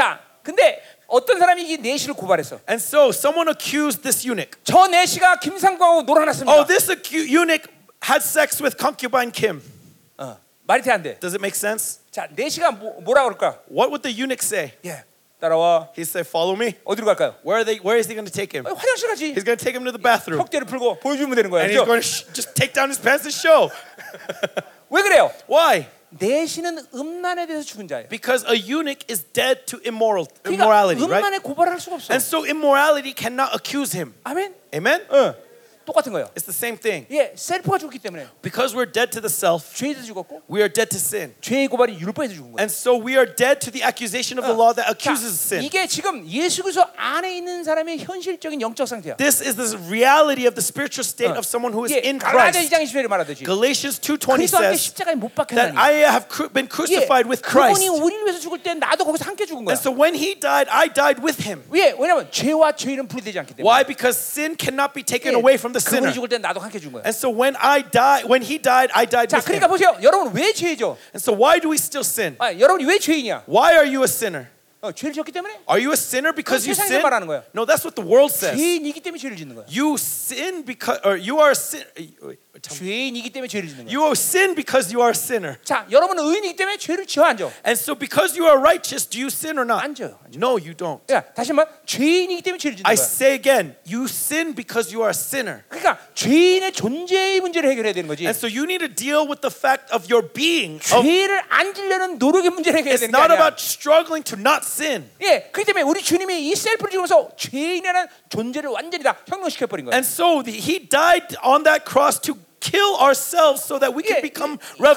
Speaker 1: 자, 근데 어떤 사람이 이네 내시를 고발했어.
Speaker 2: And so someone accused this eunuch.
Speaker 1: 저네 내시가 김상광하고 놀아놨습니다.
Speaker 2: Oh, this acu- eunuch had sex with concubine Kim.
Speaker 1: 어, 말이 돼 안 돼.
Speaker 2: Does it make sense?
Speaker 1: 자, 내시가 뭐, 뭐라 그럴까?
Speaker 2: What would the eunuch say?
Speaker 1: 예, 따라와.
Speaker 2: He said, "Follow me."
Speaker 1: 어디로 갈까요?
Speaker 2: Where are they? Where is he going to take him?
Speaker 1: 어, 화장실 가지.
Speaker 2: He's going to take him to the bathroom,
Speaker 1: 턱대를 풀고 보여주면 되는 거야.
Speaker 2: and he's
Speaker 1: 그죠?
Speaker 2: going to sh- just take down his pants and show.
Speaker 1: 왜 그래요? 네
Speaker 2: Why?
Speaker 1: 내시는 음란에 대해서 죽은 자예요.
Speaker 2: Because a eunuch is dead to immoral
Speaker 1: 그러니까
Speaker 2: immorality, right?
Speaker 1: 음란에 고발을 할 수가 없어.
Speaker 2: And so immorality cannot accuse him.
Speaker 1: 아멘.
Speaker 2: Amen.
Speaker 1: 똑같은 거예요.
Speaker 2: It's the same thing.
Speaker 1: 예, 셀프가 죽기 때문에
Speaker 2: Because we're dead to the self,
Speaker 1: 죄에서 죽었고
Speaker 2: we are dead to sin,
Speaker 1: 죄의 고발이 율법에서 죽은 거예요.
Speaker 2: and so we are dead to the accusation of
Speaker 1: Uh.
Speaker 2: the law that accuses
Speaker 1: 자,
Speaker 2: sin.
Speaker 1: 이게 지금 예수 그리스도 안에 있는 사람의 현실적인 영적 상태야.
Speaker 2: This is the reality of the spiritual state of someone who is
Speaker 1: 예,
Speaker 2: in
Speaker 1: 갈라디아
Speaker 2: Christ.
Speaker 1: 2장 20절에 말하듯이
Speaker 2: Galatians 2:20
Speaker 1: 그리스도 함께
Speaker 2: says
Speaker 1: 십자가에 못
Speaker 2: that
Speaker 1: 박혔다니.
Speaker 2: I have cru- been crucified with Christ.
Speaker 1: 예, 그분이 우리를 위해서 죽을 때 나도 거기서 함께 죽은 거야. 예,
Speaker 2: And so when he died, I died with him.
Speaker 1: 왜? 왜냐면 죄와 죄는 분리되지 않기 때문에.
Speaker 2: Why? Because sin cannot
Speaker 1: 예,
Speaker 2: be taken away from the
Speaker 1: 그분이
Speaker 2: sinner.
Speaker 1: 죽을 때 나도 함께 죽은 거야.
Speaker 2: And so when I die, when he died, I died
Speaker 1: 자,
Speaker 2: with
Speaker 1: 그러니까
Speaker 2: him.
Speaker 1: 보세요. 여러분 왜 죄죠?
Speaker 2: And so why do we still sin?
Speaker 1: 아, 여러분이 왜 죄이냐?
Speaker 2: Why are you a sinner?
Speaker 1: 어, 죄를 지었기 때문에
Speaker 2: Are you a sinner because you
Speaker 1: 세상에서
Speaker 2: sin?
Speaker 1: 말하는 거예요.
Speaker 2: No, that's what the world says.
Speaker 1: 죄인이기 때문에 죄를 짓는 거야.
Speaker 2: You sin because, or you are a sin.
Speaker 1: 죄인이기 때문에 죄를 짓는 거야.
Speaker 2: You sin because you are a sinner.
Speaker 1: 자, 여러분은 의인이기 때문에 죄를 지어 안 져.
Speaker 2: And so because you are righteous, do you sin or
Speaker 1: 안
Speaker 2: not?
Speaker 1: 져요.
Speaker 2: No, you don't.
Speaker 1: 야, 다시 한번 죄인이기 때문에 죄를 짓는
Speaker 2: I
Speaker 1: 거야.
Speaker 2: say again, you sin because you are a sinner.
Speaker 1: 그러니까 죄인의 존재의 문제를 해결해야 되는 거지.
Speaker 2: And so you need to deal with the fact of your being, of
Speaker 1: 죄를 안 지려는 노력의 문제를 해결해야
Speaker 2: It's
Speaker 1: 되는 게
Speaker 2: not
Speaker 1: 아니야.
Speaker 2: about struggling to not sin.
Speaker 1: 예, 그렇기 때문에 우리 주님이 이 셀프를 지으면서 죄인이라는 존재를 완전히 다 혁명시켜 버린 거예요.
Speaker 2: And so the- he died on that cross to kill ourselves so that we
Speaker 1: Yeah,
Speaker 2: can become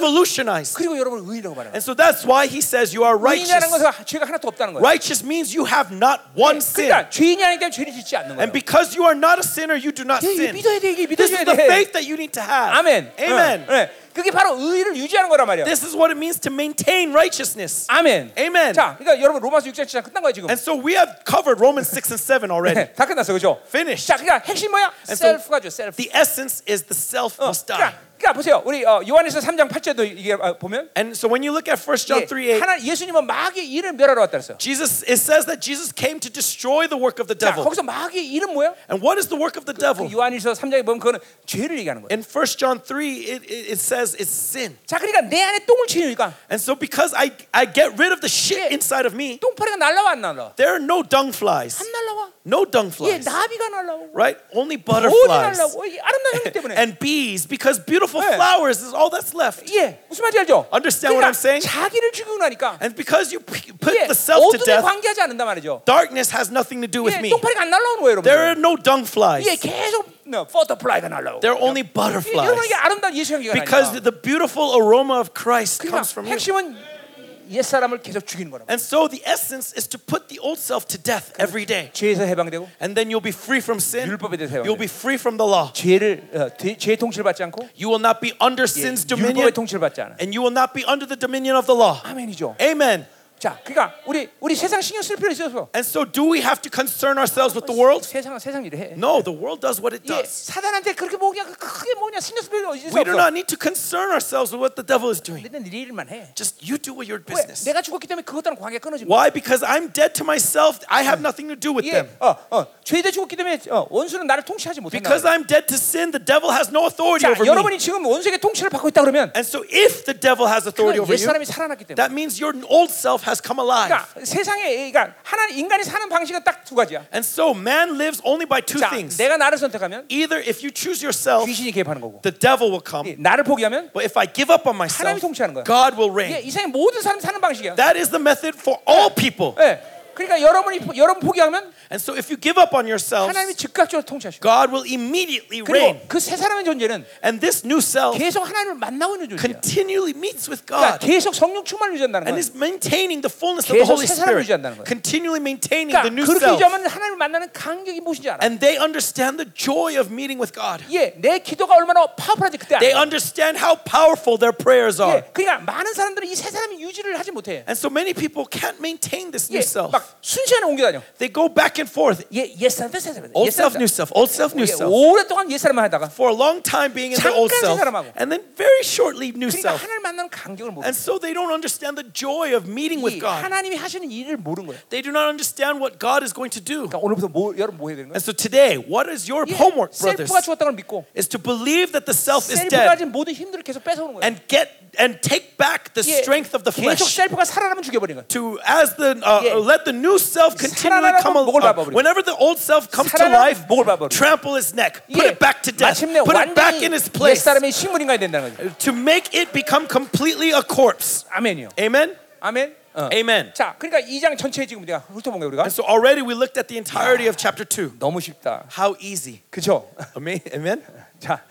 Speaker 2: revolutionized.
Speaker 1: 그리고 여러분 의인이라고 말하는 거예요.
Speaker 2: And so that's why he says you are
Speaker 1: 의인이라는
Speaker 2: righteous.
Speaker 1: 것은 죄가 하나도 없다는 거예요.
Speaker 2: Righteous means you have not one sin.
Speaker 1: 그러니까 죄인이 아니기 때문에 죄를 짓지 않는 거예요.
Speaker 2: And because you are not a sinner, you do not
Speaker 1: 예, 이게
Speaker 2: sin.
Speaker 1: 믿어야 돼, 이게
Speaker 2: This
Speaker 1: 믿어줘야
Speaker 2: is the
Speaker 1: 돼.
Speaker 2: faith that you need to have.
Speaker 1: 아멘.
Speaker 2: Amen.
Speaker 1: 어, 예. 그게 바로 의를 유지하는 거란 말이야.
Speaker 2: This is what it means to maintain righteousness.
Speaker 1: 아멘.
Speaker 2: Amen.
Speaker 1: 자, 그러니까 여러분 로마서 6장 7장 끝난 거야 지금.
Speaker 2: And so we have covered Romans 6 and 7 already.
Speaker 1: 네, 다 끝났어, 그죠?
Speaker 2: Finish.
Speaker 1: 자, 그러니까 핵심 뭐야?
Speaker 2: so-
Speaker 1: 셀프가죠, 셀프.
Speaker 2: The essence is the self must die.
Speaker 1: 그러니까, 그러니까 보세요, 우리 어, 요한에서 3장 8절도 이게 어, 보면
Speaker 2: And so when you look at 1 John 3
Speaker 1: 예,
Speaker 2: 8,
Speaker 1: 하나 예수님은 마귀의 일을 멸하러 왔다 그랬어요.
Speaker 2: Jesus, it says that Jesus came to destroy the work of the
Speaker 1: 자,
Speaker 2: devil.
Speaker 1: 거기서 마귀의 일은 뭐야?
Speaker 2: And what is the work of the
Speaker 1: 그
Speaker 2: devil?
Speaker 1: 요한일서 3장에 보면 그거는 죄를 얘기하는 거예요.
Speaker 2: In 1 John 3, it, it, it says it's sin.
Speaker 1: 자, 그러니까 내 안에 똥을 치니까
Speaker 2: And so because I, I get rid of the shit
Speaker 1: Yeah.
Speaker 2: inside of me,
Speaker 1: 똥파리가 날라와 안 날라와?
Speaker 2: there are no dung flies.
Speaker 1: 안 날라와.
Speaker 2: No dung
Speaker 1: 예,
Speaker 2: flies.
Speaker 1: 나비가 날라오고,
Speaker 2: Right? Only
Speaker 1: 돌이
Speaker 2: butterflies.
Speaker 1: 날라오고, 이 아름다운 형기 때문에.
Speaker 2: And bees, because beautiful
Speaker 1: Yeah.
Speaker 2: flowers is all that's left.
Speaker 1: 예, 무슨 말인지 알죠? 그러니까
Speaker 2: Understand what I'm saying?
Speaker 1: 자기를 죽이고 나니까
Speaker 2: And because you p- put
Speaker 1: 예,
Speaker 2: the self to
Speaker 1: 어둠에
Speaker 2: death,
Speaker 1: 관계하지 않는단 말이죠.
Speaker 2: darkness has nothing to do with
Speaker 1: 예,
Speaker 2: me.
Speaker 1: 똥파리가 안 날라오는 거예요, 여러분.
Speaker 2: There are no dung flies.
Speaker 1: 예, 계속 no, 버터플라이가 날라오고.
Speaker 2: There are
Speaker 1: 예,
Speaker 2: only
Speaker 1: 여러분
Speaker 2: butterflies.
Speaker 1: 이게 아름다운 예수 형기가
Speaker 2: Because
Speaker 1: 아니라.
Speaker 2: the beautiful aroma of Christ
Speaker 1: 그러니까
Speaker 2: comes from you.
Speaker 1: 핵심은 옛 사람을 계속 죽이는 거라고.
Speaker 2: And so the essence is to put the old self to death every day.
Speaker 1: 죄에서 해방되고
Speaker 2: And then you'll be free from sin.
Speaker 1: 율법에 대해서 해방돼.
Speaker 2: You'll be free from the law.
Speaker 1: 죄를 어, 죄- 죄의 통치를 받지 않고
Speaker 2: You will not be under
Speaker 1: 예,
Speaker 2: sin's
Speaker 1: 율법의
Speaker 2: dominion.
Speaker 1: 통치를 받지 않아.
Speaker 2: And you will not be under the dominion of the law.
Speaker 1: 아멘이죠.
Speaker 2: Amen.
Speaker 1: 자, 그러니까 우리 우리 세상 신경 쓸 필요 있어서
Speaker 2: And so, do we have to concern ourselves with the world?
Speaker 1: 세상 세상 일을 해.
Speaker 2: No, the world does what it
Speaker 1: 이게
Speaker 2: does.
Speaker 1: 사단한테 그렇게 뭐냐 크게 뭐냐 신경 쓸 필요 있어
Speaker 2: We do
Speaker 1: 없어.
Speaker 2: not need to concern ourselves with what the devil is doing.
Speaker 1: 너는 네 일만 해.
Speaker 2: Just you do what your
Speaker 1: 왜?
Speaker 2: business.
Speaker 1: 내가 죽었기 때문에 그것과는 관계 끊어진 거야.
Speaker 2: Why? Because I'm dead to myself. I have nothing to do with
Speaker 1: 이게
Speaker 2: them.
Speaker 1: 어, 어, 죄에 죽었기 때문에 어, 원수는 나를 통치하지 못한다.
Speaker 2: Because I'm dead to sin, the devil has no authority
Speaker 1: 자,
Speaker 2: over me.
Speaker 1: 여러분이 지금 원수에게 통치를 받고 있다 그러면
Speaker 2: And so, if the devil has authority
Speaker 1: 그건
Speaker 2: over
Speaker 1: 옛
Speaker 2: you,
Speaker 1: 사람이 살아났기 때문에.
Speaker 2: that means your old self has come alive.
Speaker 1: 그러니까 세상에 그러니까 하나 인간이 사는 방식은 딱 두 가지야.
Speaker 2: And so, man lives only by two
Speaker 1: 자,
Speaker 2: things.
Speaker 1: 내가 나를 선택하면
Speaker 2: Either if you choose yourself,
Speaker 1: 귀신이 개입하는 거고,
Speaker 2: the devil will come.
Speaker 1: 예, 나를 포기하면
Speaker 2: But if I give up on
Speaker 1: 하나님이
Speaker 2: myself,
Speaker 1: 통치하는 거야.
Speaker 2: God will
Speaker 1: 예,
Speaker 2: reign.
Speaker 1: 이 세상 의 모든 사람 사는 방식이야.
Speaker 2: That is the method for all people.
Speaker 1: 예, 그러니까 여러분이 포- 여러분 포기하면
Speaker 2: And so, if you give up on yourself,
Speaker 1: 하나님이 즉각적으로 통치하셔.
Speaker 2: God will immediately reign.
Speaker 1: 그리고 그 세 사람의 존재는
Speaker 2: And this new self
Speaker 1: 계속 하나님을 만나고 있는 존재야.
Speaker 2: continually meets with
Speaker 1: 그러니까
Speaker 2: God
Speaker 1: 계속 성령 충만을 유지한다는 거야.
Speaker 2: and is maintaining the fullness of the
Speaker 1: 계속
Speaker 2: Holy
Speaker 1: 새 사람을
Speaker 2: Spirit,
Speaker 1: 유지한다는 거예요.
Speaker 2: continually maintaining the
Speaker 1: 그러니까
Speaker 2: new
Speaker 1: 그렇게
Speaker 2: self.
Speaker 1: 유지하면 하나님을 만나는 간격이 무엇인지 알아.
Speaker 2: And they understand the joy of meeting with God.
Speaker 1: 예, 내 기도가 얼마나 파워풀한지 그때
Speaker 2: They
Speaker 1: 알아.
Speaker 2: understand how powerful their prayers are.
Speaker 1: 예, 그러니까 많은 사람들은 이 세 사람이 유지를 하지 못해.
Speaker 2: And so many people can't maintain this
Speaker 1: 예,
Speaker 2: new self.
Speaker 1: 막 순식간에 옮겨다녀.
Speaker 2: They go back and forth.
Speaker 1: 예, 옛 사람들 새 사람들.
Speaker 2: Old
Speaker 1: 옛
Speaker 2: self,
Speaker 1: 사람들.
Speaker 2: new self, old self, new
Speaker 1: 예,
Speaker 2: self.
Speaker 1: 오랫동안 옛 사람만 하다가 그러니까
Speaker 2: For a long time being in the old
Speaker 1: 잠깐 새
Speaker 2: self.
Speaker 1: 사람하고.
Speaker 2: And then very shortly, new
Speaker 1: 그러니까
Speaker 2: self.
Speaker 1: 하나님 만나는 간격을 모르는
Speaker 2: And so they don't understand the joy of meeting
Speaker 1: 거예요. 이
Speaker 2: with God.
Speaker 1: 하나님이 하시는 일을 모르는 거예요.
Speaker 2: They do not understand what God is going to do.
Speaker 1: 그러니까 오늘부터 뭐 여러분 뭐 해야 되는 거예요?
Speaker 2: And so today, what is your
Speaker 1: 예,
Speaker 2: homework, brothers?
Speaker 1: 셀프가 죽었다는 걸 믿고
Speaker 2: Is to believe that the self is
Speaker 1: 셀프가
Speaker 2: dead
Speaker 1: 가진 모든 힘들을 계속 뺏어오는 거예요.
Speaker 2: and get and take back the
Speaker 1: 예,
Speaker 2: strength of the
Speaker 1: 계속
Speaker 2: flesh.
Speaker 1: 셀프가 살아나면 죽여버리는 거예요.
Speaker 2: To as the uh,
Speaker 1: 예.
Speaker 2: let the new self continually
Speaker 1: 살아나라고
Speaker 2: come
Speaker 1: 목을
Speaker 2: alive.
Speaker 1: 밟아버리고.
Speaker 2: Whenever the old self comes to
Speaker 1: 살아나라고
Speaker 2: life,
Speaker 1: 목을 밟아버리고.
Speaker 2: trample his neck, put
Speaker 1: 예,
Speaker 2: it back to death,
Speaker 1: 마침내
Speaker 2: put it back
Speaker 1: 완전히
Speaker 2: in its
Speaker 1: 옛
Speaker 2: place,
Speaker 1: 사람의 식물 인간이 된다는 거죠.
Speaker 2: to make it become completely a corpse.
Speaker 1: 아멘이요.
Speaker 2: Amen.
Speaker 1: 아멘. 어.
Speaker 2: Amen.
Speaker 1: 자, 그러니까 이 장 전체 지금 우리가 훑어본 거예요, 우리가.
Speaker 2: And so already we looked at the entirety of chapter two.
Speaker 1: 너무 쉽다.
Speaker 2: How easy.
Speaker 1: 그죠?
Speaker 2: Amen. Amen.
Speaker 1: 자,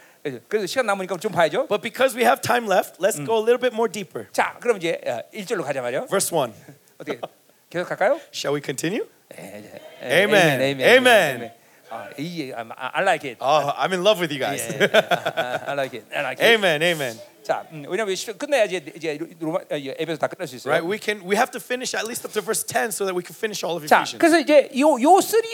Speaker 1: 그래서 시간 남으니까 좀 봐야죠.
Speaker 2: But because we have time left, let's go a little bit more deeper.
Speaker 1: 자, 그럼 이제 어, 일절로 가자 말이요.
Speaker 2: Verse one.
Speaker 1: 어떻게 계속 갈까요?
Speaker 2: Shall we continue?
Speaker 1: 예, 예. 아멘,
Speaker 2: Amen.
Speaker 1: 아멘,
Speaker 2: Amen.
Speaker 1: 아멘. 아, 이 아, 아, I like it.
Speaker 2: Oh, I'm in love with you guys.
Speaker 1: 예, 예, 예. 아, I like it. I like it.
Speaker 2: Amen. Amen.
Speaker 1: 자, 음, 왜냐면 시- 끝내야지 이제 로마 아, 이 에베소 다 끝날 수 있어요.
Speaker 2: Right? We can we have to finish at least up to verse 10 so that we can finish all of
Speaker 1: 자,
Speaker 2: Ephesians.
Speaker 1: 그래서 이제 요요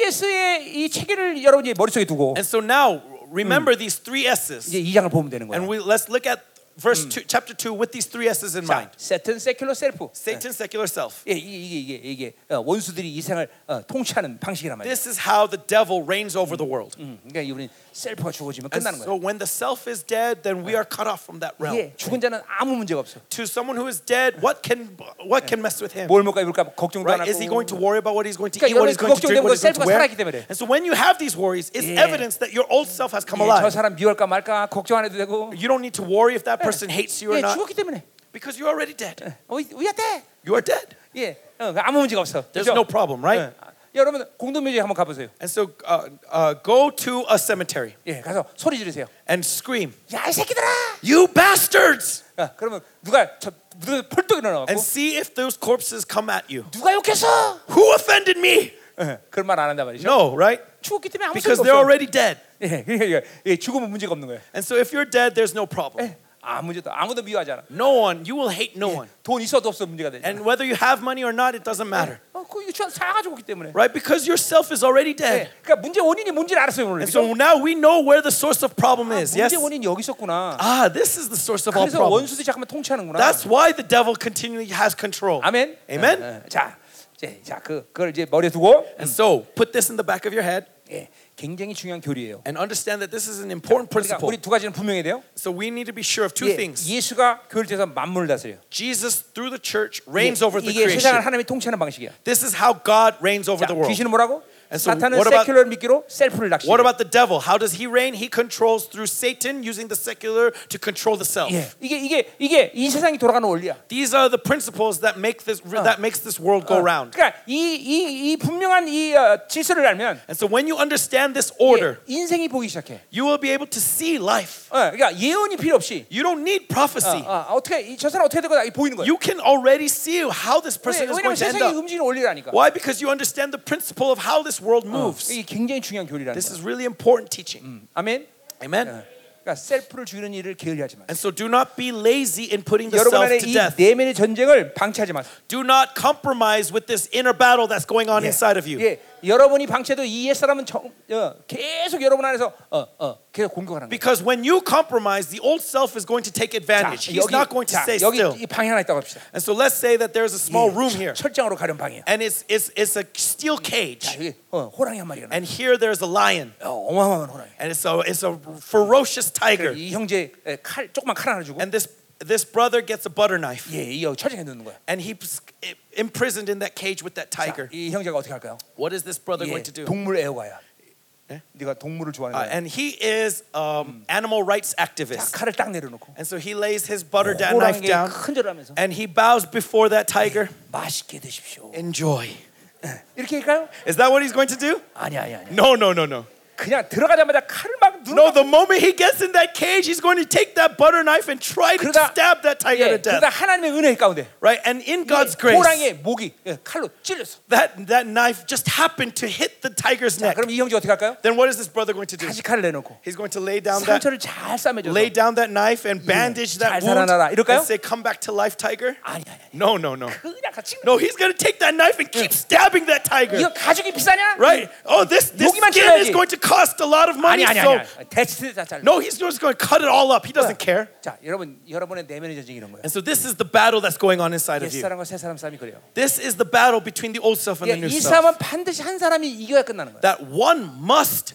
Speaker 1: 3S의 이 체계를 여러분이 머릿속에 두고
Speaker 2: And so now remember these 3 S's.
Speaker 1: 이제 이 장을 보면 되는
Speaker 2: And
Speaker 1: 거예요.
Speaker 2: we let's look at verse 2 chapter 2 with these 3 S's in mind.
Speaker 1: 자, 세튼 세큘러 셀프.
Speaker 2: Satan secular self.
Speaker 1: 예, 이- 이게 이게 이게 어, 원수들이 이 세상을 어, 통치하는 방식이란 말이에요.
Speaker 2: This is how the devil reigns over the world.
Speaker 1: 음, 그러니까 이분이 셀프가 죽어지면
Speaker 2: And
Speaker 1: 끝나는
Speaker 2: so
Speaker 1: 거예요.
Speaker 2: when the self is dead, then we are cut off from that realm.
Speaker 1: 예, 죽은 자는 아무 문제가 없어.
Speaker 2: To someone who is dead, what can what can mess with him?
Speaker 1: 뭘 먹을까 입을까 걱정도 안
Speaker 2: Right? Is he
Speaker 1: 하고.
Speaker 2: going to worry about what he's going to
Speaker 1: 그러니까
Speaker 2: eat, what he's
Speaker 1: 여러분
Speaker 2: going to drink, what he's going to
Speaker 1: 셀프가
Speaker 2: wear?
Speaker 1: 살아있기 때문에.
Speaker 2: And so when you have these worries, it's
Speaker 1: 예.
Speaker 2: evidence that your old self has come
Speaker 1: 예, 저
Speaker 2: alive.
Speaker 1: 사람 미워할까 말까 걱정 안 해도 되고.
Speaker 2: You don't need to worry if that person hates you or
Speaker 1: 예,
Speaker 2: not.
Speaker 1: 죽었기 때문에.
Speaker 2: Because you're already dead.
Speaker 1: 어, 우야대.
Speaker 2: You are dead.
Speaker 1: 예, 어, 아무 문제가 없어.
Speaker 2: There's
Speaker 1: 그죠?
Speaker 2: no problem, right?
Speaker 1: 예. 여러분 공동묘지에 한번 가보세요.
Speaker 2: And so uh, uh, go to a cemetery
Speaker 1: 예, 가서 소리 지르세요.
Speaker 2: and scream,
Speaker 1: 야, 이 새끼들아!
Speaker 2: You bastards!
Speaker 1: 어, 그러면 누가 저 누가 펄떡 일어나고
Speaker 2: And see if those corpses come at you.
Speaker 1: 누가 욕했어?
Speaker 2: Who offended me?
Speaker 1: 예, 그런 말 안 한단 말이죠.
Speaker 2: No, right?
Speaker 1: 죽었기 때문에 아무 소리가
Speaker 2: Because they're
Speaker 1: 없어.
Speaker 2: already dead.
Speaker 1: 예, 그러니까 이거, 예, 죽으면 문제가 없는 거예요.
Speaker 2: And so if you're dead, there's no problem.
Speaker 1: 예, 아무 문제도 아무도 미워하지 않아.
Speaker 2: No one, you will hate no one.
Speaker 1: 돈 있어도 없어 문제가 되죠.
Speaker 2: And whether you have money or not, it doesn't matter,
Speaker 1: 어, 그 유치원 사가지고 오기 때문에.
Speaker 2: right? Because yourself is
Speaker 1: 예,
Speaker 2: already dead.
Speaker 1: 그러니까 문제 원인이 뭔지를 알았어요 오늘.
Speaker 2: And so now we know where the source of problem is,
Speaker 1: 문제
Speaker 2: yes?
Speaker 1: 원인이 여기 있었구나.
Speaker 2: Ah, this is the source of all
Speaker 1: 그래서
Speaker 2: problems.
Speaker 1: 원수들이 잠깐만 통치하는구나.
Speaker 2: That's why the devil continually has control.
Speaker 1: 아멘. 어,
Speaker 2: Amen.
Speaker 1: 어, 자, 이제 자, 그 그걸 이제 머리에 두고
Speaker 2: And so put this in the back of your head
Speaker 1: 예, 굉장히 중요한 교리예요.
Speaker 2: and understand that this is an important
Speaker 1: 그러니까
Speaker 2: principle.
Speaker 1: 우리 두 가지는 분명해야 돼요.
Speaker 2: So we need to be sure of two
Speaker 1: 예,
Speaker 2: things.
Speaker 1: 예수가 교회를 통해서 만물을 다스려.
Speaker 2: Jesus, through the church, reigns over the
Speaker 1: 이게 세상을
Speaker 2: creation.
Speaker 1: 하나님이 통치하는 방식이야.
Speaker 2: This is how God reigns over
Speaker 1: 자,
Speaker 2: the world.
Speaker 1: 귀신은 뭐라고?
Speaker 2: And so
Speaker 1: 사탄은
Speaker 2: what about-
Speaker 1: 세큘러를 믿기로 셀프를 낚시.
Speaker 2: What about the devil? How does he reign? He controls through Satan using the secular to control the self.
Speaker 1: 예, 이게 이게 이게 이 세상이 돌아가는 원리야.
Speaker 2: These are the principles that make this that makes this world go round.
Speaker 1: 그러니까 이 이 이 분명한 이 어, 질서를 알면
Speaker 2: And so when you understand this
Speaker 1: 예,
Speaker 2: order,
Speaker 1: 인생이 보기 시작해.
Speaker 2: you will be able to see life.
Speaker 1: 어, 그러니까 예언이 필요 없이
Speaker 2: You don't need prophecy.
Speaker 1: 어, 떻게저 사람 어떻게 되고 보이는 거야.
Speaker 2: You can already see how this person is
Speaker 1: 왜냐면
Speaker 2: going to end
Speaker 1: 세상이
Speaker 2: up.
Speaker 1: 움직이는 원리라니까.
Speaker 2: Why? Because you understand the principle of Uh. how this world moves.
Speaker 1: 이게 굉장히 중요한 교리라는
Speaker 2: This
Speaker 1: 거야.
Speaker 2: is really important teaching.
Speaker 1: 아멘.
Speaker 2: Amen.
Speaker 1: 그러니까 셀프를 죽이는 일을 게을리하지 마세요.
Speaker 2: And so do not be lazy in putting the
Speaker 1: 여러분
Speaker 2: self
Speaker 1: 안에
Speaker 2: to
Speaker 1: 이
Speaker 2: death.
Speaker 1: 내면의 전쟁을 방치하지 마세요.
Speaker 2: Do not compromise with this inner battle that's going on inside of you.
Speaker 1: 예, 여러분이 방치해도 이 옛 사람은 정, 어, 계속 여러분 안에서 어, 어, 계속 공격하는 거예요.
Speaker 2: Because when you compromise, the old self is going to take advantage. He's not going to
Speaker 1: 자,
Speaker 2: stay
Speaker 1: 여기
Speaker 2: still.
Speaker 1: 이 방이 하나 있다고 합시다.
Speaker 2: And so let's say that there's a small room
Speaker 1: 예,
Speaker 2: here,
Speaker 1: 철장으로 가려운 방이에요.
Speaker 2: and it's, it's, it's a steel
Speaker 1: 자,
Speaker 2: cage,
Speaker 1: 여기 어, 호랑이 한 마리가 나.
Speaker 2: and here there's a lion,
Speaker 1: 어, 어마어마한 호랑이.
Speaker 2: and it's a, it's a ferocious tiger.
Speaker 1: 이 형제 에, 칼 조그만 칼 하나 주고
Speaker 2: And this, this brother gets a butter knife,
Speaker 1: 예, 이 여- 철장에 넣는 거야.
Speaker 2: and he's imprisoned in that cage with that
Speaker 1: 자,
Speaker 2: tiger.
Speaker 1: 이 형제가 어떻게 할까요?
Speaker 2: What is this brother
Speaker 1: 예,
Speaker 2: going to do?
Speaker 1: 동물 애호가야.
Speaker 2: 예?
Speaker 1: 네가 동물을 좋아하는
Speaker 2: Uh,
Speaker 1: 거야.
Speaker 2: and he is um, animal rights
Speaker 1: 자,
Speaker 2: activist.
Speaker 1: 칼을 딱 내려놓고
Speaker 2: And so he lays his butter da- knife
Speaker 1: 호랑이에게
Speaker 2: down
Speaker 1: 큰절하면서
Speaker 2: and he bows before that tiger.
Speaker 1: 맛있게 드십시오.
Speaker 2: Enjoy.
Speaker 1: 이렇게 할까요?
Speaker 2: Is that what he's going to do?
Speaker 1: 아니 아니 아니.
Speaker 2: No, no, no, no.
Speaker 1: 그냥 들어가자마자 칼을 막
Speaker 2: No,
Speaker 1: 누르고
Speaker 2: the moment he gets in that cage, he's going to take that butter knife and try to
Speaker 1: 그러다-
Speaker 2: stab that
Speaker 1: 예,
Speaker 2: tiger to
Speaker 1: 그러다
Speaker 2: death.
Speaker 1: 하나님의 은혜 가운데
Speaker 2: Right? And in God's
Speaker 1: 예,
Speaker 2: grace,
Speaker 1: 호랑이의 목이 예, 칼로 찔렸어.
Speaker 2: that, that knife just happened to hit the tiger's
Speaker 1: 자,
Speaker 2: neck.
Speaker 1: 그럼 이 형제 어떻게 할까요?
Speaker 2: Then what is this brother going to do?
Speaker 1: 다시 칼을 내놓고
Speaker 2: He's going to lay down that
Speaker 1: 상처를 잘 싸매줘서
Speaker 2: lay 네. down that knife and bandage
Speaker 1: 잘
Speaker 2: that wound
Speaker 1: 살아나라. 이럴까요?
Speaker 2: and say, come back to life, tiger.
Speaker 1: 아니 아니. 아니.
Speaker 2: No, no, no.
Speaker 1: 그냥 같이
Speaker 2: No, he's gonna take that knife and keep stabbing that tiger.
Speaker 1: 이거 가죽이 비싸냐?
Speaker 2: Right? Oh, this, this
Speaker 1: 여기만
Speaker 2: skin
Speaker 1: 찔러야지.
Speaker 2: is going to cost a lot of money.
Speaker 1: 아니 아니
Speaker 2: So
Speaker 1: 아니. 대치대 다 잘라.
Speaker 2: no, he's just gonna cut it all up. He doesn't care.
Speaker 1: 자, 여러분 여러분의 내면의 전쟁 이런 거예요.
Speaker 2: And so this is the battle that's going on inside
Speaker 1: 옛
Speaker 2: of you.
Speaker 1: 사람과 새 사람 싸움이 그래요.
Speaker 2: This is the battle between the old self and
Speaker 1: 예,
Speaker 2: the new
Speaker 1: 이
Speaker 2: self.
Speaker 1: 싸움은 반드시 한 사람이 이겨야 끝나는 거예요.
Speaker 2: That one must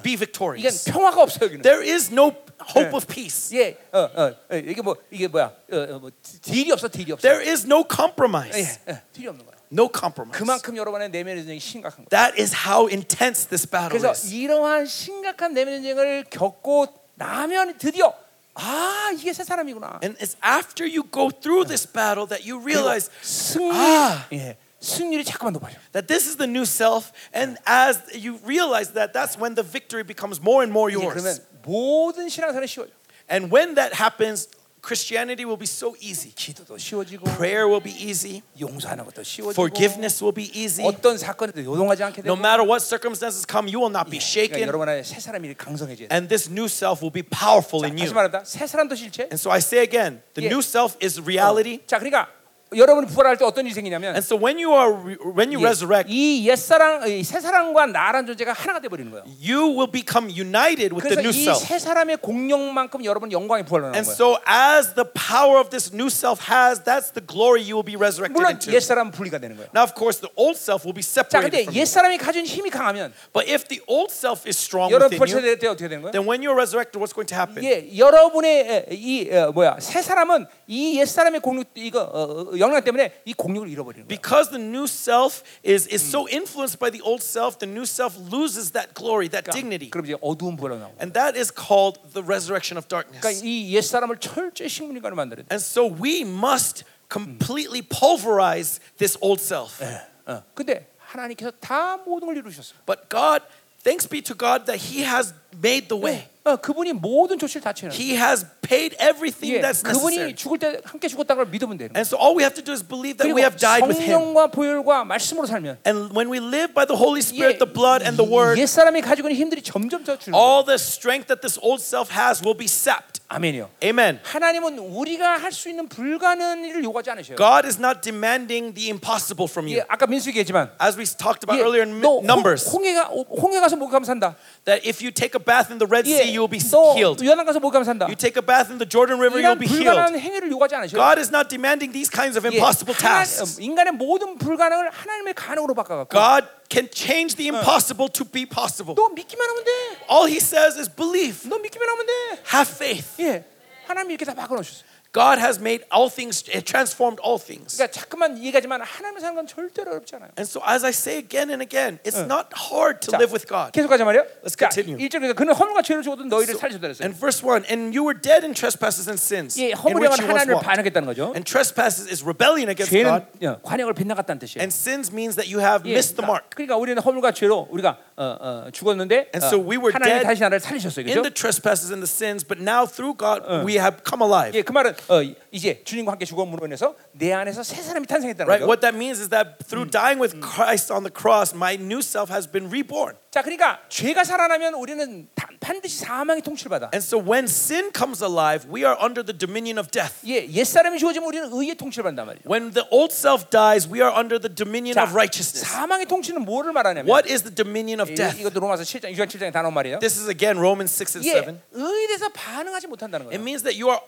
Speaker 2: be
Speaker 1: 이건
Speaker 2: victorious.
Speaker 1: 평화가 없어요 여기는.
Speaker 2: There is no hope of peace.
Speaker 1: 예, 어, 어, 어, 이게 뭐 이게 뭐야? 어, 어, 뭐 디- 딜이 없어, 딜이 없어.
Speaker 2: There is no
Speaker 1: 예,
Speaker 2: compromise.
Speaker 1: 예, 딜이 없는 거야.
Speaker 2: No compromise.
Speaker 1: 그만큼 여러분의 내면의 전쟁이 심각한 거야.
Speaker 2: That is how intense this battle
Speaker 1: 그래서
Speaker 2: is.
Speaker 1: 이러한 심각한 내면의 전쟁을 겪고 나면 드디어 아 이게 새 사람이구나.
Speaker 2: And it's after you go through this battle that you realize
Speaker 1: 승률,
Speaker 2: 아.
Speaker 1: 예, 승률이 자꾸만 높아져.
Speaker 2: that this is the new self and as you realize that that's when the victory becomes more and more
Speaker 1: 예,
Speaker 2: yours
Speaker 1: 그러면 모든 신앙생활이 쉬워져.
Speaker 2: and when that happens christianity will be so easy
Speaker 1: 기도도 쉬워지고,
Speaker 2: prayer will be easy
Speaker 1: 용서하는 것도 쉬워지고,
Speaker 2: forgiveness will be easy
Speaker 1: 어떤 사건에도 요동하지 않게
Speaker 2: no
Speaker 1: 되고,
Speaker 2: matter what circumstances come you will not be
Speaker 1: 그러니까
Speaker 2: shaken
Speaker 1: 여러분 안에 새 사람이 강성해져야 돼.
Speaker 2: and this new self will be powerful in
Speaker 1: 다시
Speaker 2: you
Speaker 1: 말합니다. 새 사람도 실체.
Speaker 2: and so i say again the
Speaker 1: Yeah.
Speaker 2: new self is reality
Speaker 1: 자, 그러니까 여러분이 부활할 때 어떤 일이 생기냐면
Speaker 2: and so when you are re- when you resurrect
Speaker 1: 이 옛사랑, 이 새사랑과 나란 존재가 하나가 돼 버리는 거예요.
Speaker 2: you will become united with the
Speaker 1: 그래서
Speaker 2: new
Speaker 1: 이
Speaker 2: self
Speaker 1: 세 사람의 공력만큼 여러분 영광이 부활로 나온
Speaker 2: And
Speaker 1: 거예요.
Speaker 2: so, as the power of this new self has, that's the glory you will be resurrected
Speaker 1: 물론
Speaker 2: into.
Speaker 1: 옛 사람은 분리가 되는 거예요.
Speaker 2: Now, of course, the old self will be
Speaker 1: 자, 근데
Speaker 2: separated from
Speaker 1: 옛
Speaker 2: you.
Speaker 1: 사람이 가진 힘이 강하면
Speaker 2: But if the old self is strong
Speaker 1: 여러분
Speaker 2: within
Speaker 1: 벌써
Speaker 2: you,
Speaker 1: 때 어떻게 되는 거예요?
Speaker 2: then when you're resurrected, what's going to happen?
Speaker 1: 예, 여러분의 에, 이 어, 뭐야 새 사람은 이 옛 사람의 공력 이거 어, 어, 영향 때문에 이 공력을 잃어버리는 거예요.
Speaker 2: Because the new self is, is so influenced by the old self, the new self loses that glory, that dignity.
Speaker 1: 그럼 이제 어두운 부활로 나온 거예요.
Speaker 2: And that is called the resurrection of darkness.
Speaker 1: 그러니까 이 옛 사람을 철저히 식물인간으로 만들어야 돼.
Speaker 2: And so, we must completely pulverize this old self.
Speaker 1: 어. 근데 하나님께서 다 모든 걸 이루셨어요.
Speaker 2: But God, thanks be to God that He has made the way.
Speaker 1: 어, 그분이 모든 조치를 다 취해놨어요.
Speaker 2: He has paid everything
Speaker 1: 예,
Speaker 2: that's necessary.
Speaker 1: 그분이 죽을 때 함께 죽었다는 걸 믿으면 되는 거예요.
Speaker 2: And so all we have to do is believe that
Speaker 1: 그리고
Speaker 2: we have died with him.
Speaker 1: 성령과 보혈과 말씀으로 살면
Speaker 2: And when we live by the Holy Spirit, the blood and the word, 어.
Speaker 1: 옛 사람이 가지고 있는 힘들이 점점 더 줄고
Speaker 2: all the strength that this old self has will be sapped.
Speaker 1: 아멘이요.
Speaker 2: Amen.
Speaker 1: 하나님은 우리가 할 수 있는 불가능한 일을 요구하지 않으셔요.
Speaker 2: God is not demanding the impossible from you.
Speaker 1: 예, 아까 민수 얘기했지만
Speaker 2: As we talked about
Speaker 1: 예,
Speaker 2: earlier in
Speaker 1: 너 홍,
Speaker 2: Numbers,
Speaker 1: 홍해가 홍해 가서 목욕하면 산다.
Speaker 2: that if you take a bath in the Red
Speaker 1: 예,
Speaker 2: Sea, you will be
Speaker 1: 너
Speaker 2: healed.
Speaker 1: 연안 가서 목욕하면 산다.
Speaker 2: You take a bath in the Jordan River,
Speaker 1: 이런
Speaker 2: you'll be healed.
Speaker 1: 불가능한 행위를 요구하지 않으셔요.
Speaker 2: God is not demanding these kinds of
Speaker 1: 예,
Speaker 2: impossible
Speaker 1: 하나- 음,
Speaker 2: tasks.
Speaker 1: 인간의 모든 불가능을 하나님의 가능으로 바꿔갖고
Speaker 2: God can change the impossible to be possible.
Speaker 1: 너 믿기만 하면 돼.
Speaker 2: All he says is believe,
Speaker 1: 너 믿기만 하면 돼.
Speaker 2: have faith.
Speaker 1: 예, 하나님이 이렇게 다 바꿔놓으셨어요.
Speaker 2: God has made all things, eh, transformed all things.
Speaker 1: 그러니까 자꾸만 얘기하지만 하나님을 사는 건 절대로 어렵지 않아요.
Speaker 2: And so, as I say again and again, it's not hard to
Speaker 1: 자,
Speaker 2: live with God.
Speaker 1: 계속하자 말이요.
Speaker 2: Let's
Speaker 1: 자,
Speaker 2: continue.
Speaker 1: 1절에서 그러니까 그는 허물과 죄를 죽어도 너희를
Speaker 2: So-
Speaker 1: 살리셨다 그랬어요.
Speaker 2: and verse 1 And you were dead in trespasses and sins.
Speaker 1: 예,
Speaker 2: in which
Speaker 1: 허물에만
Speaker 2: you once
Speaker 1: 하나님을
Speaker 2: walked.
Speaker 1: 반역했다는 거죠.
Speaker 2: And trespasses is rebellion against
Speaker 1: 죄는
Speaker 2: God.
Speaker 1: 어, 관역을 빗나갔다는 뜻이에요.
Speaker 2: And sins means that you have
Speaker 1: 예,
Speaker 2: missed the
Speaker 1: 그러니까,
Speaker 2: mark.
Speaker 1: 그러니까 우리는 허물과 죄로 우리가 어, 어, 죽었는데
Speaker 2: And
Speaker 1: 어,
Speaker 2: so we were
Speaker 1: 하나님이
Speaker 2: dead
Speaker 1: 다시 나를 살리셨어요.
Speaker 2: In
Speaker 1: 그죠?
Speaker 2: the trespasses and the sins, but now through God, we have come alive.
Speaker 1: 예, 그 말은 어, 이제 주님과 함께 죽음으로 인해서 내 안에서 새 사람이 탄생했다는 거죠.
Speaker 2: Right? What that means is that through dying with Christ on the cross, my new self has been reborn.
Speaker 1: 자, 그러니까 죄가 살아나면 우리는 다- 반드시 사망의 통치를 받아.
Speaker 2: And so when sin comes alive, we are under the dominion of death.
Speaker 1: 예, 옛 사람이 죽어지면 우리는 의의 통치를 받는단 말이에요.
Speaker 2: When the old self dies, we are under the dominion
Speaker 1: 자,
Speaker 2: of righteousness.
Speaker 1: 사망의 통치는 뭐를 말하냐면 예,
Speaker 2: What is the dominion of
Speaker 1: 이,
Speaker 2: death?
Speaker 1: 이것도 로마서 7장 6장 7장에 다 나온 말이에요.
Speaker 2: This is again Romans 6 and
Speaker 1: 예,
Speaker 2: 7.
Speaker 1: 의에 대해서 반응하지 못한다는
Speaker 2: It
Speaker 1: 거예요.
Speaker 2: means that you are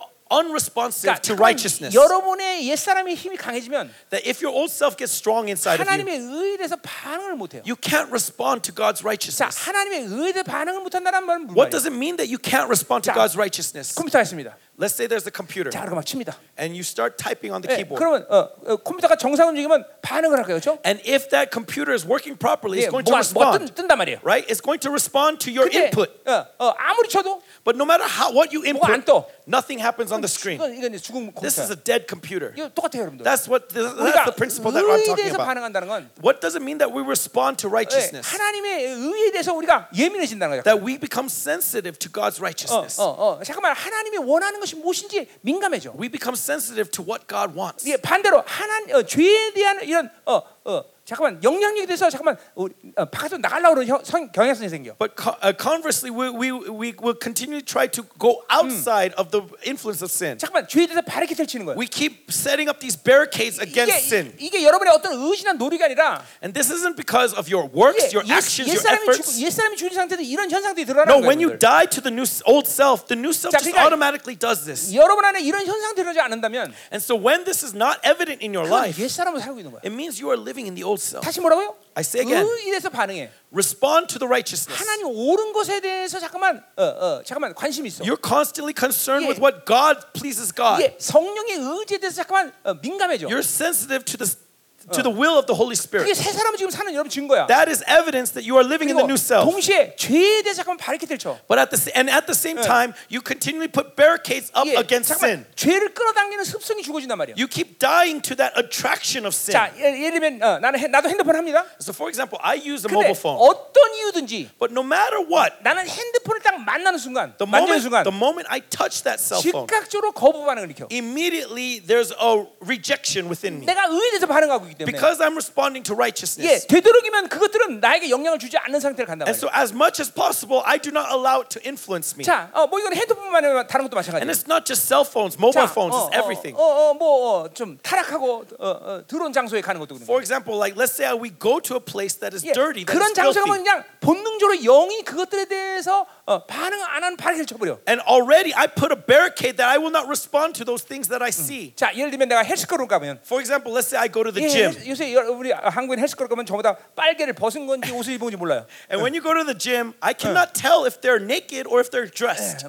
Speaker 2: unresponsive to
Speaker 1: 잠깐
Speaker 2: righteousness.
Speaker 1: 여러분의 옛 사람의 힘이 강해지면
Speaker 2: That if your old self gets strong inside of you,
Speaker 1: 하나님의 의에 대해서 반응을 못해요.
Speaker 2: you can't respond to God's
Speaker 1: 자,
Speaker 2: righteousness.
Speaker 1: 하나님의 의에 대해 반응을 못한다는 말은
Speaker 2: What
Speaker 1: 뭐예요?
Speaker 2: does it mean that you can't respond to
Speaker 1: 자,
Speaker 2: God's righteousness?
Speaker 1: 컴퓨터 했습니다.
Speaker 2: Let's say there's a computer
Speaker 1: 자, 그럼 막 칩니다.
Speaker 2: and you start typing Eh, on the
Speaker 1: 예,
Speaker 2: keyboard.
Speaker 1: 그러면 어, 어, 컴퓨터가 정상 움직이면 반응을 할 거예요, 그렇죠?
Speaker 2: And if that computer is working
Speaker 1: 예,
Speaker 2: properly, it's going to
Speaker 1: 뭐가 뭐 뜬,
Speaker 2: respond.
Speaker 1: 뜬단 말이에요.
Speaker 2: Right? It's going to respond to your
Speaker 1: 근데
Speaker 2: input.
Speaker 1: 어, 어, 아무리 쳐도
Speaker 2: But no matter how what you
Speaker 1: 안
Speaker 2: input,
Speaker 1: 떠.
Speaker 2: nothing happens on the screen.
Speaker 1: 이건 이건 이제 죽은
Speaker 2: This
Speaker 1: 컴퓨터.
Speaker 2: is a dead computer.
Speaker 1: 이거 똑같아요, 여러분들.
Speaker 2: That's what the, that's the principle that I'm
Speaker 1: 의에
Speaker 2: talking
Speaker 1: 대해서
Speaker 2: about.
Speaker 1: 반응한다는 건
Speaker 2: What does it mean that we respond to
Speaker 1: 예,
Speaker 2: righteousness?
Speaker 1: 하나님의 의에 대해서 우리가 예민해진다는 거예요.
Speaker 2: That we become sensitive to God's
Speaker 1: 어,
Speaker 2: righteousness.
Speaker 1: 어, 어. 잠깐만 하나님이 원하는 것이 무엇인지 민감해져.
Speaker 2: We become sensitive to what God wants.
Speaker 1: 예, 반대로 하나 어, 죄에 대한 이런 어, 어, 잠깐만 영향력에 대해서 잠깐만 우리, 어, 바깥으로 나가려고 그러는 형- 성- 경향성이 생겨.
Speaker 2: But co- uh, conversely, we, we, we will continue to try to go outside of the influence of sin.
Speaker 1: 잠깐만 죄에 대해서 바르게 펼치는 거예요.
Speaker 2: We keep setting up these barricades
Speaker 1: 이게,
Speaker 2: against sin.
Speaker 1: 이- 이게 여러분의 어떤 의지나 노력이 아니라
Speaker 2: And this isn't because of your works,
Speaker 1: 이게
Speaker 2: your
Speaker 1: 옛-
Speaker 2: actions, your
Speaker 1: 옛사람이
Speaker 2: efforts.
Speaker 1: 죽- 옛사람이 죽은 상태도 이런 현상들이 드러나는
Speaker 2: No,
Speaker 1: 거예요.
Speaker 2: when you
Speaker 1: 여러분들.
Speaker 2: die to the new old self, the new self
Speaker 1: 자,
Speaker 2: just
Speaker 1: 그러니까-
Speaker 2: automatically does this.
Speaker 1: 여러분 안에 이런 현상들이 일어나지 않는다면
Speaker 2: And so when this is not evident in your life,
Speaker 1: 옛사람으로 살고 있는 거야.
Speaker 2: it means you are living in the old self.
Speaker 1: 다시 뭐라고요?
Speaker 2: I say again.
Speaker 1: 의에 대해서 반응해.
Speaker 2: Respond to the righteousness.
Speaker 1: 하나님 옳은 것에 대해서 잠깐만 어, 어, 잠깐만 관심 있어.
Speaker 2: You're constantly concerned
Speaker 1: Yeah.
Speaker 2: with what God pleases God.
Speaker 1: 이게 성령의 의지에 대해서 잠깐만 어, 민감해져.
Speaker 2: 아, You're sensitive to the to the will of the Holy
Speaker 1: 그게
Speaker 2: Spirit.
Speaker 1: 새 사람 지금 사는 여러분 증거야.
Speaker 2: That is evidence that you are living in the
Speaker 1: 그리고
Speaker 2: new self.
Speaker 1: 동시에 죄에 대해서 잠깐만 바르게 들쳐.
Speaker 2: But at the s- and at the same time, you continually put barricades up against sin.
Speaker 1: 죄를 끌어당기는 습성이 죽어진단 말이야.
Speaker 2: You keep dying to that attraction of sin.
Speaker 1: 자, 예- 예를 들면 어, 나는 해- 나도 핸드폰 합니다.
Speaker 2: So, for example, I use a
Speaker 1: 근데
Speaker 2: mobile phone.
Speaker 1: 어떤 이유든지
Speaker 2: But no matter what,
Speaker 1: 나는 핸드폰을 딱 만나는 순간,
Speaker 2: the
Speaker 1: 만지는
Speaker 2: moment,
Speaker 1: 순간
Speaker 2: the moment I touch that cell phone,
Speaker 1: 즉각적으로 거부 반응을 일으켜.
Speaker 2: immediately there's a rejection within me
Speaker 1: 내가 의에 대해서 반응하고 있기 때문에.
Speaker 2: because I'm responding to
Speaker 1: 예,
Speaker 2: righteousness.
Speaker 1: 되도록이면 그것들은 나에게 영향을 주지 않는 상태를 간다 말이야.
Speaker 2: And so, as much as possible, I do not allow it to influence me.
Speaker 1: 자, 어, 뭐 이건 핸드폰만 아니라 다른 것도
Speaker 2: And
Speaker 1: 마찬가지야.
Speaker 2: it's not just cell phones, mobile phones,
Speaker 1: 어,
Speaker 2: it's everything.
Speaker 1: 어, 어, 어, 뭐, 어, 좀 타락하고 어, 어, 더러운 장소에 가는 것도 그런
Speaker 2: For example, like let's say we go to a place that is
Speaker 1: 예,
Speaker 2: dirty, that
Speaker 1: 그런
Speaker 2: is
Speaker 1: 장소가
Speaker 2: filthy,
Speaker 1: 그냥 본능적으로 영이 그것들에 대해서 어, 반응 안 하는 발을 쳐버려.
Speaker 2: and already I put a barricade that I will not respond to those things that
Speaker 1: Mm.
Speaker 2: I see.
Speaker 1: 자, 예를 들면 내가 헬스클럽 가면
Speaker 2: For example, let's say I go to the
Speaker 1: 예,
Speaker 2: gym,
Speaker 1: 헬스- 요새 여- 우리 한국인 헬스클럽 가면 저보다 빨개를 벗은 건지 옷을 입은 건지 몰라요.
Speaker 2: and when you go to the gym, I
Speaker 1: Uh.
Speaker 2: cannot tell if they're naked or if they're dressed.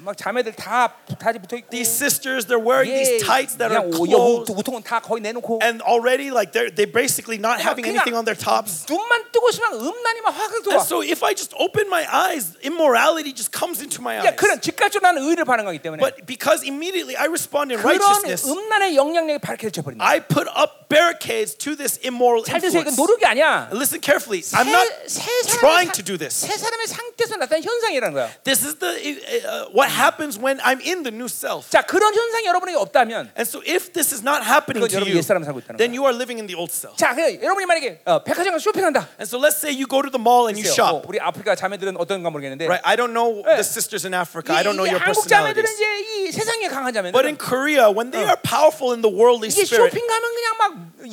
Speaker 1: 예, 막 자매들 다 다리 붙어 있고. 예,
Speaker 2: These sisters, they're wearing these tights that
Speaker 1: 그냥
Speaker 2: are
Speaker 1: 오- 여-
Speaker 2: closed,
Speaker 1: 우통은 다 거의 내놓고
Speaker 2: and already like they're they basically not having
Speaker 1: 그냥-
Speaker 2: anything on their tops.
Speaker 1: 눈만 뜨고 있으면 음란이 막 확 들어와.
Speaker 2: And so if I just open my eyes, immorality just comes into my
Speaker 1: 야, 그런
Speaker 2: eyes.
Speaker 1: 즉각적으로 나는 의를 반응하기 때문에
Speaker 2: But because immediately I respond in
Speaker 1: 그런
Speaker 2: righteousness,
Speaker 1: 음란의 영향력이 밝혀져 버린다.
Speaker 2: I put up barricades to this immoral
Speaker 1: 잘 드세요. 이건
Speaker 2: influence.
Speaker 1: 노력이 아니야.
Speaker 2: And Listen carefully. I'm not trying to do this.
Speaker 1: 세 사람의 상태에서 나타난 현상이라는 거야.
Speaker 2: This is the uh, what happens when I'm in the new self.
Speaker 1: 자, 그런 현상이 여러분에게 없다면
Speaker 2: And so if this is not happening
Speaker 1: 그건
Speaker 2: to
Speaker 1: 여러분이
Speaker 2: you,
Speaker 1: 옛사람 살고 있다는
Speaker 2: then
Speaker 1: 거야.
Speaker 2: you are living in the old self.
Speaker 1: 자, 그냥 여러분이 만약에 어, 백화점 가서 쇼핑한다.
Speaker 2: And so let's say you go to the mall and you
Speaker 1: 글쎄요, 어,
Speaker 2: shop.
Speaker 1: 우리 아프리카 자매들은 어떤가 모르겠는데
Speaker 2: Right? I don't know
Speaker 1: 예.
Speaker 2: the sisters in Africa. I don't know
Speaker 1: 이- 이
Speaker 2: your
Speaker 1: 한국 자매들은
Speaker 2: personalities.
Speaker 1: 이제 이 세상에 강한
Speaker 2: But
Speaker 1: 자매들
Speaker 2: in Korea, when they are powerful in the worldly
Speaker 1: 이게
Speaker 2: spirit,
Speaker 1: 쇼핑 가면 그냥 막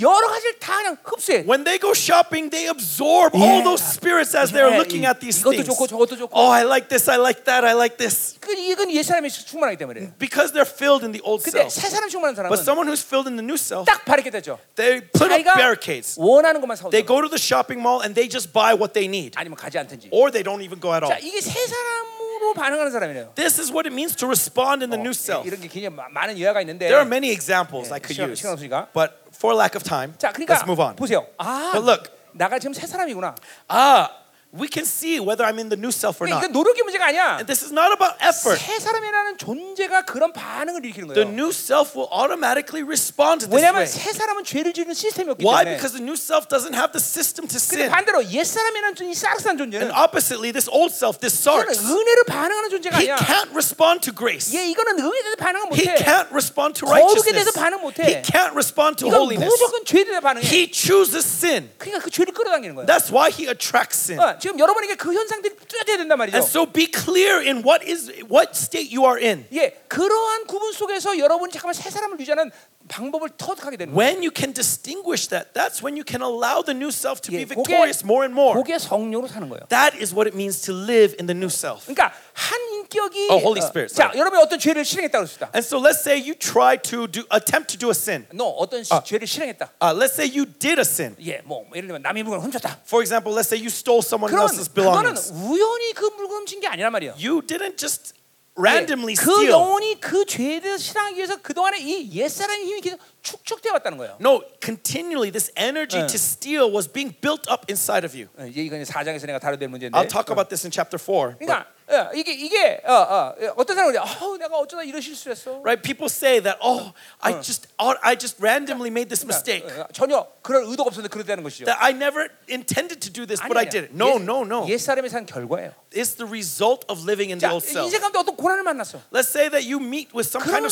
Speaker 1: 여러 가지를 다 그냥 흡수해.
Speaker 2: when they go shopping, they absorb all
Speaker 1: Yeah.
Speaker 2: those spirits as
Speaker 1: Yeah,
Speaker 2: they're looking at these
Speaker 1: 이것도
Speaker 2: things.
Speaker 1: 좋고 저것도 좋고.
Speaker 2: Oh, I like this. I like that. I like this.
Speaker 1: 그 이건 옛 사람이 충만하기 때문에.
Speaker 2: Because they're filled in the old
Speaker 1: 근데
Speaker 2: self.
Speaker 1: 새 사람 충만한
Speaker 2: But
Speaker 1: 사람은
Speaker 2: someone who's filled in the new self,
Speaker 1: 딱 바르게 되죠.
Speaker 2: they put up
Speaker 1: 자기가
Speaker 2: barricades.
Speaker 1: 원하는 것만 사오죠.
Speaker 2: They go to the shopping mall and they just buy what they need,
Speaker 1: 아니면 가지 않든지.
Speaker 2: or they don't even go at all.
Speaker 1: 자, 이게 새 사람으로 반응하는 사람이네요.
Speaker 2: This is what it means to respond in the new
Speaker 1: 어,
Speaker 2: self.
Speaker 1: 이런 게 굉장히 마- 많은 예화가 있는데.
Speaker 2: There are many examples I could
Speaker 1: 시간-
Speaker 2: use,
Speaker 1: 시간 없으니까.
Speaker 2: but for lack of time,
Speaker 1: 자, 그러니까
Speaker 2: let's move on.
Speaker 1: 보세요. 아,
Speaker 2: But look.
Speaker 1: 나가 지금 새 사람이구나.
Speaker 2: Ah, we can see whether I'm in the new self or
Speaker 1: 그러니까
Speaker 2: not.
Speaker 1: 이건 노력의 문제가 아니야.
Speaker 2: And this is not about effort.
Speaker 1: 새 사람이라는 존재가 그런 반응을 일으키는
Speaker 2: The
Speaker 1: 거예요.
Speaker 2: new self will automatically respond to
Speaker 1: 왜냐하면
Speaker 2: this way.
Speaker 1: 새 사람은 죄를 지르는 시스템이었기
Speaker 2: Why?
Speaker 1: 때문에.
Speaker 2: Because the new self doesn't have the system to
Speaker 1: 근데
Speaker 2: sin.
Speaker 1: 반대로 옛 사람이라는 이 싸락산 존재는
Speaker 2: And oppositely, this old self, this
Speaker 1: 이거는
Speaker 2: sarx,
Speaker 1: 은혜를 반응하는 존재가
Speaker 2: he
Speaker 1: 아니야.
Speaker 2: can't respond to grace.
Speaker 1: 얘 이거는 은혜에 대해서 반응을
Speaker 2: He
Speaker 1: 못해.
Speaker 2: can't respond to
Speaker 1: 거룩에 대해서
Speaker 2: righteousness.
Speaker 1: 반응 못해.
Speaker 2: He can't respond to
Speaker 1: 이건
Speaker 2: holiness.
Speaker 1: 무조건 죄에 대해 반응해.
Speaker 2: He chooses sin.
Speaker 1: 그러니까 그 죄를 끌어당기는 거야.
Speaker 2: That's why he attracts sin.
Speaker 1: 어, 지금 여러분에게 그 현상들이 뚜렷해야 된단 말이죠.
Speaker 2: And so be clear in what is what state you are in.
Speaker 1: 예, 그러한 구분 속에서 여러분이 잠깐만 새 사람을 유지하는 방법을 터득하게 되는 거예요.
Speaker 2: When you can distinguish that, that's when you can allow the new self to be
Speaker 1: 예,
Speaker 2: victorious more and more.
Speaker 1: 그게 성령으로 사는 거예요.
Speaker 2: That is what it means to live in the new self.
Speaker 1: 그러니까 한 인격이 어,
Speaker 2: Oh, Holy Spirit,
Speaker 1: 자,
Speaker 2: sorry.
Speaker 1: 여러분이 어떤 죄를 실행했다고 했습니다.
Speaker 2: And so let's say you try to do attempt to do a sin.
Speaker 1: 너 어떤 시- 죄를 실행했다.
Speaker 2: Uh, let's say you did a sin.
Speaker 1: 예, 뭐 예를 들면 남의 물건을 훔쳤다.
Speaker 2: For example, let's say you stole someone
Speaker 1: 그런 그거는
Speaker 2: else's belongings.
Speaker 1: 우연히 그 물건을 훔친 게 아니란 말이에요.
Speaker 2: You didn't just
Speaker 1: 예,
Speaker 2: randomly
Speaker 1: 그
Speaker 2: steal.
Speaker 1: 영혼이 그 죄에 대해서 실행하기 위해서 그동안에 이 옛사람의 힘이 계속 축적돼 왔다는 거예요.
Speaker 2: No, continually this energy
Speaker 1: 예.
Speaker 2: to steal was being built up inside of you.
Speaker 1: 어, 이제 이건 사장에서 내가 다뤄야 될 문제인데.
Speaker 2: I'll talk about this in chapter 4. but-
Speaker 1: 그러니까 어, 이게 이게 어, 어, 어떤 사람은 어, 내가 어쩌다 이런 실수를 했어.
Speaker 2: Right? People say that, "Oh, I just oh, I just randomly made this mistake."
Speaker 1: 어, 어, 전혀 그런 의도가 없었는데 그러다는 것이죠.
Speaker 2: That I never intended to do this, but I
Speaker 1: 아니에요.
Speaker 2: did it. No,
Speaker 1: 옛-
Speaker 2: no, no.
Speaker 1: 옛사람이 산 결과예요.
Speaker 2: It's the result of living in the
Speaker 1: 자,
Speaker 2: old self.
Speaker 1: 인생 가운데 어떤 고난을 만났어.
Speaker 2: Let's say that you meet with some
Speaker 1: 그러면
Speaker 2: kind of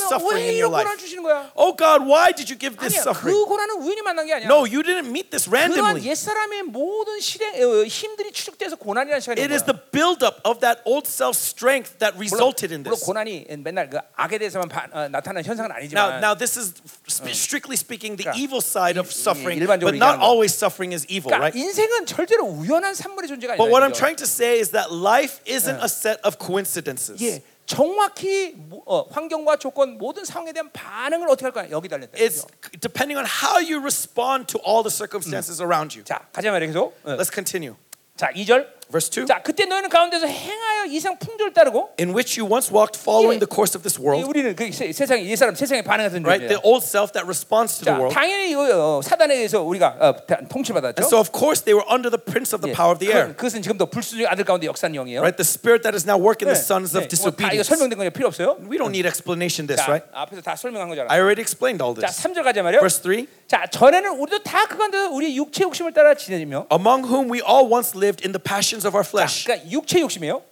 Speaker 1: 왜
Speaker 2: suffering in your
Speaker 1: 이런
Speaker 2: life.
Speaker 1: 고난을 주시는 거야?
Speaker 2: Oh God, why did you give this
Speaker 1: 아니야,
Speaker 2: suffering?
Speaker 1: 그 고난은 우연히 만난 게 아니야.
Speaker 2: No, you didn't meet this
Speaker 1: 그러한
Speaker 2: randomly.
Speaker 1: 옛사람의 모든 실행, 어, 힘들이 추적돼서 고난이라는 시간이
Speaker 2: It
Speaker 1: 온
Speaker 2: is
Speaker 1: 거야.
Speaker 2: the buildup of that old self strength that
Speaker 1: 물론,
Speaker 2: resulted in
Speaker 1: 물론
Speaker 2: this.
Speaker 1: 고난이 맨날 그 악에 대해서만 바, 어, 나타나는 현상은
Speaker 2: Now,
Speaker 1: 아니지만
Speaker 2: now this is sp- strictly speaking the
Speaker 1: 그러니까
Speaker 2: evil side of suffering,
Speaker 1: 일반적으로
Speaker 2: but not
Speaker 1: 얘기하는 거.
Speaker 2: always suffering is evil,
Speaker 1: 그러니까
Speaker 2: right?
Speaker 1: 인생은 절대로 우연한 산물의 존재가 아니라
Speaker 2: But what I'm
Speaker 1: 이거죠.
Speaker 2: trying to say is that life isn't a set of coincidences.
Speaker 1: 예, 정확히 모- 어, 환경과 조건 모든 상황에 대한 반응을 어떻게 할 거냐 여기 달렸다.
Speaker 2: It's c- depending on how you respond to all the circumstances around you.
Speaker 1: 자, 가자 말이야 계속. 어.
Speaker 2: Let's continue.
Speaker 1: 자, 2절.
Speaker 2: Verse 2.
Speaker 1: 자, 그때 너희는 가운데서 행하여 이상 풍조를 따르고
Speaker 2: In which you once walked
Speaker 1: 예.
Speaker 2: following the course of
Speaker 1: 이
Speaker 2: this world,
Speaker 1: 우리는 그 세, 세상 이 사람 세상에 반응하던
Speaker 2: right?
Speaker 1: 존재예요.
Speaker 2: The old self that responds to the
Speaker 1: 자,
Speaker 2: world.
Speaker 1: 당연히 이, 어, 사단에 의해서 우리가 어, 다- 통치받았죠.
Speaker 2: And so, of course, they were under the prince of the
Speaker 1: 예,
Speaker 2: power of the
Speaker 1: 그건,
Speaker 2: air,
Speaker 1: 그것은 지금도 불순종의 아들 가운데 역사한 영이에요.
Speaker 2: right? The spirit that is now working the
Speaker 1: 네,
Speaker 2: sons
Speaker 1: 네, 뭐다 이거
Speaker 2: of disobedience.
Speaker 1: 설명된 거니까 필요 없어요.
Speaker 2: We don't need explanation this,
Speaker 1: 자,
Speaker 2: right?
Speaker 1: 앞에서 다 설명한 거잖아.
Speaker 2: I already explained all
Speaker 1: 자,
Speaker 2: this.
Speaker 1: 3절 가자 말이요.
Speaker 2: Verse 3
Speaker 1: 자, 전에는 우리도 다 그간도 우리 육체 욕심을 따라 지내며
Speaker 2: Among whom we all once lived in the passions of our flesh.
Speaker 1: 그러니까 육체 욕심이에요.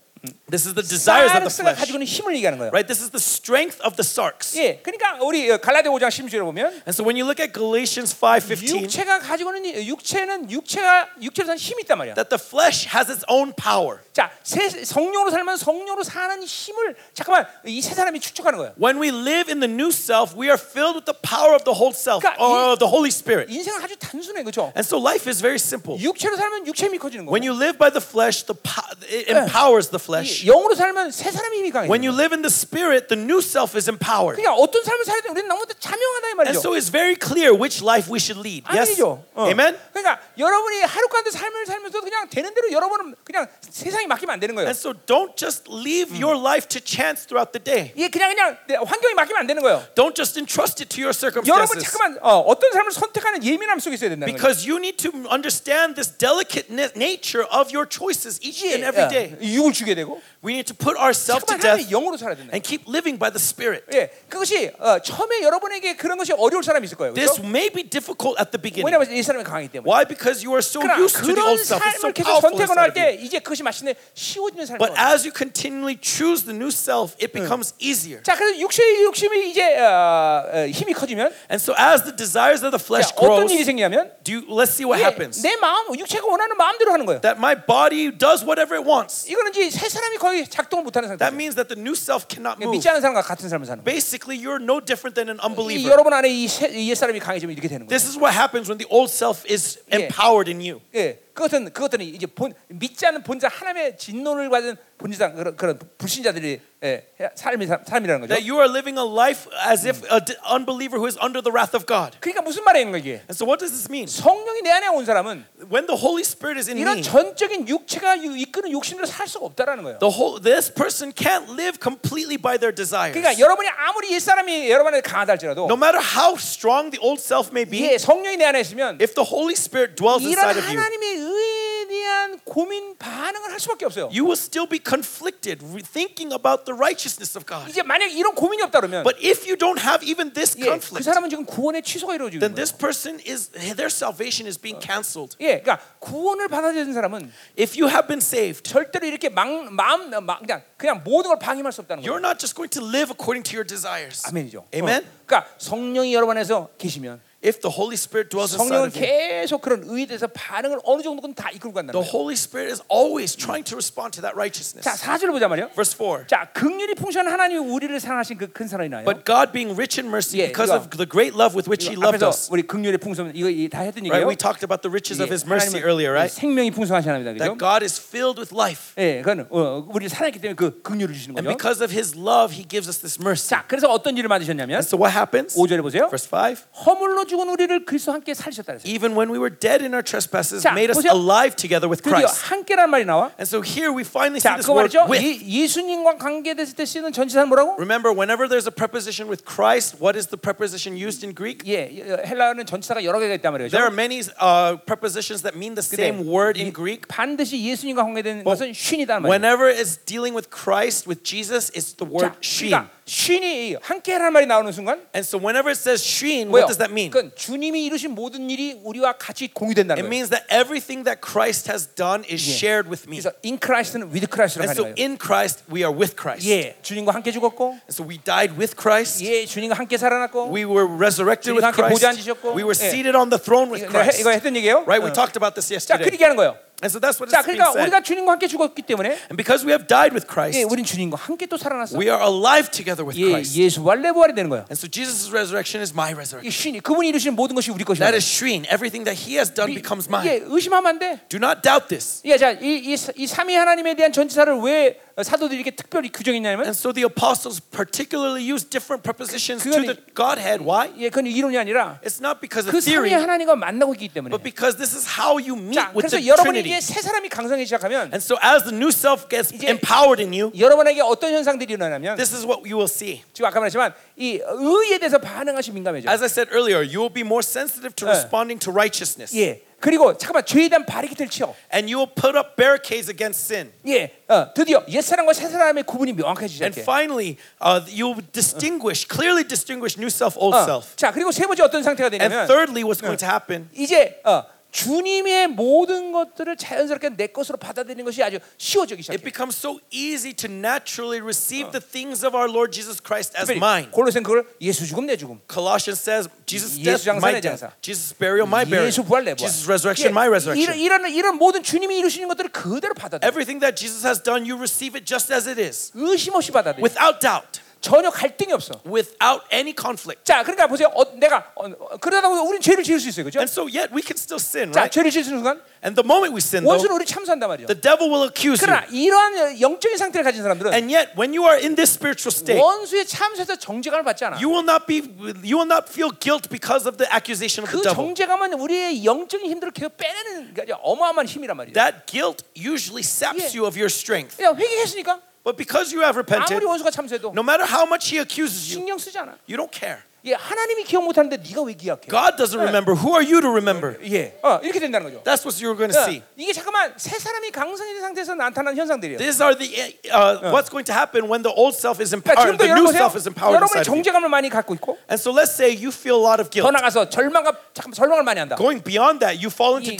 Speaker 2: This is the desires of the
Speaker 1: 사르스가
Speaker 2: flesh,
Speaker 1: 가지고 있는 힘을 얘기하는 거예요.
Speaker 2: right? This is the strength of the sarks.
Speaker 1: 예. 그러니까 우리 어, 갈라디아 5장 16절에 보면
Speaker 2: And so, when you look at Galatians 5:15,
Speaker 1: 육체가 가지고 있는 이- 육체는 육체가 육체로 사는 힘이 있단 말이야.
Speaker 2: that the flesh has its own power.
Speaker 1: 자, 세, 성령으로 살면 성령으로 사는 힘을 잠깐만 이 세 사람이 축적하는 거야.
Speaker 2: When we live in the new self, we are filled with the power of the whole self,
Speaker 1: 그러니까 이-
Speaker 2: or of the Holy Spirit.
Speaker 1: 인생은 아주 단순해, 그렇죠?
Speaker 2: And so, life is very simple.
Speaker 1: 육체로 살면 육체 힘이 커지는 거고,
Speaker 2: When you live by the flesh, the po- it empowers the flesh.
Speaker 1: 이- 영으로 살면 세 사람의 힘이 강해.
Speaker 2: When you live in the spirit, the new self is empowered.
Speaker 1: 그러니까 어떤 삶을 살아야 돼? 우리는 너무 자명하다 이
Speaker 2: And
Speaker 1: 말이죠.
Speaker 2: so it's very clear which life we should lead. Yes.
Speaker 1: 아니죠. 어.
Speaker 2: Amen.
Speaker 1: 그러니까 여러분이 하루 가운데 삶을 살면서 그냥 되는 대로 여러분은 그냥 세상에 맡기면 안 되는 거예요.
Speaker 2: And so don't just leave your life to chance throughout the day.
Speaker 1: 이게 그냥 그냥 내 환경에 맡기면 안 되는 거예요.
Speaker 2: Don't just entrust it to your
Speaker 1: 여러분
Speaker 2: circumstances.
Speaker 1: 잠깐만 어, 어떤 삶을 선택하는 예민함 속에 있어야 된다는 거예요.
Speaker 2: Because you need to understand this delicate na- nature of your choices each and every day.
Speaker 1: 예, 육을 죽여야 되고
Speaker 2: We need to put ourselves to
Speaker 1: 잠깐만 하나님
Speaker 2: death
Speaker 1: 영으로 살아야 된다.
Speaker 2: and keep living by the spirit.
Speaker 1: 예, 그것이 어, 처음에 여러분에게 그런 것이 어려울 사람이 있을 거예요.
Speaker 2: This
Speaker 1: 그렇죠?
Speaker 2: may be difficult at the beginning.
Speaker 1: 왜냐하면 이 사람이 강하기 때문에.
Speaker 2: Why? Because you are so
Speaker 1: 그러나
Speaker 2: used to the
Speaker 1: 그런
Speaker 2: old self. It's so
Speaker 1: 삶을 계속
Speaker 2: powerful
Speaker 1: 선택을
Speaker 2: inside
Speaker 1: 할
Speaker 2: of you.
Speaker 1: 때 이제 그것이 마침내 쉬워지는 삶이
Speaker 2: But
Speaker 1: 와요.
Speaker 2: as you continually choose the new self,
Speaker 1: Hmm.
Speaker 2: it becomes easier.
Speaker 1: 자, 그래서 육체의 욕심이 이제 어, 어, 힘이 커지면
Speaker 2: And so as the desires of the
Speaker 1: 자,
Speaker 2: flesh
Speaker 1: 어떤
Speaker 2: grows,
Speaker 1: 일이 생기냐면
Speaker 2: do you, let's see what
Speaker 1: 이게
Speaker 2: happens.
Speaker 1: 내 마음, 육체가 원하는 마음대로 하는 거예요.
Speaker 2: That my body does whatever it wants.
Speaker 1: 이거는 이제 세 사람이 거의 작동을 못하는 상태.
Speaker 2: That means that the new self cannot move.
Speaker 1: 믿지 않는 사람과 같은 삶을 사는 거예요.
Speaker 2: Basically, you're no different than an
Speaker 1: 이
Speaker 2: unbeliever.
Speaker 1: 여러분 안에 이옛 사람이 강해지면 이렇게 되는 거예요.
Speaker 2: This is what happens when the old self is
Speaker 1: Yeah.
Speaker 2: empowered in you.
Speaker 1: 예, 그것은 그것들은 이제 본 믿지 않는 본자 하나님의 진노를 받은 본지상 그런, 그런 불신자들이 예, 삶이 삶- 삶이라는 거죠.
Speaker 2: That you are living a life as if an unbeliever who is under the wrath of God.
Speaker 1: 그러니까 무슨 말이에요, 이게?
Speaker 2: And so, what does this mean?
Speaker 1: 성령이 내 안에 온 사람은
Speaker 2: When the Holy Spirit is in
Speaker 1: 이런
Speaker 2: me,
Speaker 1: 전적인 육체가 유- 이끄는 욕심으로 살 수가 없다라는 거예요.
Speaker 2: the whole this person can't live completely by their desires.
Speaker 1: 그러니까 여러분이 아무리 옛 사람이 여러분에게 강하다 할지라도
Speaker 2: No matter how strong the old self may be,
Speaker 1: 예, 성령이 내 안에 있으면
Speaker 2: if the Holy Spirit dwells
Speaker 1: 이런
Speaker 2: inside of you,
Speaker 1: 하나님의 의에 대한 고민 반응을 할 수밖에 없어요.
Speaker 2: you will still be conflicted re- thinking about the righteousness of God.
Speaker 1: 이제 만약 이런 고민이 없다 그러면
Speaker 2: But if you don't have even this
Speaker 1: 예, 그
Speaker 2: conflict,
Speaker 1: 사람은 지금 구원의 취소가 이루어지고
Speaker 2: then
Speaker 1: 있는
Speaker 2: this person is their salvation is being canceled.
Speaker 1: 거예요. 예, 그러니까 구원을 받아들인 사람은
Speaker 2: If you have been saved,
Speaker 1: 절대로 이렇게 막, 마음, 막 그냥 그냥 모든 걸 방임할 수 없다는 거예요.
Speaker 2: you're not just going to live according to your desires.
Speaker 1: 아멘이죠.
Speaker 2: Amen.
Speaker 1: 어, 그러니까 성령이 여러분 안에서 계시면
Speaker 2: If the Holy Spirit dwells inside
Speaker 1: 성령은
Speaker 2: of you,
Speaker 1: 계속 그런 의에 대해서 반응을 어느 정도는 다 이끌고 간다는
Speaker 2: the
Speaker 1: 거예요.
Speaker 2: Holy Spirit is always trying to respond to that
Speaker 1: 자,
Speaker 2: righteousness.
Speaker 1: 사절을 보자 말이요.
Speaker 2: Verse 4.
Speaker 1: 자, 극률이 풍성한 하나님이 우리를 사랑하신 그 큰 사랑이 나요.
Speaker 2: But God being rich in mercy
Speaker 1: Yeah,
Speaker 2: because
Speaker 1: 이거.
Speaker 2: of the great love with which he loved
Speaker 1: 앞에서
Speaker 2: us.
Speaker 1: 우리 극률의 풍성 이거 이- 다 했던
Speaker 2: Right?
Speaker 1: 얘기예요.
Speaker 2: We talked about the riches of
Speaker 1: 예,
Speaker 2: his mercy
Speaker 1: 하나님은
Speaker 2: earlier, right?
Speaker 1: 생명이 풍성하신 하나님이다. 그죠?
Speaker 2: That God is filled with life.
Speaker 1: 예, 그건 어, 우리 살아있기 때문에 그 극률을 주시는
Speaker 2: And
Speaker 1: 거죠.
Speaker 2: because of his love, he gives us this mercy.
Speaker 1: 자, 그래서 어떤 일을 만드셨냐면
Speaker 2: And so what happens?
Speaker 1: 5절에 보세요.
Speaker 2: Verse 5.
Speaker 1: 허물로 죽은 우리를 그리스도 함께 살리셨다 그랬어요.
Speaker 2: Even when we were dead in our trespasses,
Speaker 1: 자,
Speaker 2: made us
Speaker 1: 보세요.
Speaker 2: alive together with
Speaker 1: 드디어
Speaker 2: Christ.
Speaker 1: 함께란 말이 나와.
Speaker 2: And so here we finally see
Speaker 1: 자,
Speaker 2: this
Speaker 1: 그거
Speaker 2: word
Speaker 1: 말이죠.
Speaker 2: with.
Speaker 1: 예, 예수님과 관계됐을 때 쓰는 전치사는 뭐라고?
Speaker 2: Remember, whenever there's a preposition with Christ, what is the preposition used in Greek?
Speaker 1: 예, 헬라어는 전치사가 여러 개가 있단 말이죠.
Speaker 2: There are many uh, prepositions that mean the same word in Greek.
Speaker 1: 반드시 예수님과 관계된 것은 쉰이단 말이에요.
Speaker 2: Oh, Whenever it's dealing with Christ, with Jesus, it's the word
Speaker 1: 자,
Speaker 2: shin.
Speaker 1: 그러니까 쉰이 함께란 말이 나오는 순간
Speaker 2: And so whenever it says shin,
Speaker 1: 뭐예요?
Speaker 2: what does that mean?
Speaker 1: 그건 주님이 이루신 모든 일이 우리와 같이 공유된다는 거예요.
Speaker 2: It means that everything that Christ has done is shared with me.
Speaker 1: 그래서 in Christ는 with Christ로
Speaker 2: And
Speaker 1: 가는
Speaker 2: so
Speaker 1: 거예요.
Speaker 2: in Christ, we are with Christ.
Speaker 1: 예, 주님과 함께 죽었고,
Speaker 2: And so we died with Christ.
Speaker 1: 예, 주님과 함께 살아났고.
Speaker 2: We were resurrected with
Speaker 1: 주님과 함께 보좌
Speaker 2: Christ.
Speaker 1: 앉으셨고.
Speaker 2: We were
Speaker 1: 예.
Speaker 2: seated on the throne with
Speaker 1: 이거 내가 해-
Speaker 2: Christ.
Speaker 1: 이거 했던 얘기예요.
Speaker 2: Right? We
Speaker 1: 어.
Speaker 2: talked about
Speaker 1: 자,
Speaker 2: this
Speaker 1: 그
Speaker 2: yesterday.
Speaker 1: 얘기하는 거예요.
Speaker 2: And so that's what
Speaker 1: 자,
Speaker 2: it's being
Speaker 1: 그러니까
Speaker 2: said.
Speaker 1: 우리가 주님과 함께 죽었기 때문에
Speaker 2: And because we have died
Speaker 1: 예,
Speaker 2: with Christ,
Speaker 1: 우린 주님과 함께 또 살아났어.
Speaker 2: we are alive together with
Speaker 1: 예,
Speaker 2: Christ.
Speaker 1: 예수와 레보알이 되는 거예요.
Speaker 2: And so Jesus' resurrection is my resurrection.
Speaker 1: 이 신이 그분이 이루신 모든 것이 우리 것이다.
Speaker 2: That is shreen. Everything that he has done becomes mine.
Speaker 1: 예, 의심하면 안 돼.
Speaker 2: Do not doubt this.
Speaker 1: 예, 자, 이이 이 삼위 하나님에 대한 전치사를 왜 사도들이 이렇게 특별히 규정했냐면
Speaker 2: And so the apostles particularly use different prepositions to
Speaker 1: 그건-
Speaker 2: the Godhead. Why?
Speaker 1: 예, 그건 이론이 아니라
Speaker 2: It's not because
Speaker 1: 그
Speaker 2: of
Speaker 1: 삼위
Speaker 2: theory,
Speaker 1: 하나님과 만나고 있기 때문에.
Speaker 2: but because this is how you meet
Speaker 1: 자,
Speaker 2: with
Speaker 1: 그래서
Speaker 2: the
Speaker 1: 여러분이
Speaker 2: Trinity.
Speaker 1: 이제 새 사람이 강성해 시작하면
Speaker 2: And so as the new self gets
Speaker 1: 이제-
Speaker 2: empowered in you,
Speaker 1: 여러분에게 어떤 현상들이 일어나냐면
Speaker 2: this is what you will see.
Speaker 1: 지금 아까 말했지만 이 의에 대해서 반응하시 민감해져.
Speaker 2: As I said earlier, you will be more sensitive to
Speaker 1: 예.
Speaker 2: responding to righteousness.
Speaker 1: 예. 그리고 잠깐만 죄에 대한 바리케트를 치어.
Speaker 2: And you will put up barricades against sin.
Speaker 1: 예. 어, 드디어 옛 사람과 새 사람의 구분이 명확해지기
Speaker 2: And
Speaker 1: 시작해.
Speaker 2: finally, uh, you'll distinguish, clearly distinguish new self, old
Speaker 1: 어.
Speaker 2: self.
Speaker 1: 자, 그리고 세 번째 어떤 상태가
Speaker 2: And
Speaker 1: 되냐면
Speaker 2: thirdly, what's going to happen
Speaker 1: 이제 어, 주님의 모든 것들을 자연스럽게 내 것으로 받아들이는 것이 아주 쉬워지기
Speaker 2: It
Speaker 1: 시작해.
Speaker 2: becomes so easy to naturally receive the things of our Lord Jesus Christ as
Speaker 1: 특별히
Speaker 2: mine.
Speaker 1: 골로새는 그걸 예수 죽음 내 죽음.
Speaker 2: Colossians says, Jesus'
Speaker 1: 예수
Speaker 2: death,
Speaker 1: 장사,
Speaker 2: my
Speaker 1: 내
Speaker 2: death.
Speaker 1: 장사.
Speaker 2: Jesus' burial, my burial.
Speaker 1: 예수 부활 내 부활. 예,
Speaker 2: Jesus' resurrection, my
Speaker 1: 이런,
Speaker 2: resurrection.
Speaker 1: 이런 이런 모든 주님이 이루시는 것들을 그대로 받아들여.
Speaker 2: Everything that Jesus has done, you receive it just as it is,
Speaker 1: 의심 없이 받아들여.
Speaker 2: without doubt,
Speaker 1: 전혀 갈등이 없어.
Speaker 2: without any conflict.
Speaker 1: 자, 그러니까 보세요. 어, 내가 어, 어, 그러다 보면 우리는 죄를 지을 수 있어요. 그죠?
Speaker 2: And so, yet, we can still sin,
Speaker 1: 자,
Speaker 2: right?
Speaker 1: 죄를 지을 순간
Speaker 2: And the moment we sin, though,
Speaker 1: 원수는 우리 참수한단 말이에요.
Speaker 2: the devil will accuse you.
Speaker 1: 그러나 이러한 영적인 상태를 가진 사람들은
Speaker 2: And yet, when you are in this spiritual state,
Speaker 1: 원수의 참수에서 정죄감을 받지 않아.
Speaker 2: you will not be, you will not feel guilt because of the accusation of
Speaker 1: 그
Speaker 2: the devil.
Speaker 1: 정죄감은 우리의 영적인 힘들을 계속 빼내는 아주 어마어마한 힘이란 말이에요.
Speaker 2: That guilt usually saps
Speaker 1: Yeah.
Speaker 2: you of your strength.
Speaker 1: 그냥 회개했으니까
Speaker 2: But because you have repented,
Speaker 1: 아무리 원수가 참수해도
Speaker 2: no matter how much he accuses you,
Speaker 1: 신경 쓰지 않아.
Speaker 2: you don't care.
Speaker 1: 예, 하나님이 기억 못하는데 네가 왜 기억해?
Speaker 2: God doesn't remember. Who are you to remember?
Speaker 1: 예, 어, 이렇게 된다는 거죠.
Speaker 2: That's what you're going to
Speaker 1: 예,
Speaker 2: see.
Speaker 1: 이게 잠깐만 새 사람이 강성인 상태에서 나타나는 현상들이에요.
Speaker 2: These are the uh, what's going to happen when the old self is
Speaker 1: 그러니까
Speaker 2: empowered,
Speaker 1: 지금도
Speaker 2: the
Speaker 1: 여러분
Speaker 2: new
Speaker 1: 보세요.
Speaker 2: self is empowered
Speaker 1: 여러분이
Speaker 2: inside of you.
Speaker 1: 정죄감을 많이 갖고 있고
Speaker 2: And so let's say you feel a lot of
Speaker 1: 더
Speaker 2: guilt.
Speaker 1: 나가서 절망과 잠깐 절망을 많이 한다.
Speaker 2: Going beyond that, you fall
Speaker 1: 이-
Speaker 2: into
Speaker 1: 이-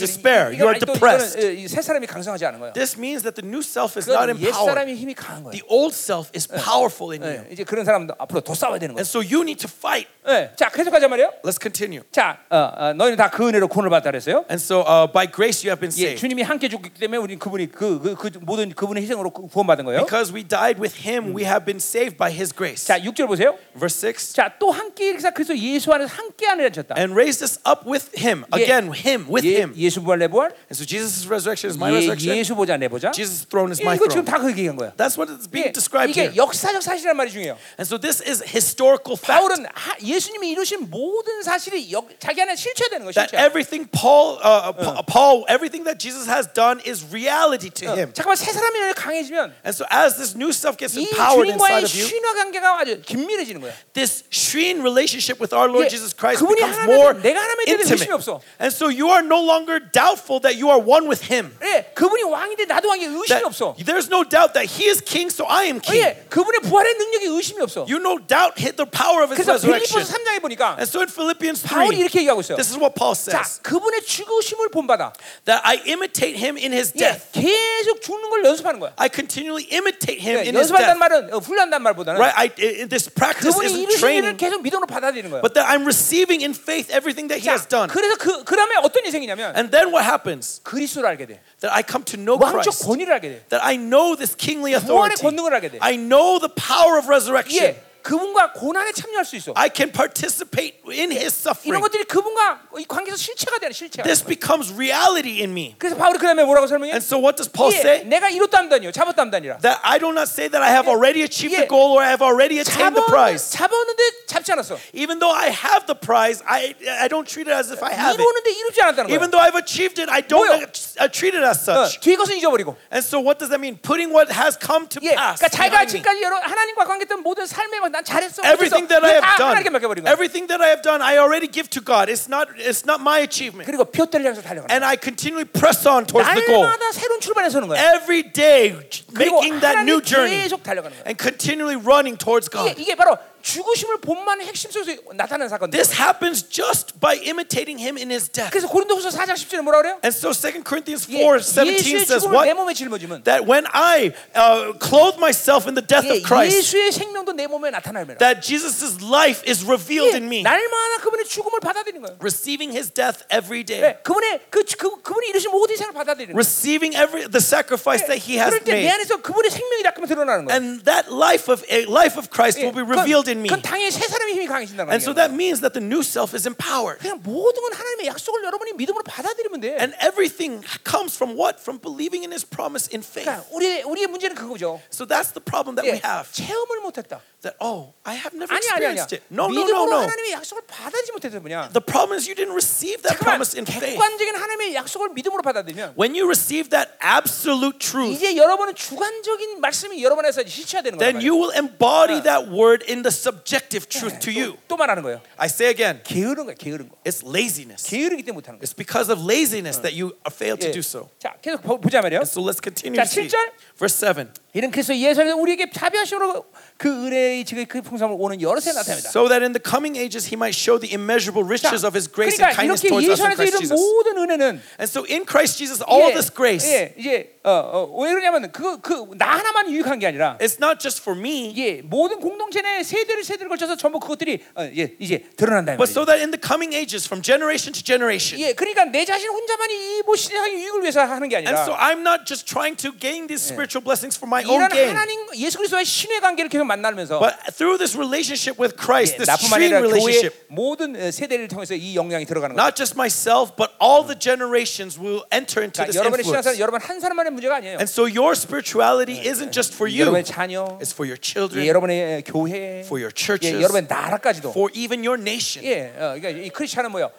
Speaker 1: 이건
Speaker 2: despair. You are
Speaker 1: 아직도
Speaker 2: depressed.
Speaker 1: 이거는, 예, 이새 사람이 강성하지 않은 거예요.
Speaker 2: This means that the new self is not
Speaker 1: 그건 옛
Speaker 2: empowered.
Speaker 1: 사람의 힘이 강한 거예요.
Speaker 2: The old self is powerful in you.
Speaker 1: 예, 이제 그런 사람도 앞으로 더 싸워야 되는 거예요.
Speaker 2: And so you need to fight.
Speaker 1: 예, 자, 계속 가자 말이에요.
Speaker 2: Let's continue.
Speaker 1: 자, 어, 어, 너희는 다 그 은혜로 구원을 받다 그랬어요.
Speaker 2: And so uh, by grace you have been
Speaker 1: 예,
Speaker 2: saved.
Speaker 1: 주님이 함께 죽기 때문에 우리는 그분이 그, 그, 그 모든 그분의 희생으로 구- 구원받은 거예요.
Speaker 2: Because we died with him, we have been saved by his grace.
Speaker 1: 자, 6절 보세요.
Speaker 2: Verse 6.
Speaker 1: 자, 또 함께 일으키사 그리스도 예수 안에서 함께 안에 앉혔다.
Speaker 2: And raised us up with him.
Speaker 1: 예.
Speaker 2: Again, him, with
Speaker 1: 예,
Speaker 2: him.
Speaker 1: 예수 부활 내 부활,
Speaker 2: And so Jesus' resurrection is my
Speaker 1: 예,
Speaker 2: resurrection.
Speaker 1: 예수 보자 내 보자.
Speaker 2: Jesus' throne is
Speaker 1: 예,
Speaker 2: my
Speaker 1: 이거 지금
Speaker 2: throne.
Speaker 1: 다 그 얘기한 거야.
Speaker 2: That's what is being
Speaker 1: 이게,
Speaker 2: described here.
Speaker 1: 이게 역사적 사실이란 말이 중요해요.
Speaker 2: And so this is historical fact.
Speaker 1: 바울은 하, 예수님이 이루신 모든 사실이 여, 자기 안에 실체되는 것이
Speaker 2: That everything Paul, uh, Uh. Pa- Paul, everything that Jesus has done is reality to him.
Speaker 1: 어, 잠깐만 새 사람이 너를 강해지면
Speaker 2: And so, as this new stuff gets
Speaker 1: 이
Speaker 2: empowered
Speaker 1: 주님과의
Speaker 2: inside of you,
Speaker 1: 신화 관계가 아주 긴밀해지는 거야.
Speaker 2: this Shreen relationship with our
Speaker 1: 예,
Speaker 2: Lord Jesus Christ
Speaker 1: 그분이
Speaker 2: becomes
Speaker 1: 하나님에
Speaker 2: more
Speaker 1: 대한- 내가 하나님에 대한 의심이 없어.
Speaker 2: intimate. And so, you are no longer doubtful that you are one with Him.
Speaker 1: 예, 그분이 왕인데 나도 왕이 의심이 없어.
Speaker 2: That there's no doubt that He is King, so I am King.
Speaker 1: 예, 그분의 부활의 능력이 의심이 없어.
Speaker 2: You no doubt hit the power of His
Speaker 1: 그래서
Speaker 2: resurrection.
Speaker 1: 빌립보서 3장에 보니까
Speaker 2: And so, in Philippians
Speaker 1: 바울이
Speaker 2: 3,
Speaker 1: 이렇게 얘기하고 있어요.
Speaker 2: this is what Paul
Speaker 1: 자,
Speaker 2: says
Speaker 1: 그분의 죽으심을 본받아.
Speaker 2: that I imitate Him in His
Speaker 1: 예,
Speaker 2: death.
Speaker 1: 계속 죽는 걸 연습하는 거야.
Speaker 2: I continually imitate Him
Speaker 1: 예,
Speaker 2: in His
Speaker 1: 연습한다는
Speaker 2: death.
Speaker 1: 말은 어, 훈련한다는 말보다는
Speaker 2: Right? I, i- i- this practice
Speaker 1: 그분이
Speaker 2: isn't
Speaker 1: 이루신 일을
Speaker 2: training,
Speaker 1: 계속 믿음으로 받아들이는 거야.
Speaker 2: but that I'm receiving in faith everything that He has
Speaker 1: 자,
Speaker 2: done.
Speaker 1: 그래서 그 그다음에 어떤 인생이냐면
Speaker 2: And then what happens?
Speaker 1: 그리스도를 알게 돼.
Speaker 2: That I come to know
Speaker 1: 왕적
Speaker 2: Christ.
Speaker 1: 권위를 알게 돼.
Speaker 2: That I know this kingly
Speaker 1: 부활의
Speaker 2: authority.
Speaker 1: 권능을 알게 돼.
Speaker 2: I know the power of resurrection.
Speaker 1: 예, 그분과 고난에 참여할 수 있어.
Speaker 2: I can participate in
Speaker 1: 이런
Speaker 2: His suffering.
Speaker 1: 것들이 그분과 이 관계에서 실체가 되는 실체가.
Speaker 2: This becomes reality in me.
Speaker 1: 그래서 바울이 그다음에 뭐라고 설명해?
Speaker 2: And so, what does Paul
Speaker 1: 예,
Speaker 2: say?
Speaker 1: 내가 이뤘다니요, 잡았다니라.
Speaker 2: That I do not say that I have already achieved
Speaker 1: Yeah.
Speaker 2: the goal or I have already attained the prize.
Speaker 1: 잡았는데 잡지 않았어.
Speaker 2: Even though I have the prize, I, I don't treat it as if I have it.
Speaker 1: 이루는데 이루지 않았다는 거야.
Speaker 2: Even though I've achieved it, I don't
Speaker 1: 뭐요?
Speaker 2: ac- uh, treat it as
Speaker 1: 어,
Speaker 2: such.
Speaker 1: 뒤에 것은 잊어버리고.
Speaker 2: And so, what does that mean? Putting what has come to
Speaker 1: 예,
Speaker 2: pass.
Speaker 1: 그러니까 자기가
Speaker 2: behind me.
Speaker 1: 지금까지 여러 하나님과 관계했던 모든 삶에 뭐 막난 잘했어.
Speaker 2: Everything
Speaker 1: 그래서
Speaker 2: that I
Speaker 1: 이거 다
Speaker 2: have
Speaker 1: 하나님께 맡겨버린
Speaker 2: done,
Speaker 1: 거야.
Speaker 2: everything that I have done, I already give to God. It's not, it's not my achievement.
Speaker 1: 그리고 표대를 향해서 달려가는
Speaker 2: And I continually press on towards
Speaker 1: 거야.
Speaker 2: the goal.
Speaker 1: 날마다 새로운 출발에 서는 거야.
Speaker 2: Every day,
Speaker 1: 그리고
Speaker 2: making that new
Speaker 1: 하나님
Speaker 2: journey
Speaker 1: 계속 달려가는 거야.
Speaker 2: and continually running towards God.
Speaker 1: 이게, 이게 바로 죽으심을 본만의 핵심 속에서 나타나는 사건들.
Speaker 2: This happens just by imitating him in his death.
Speaker 1: 그래서 고린도후서 4장 10절에 뭐라 그래요?
Speaker 2: And so 2 Corinthians
Speaker 1: 예,
Speaker 2: 4 17
Speaker 1: 예수의
Speaker 2: says
Speaker 1: 죽음을 내
Speaker 2: what?
Speaker 1: 몸에 짊어지면
Speaker 2: That when I uh, clothe myself in the death
Speaker 1: 예,
Speaker 2: of Christ,
Speaker 1: 예수의 생명도 내 몸에 나타나면
Speaker 2: that Jesus' life is revealed in me,
Speaker 1: 날마다 그분의 죽음을 받아들이는 거예요.
Speaker 2: receiving his death every day,
Speaker 1: 예, 그분의 그, 그 그분이 이루신 모든 생을 받아들이는 거예요.
Speaker 2: receiving every the sacrifice that he has
Speaker 1: 그럴 때 내
Speaker 2: made.
Speaker 1: 안에서 그분의 생명이 자꾸만 드러나는 거예요. 예.
Speaker 2: And that life of a life of Christ will be revealed in me.
Speaker 1: 그건 당연히 새 사람의 힘이 강해진다는
Speaker 2: And so
Speaker 1: 거예요.
Speaker 2: that means that the new self is empowered.
Speaker 1: 그냥 모든 건 하나님의 약속을 여러분이 믿음으로 받아들이면 돼.
Speaker 2: And everything comes from what? From believing in his promise in faith.
Speaker 1: 그러니까 우리 우리의 문제는 그거죠.
Speaker 2: So that's the problem that
Speaker 1: 예,
Speaker 2: we have.
Speaker 1: 체험을 못했다.
Speaker 2: that oh I have never
Speaker 1: 아니 아니 아니.
Speaker 2: experienced it. No, no,
Speaker 1: 믿음으로
Speaker 2: no, no.
Speaker 1: 하나님의 약속을 받아들이지 못해서 그냥.
Speaker 2: The problem is you didn't receive that
Speaker 1: 잠깐만
Speaker 2: promise in faith.
Speaker 1: 객관적인 하나님의 약속을 믿음으로 받아들이면
Speaker 2: When you receive that absolute truth,
Speaker 1: 이제 여러분은 주관적인 말씀이 여러분에서 실체화되는 거예요.
Speaker 2: then you will embody that word in the subjective truth to you.
Speaker 1: 또 말하는 거예요.
Speaker 2: I say again,
Speaker 1: 게으른 거야, 게으른 거.
Speaker 2: it's laziness.
Speaker 1: 게으르기 때문에 못하는 거야.
Speaker 2: It's because of laziness that you fail to
Speaker 1: 예.
Speaker 2: do so.
Speaker 1: 자, 계속 보- 보자 말이요.
Speaker 2: So let's continue.
Speaker 1: 자,
Speaker 2: to see.
Speaker 1: 7절.
Speaker 2: Verse 7.
Speaker 1: 이는 그리스도 예수 안에서 우리에게 자비하심으로 그 은혜의 지극히 그 풍성함을 오는 여러 새 나타납니다.
Speaker 2: So that in the coming ages he might show the immeasurable
Speaker 1: 자,
Speaker 2: riches of his grace and
Speaker 1: 그러니까
Speaker 2: kindness
Speaker 1: 이렇게
Speaker 2: towards
Speaker 1: 예수
Speaker 2: us in
Speaker 1: 안에서 이런
Speaker 2: Christ Jesus.
Speaker 1: 모든 은혜는
Speaker 2: And so in Christ Jesus,
Speaker 1: 예,
Speaker 2: all this grace,
Speaker 1: 예, 이제 어, 어, 왜 그러냐면 그 그 나 하나만 유익한 게 아니라
Speaker 2: it's not just for me,
Speaker 1: 예, 모든 공동체 내 세대를 세대를 걸쳐서 전부 그것들이 어, 예, 이제 드러난다는
Speaker 2: But
Speaker 1: 거죠.
Speaker 2: so that in the coming ages, from generation to generation.
Speaker 1: 예, 그러니까 내 자신 혼자만이 이뭐 세상의 유익을 위해서 하는 게
Speaker 2: And so
Speaker 1: 아니라
Speaker 2: I'm not just trying to gain these spiritual blessings for my own
Speaker 1: 이런
Speaker 2: gain.
Speaker 1: 하나님 예수 그리스도와의 신의 관계를 계속 만나면서
Speaker 2: But through this relationship with Christ,
Speaker 1: 예,
Speaker 2: this
Speaker 1: 나뿐만
Speaker 2: stream
Speaker 1: 아니라 교회
Speaker 2: relationship,
Speaker 1: 모든 어, 세대를 통해서 이 영향이 들어가는 거예요.
Speaker 2: not just myself, but all the generations will enter into this
Speaker 1: 그러니까 여러분의 신앙생활
Speaker 2: influence.
Speaker 1: 여러분 한 사람만의 문제가 아니에요.
Speaker 2: And so your spirituality isn't just for you,
Speaker 1: 여러분의 자녀,
Speaker 2: it's for your
Speaker 1: 예,
Speaker 2: children,
Speaker 1: 여러분의 교회,
Speaker 2: for your
Speaker 1: 예,
Speaker 2: churches,
Speaker 1: 여러분의 나라까지도.
Speaker 2: for even your nation.
Speaker 1: 예, 어, 그러니까 이 크리스천은 뭐요?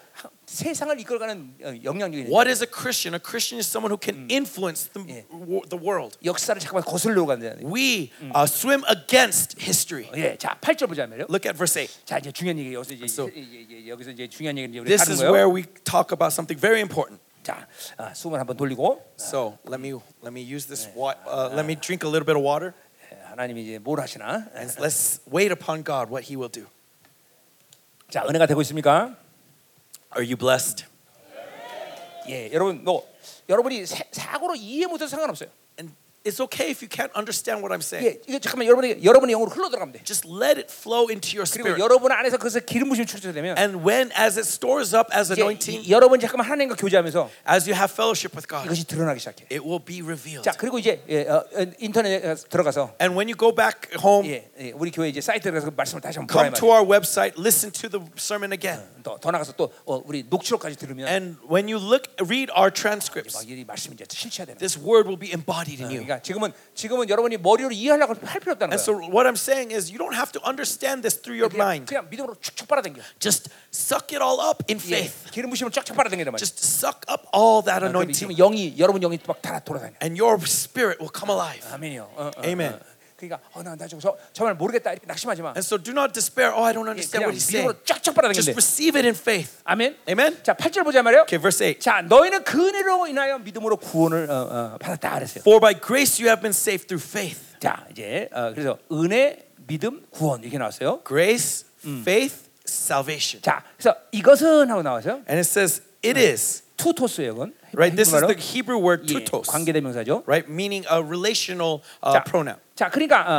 Speaker 1: 세상을 이끌어가는 어, 영향력이
Speaker 2: What is a Christian? A Christian is someone who can influence the, wo- the world.
Speaker 1: 역사를 잠깐 거슬러 간다는.
Speaker 2: We uh, swim against history.
Speaker 1: 예, 자, 8절 보자 말이요.
Speaker 2: Look at verse 8.
Speaker 1: 자, 이제 중요한 얘기 여기서 이제,
Speaker 2: So-
Speaker 1: 이제- 이제 여기서 이제 중요한 얘기 이제 우리
Speaker 2: This
Speaker 1: 하는
Speaker 2: is
Speaker 1: 거예요.
Speaker 2: where we talk about something very important.
Speaker 1: 자, 아, 숨을 한번 돌리고
Speaker 2: So let me let me use this. Wa- uh, let me drink a little bit of water,
Speaker 1: 예, 하나님이 이제 뭘 하시나? 예.
Speaker 2: and let's wait upon God what He will do.
Speaker 1: 자, 은혜가 되고 있습니까?
Speaker 2: Are you blessed?
Speaker 1: 예, 여러분, 뭐 여러분이 사, 사고로 이해 못해서 상관없어요.
Speaker 2: And it's okay if you can't understand what I'm saying.
Speaker 1: 예, 이거 잠깐만 여러분의 여러분의 영으로 흘러 들어가면 돼.
Speaker 2: Just let it flow into your
Speaker 1: 그리고
Speaker 2: spirit.
Speaker 1: 여러분 안에서 그것을 기름 부심 출처되면
Speaker 2: And when, as it stores up as anointing,
Speaker 1: 이제 여러분 잠깐만 하나님과 교제하면서
Speaker 2: as you have fellowship with God,
Speaker 1: 이것이 드러나기 시작해.
Speaker 2: it will be revealed.
Speaker 1: 자, 그리고 이제 예, 어, 어, 인터넷에 들어가서
Speaker 2: And when you go back home,
Speaker 1: 예, 예, 우리 교회 이제 사이트에 가서 그 말씀을 다시 한번 보라 이
Speaker 2: come to
Speaker 1: 말이야.
Speaker 2: our website, listen to the sermon again,
Speaker 1: 더, 더 나가서 또 어, 우리 녹취록까지 들으면
Speaker 2: and when you look, read
Speaker 1: 막
Speaker 2: our transcripts.
Speaker 1: 이 말씀이 이제 실체화되는 거야.
Speaker 2: This word will be embodied in you.
Speaker 1: 그러니까 그러니까 지금은 지금은 여러분이 머리로 이해하려고 할 필요 없다는 거예요.
Speaker 2: And so what I'm saying is you don't have to understand this through your
Speaker 1: 그냥,
Speaker 2: mind.
Speaker 1: 그냥 믿음으로 축축 빨아당겨.
Speaker 2: Just suck it all up in
Speaker 1: 예,
Speaker 2: faith.
Speaker 1: 기름 부심을 쫙쫙 빨아당기는 말이야.
Speaker 2: Just suck up all that
Speaker 1: 어, 그럼 지금
Speaker 2: anointing
Speaker 1: 영이 여러분 영이 막 달아 돌아다녀.
Speaker 2: and your spirit will come alive.
Speaker 1: 아멘이요. 어, 어,
Speaker 2: Amen.
Speaker 1: 어. 그러니까 어나나 저거 정말 모르겠다 이렇게 낙심하지 마.
Speaker 2: And so do not despair. Oh, I don't
Speaker 1: 예,
Speaker 2: understand
Speaker 1: 그냥
Speaker 2: what he's saying.
Speaker 1: 믿음으로 쫙쫙
Speaker 2: Just
Speaker 1: 빨아당긴대.
Speaker 2: receive it in faith.
Speaker 1: 아멘.
Speaker 2: Amen.
Speaker 1: 자, 8절 보자 말이에요.
Speaker 2: Okay, verse 8.
Speaker 1: 자, 너희는 그 은혜로 인하여 믿음으로 구원을 어, 어, 받았다 그랬어요.
Speaker 2: For by grace you have been saved through faith.
Speaker 1: 자, 이제 어, 그래서 은혜, 믿음, 구원 이렇게 나왔어요.
Speaker 2: Grace, faith, salvation.
Speaker 1: 자, 그래서 이것은 하고 나와서
Speaker 2: And it says it is.
Speaker 1: 투토스예요, 그건.
Speaker 2: Right? This is
Speaker 1: 히브리어로.
Speaker 2: the Hebrew word
Speaker 1: 예,
Speaker 2: tutos.
Speaker 1: 관계대명사죠.
Speaker 2: Right? Meaning a relational uh,
Speaker 1: 자,
Speaker 2: pronoun.
Speaker 1: 자, 그러니까 어,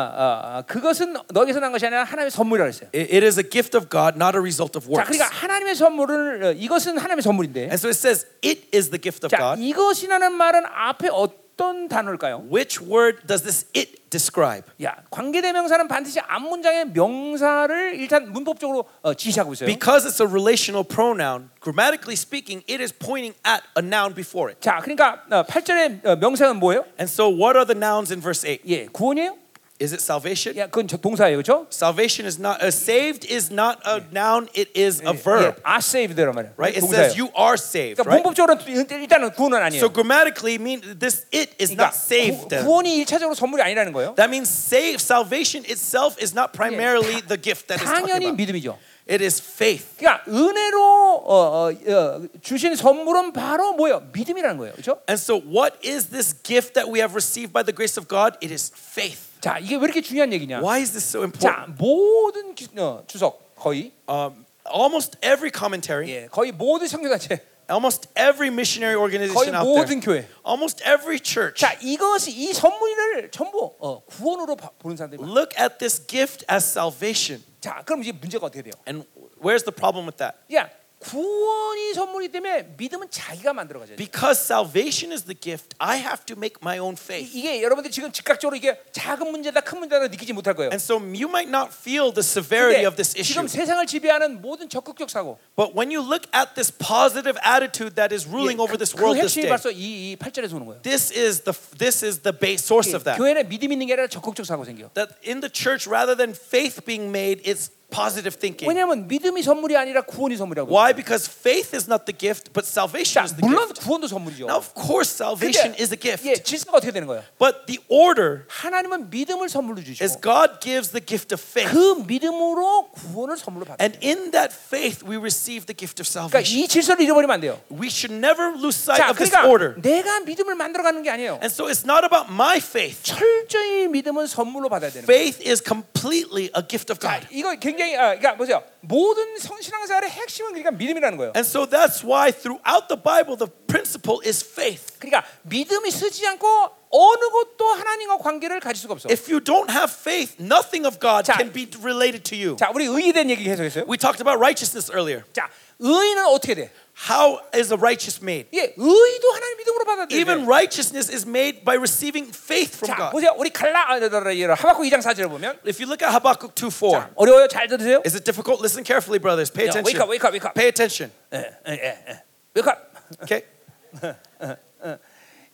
Speaker 1: 어, 어, 그것은 너에게서 난 것이 아니라 하나님의 선물이라고 했어요.
Speaker 2: It- it is a gift of God, not a result of
Speaker 1: 자,
Speaker 2: works.
Speaker 1: 그러니까 하나님의 선물을 어, 이것은 하나님의 선물인데.
Speaker 2: And so it says it is the gift of
Speaker 1: 자,
Speaker 2: God.
Speaker 1: 이것이라는 말은 앞에 어떤 단어일까요?
Speaker 2: Which word does this it describe?
Speaker 1: 야, 관계대명사는 반드시 앞 문장의 명사를 일단 문법적으로 어, 지시하고 있어요.
Speaker 2: Because it's a relational pronoun, grammatically speaking, it is pointing at a noun before it.
Speaker 1: 자, 그러니까 어, 8절의 어, 명사는 뭐예요?
Speaker 2: And so what are the nouns in verse 8?
Speaker 1: 예, 구원이에요?
Speaker 2: Is it salvation?
Speaker 1: 야, 그건 저 동사예요, 그렇죠?
Speaker 2: Salvation is not uh, saved is not a noun, it is a verb.
Speaker 1: 아, saved란 말이에요.
Speaker 2: Right? It
Speaker 1: 동사예요.
Speaker 2: says you are saved,
Speaker 1: 그러니까
Speaker 2: right?
Speaker 1: 문법적으로는 일- 일단은 구원은 아니에요.
Speaker 2: So grammatically mean this it is
Speaker 1: 그러니까
Speaker 2: not saved.
Speaker 1: 구, 구원이 일차적으로 선물이 아니라는 거예요.
Speaker 2: That means save salvation itself is not primarily the gift that is talking
Speaker 1: 당연히
Speaker 2: about.
Speaker 1: 믿음이죠.
Speaker 2: It is faith.
Speaker 1: 그러니까 은혜로 어, 어, 어, 주신 선물은 바로 뭐예요? 믿음이라는 거예요, 그렇죠?
Speaker 2: And so, what is this gift that we have received by the grace of God? It is faith.
Speaker 1: 자, 이게 왜 이렇게 중요한 얘기냐?
Speaker 2: Why is this so important?
Speaker 1: 자, 모든 기, 어, 주석 거의
Speaker 2: Um, almost every commentary,
Speaker 1: 예, 거의 모든 성교단체,
Speaker 2: almost every missionary
Speaker 1: 거의
Speaker 2: organization out
Speaker 1: 모든
Speaker 2: there,
Speaker 1: 교회.
Speaker 2: almost every church,
Speaker 1: 자, 이것이 이 선물을 전부 어, 구원으로 봐- 보는 사람들이 많아요.
Speaker 2: look at this gift as salvation.
Speaker 1: 자, 그럼 이제 문제가 어떻게 돼요?
Speaker 2: And where's the problem with that?
Speaker 1: 야, 구원이 선물이기 때문에 믿음은 자기가 만들어 가져야 돼.
Speaker 2: Because salvation is the gift, I have to make my own faith.
Speaker 1: 이- 이게 여러분들 이 지금 즉각적으로 이게 작은 문제다 큰 문제다 느끼지 못할 거예요.
Speaker 2: And so, you might not feel the
Speaker 1: 근데
Speaker 2: severity of this
Speaker 1: 지금
Speaker 2: issue,
Speaker 1: 세상을 지배하는 모든 적극적 사고
Speaker 2: but when you look at this positive attitude that
Speaker 1: 예,
Speaker 2: is ruling over
Speaker 1: 그,
Speaker 2: this
Speaker 1: 그
Speaker 2: world this
Speaker 1: 핵심이
Speaker 2: day,
Speaker 1: 벌써 이, 이 8절에서 오는 거예요.
Speaker 2: this is the this is the base source of that.
Speaker 1: 교회는 믿음 있는 게 아니라 적극적 사고 생겨.
Speaker 2: that in the church rather than faith being made it's positive thinking
Speaker 1: 왜냐하면 믿음이 선물이 아니라 구원이 선물이라고.
Speaker 2: why because faith is not the gift but salvation
Speaker 1: 자,
Speaker 2: is the
Speaker 1: 물론
Speaker 2: gift
Speaker 1: 구원도 선물이죠.
Speaker 2: now of course salvation is a gift
Speaker 1: 예, 질서가 어떻게 되는 거예요?
Speaker 2: but the order
Speaker 1: 하나님은 믿음을 선물로
Speaker 2: is
Speaker 1: 주시고
Speaker 2: god gives the gift of faith
Speaker 1: 그 믿음으로 구원을 선물로 받아요.
Speaker 2: and in that faith we receive the gift of
Speaker 1: 그러니까
Speaker 2: salvation
Speaker 1: 이 질서를 잃어버리면 안 돼요.
Speaker 2: we should never lose sight
Speaker 1: 자,
Speaker 2: of this
Speaker 1: 그러니까
Speaker 2: order
Speaker 1: 내가 믿음을 만들어가는 게 아니에요.
Speaker 2: and so it's not about my faith
Speaker 1: 철저히 믿음은 선물로 받아야 되는 거예요.
Speaker 2: faith is completely a gift of god
Speaker 1: 이거 굉장히 아, 그러니까 보세요. 모든 성신앙사의 핵심은 그러니까 믿음이라는 거예요.
Speaker 2: and so that's why throughout the bible the principle is faith
Speaker 1: 그러니까 믿음이 쓰지 않고 어느 것도 하나님과 관계를 가질 수가 없어.
Speaker 2: If you don't have faith, nothing of God
Speaker 1: 자.
Speaker 2: can be related to you.
Speaker 1: 자, 우리 의에 대한 얘기 계속했어요.
Speaker 2: We talked about righteousness earlier.
Speaker 1: 자, 의는 어떻게 돼?
Speaker 2: How is a righteous made?
Speaker 1: 예, 의도 하나님 믿음으로 받아들여야 돼.
Speaker 2: Even righteousness is made by receiving faith from
Speaker 1: 자,
Speaker 2: God.
Speaker 1: 보세요. 우리 갈라 아, 저, 저, 저, 저, 하박국 2장 4절을 보면
Speaker 2: If you look at Habakkuk 2 4,
Speaker 1: 자, 어려워요. 잘 들으세요.
Speaker 2: is it difficult? Listen carefully, brothers. Pay
Speaker 1: 야,
Speaker 2: attention.
Speaker 1: wake up, wake up, wake up.
Speaker 2: Pay attention.
Speaker 1: 예, 예, 예, 예. 그러니까
Speaker 2: Okay?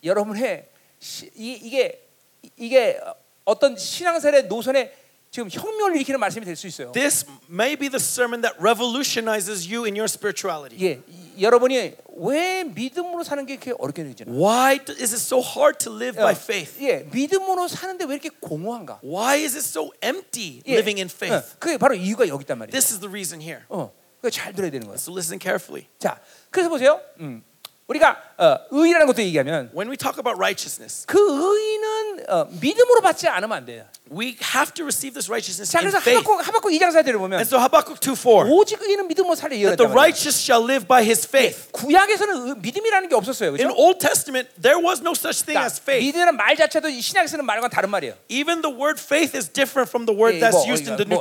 Speaker 1: 여러분의 시, 이, 이게 이- 이게 어떤 신앙사의 노선에 지금 혁명을 일으키는 말씀이 될 수 있어요.
Speaker 2: This may be the sermon that revolutionizes you in your spirituality.
Speaker 1: 예, 이- 여러분이 왜 믿음으로 사는 게 이렇게 어렵게 느껴지나?
Speaker 2: Why d- is it so hard to live by faith?
Speaker 1: 예, 믿음으로 사는데 왜 이렇게 공허한가?
Speaker 2: Why is it so empty
Speaker 1: 예,
Speaker 2: living in
Speaker 1: 어,
Speaker 2: faith?
Speaker 1: 그게 바로 이유가 여기 있단 말이에요.
Speaker 2: This is the reason here.
Speaker 1: 어, 그거 잘 들어야 되는 거예요.
Speaker 2: So listen carefully.
Speaker 1: 자, 그래서 보세요. 음, 우리가 어, 의라는 것도 얘기하면
Speaker 2: When we talk about righteousness,
Speaker 1: 그 의는 어, 믿음으로 받지 않으면 안 돼요.
Speaker 2: We have to receive this righteousness
Speaker 1: 자,
Speaker 2: in
Speaker 1: 그래서
Speaker 2: faith.
Speaker 1: 하박국 하박국 2장 사절을 보면
Speaker 2: And so Habakkuk 2 4.
Speaker 1: 오직 의는 믿음으로 살려 이어야
Speaker 2: The righteous shall live by his faith.
Speaker 1: 구약에서는 의- 믿음이라는 게 없었어요.
Speaker 2: In
Speaker 1: 그렇죠?
Speaker 2: Old Testament, there was no such thing
Speaker 1: 그러니까
Speaker 2: as faith.
Speaker 1: 믿음이라는 말 자체도 이 신약에 쓰는 말과 다른 말이에요. 예,
Speaker 2: Even the word faith is different from the word that's used in the New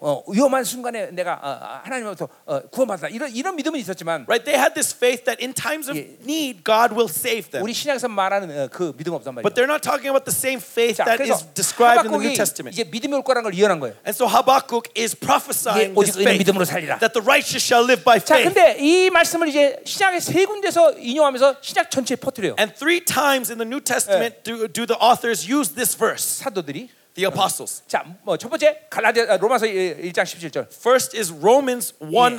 Speaker 1: 뭐, 어, 위험한 순간에 내가 어, 어, 하나님으로부터 어, 구원받았다. 이런 이런 믿음은 있었지만
Speaker 2: Right? They had this faith that in times of
Speaker 1: Yeah.
Speaker 2: need, God will save them.
Speaker 1: 우리 신약에서 말하는 어, 그 믿음 없단 말이에요.
Speaker 2: But they're not talking about the same faith
Speaker 1: 자,
Speaker 2: that
Speaker 1: 그래서
Speaker 2: is described
Speaker 1: 하박국
Speaker 2: in the New New
Speaker 1: 이게
Speaker 2: Testament.
Speaker 1: 이제 믿음이 올 거라는 걸 예언한 거예요.
Speaker 2: And so Habakkuk is
Speaker 1: 이게
Speaker 2: prophesying
Speaker 1: 오직
Speaker 2: this
Speaker 1: 의인
Speaker 2: faith,
Speaker 1: 믿음으로 살리라.
Speaker 2: that the righteous shall live by
Speaker 1: 자,
Speaker 2: faith.
Speaker 1: 근데 이 말씀을 이제 신약의 세 군데서 인용하면서 신약 전체에 퍼뜨려요.
Speaker 2: And three times in the New Testament do, do the authors use this verse,
Speaker 1: 사도들이.
Speaker 2: the apostles.
Speaker 1: 자, 뭐 첫 번째 갈라디아 아, 로마서 1장 17절.
Speaker 2: First is Romans 1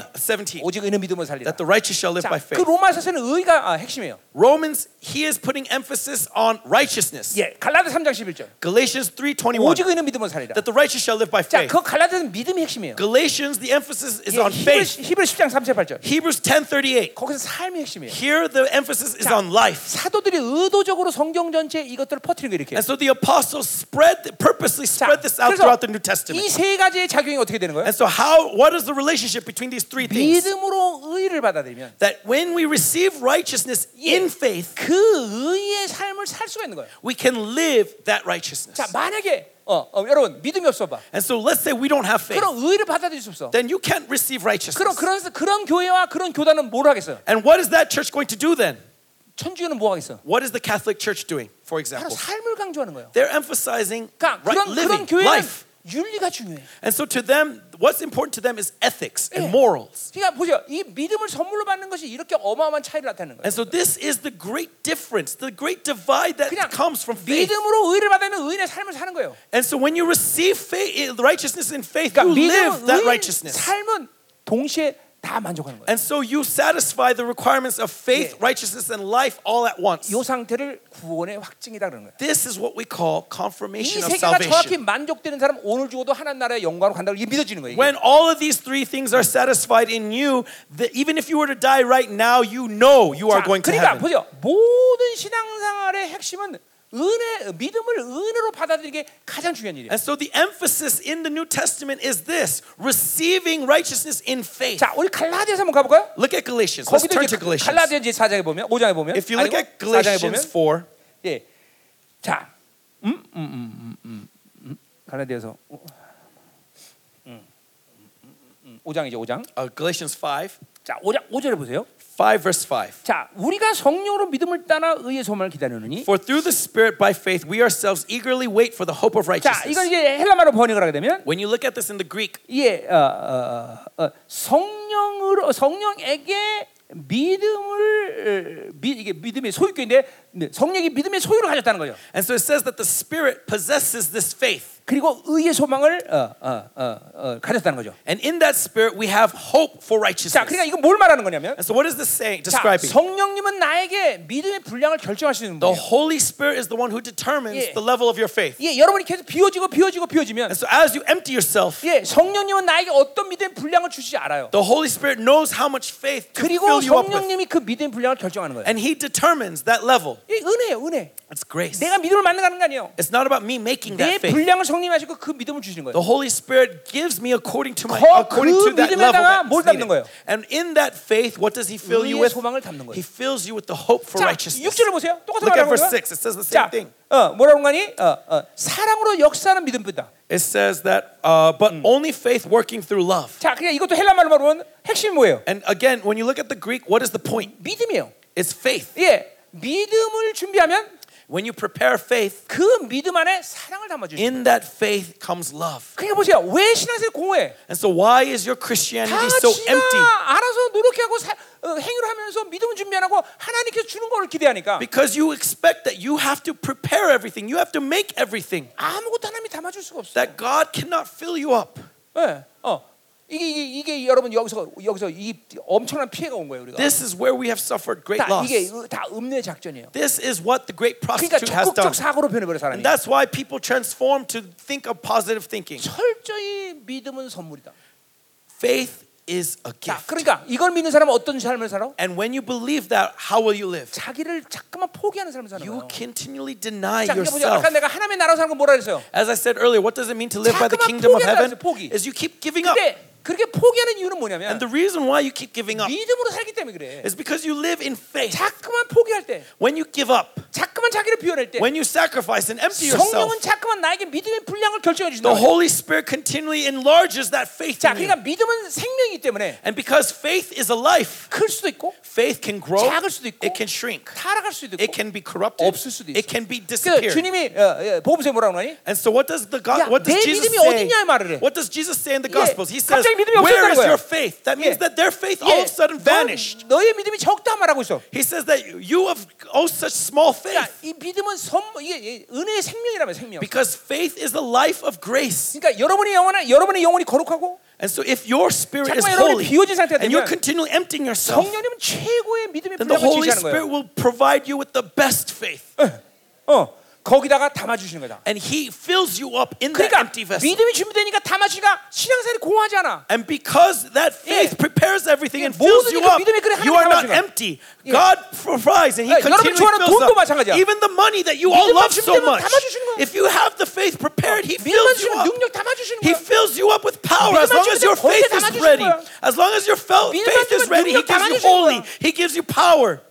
Speaker 1: 오직 의는 믿음으로 살리라.
Speaker 2: that the righteous shall live
Speaker 1: 자,
Speaker 2: by
Speaker 1: 그
Speaker 2: faith.
Speaker 1: 로마서에서는 의가 아, 핵심이에요.
Speaker 2: Romans, he is putting emphasis on righteousness.
Speaker 1: 예, 갈라디아 3장 11절.
Speaker 2: Galatians
Speaker 1: 오직
Speaker 2: 3.21,
Speaker 1: 의는 믿음으로 살리라.
Speaker 2: that the righteous shall live by
Speaker 1: 자,
Speaker 2: faith.
Speaker 1: 그 갈라디아는 믿음이 핵심이에요.
Speaker 2: Galatians, the emphasis
Speaker 1: 예,
Speaker 2: is on
Speaker 1: 히브리,
Speaker 2: faith.
Speaker 1: 히브리 10장 38절.
Speaker 2: Hebrews 10.38,
Speaker 1: 거기서 삶이 핵심이에요.
Speaker 2: here the emphasis is on life.
Speaker 1: 사도들이 의도적으로 성경 전체에 이것들을 퍼뜨리는 거 이렇게.
Speaker 2: And so the apostles spread, purposely spread this out throughout the New Testament.
Speaker 1: 이 세 가지의 작용이 어떻게 되는 거예요?
Speaker 2: And so how, what is the relationship between these three things?
Speaker 1: 믿음으로 의를 받아들이면
Speaker 2: That when we receive righteousness in faith,
Speaker 1: 그 의의 삶을 살 수가 있는 거예요.
Speaker 2: we can live that righteousness.
Speaker 1: 자, 만약에 어, 어, 여러분 믿음이 없어 봐.
Speaker 2: And so let's say we don't have faith,
Speaker 1: 그럼 의를 받아들일 수 없어.
Speaker 2: then you can't receive
Speaker 1: 그럼
Speaker 2: righteousness.
Speaker 1: 그런 그런 교회와 그런 교단은 뭘 하겠어요?
Speaker 2: And what is that church going to do then?
Speaker 1: 천주교는 뭐 하겠어?
Speaker 2: What is the Catholic Church doing,
Speaker 1: 바로
Speaker 2: for example?
Speaker 1: 삶을 강조하는 거예요.
Speaker 2: They're emphasizing
Speaker 1: 그러니까
Speaker 2: right,
Speaker 1: 그런 그런
Speaker 2: living,
Speaker 1: 교회는
Speaker 2: life.
Speaker 1: 윤리가 중요해.
Speaker 2: And so to them, what's important to them is ethics
Speaker 1: Yeah.
Speaker 2: and morals.
Speaker 1: 그러니까 보세요. 이 믿음을 선물로 받는 것이 이렇게 어마어마한 차이를 나타내는 거예요.
Speaker 2: And so this is the great difference, the great divide that
Speaker 1: 그냥
Speaker 2: comes from faith.
Speaker 1: 믿음으로 의를 받으면 의인의 삶을 사는 거예요.
Speaker 2: And so when you receive faith, eh, righteousness in faith,
Speaker 1: 그러니까
Speaker 2: you live
Speaker 1: 믿음은
Speaker 2: that
Speaker 1: 의인
Speaker 2: righteousness.
Speaker 1: 삶은 동시에 다 만족하는 거예요.
Speaker 2: And so you satisfy the requirements of faith,
Speaker 1: Yeah.
Speaker 2: righteousness, and life all at once.
Speaker 1: 이 상태를 구원의 확증이다 그러는 거예요.
Speaker 2: This is what we
Speaker 1: 이
Speaker 2: call confirmation of
Speaker 1: 세계가 정확히
Speaker 2: salvation.
Speaker 1: 만족되는 사람 오늘 죽어도 하나님 나라의 영광으로 간다고 이게 믿어지는 거예요. 이게.
Speaker 2: When all of these three things are satisfied in you, that even if you were to die right now, you know you
Speaker 1: 자,
Speaker 2: are going to
Speaker 1: 그러니까
Speaker 2: heaven.
Speaker 1: 보세요. 모든 신앙생활의 핵심은 은혜, 믿음을 은혜로 받아들이게 가장 중요한 일이에요.
Speaker 2: And so the emphasis in the New Testament is this receiving righteousness in faith.
Speaker 1: 자, 우리 갈라디아서 한번 가볼까요?
Speaker 2: Look at Galatians. Let's
Speaker 1: 거기도
Speaker 2: turn
Speaker 1: 이제
Speaker 2: to Galatians.
Speaker 1: 갈라디아 이제 4장에 보면 5장에 보면
Speaker 2: If you
Speaker 1: 아니고
Speaker 2: look at
Speaker 1: 4장에 보면
Speaker 2: Galatians 4,
Speaker 1: 예. 자. 음, 음, 음, 음, 음, 음. 갈라디아서 음. 음, 음, 음. 5장이죠, 5장.
Speaker 2: uh, Galatians 5,
Speaker 1: 자, 5장 5절에 보세요.
Speaker 2: 5 verse 5.
Speaker 1: 자, 우리가 성령으로 믿음을 따라 의의 소망을 기다리느니
Speaker 2: For through the Spirit by faith we ourselves eagerly wait for the hope of
Speaker 1: 자, 이건
Speaker 2: righteousness.
Speaker 1: 이제 헬라말로 번역을 하게 되면
Speaker 2: When you look at this in the Greek,
Speaker 1: 예, 어, 어, 어, 성령으로 성령에게 믿음을 어, 미, 이게 믿음의 소유격인데 네, 성령이 믿음의 소유를 가졌다는 거예요.
Speaker 2: and so it says that the Spirit possesses this faith.
Speaker 1: 그리고 의의 소망을 어, 어, 어, 어, 가졌다는 거죠.
Speaker 2: And in that spirit, we have hope for
Speaker 1: 자,
Speaker 2: righteousness.
Speaker 1: 그러니까 이거 뭘 말하는 거냐면
Speaker 2: And so, what is this saying?
Speaker 1: 자,
Speaker 2: Describing
Speaker 1: 성령님은 나에게 믿음의 분량을 결정하시는
Speaker 2: the
Speaker 1: 분이에요.
Speaker 2: Holy Spirit is the one who determines
Speaker 1: Yeah.
Speaker 2: the level of your faith.
Speaker 1: 예, 여러분이 계속 비워지고 비워지고 비워지면
Speaker 2: And so, as you empty yourself,
Speaker 1: 예, 성령님은 나에게 어떤 믿음의 분량을 주시지 알아요.
Speaker 2: the Holy Spirit knows how much faith to
Speaker 1: 그리고
Speaker 2: fill you up with,
Speaker 1: 성령님이 그 믿음의 분량을 결정하는 거예요.
Speaker 2: and He determines that level.
Speaker 1: 이 은혜예요, 은혜.
Speaker 2: It's grace.
Speaker 1: 내가 믿음을 만나는 거 아니에요.
Speaker 2: It's not about me making
Speaker 1: 내
Speaker 2: that faith.
Speaker 1: 분량을 성님하시고 그 믿음을 주시는 거예요.
Speaker 2: The Holy Spirit gives me according to my
Speaker 1: 거-
Speaker 2: according
Speaker 1: 그
Speaker 2: to that
Speaker 1: 믿음에다가
Speaker 2: level.
Speaker 1: 뭘
Speaker 2: That's
Speaker 1: 담는
Speaker 2: needed.
Speaker 1: 거예요?
Speaker 2: And in that faith, what does He fill you
Speaker 1: 의의
Speaker 2: with?
Speaker 1: 소망을 담는 거예요.
Speaker 2: He fills you with the hope for
Speaker 1: 자,
Speaker 2: righteousness.
Speaker 1: 6절을 보세요. 똑같은
Speaker 2: Look at
Speaker 1: 말하는
Speaker 2: verse
Speaker 1: 거예요.
Speaker 2: 6. It says the
Speaker 1: 자,
Speaker 2: same thing.
Speaker 1: 어, 뭐라고 하니? 어, 어, 사랑으로 역사하는 믿음뿐이다.
Speaker 2: It says that, uh, but only faith working through love.
Speaker 1: 자, 그냥 이것도 헬라 말로 보면 핵심이 뭐예요?
Speaker 2: And again, when you look at the Greek, what is the point?
Speaker 1: 믿음이에요.
Speaker 2: It's faith.
Speaker 1: 예, 믿음을 준비하면
Speaker 2: When you prepare faith,
Speaker 1: 그 믿음 안에 사랑을 담아주죠.
Speaker 2: in that faith comes love.
Speaker 1: 그러니까 보세요. 왜 신앙생활 공허해?
Speaker 2: And so, why is your
Speaker 1: 다
Speaker 2: Christianity so empty?
Speaker 1: 지가 알아서 노력하고 사- 어, 행위를 하면서 믿음을 준비 안 하고 하나님께서 주는 거를 기대하니까
Speaker 2: Because you expect that you have to prepare everything, you have to make everything,
Speaker 1: 아무것도 하나님이 담아줄 수가 없어.
Speaker 2: that God cannot fill you up.
Speaker 1: 예, 어. 이게, 이게, 이게 여러분 여기서 여기서 이 엄청난 피해가 온 거예요 우리가.
Speaker 2: This is where we have suffered great
Speaker 1: 다
Speaker 2: loss.
Speaker 1: 이게 으- 다 음료의 작전이에요.
Speaker 2: This is what the great
Speaker 1: 그러니까
Speaker 2: prostitute has
Speaker 1: 적극적
Speaker 2: done.
Speaker 1: 사고로 변해버려 사람이.
Speaker 2: And that's why people transform to think of positive thinking.
Speaker 1: 철저히 믿음은 선물이다.
Speaker 2: Faith is a
Speaker 1: 자,
Speaker 2: gift.
Speaker 1: 그러니까 이걸 믿는 사람은 어떤 삶을 살아?
Speaker 2: And when you believe that, how will you live?
Speaker 1: 자기를 자꾸만 포기하는 삶을 사는
Speaker 2: You
Speaker 1: 거예요.
Speaker 2: continually deny
Speaker 1: 자, 그러니까 보세요. 아까
Speaker 2: yourself.
Speaker 1: 내가 하나님의 나라로 사는 거 뭐라 그랬어요?
Speaker 2: As I said earlier, what does it mean to live by the
Speaker 1: 자꾸만
Speaker 2: kingdom of
Speaker 1: 포기하는
Speaker 2: heaven?
Speaker 1: 거예요, 포기.
Speaker 2: Is you keep giving up.
Speaker 1: 근데 그렇게 포기하는 이유는
Speaker 2: And
Speaker 1: 뭐냐면
Speaker 2: the reason why you keep giving up
Speaker 1: 믿음으로 살기 때문에 그래.
Speaker 2: is because you live in faith.
Speaker 1: 자꾸만 포기할 때
Speaker 2: When you give up,
Speaker 1: 자꾸만 자기를 비워낼 때
Speaker 2: When you sacrifice and empty yourself,
Speaker 1: 성령은 자꾸만 나에게 믿음의 분량을 결정해 준다.
Speaker 2: the Holy Spirit continually enlarges that faith
Speaker 1: 자,
Speaker 2: in you.
Speaker 1: 그러니까 믿음은 생명이기 때문에
Speaker 2: And because faith is a life,
Speaker 1: 클 수도 있고
Speaker 2: faith can grow,
Speaker 1: 작을 수도 있고,
Speaker 2: it can shrink,
Speaker 1: 타락할 수도
Speaker 2: it
Speaker 1: 있고.
Speaker 2: can be corrupted,
Speaker 1: 없을 수도 있어.
Speaker 2: it can be
Speaker 1: 그래서
Speaker 2: disappeared.
Speaker 1: 주님이 어, 어, 보험세 뭐라고 하니?
Speaker 2: And so what does
Speaker 1: 야,
Speaker 2: the God, what
Speaker 1: 내
Speaker 2: does Jesus
Speaker 1: 믿음이
Speaker 2: say?
Speaker 1: 어디냐 이 말을 해.
Speaker 2: What does Jesus say in the
Speaker 1: 예,
Speaker 2: Gospels? He says,
Speaker 1: 갑자기 믿음이 없었다는
Speaker 2: "Where is
Speaker 1: 거야.
Speaker 2: your faith?" That means
Speaker 1: 예.
Speaker 2: that their faith all of a sudden
Speaker 1: 넌-
Speaker 2: vanished.
Speaker 1: 너의 믿음이 적다 말하고 있어.
Speaker 2: He says that you have oh such small
Speaker 1: 야,
Speaker 2: faith
Speaker 1: 이 믿음은 선 이게 이게 은혜의 생명이라며 생명.
Speaker 2: because faith is the life of grace.
Speaker 1: 그러니까 여러분의 영혼은 여러분의 영혼이 거룩하고
Speaker 2: And so if your spirit is
Speaker 1: 잠깐만 여러분이
Speaker 2: holy
Speaker 1: 비워진 상태가
Speaker 2: and you're
Speaker 1: 되면
Speaker 2: continually emptying yourself,
Speaker 1: 성령님은 최고의 믿음의
Speaker 2: then the
Speaker 1: 분량을
Speaker 2: Holy
Speaker 1: 제시하는
Speaker 2: Spirit
Speaker 1: 거예요.
Speaker 2: will provide you with the best faith.
Speaker 1: 어, 거기다가 담아 주시는 거다.
Speaker 2: And he fills you up in that
Speaker 1: 그러니까
Speaker 2: empty vessel.
Speaker 1: 믿음이 준비되니까 담아주가 신앙생활이 고하지 않아.
Speaker 2: And because that faith
Speaker 1: 예.
Speaker 2: prepares everything and
Speaker 1: 예,
Speaker 2: fills
Speaker 1: 모든
Speaker 2: you
Speaker 1: 그
Speaker 2: up,
Speaker 1: 믿음의 그릇 하나님
Speaker 2: you are not
Speaker 1: 담아주는
Speaker 2: empty. God provides and
Speaker 1: 예,
Speaker 2: He continually
Speaker 1: 여러분 좋아하는
Speaker 2: fills
Speaker 1: 돈도
Speaker 2: up.
Speaker 1: 마찬가지야.
Speaker 2: Even the money that you all
Speaker 1: 믿음만
Speaker 2: love so
Speaker 1: 주시면
Speaker 2: much,
Speaker 1: 담아주시는 거야.
Speaker 2: if you have the faith prepared, He
Speaker 1: 믿음만
Speaker 2: fills you
Speaker 1: 주시면
Speaker 2: up.
Speaker 1: 능력 담아주시는
Speaker 2: He
Speaker 1: 거야.
Speaker 2: fills you up with power as
Speaker 1: 믿음만
Speaker 2: long as
Speaker 1: 주면
Speaker 2: your
Speaker 1: 거기에
Speaker 2: faith is
Speaker 1: 담아주시는
Speaker 2: ready.
Speaker 1: 거야.
Speaker 2: As long as your fel-
Speaker 1: 믿음만
Speaker 2: faith is
Speaker 1: 주면
Speaker 2: ready, He
Speaker 1: 능력
Speaker 2: gives you
Speaker 1: 담아주시는
Speaker 2: holy.
Speaker 1: 거야.
Speaker 2: He gives you power.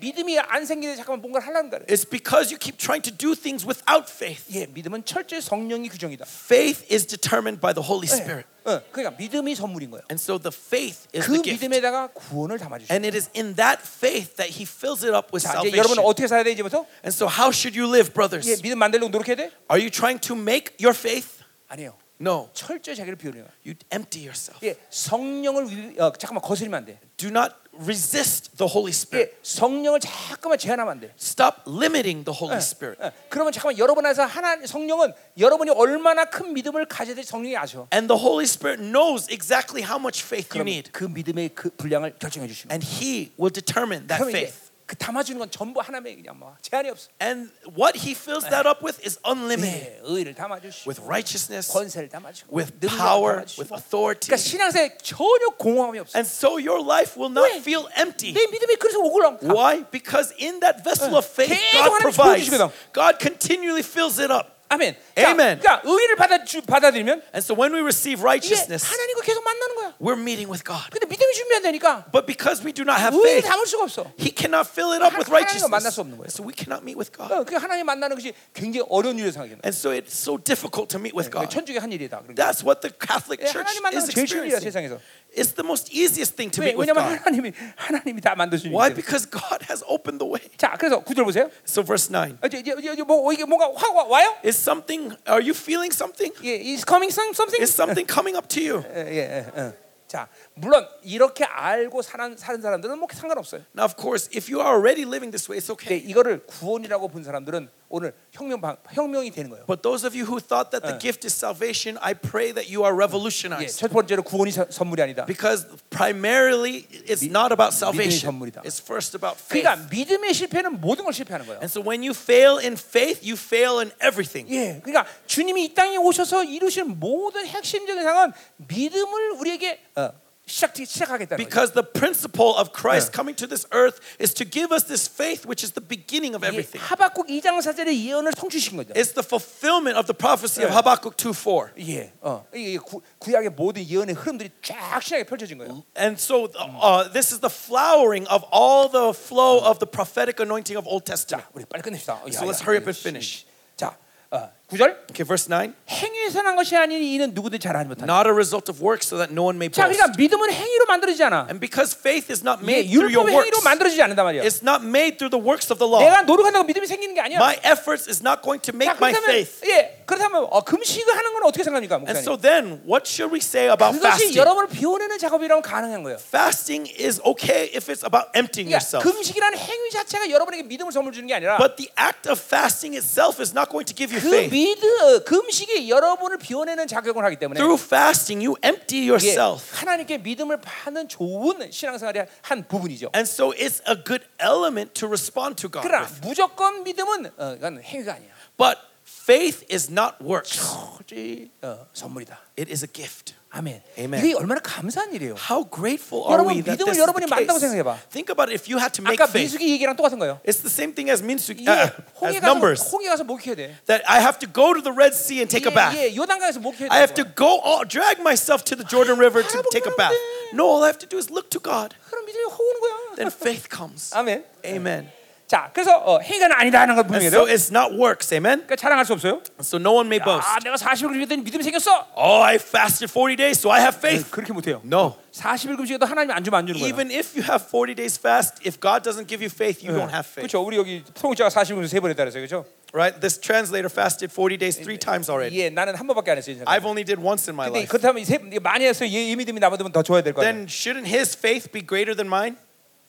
Speaker 1: 믿음이 안 생기는데 잠깐만 뭔가를 하려는 거래.
Speaker 2: It's because you keep trying to do things without faith.
Speaker 1: 예, 믿음은 철저히 성령이 규정이다.
Speaker 2: Faith is determined by the Holy
Speaker 1: 예.
Speaker 2: Spirit.
Speaker 1: 어, 그러니까 믿음이 선물인 거예요.
Speaker 2: And so the faith is
Speaker 1: 그
Speaker 2: the gift.
Speaker 1: 믿음에다가 구원을 담아주시는
Speaker 2: And it is in that faith that he fills it up with
Speaker 1: 자, 이제
Speaker 2: salvation.
Speaker 1: 여러분은 어떻게 살아야 돼 이제부터?
Speaker 2: And so, how should you live,
Speaker 1: 예,
Speaker 2: brothers?
Speaker 1: 믿음 만들려고 노력해야 돼?
Speaker 2: Are you trying to make your faith?
Speaker 1: 아니에요.
Speaker 2: No.
Speaker 1: 철저히 자기를 비우는 거야.
Speaker 2: You empty yourself.
Speaker 1: 예, 성령을 위, 어, 잠깐만 거스르면 안 돼.
Speaker 2: Do not resist the Holy Spirit.
Speaker 1: 예, 성령을 잠깐만 제한하면 안 돼.
Speaker 2: Stop limiting the Holy Spirit.
Speaker 1: 예, 그러면 잠깐만 여러분 안에서 하나 성령은 여러분이 얼마나 큰 믿음을 가져야 될지 성령이 아셔.
Speaker 2: And the Holy Spirit knows exactly how much faith you
Speaker 1: 그럼
Speaker 2: need.
Speaker 1: 그 믿음의 그 분량을 결정해 주시면.
Speaker 2: And he will determine that
Speaker 1: 그럼 이제
Speaker 2: faith.
Speaker 1: 그 담아주는 건 전부 하나님의 그냥 뭐 제한이 없어.
Speaker 2: And what he fills that up with is unlimited
Speaker 1: 예, 의를 담아주시고
Speaker 2: with righteousness,
Speaker 1: 권세를 담아주시고
Speaker 2: with
Speaker 1: 능력을
Speaker 2: power,
Speaker 1: 담아주시고.
Speaker 2: with authority.
Speaker 1: 그러니까 신앙생활 전혀 공허함이 없어.
Speaker 2: And so, your life will not
Speaker 1: 왜?
Speaker 2: feel empty.
Speaker 1: 내 믿음이 그래서 오글랑.
Speaker 2: Why? Because in that vessel of faith,
Speaker 1: 계속
Speaker 2: God
Speaker 1: 하나님
Speaker 2: provides.
Speaker 1: 부어주시거든.
Speaker 2: God continually fills it up.
Speaker 1: 아멘.
Speaker 2: Amen.
Speaker 1: 자, 그러니까 의를 받아 주, 받아들이면
Speaker 2: And so when we receive
Speaker 1: 이게
Speaker 2: righteousness,
Speaker 1: 하나님과 계속 만나는 거야.
Speaker 2: we're meeting with God.
Speaker 1: 근데 믿음이 준비한다니까
Speaker 2: But because we do not have
Speaker 1: 의를
Speaker 2: faith,
Speaker 1: 담을 수가 없어.
Speaker 2: He cannot fill it up with
Speaker 1: 하- 하나님과 만날
Speaker 2: righteousness.
Speaker 1: 수 없는 거예요.
Speaker 2: So we cannot meet with God.
Speaker 1: 어, 그 하나님 만나는 것이 굉장히 어려운 일을 생각해요.
Speaker 2: And so it's so difficult to meet with
Speaker 1: 그러니까
Speaker 2: God.
Speaker 1: 천주교 한 일이다. 그러니까.
Speaker 2: That's what the Catholic
Speaker 1: 예,
Speaker 2: Church
Speaker 1: 하나님 만나는
Speaker 2: is
Speaker 1: 게 제일 쉬운 일이야
Speaker 2: experiencing.
Speaker 1: 세상에서.
Speaker 2: It's the most easiest thing to
Speaker 1: 왜?
Speaker 2: meet with
Speaker 1: 왜냐면
Speaker 2: God.
Speaker 1: 하나님이 하나님이 다 만드신
Speaker 2: Why?
Speaker 1: 일이에요.
Speaker 2: Because God has opened the way.
Speaker 1: 자, 그래서 구절 보세요.
Speaker 2: So verse 9.
Speaker 1: 어, 이제 이제 이제 뭐 이게 뭔가 확 와- 와요?
Speaker 2: Is something, are you feeling something?
Speaker 1: 예, is coming some-
Speaker 2: Is
Speaker 1: something.
Speaker 2: something coming up to you?
Speaker 1: 예, 예, 예, 예. 자, 물론 이렇게 알고 사는 사는 사람들은 뭐 상관없어요.
Speaker 2: Now, of course, if you are already living this way, it's okay.
Speaker 1: 근데 이거를 구원이라고 본 사람들은 오늘 혁명 방, 혁명이 되는 거예요.
Speaker 2: But those of you who thought that the gift is salvation, I pray that you are
Speaker 1: 예,
Speaker 2: revolutionized.
Speaker 1: 첫 번째로 구원이 서- 선물이 아니다.
Speaker 2: Because primarily, it's not about salvation.
Speaker 1: 선물이다.
Speaker 2: It's first about faith.
Speaker 1: 그러니까 믿음의 실패는 모든 걸 실패하는 거예요.
Speaker 2: And so when you fail in faith, you fail in everything.
Speaker 1: 예, 그러니까 주님이 이 땅에 오셔서 이루신 모든 핵심적인 상은 믿음을 우리에게 어, 시작 시작하겠다는 거예요.
Speaker 2: Because the principle of Christ coming to this earth is to give us this faith, which is the beginning of
Speaker 1: 예,
Speaker 2: everything.
Speaker 1: 하박국 2장 4절의 예언을 성취신 거죠.
Speaker 2: It's the fulfillment of the prophecy of
Speaker 1: Yeah.
Speaker 2: Habakkuk 2.4.
Speaker 1: 예, 어, 이게 구, 구약의 모든 예언의 흐름들이 쫙 신약에 펼쳐진 거예요.
Speaker 2: And so uh, this is the flowering of all the flow of the prophetic anointing of Old Testament.
Speaker 1: 우리 빨리 끝냅시다. 어,
Speaker 2: So let's hurry up and finish.
Speaker 1: 자, 어, 9절
Speaker 2: Okay, verse 9.
Speaker 1: 행위에서 난 것이 아닌 이는 누구든지 잘하지 못한다.
Speaker 2: not a result of works, so that no one may
Speaker 1: 자,
Speaker 2: boast.
Speaker 1: 그러니까 믿음은 행위로 만들어지지 않아.
Speaker 2: And because faith is not
Speaker 1: 예,
Speaker 2: made through your
Speaker 1: 율법 행위로
Speaker 2: works,
Speaker 1: 만들어지지 않는단 말이야.
Speaker 2: it's not made through the works of the law.
Speaker 1: 내가 노력한다고 믿음이 생기는 게 아니야.
Speaker 2: My efforts is not going to
Speaker 1: 자,
Speaker 2: make my
Speaker 1: 그렇다면
Speaker 2: faith.
Speaker 1: 예, 그렇다면 어, 금식을 하는 건 어떻게 생각합니까,
Speaker 2: And
Speaker 1: 목사님?
Speaker 2: so then, what should we say about
Speaker 1: 그것이
Speaker 2: fasting?
Speaker 1: 여러분을 비워내는 작업이라면 가능한 거예요.
Speaker 2: Fasting is okay if it's about emptying
Speaker 1: 그러니까
Speaker 2: yourself.
Speaker 1: 금식이라는 행위 자체가 여러분에게 믿음을 선물 주는 게 아니라
Speaker 2: But the act of fasting itself is not going to give you
Speaker 1: 그
Speaker 2: faith.
Speaker 1: 믿음 어, 금식이 여러분을 비워내는 작용을 하기 때문에
Speaker 2: Through fasting, you empty
Speaker 1: 이게
Speaker 2: yourself.
Speaker 1: 하나님께 믿음을 받는 좋은 신앙생활의 한 부분이죠.
Speaker 2: And so it's a good element to respond to God
Speaker 1: 그러나
Speaker 2: with.
Speaker 1: 무조건 믿음은 어, 이건 행위가 아니야.
Speaker 2: But faith is not works,
Speaker 1: 도저히 어, 선물이다.
Speaker 2: it is a gift.
Speaker 1: 아멘.
Speaker 2: Amen.
Speaker 1: 이게 얼마나 감사한 일이에요.
Speaker 2: How grateful are
Speaker 1: 여러분,
Speaker 2: we that
Speaker 1: 믿음을
Speaker 2: this is
Speaker 1: 여러분이 만든다고
Speaker 2: the
Speaker 1: 생각해봐.
Speaker 2: case. Think about it. If you had to make
Speaker 1: 아까
Speaker 2: faith,
Speaker 1: 민숙이 얘기랑 똑같은 거예요.
Speaker 2: it's the same thing as minsu,
Speaker 1: 이게
Speaker 2: uh,
Speaker 1: 홍해
Speaker 2: as
Speaker 1: 가서
Speaker 2: numbers.
Speaker 1: 홍해 가서 목회해야 돼.
Speaker 2: That I have to go to the Red Sea and take a bath.
Speaker 1: 예, 예, 요단강에서 목회해야 돼.
Speaker 2: I have to go all, drag myself to the Jordan River to
Speaker 1: 바라보기만
Speaker 2: take a
Speaker 1: 하면 돼.
Speaker 2: bath. No, all I have to do is look to God.
Speaker 1: 그럼 믿음이 허우는 거야.
Speaker 2: Then faith comes.
Speaker 1: 아멘.
Speaker 2: Amen.
Speaker 1: 자, 그래서 어, 행위가 아니다 하는 걸
Speaker 2: And
Speaker 1: 분명해요.
Speaker 2: so it's not works, amen?
Speaker 1: 그러니까 자랑할 수 없어요.
Speaker 2: So no one may boast.
Speaker 1: 아, 내가 40일 금식했더니 믿음이 생겼어.
Speaker 2: Oh, I fasted 40 days, so I have faith.
Speaker 1: 그렇게 못해요.
Speaker 2: No.
Speaker 1: 40일 금식에도 하나님 안 주면 안 주는 거예요.
Speaker 2: 네, Even if you have 40 days fast, if God doesn't give you faith, you don't have faith.
Speaker 1: 그렇죠. 우리 여기 통역자가 40일 금식 세 번 했다 그래서 그렇죠.
Speaker 2: Right? This translator fasted 40 days three times already.
Speaker 1: 예, 나는 한 번밖에 안 했어요. 인생.
Speaker 2: I've only did once in my
Speaker 1: 근데
Speaker 2: life.
Speaker 1: 그렇다면 이 세, 이게 많이 했어요. 얘이 믿음이 나보다면 더 좋아야 될 거 아니에요.
Speaker 2: Then shouldn't his faith be greater than mine?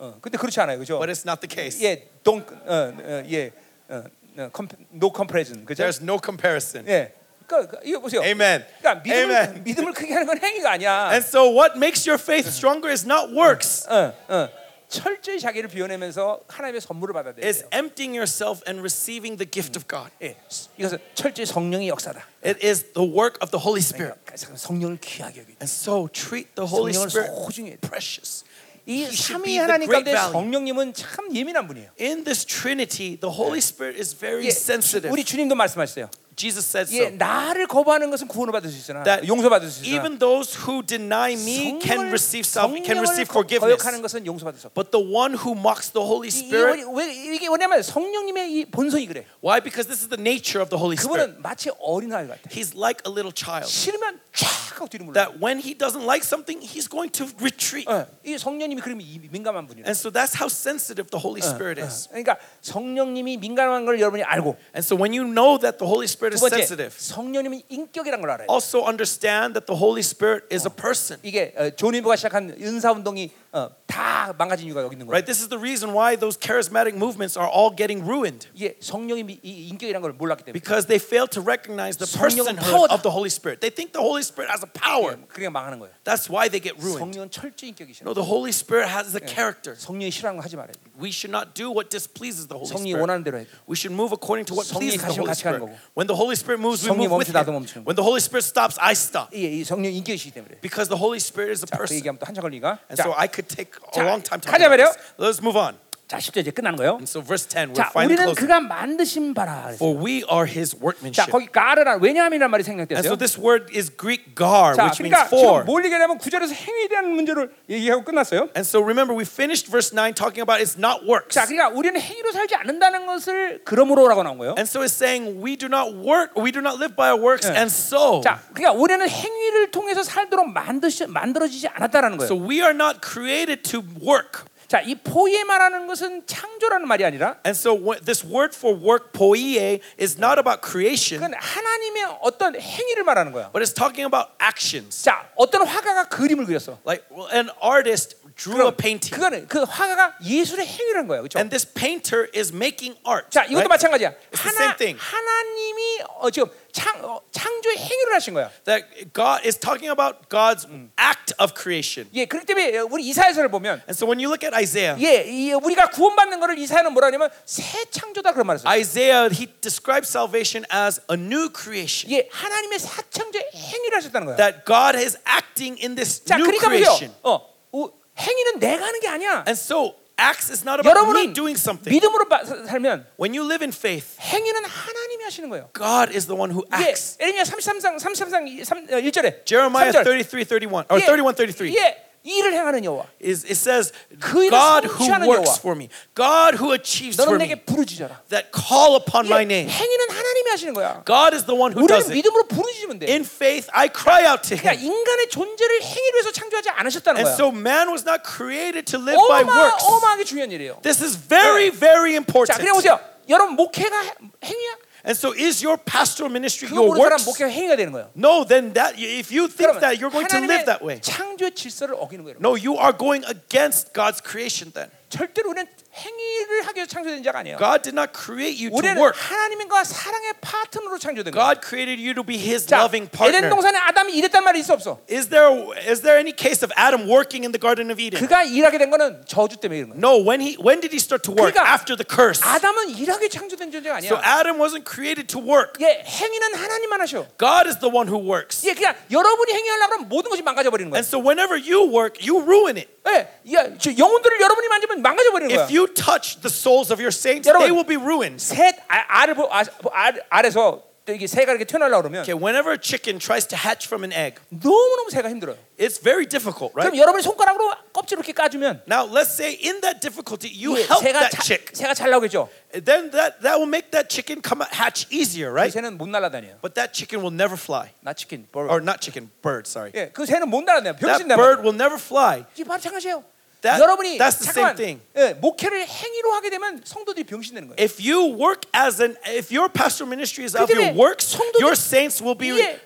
Speaker 1: 어, 근데 그렇지 않아요, 그렇죠?
Speaker 2: But it's not the case.
Speaker 1: 예, don't, 어, 어, 예, 어, 어, 컴, no comparison, 그렇죠?
Speaker 2: There's no comparison.
Speaker 1: 예, 그러니까 그, 이거 보세요.
Speaker 2: Amen.
Speaker 1: 그러니까 믿음을
Speaker 2: Amen.
Speaker 1: 믿음을 크게 하는 건 행위가 아니야.
Speaker 2: And so what makes your faith stronger is not works.
Speaker 1: 어, 어. 철저히 자기를 비워내면서 하나님의 선물을 받아들여요.
Speaker 2: It's emptying yourself and receiving the gift of God.
Speaker 1: 예, 이것은 철저히 성령의 역사다.
Speaker 2: It is the work of the Holy Spirit.
Speaker 1: 그러니까 성령을 귀하게 여기.
Speaker 2: And so treat the Holy
Speaker 1: 성령을
Speaker 2: Spirit
Speaker 1: 소중히.
Speaker 2: precious.
Speaker 1: 이
Speaker 2: He
Speaker 1: 삼위
Speaker 2: should be the
Speaker 1: 하나님
Speaker 2: great
Speaker 1: 가운데
Speaker 2: value.
Speaker 1: 성령님은 참 예민한 분이에요.
Speaker 2: In this Trinity, the Holy Spirit is very
Speaker 1: 예,
Speaker 2: sensitive.
Speaker 1: 우리 주님도 말씀하셨어요.
Speaker 2: Jesus said so.
Speaker 1: 예, 나를 거부하는 것은 구원을 받을 수 있으나
Speaker 2: That
Speaker 1: 용서받을 수 있으나
Speaker 2: even those who deny me can
Speaker 1: 성령을-
Speaker 2: receive salvation, can
Speaker 1: 성령을
Speaker 2: receive
Speaker 1: 거-
Speaker 2: forgiveness.
Speaker 1: 거역하는 것은 용서받을 수 없다.
Speaker 2: But the one who mocks the
Speaker 1: 이-
Speaker 2: Holy
Speaker 1: 이게,
Speaker 2: Spirit,
Speaker 1: 왜- 이게 뭐냐면 성령님의 이 본성이 그래.
Speaker 2: why? Because this is the nature of the Holy Spirit.
Speaker 1: 그분은 마치 어린아이 같아.
Speaker 2: He's like a little child.
Speaker 1: 싫으면 쫙 하고 뒤로 물러.
Speaker 2: That when he doesn't like something, he's going to retreat.
Speaker 1: 어, 이 성령님이 그러면 이 민감한 분이에요.
Speaker 2: And so that's how sensitive the
Speaker 1: Uh,
Speaker 2: Holy Spirit is.
Speaker 1: 그러니까 성령님이 민감한 걸 여러분이 알고
Speaker 2: And so when you know that the Holy Spirit
Speaker 1: 두
Speaker 2: is
Speaker 1: 번째
Speaker 2: sensitive,
Speaker 1: 성령님은 인격이란 걸 알아요.
Speaker 2: also understand that the Holy Spirit is a person.
Speaker 1: 이게 어, 존 웨이브가 시작한 은사 운동이 어, 다 망가진 이유가 여기 있는 거예요.
Speaker 2: Right? This is the reason why those charismatic movements are all getting ruined
Speaker 1: 이게 성령이 미- 이 인격이란 걸 몰랐기 때문에
Speaker 2: because they fail to recognize the
Speaker 1: 성령은
Speaker 2: personhood
Speaker 1: 파워다.
Speaker 2: of the Holy Spirit. They think the Holy Spirit has a power.
Speaker 1: 그냥 망하는 거예요.
Speaker 2: That's why they get ruined.
Speaker 1: 성령은 철저히 인격이셔.
Speaker 2: No, the Holy Spirit has a character.
Speaker 1: 성령이 싫어하는 거 하지 말아요.
Speaker 2: We should not do what displeases the Holy
Speaker 1: 성령이
Speaker 2: Spirit.
Speaker 1: 원하는 대로 해야 돼.
Speaker 2: We should move according to what
Speaker 1: 성령이
Speaker 2: pleases the
Speaker 1: 가시면
Speaker 2: Holy
Speaker 1: 같이 가는
Speaker 2: Spirit.
Speaker 1: 거고.
Speaker 2: When the Holy Spirit moves, we
Speaker 1: 성령이
Speaker 2: move with
Speaker 1: 멈추면 나도
Speaker 2: Him.
Speaker 1: 멈추는
Speaker 2: When the Holy Spirit stops, I stop
Speaker 1: 예, 이 성령 인격이시기 때문에. 그래요.
Speaker 2: because the Holy Spirit is a
Speaker 1: 자, 그
Speaker 2: person.
Speaker 1: 얘기하면 또 한참 걸리니까.
Speaker 2: And
Speaker 1: 자,
Speaker 2: so I could take
Speaker 1: 자,
Speaker 2: a long time to
Speaker 1: 가자 말이에요.
Speaker 2: Let's move on.
Speaker 1: 자, 10절 이제 끝나는 거예요.
Speaker 2: And so verse 10, we're
Speaker 1: 자,
Speaker 2: finally
Speaker 1: 우리는
Speaker 2: closing.
Speaker 1: 그가 만드신 바라. 그랬어요.
Speaker 2: For we are His
Speaker 1: 자,
Speaker 2: workmanship.
Speaker 1: 거기 가르라 왜냐함이라는 말이
Speaker 2: And so
Speaker 1: 생략됐어요.
Speaker 2: this word is Greek gar,
Speaker 1: 자,
Speaker 2: which means
Speaker 1: 그러니까
Speaker 2: for.
Speaker 1: 지금 뭘 얘기하냐면 구절에서 행위에 대한 문제를 얘기하고 끝났어요.
Speaker 2: And so remember, we finished verse 9 talking about it's not works.
Speaker 1: 자, 그러니까 우리는 행위로 살지 않는다는 것을 그러므로라고 나온 거예요.
Speaker 2: And so it's saying we do not work, we do not live by our works, and so.
Speaker 1: 자, 그러니까 우리는 행위를 통해서 살도록 만드시, 만들어지지 않았다라는 거예요.
Speaker 2: So we are not created to work.
Speaker 1: 자, 이 포에 말하는 것은 창조라는 말이 아니라
Speaker 2: And so what, this word for work, poie, is not about creation,
Speaker 1: 그건 하나님의 어떤 행위를 말하는 거야.
Speaker 2: but it's talking about actions.
Speaker 1: 자, 어떤 화가가 그림을 그렸어.
Speaker 2: Like well, an artist drew a
Speaker 1: 그럼
Speaker 2: painting,
Speaker 1: 그거는 그 화가가 예술의 행위라는 거야, 그렇죠?
Speaker 2: and this painter is making art.
Speaker 1: 자, 이것도
Speaker 2: right?
Speaker 1: 마찬가지야.
Speaker 2: It's the
Speaker 1: 하나
Speaker 2: same thing.
Speaker 1: 하나님이 어, 지금 창 어, 창조의 행위를 하신 거야.
Speaker 2: That God is talking about God's act of creation.
Speaker 1: 예, 그렇기 때문에 우리 이사야서를 보면
Speaker 2: And so when you look at Isaiah,
Speaker 1: 예, 이, 우리가 구원받는 거를 이사야는 뭐라 하냐면 새 창조다 그런 말을 써요.
Speaker 2: Isaiah he describes salvation as a new creation.
Speaker 1: 예, 하나님의 새 창조의 행위를 하셨다는 거야.
Speaker 2: That God is acting in this
Speaker 1: 자,
Speaker 2: new
Speaker 1: 그러니까
Speaker 2: creation.
Speaker 1: 보세요. 어, 우- 행위는 내가 하는 게 아니야.
Speaker 2: And so acts is not about me
Speaker 1: 여러분은
Speaker 2: doing something.
Speaker 1: 믿음으로 바- 사- 살면
Speaker 2: When you live in faith,
Speaker 1: 행위는 하나님이 하시는 거예요.
Speaker 2: God is the one who
Speaker 1: 예,
Speaker 2: acts.
Speaker 1: 에레미야 33장 33장 어, 1절에
Speaker 2: Jeremiah 33, 31, or 31, 33.
Speaker 1: 예, 일을 행하는 여호와.
Speaker 2: Is, it says,
Speaker 1: 그 일을
Speaker 2: God
Speaker 1: 성취하는
Speaker 2: who works
Speaker 1: 여호와.
Speaker 2: for me, God who achieves for
Speaker 1: 너는
Speaker 2: me,
Speaker 1: 내게 부르짖어라.
Speaker 2: that call upon
Speaker 1: 예,
Speaker 2: my name.
Speaker 1: 행위는 하나님이 하시는 거야.
Speaker 2: God is the one who
Speaker 1: 우리는
Speaker 2: does it.
Speaker 1: 믿음으로 부르짖으면 돼.
Speaker 2: In faith, I cry out to
Speaker 1: 그러니까
Speaker 2: Him.
Speaker 1: 인간의 존재를 행위로 해서 창조하지 않으셨다는
Speaker 2: And
Speaker 1: 거야.
Speaker 2: so man was not created to live by works.
Speaker 1: 어마어마하게 중요한 일이에요.
Speaker 2: This is very,
Speaker 1: 자,
Speaker 2: very important.
Speaker 1: 그래 보세요. 여러분 목회가 해- 행위야?
Speaker 2: And so is your pastoral ministry
Speaker 1: 그거
Speaker 2: your
Speaker 1: 모르는 사람
Speaker 2: works?
Speaker 1: 목회가 행위가 되는 거예요.
Speaker 2: No, then that if you think
Speaker 1: 그러면
Speaker 2: that you're going to live that
Speaker 1: 하나님의
Speaker 2: way.
Speaker 1: 창조의 질서를 어기는 거예요.
Speaker 2: No, you are going against God's creation then.
Speaker 1: 절대로 우리는 행위를 하기 위해서 창조된 자가 아니에요.
Speaker 2: God did not create you to
Speaker 1: 우리는
Speaker 2: work.
Speaker 1: 하나님과 사랑의 파트너로 창조된 거예요.
Speaker 2: God created you to be his
Speaker 1: 자,
Speaker 2: loving
Speaker 1: 에덴
Speaker 2: partner.
Speaker 1: 동산에 아담이 이랬단 말이 있어 없어?
Speaker 2: Is there is there any case of Adam working in the garden of Eden?
Speaker 1: 그가 일하게 된 거는 저주 때문에 이런 거예요.
Speaker 2: No, when he when did he start to work?
Speaker 1: 그러니까
Speaker 2: After the curse.
Speaker 1: 아담은 일하게 창조된 존재가
Speaker 2: So
Speaker 1: 아니야.
Speaker 2: Adam wasn't created to work.
Speaker 1: 예, 행위는 하나님만 하셔.
Speaker 2: God is the one who works.
Speaker 1: 예, 그냥 여러분이 행위하려고 하면 모든 것이 망가져 버리는 거예요.
Speaker 2: And so whenever you work, you ruin it.
Speaker 1: 예, 예, 저 영혼들을 여러분이 만지면 망가져 버리는 거야.
Speaker 2: If you touch the souls of your saints,
Speaker 1: 여러분,
Speaker 2: they will be ruined.
Speaker 1: 셋 아- 알을 보- 아- 알, 알에서 또 이게 새가 이렇게 튀어나오려고 그러면
Speaker 2: Okay, whenever a chicken tries to hatch from an egg,
Speaker 1: 너무너무 새가 힘들어요.
Speaker 2: it's very difficult, right?
Speaker 1: 그럼 여러분이 손가락으로 껍질을 이렇게 까주면
Speaker 2: Now, let's say in that difficulty, you
Speaker 1: 이게
Speaker 2: help
Speaker 1: 새가
Speaker 2: that
Speaker 1: 차,
Speaker 2: chick.
Speaker 1: 새가 잘 나오겠죠.
Speaker 2: Then that, that will make that chicken come out, hatch easier,
Speaker 1: 그
Speaker 2: right?
Speaker 1: 새는 못 날아다녀요.
Speaker 2: But that chicken will never fly.
Speaker 1: 나 치킨. 벌.
Speaker 2: Or not chicken, bird, sorry.
Speaker 1: 예, 그 새는 못 날아다녀요.
Speaker 2: That
Speaker 1: 병신 나.
Speaker 2: bird will never fly.
Speaker 1: 이 바로 착각이에요.
Speaker 2: That-
Speaker 1: 여러분이
Speaker 2: that's the same
Speaker 1: 잠깐만
Speaker 2: thing.
Speaker 1: 예, 목회를 행위로 하게 되면 성도들이 병신 되는 거예요.
Speaker 2: If you work as an, if your pastor ministry is out of
Speaker 1: 때문에
Speaker 2: your works,
Speaker 1: 성도들-
Speaker 2: your saints will be,
Speaker 1: 이게-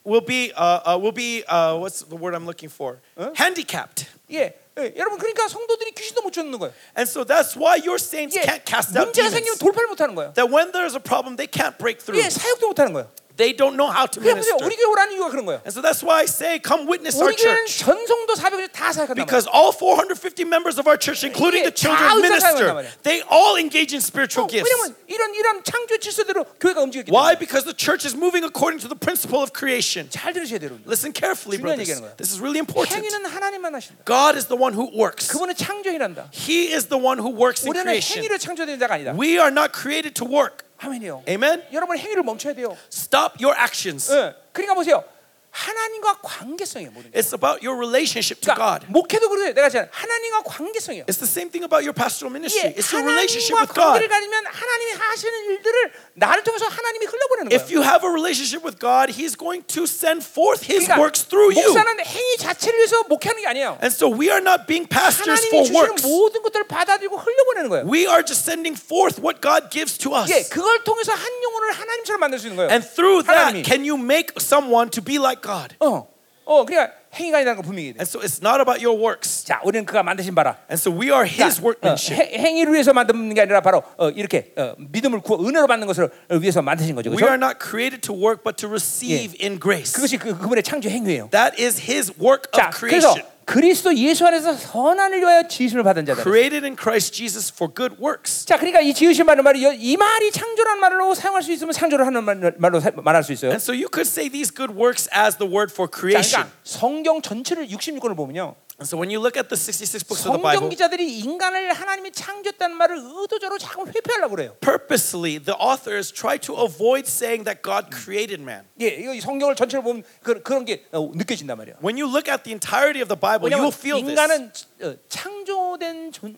Speaker 2: will be, uh, uh, will be, uh, what's the word I'm looking for? Handicapped.
Speaker 1: 예, 예, 여러분 그러니까 성도들이 귀신도 못 쫓는 거예요.
Speaker 2: And so that's why your saints
Speaker 1: 이게
Speaker 2: can't cast out
Speaker 1: 문제가 생기면
Speaker 2: demons.
Speaker 1: 돌파를 못 하는 거예요.
Speaker 2: That when there's a problem, they can't break through.
Speaker 1: 예, 사역도 못 하는 거예요.
Speaker 2: They don't know how to
Speaker 1: 그래 보세요.
Speaker 2: minister.
Speaker 1: 우리 교회 오라는 이유가 그런 거예요.
Speaker 2: And so that's why I say, come witness our
Speaker 1: 우리 교회는
Speaker 2: church.
Speaker 1: 전성도 400명 다 사역한다.
Speaker 2: Because all 450 members of our church, including
Speaker 1: 이게
Speaker 2: the children
Speaker 1: 다 의사사역이란
Speaker 2: minister,
Speaker 1: 말이야.
Speaker 2: they all engage in spiritual gifts.
Speaker 1: 어, 왜냐면 이런 이런 창조 질서대로 교회가 움직였기 때문에.
Speaker 2: Why? Because the church is moving according to the principle of creation.
Speaker 1: 잘 들으셔야 돼요, 여러분.
Speaker 2: Listen carefully,
Speaker 1: 중요한
Speaker 2: brothers.
Speaker 1: 얘기하는 거야.
Speaker 2: This is really important.
Speaker 1: 행위는 하나님만 하신다.
Speaker 2: God is the one who works.
Speaker 1: 그분은 창조이란다.
Speaker 2: He is the one who works in
Speaker 1: 우리는
Speaker 2: creation.
Speaker 1: 행위를 창조된 자가 아니다.
Speaker 2: We are not created to work.
Speaker 1: 아멘이요.
Speaker 2: Amen?
Speaker 1: 여러분 행위를 멈춰야 돼요.
Speaker 2: Stop your actions.
Speaker 1: 예. 그러니까 보세요. 하나님과 관계성이에요, 모든 게.
Speaker 2: It's about your relationship to
Speaker 1: 그러니까
Speaker 2: God.
Speaker 1: 목회도 그래요. 내가 잖아 하나님과 관계성이에요.
Speaker 2: It's the same thing about your pastoral ministry.
Speaker 1: 이게
Speaker 2: It's your relationship
Speaker 1: 하나님과
Speaker 2: with God.
Speaker 1: 관계를 가지면 하나님이 하시는 일들을 나를 통해서 하나님이 흘려보내는 거예요.
Speaker 2: If you have a relationship with God, He's going to send forth His
Speaker 1: 그러니까
Speaker 2: works through you.
Speaker 1: 목사는 행위 자체를 위해서 목회하는 게 아니에요.
Speaker 2: And so we are not being pastors
Speaker 1: 하나님이
Speaker 2: for
Speaker 1: 주시는
Speaker 2: works.
Speaker 1: 모든 것들을 받아들이고 흘려보내는 거예요.
Speaker 2: We are just sending forth what God gives to us.
Speaker 1: 예, 그걸 통해서 한 영혼을 하나님처럼 만들 수 있는 거예요.
Speaker 2: And through that,
Speaker 1: 하나님이.
Speaker 2: can you make someone to be like God?
Speaker 1: 어, 어, 그러니까 행위가 아니라는 건 분명히 돼.
Speaker 2: And so it's not about your works.
Speaker 1: 자, 우리는 그가 만드신 바라.
Speaker 2: And so we are
Speaker 1: 그러니까,
Speaker 2: His
Speaker 1: 어,
Speaker 2: workmanship.
Speaker 1: 해- 행위를 위해서 만드는 게 아니라 바로 어, 이렇게 어, 믿음을 구하 은혜로 받는 것을 어, 위해서 만드신 거죠.
Speaker 2: We
Speaker 1: 그렇죠?
Speaker 2: are not created to work, but to receive in grace.
Speaker 1: 그것이 그, 그분의 창조 행위예요.
Speaker 2: That is His work
Speaker 1: 자,
Speaker 2: of
Speaker 1: 그래서
Speaker 2: creation.
Speaker 1: 그리스도 예수 안에서 선한을 위하여 지으심을 받은 자다.
Speaker 2: Created in Christ Jesus for good works.
Speaker 1: 자, 그러니까 이 지으심 말은 말이 여- 이 말이 창조란 말로 사용할 수 있으면 창조를 하는 말- 말로 사- 말할 수 있어요.
Speaker 2: And so you could say these good works as the word for
Speaker 1: 자,
Speaker 2: creation.
Speaker 1: 그러니까 성경 전체를 66권을 보면요.
Speaker 2: And so when you look at the 66 books of the
Speaker 1: 성경
Speaker 2: Bible,
Speaker 1: 기자들이 인간을 하나님이 창조했다는 말을 의도적으로 자꾸 회피하려고 그래요.
Speaker 2: purposely the authors try to avoid saying that God created man.
Speaker 1: 예, 이거 이 성경을 전체로 보면 그, 그런 게 어, 느껴진단 말이야.
Speaker 2: When you look at the entirety of the Bible, you
Speaker 1: 왜냐면
Speaker 2: will feel this.
Speaker 1: 인간은 어, 창조된 존,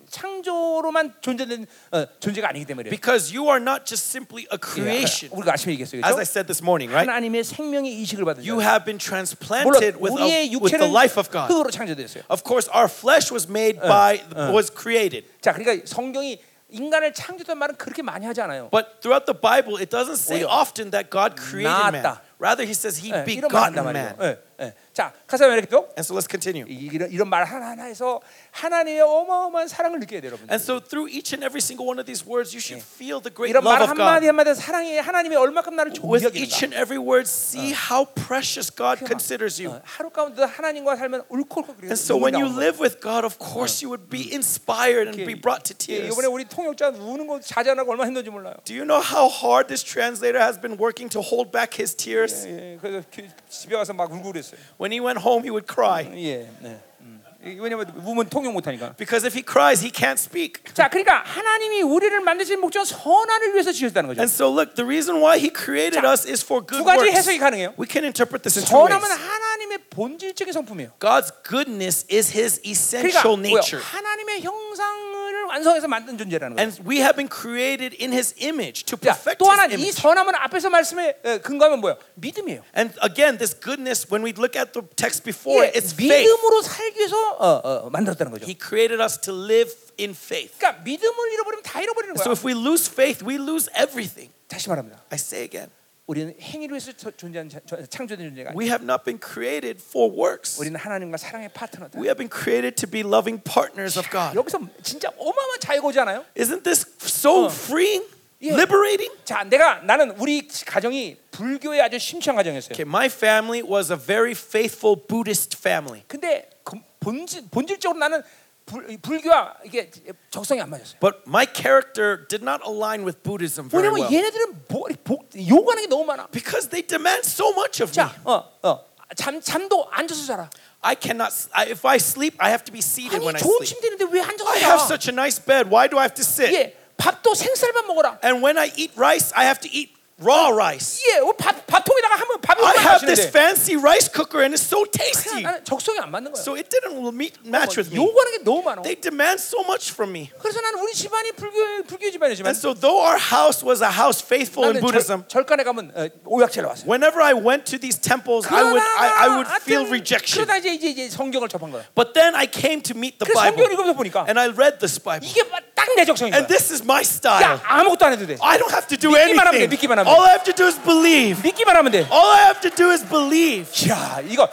Speaker 1: 창조로만 존재된 어, 존재가 아니기 때문에 그래요.
Speaker 2: Because you are not just simply a
Speaker 1: 예,
Speaker 2: creation.
Speaker 1: 아까 우리가 아침에 얘기했어요.
Speaker 2: As I
Speaker 1: 그렇죠?
Speaker 2: said this morning, right?
Speaker 1: 하나님의 생명의 이식을 받은 자.
Speaker 2: You have been
Speaker 1: 물론
Speaker 2: transplanted with,
Speaker 1: 우리의
Speaker 2: a, with the
Speaker 1: 육체는
Speaker 2: life of God.
Speaker 1: 흙으로 창조되었어요.
Speaker 2: Of course, our flesh was made by, was created.
Speaker 1: 자, 그러니까 성경이 인간을 창조했다는 말은 그렇게 많이 하지 않아요.
Speaker 2: But throughout the Bible, it doesn't say
Speaker 1: 오히려
Speaker 2: often that God created man.
Speaker 1: 낳았다.
Speaker 2: Rather, he says he
Speaker 1: 예, 이런 말
Speaker 2: begot
Speaker 1: 한단 말이에요.
Speaker 2: man.
Speaker 1: 예, 예. 자, 가사면 이렇게 또
Speaker 2: And so let's continue.
Speaker 1: 이- 이런, 이런 말 하나하나에서 하나님의 어마어마한 사랑을 느껴야 돼요, 여러분.
Speaker 2: And so through each and every single one of these words, you should feel the great
Speaker 1: 이런 말
Speaker 2: love of God.
Speaker 1: 한마디 한마디 사랑이 하나님이 얼마큼 나를
Speaker 2: With each
Speaker 1: 존경하는가.
Speaker 2: and every word, see how precious God considers you.
Speaker 1: 어, 하루 가운데 하나님과 살면 울컥울컥 그래요.
Speaker 2: And so when Uh, you live with God, of course you would be inspired and be brought to
Speaker 1: 예,
Speaker 2: tears.
Speaker 1: 이번에 우리 통역자 우는 거 자제하라고 얼마나 힘든지 몰라요.
Speaker 2: Do you know how hard this translator has been working to hold back his tears?
Speaker 1: 예, 예, 그래서 기- 집에 가서 막 울고 그랬어요.
Speaker 2: When he went home, he would cry.
Speaker 1: 예, 네. 음. 이게 왜냐면 우면 통역 못하니까.
Speaker 2: Because if he cries, he can't speak.
Speaker 1: 자, 그러니까 하나님이 우리를 만드신 목적은 선한을 위해서 지으셨다는
Speaker 2: And
Speaker 1: 거죠.
Speaker 2: so, look, the reason why he created
Speaker 1: 자,
Speaker 2: us is for
Speaker 1: 두
Speaker 2: good
Speaker 1: 가지
Speaker 2: works.
Speaker 1: 해석이 가능해요.
Speaker 2: We can interpret this in two ways.
Speaker 1: 선함은 하나님의 본질적인 성품이에요.
Speaker 2: God's goodness is his
Speaker 1: 그러니까
Speaker 2: essential
Speaker 1: 뭐예요?
Speaker 2: nature.
Speaker 1: 하나님의 형상을 완성해서 만든 존재라는 거예요.
Speaker 2: And we have been created in his image to
Speaker 1: 자,
Speaker 2: perfect
Speaker 1: 또 하나
Speaker 2: his
Speaker 1: 이
Speaker 2: image.
Speaker 1: 선함은 앞에서 말씀에 에, 근거하면 뭐예요? 믿음이에요.
Speaker 2: And again, this goodness, when we look at the text before,
Speaker 1: 이게
Speaker 2: it, it's faith.
Speaker 1: 믿음으로 살기 위해서 어, 어, 만들었다는 거죠.
Speaker 2: He created us to live in faith.
Speaker 1: 그러니까 믿음을 잃어버리면 다 잃어버리는
Speaker 2: So
Speaker 1: 거야.
Speaker 2: if we lose faith, we lose everything.
Speaker 1: 다시 말합니다.
Speaker 2: I say again,
Speaker 1: 우리는 행위로 해서 저- 존재한 자- 저- 창조된 존재가 아니에요.
Speaker 2: we have not been created for works.
Speaker 1: 우리는 하나님과 사랑의 파트너다.
Speaker 2: We have been created to be loving partners of God.
Speaker 1: 여기서 진짜 어마어마한 자유가 오지 않아요?
Speaker 2: Isn't this so
Speaker 1: 어.
Speaker 2: freeing?
Speaker 1: 예.
Speaker 2: Liberating?
Speaker 1: 자, 내가 나는 우리 가정이 불교의 아주 심취한 가정이었어요.
Speaker 2: Okay, my family was a very faithful Buddhist family.
Speaker 1: 근데 그 본질 본질적으로 나는 불, 불교와 이게 적성이 안 맞았어요.
Speaker 2: But my character did not align with Buddhism very
Speaker 1: 왜냐면
Speaker 2: well.
Speaker 1: 얘네들은 뭐, 복, 요구하는 게 너무 많아.
Speaker 2: Because they demand so much of me.
Speaker 1: 자, 어, 어. 잠 잠도 앉아서 자라.
Speaker 2: I cannot, s- I, if I sleep, I have to be
Speaker 1: 아니
Speaker 2: seated when I
Speaker 1: 좋은
Speaker 2: sleep.
Speaker 1: 침대인데 왜 앉아서
Speaker 2: I have
Speaker 1: 자?
Speaker 2: such a nice bed. Why do I have to sit?
Speaker 1: 예, 밥도 생쌀밥 먹어라.
Speaker 2: And when I eat rice, I have to eat raw rice.
Speaker 1: 예, 어, 밥 밥통에다가 하면 밥이
Speaker 2: I
Speaker 1: 얼마나
Speaker 2: have this
Speaker 1: 맛있는데
Speaker 2: fancy rice cooker and it's so tasty.
Speaker 1: 나는 적성이 안 맞는 거야.
Speaker 2: So it didn't meet, match with me.
Speaker 1: 요구하는 게 너무 많아.
Speaker 2: They demand so much from me.
Speaker 1: 그래서 나는 우리 집안이 불교 불교 집안이지만
Speaker 2: And so though our house was a house faithful in
Speaker 1: 나는
Speaker 2: Buddhism,
Speaker 1: 절, 절간에 가면 어, 오약체로 왔어요.
Speaker 2: whenever I went to these temples, I would I, I would feel rejection.
Speaker 1: 그러다 이제, 이제 이제 성경을 접한 거야.
Speaker 2: But then I came to meet the
Speaker 1: 그래서 성경을 읽으면서
Speaker 2: Bible
Speaker 1: 보니까
Speaker 2: and I read this Bible.
Speaker 1: 이게 딱 내 적성인 거야.
Speaker 2: And this is
Speaker 1: 야
Speaker 2: my style.
Speaker 1: 아무것도 안 해도 돼.
Speaker 2: I don't have to do
Speaker 1: 믿기만 하면 돼,
Speaker 2: anything.
Speaker 1: 믿기만 하면
Speaker 2: All I have to do is believe.
Speaker 1: 믿기만 하면 돼.
Speaker 2: All I have to do is believe.
Speaker 1: 야 이거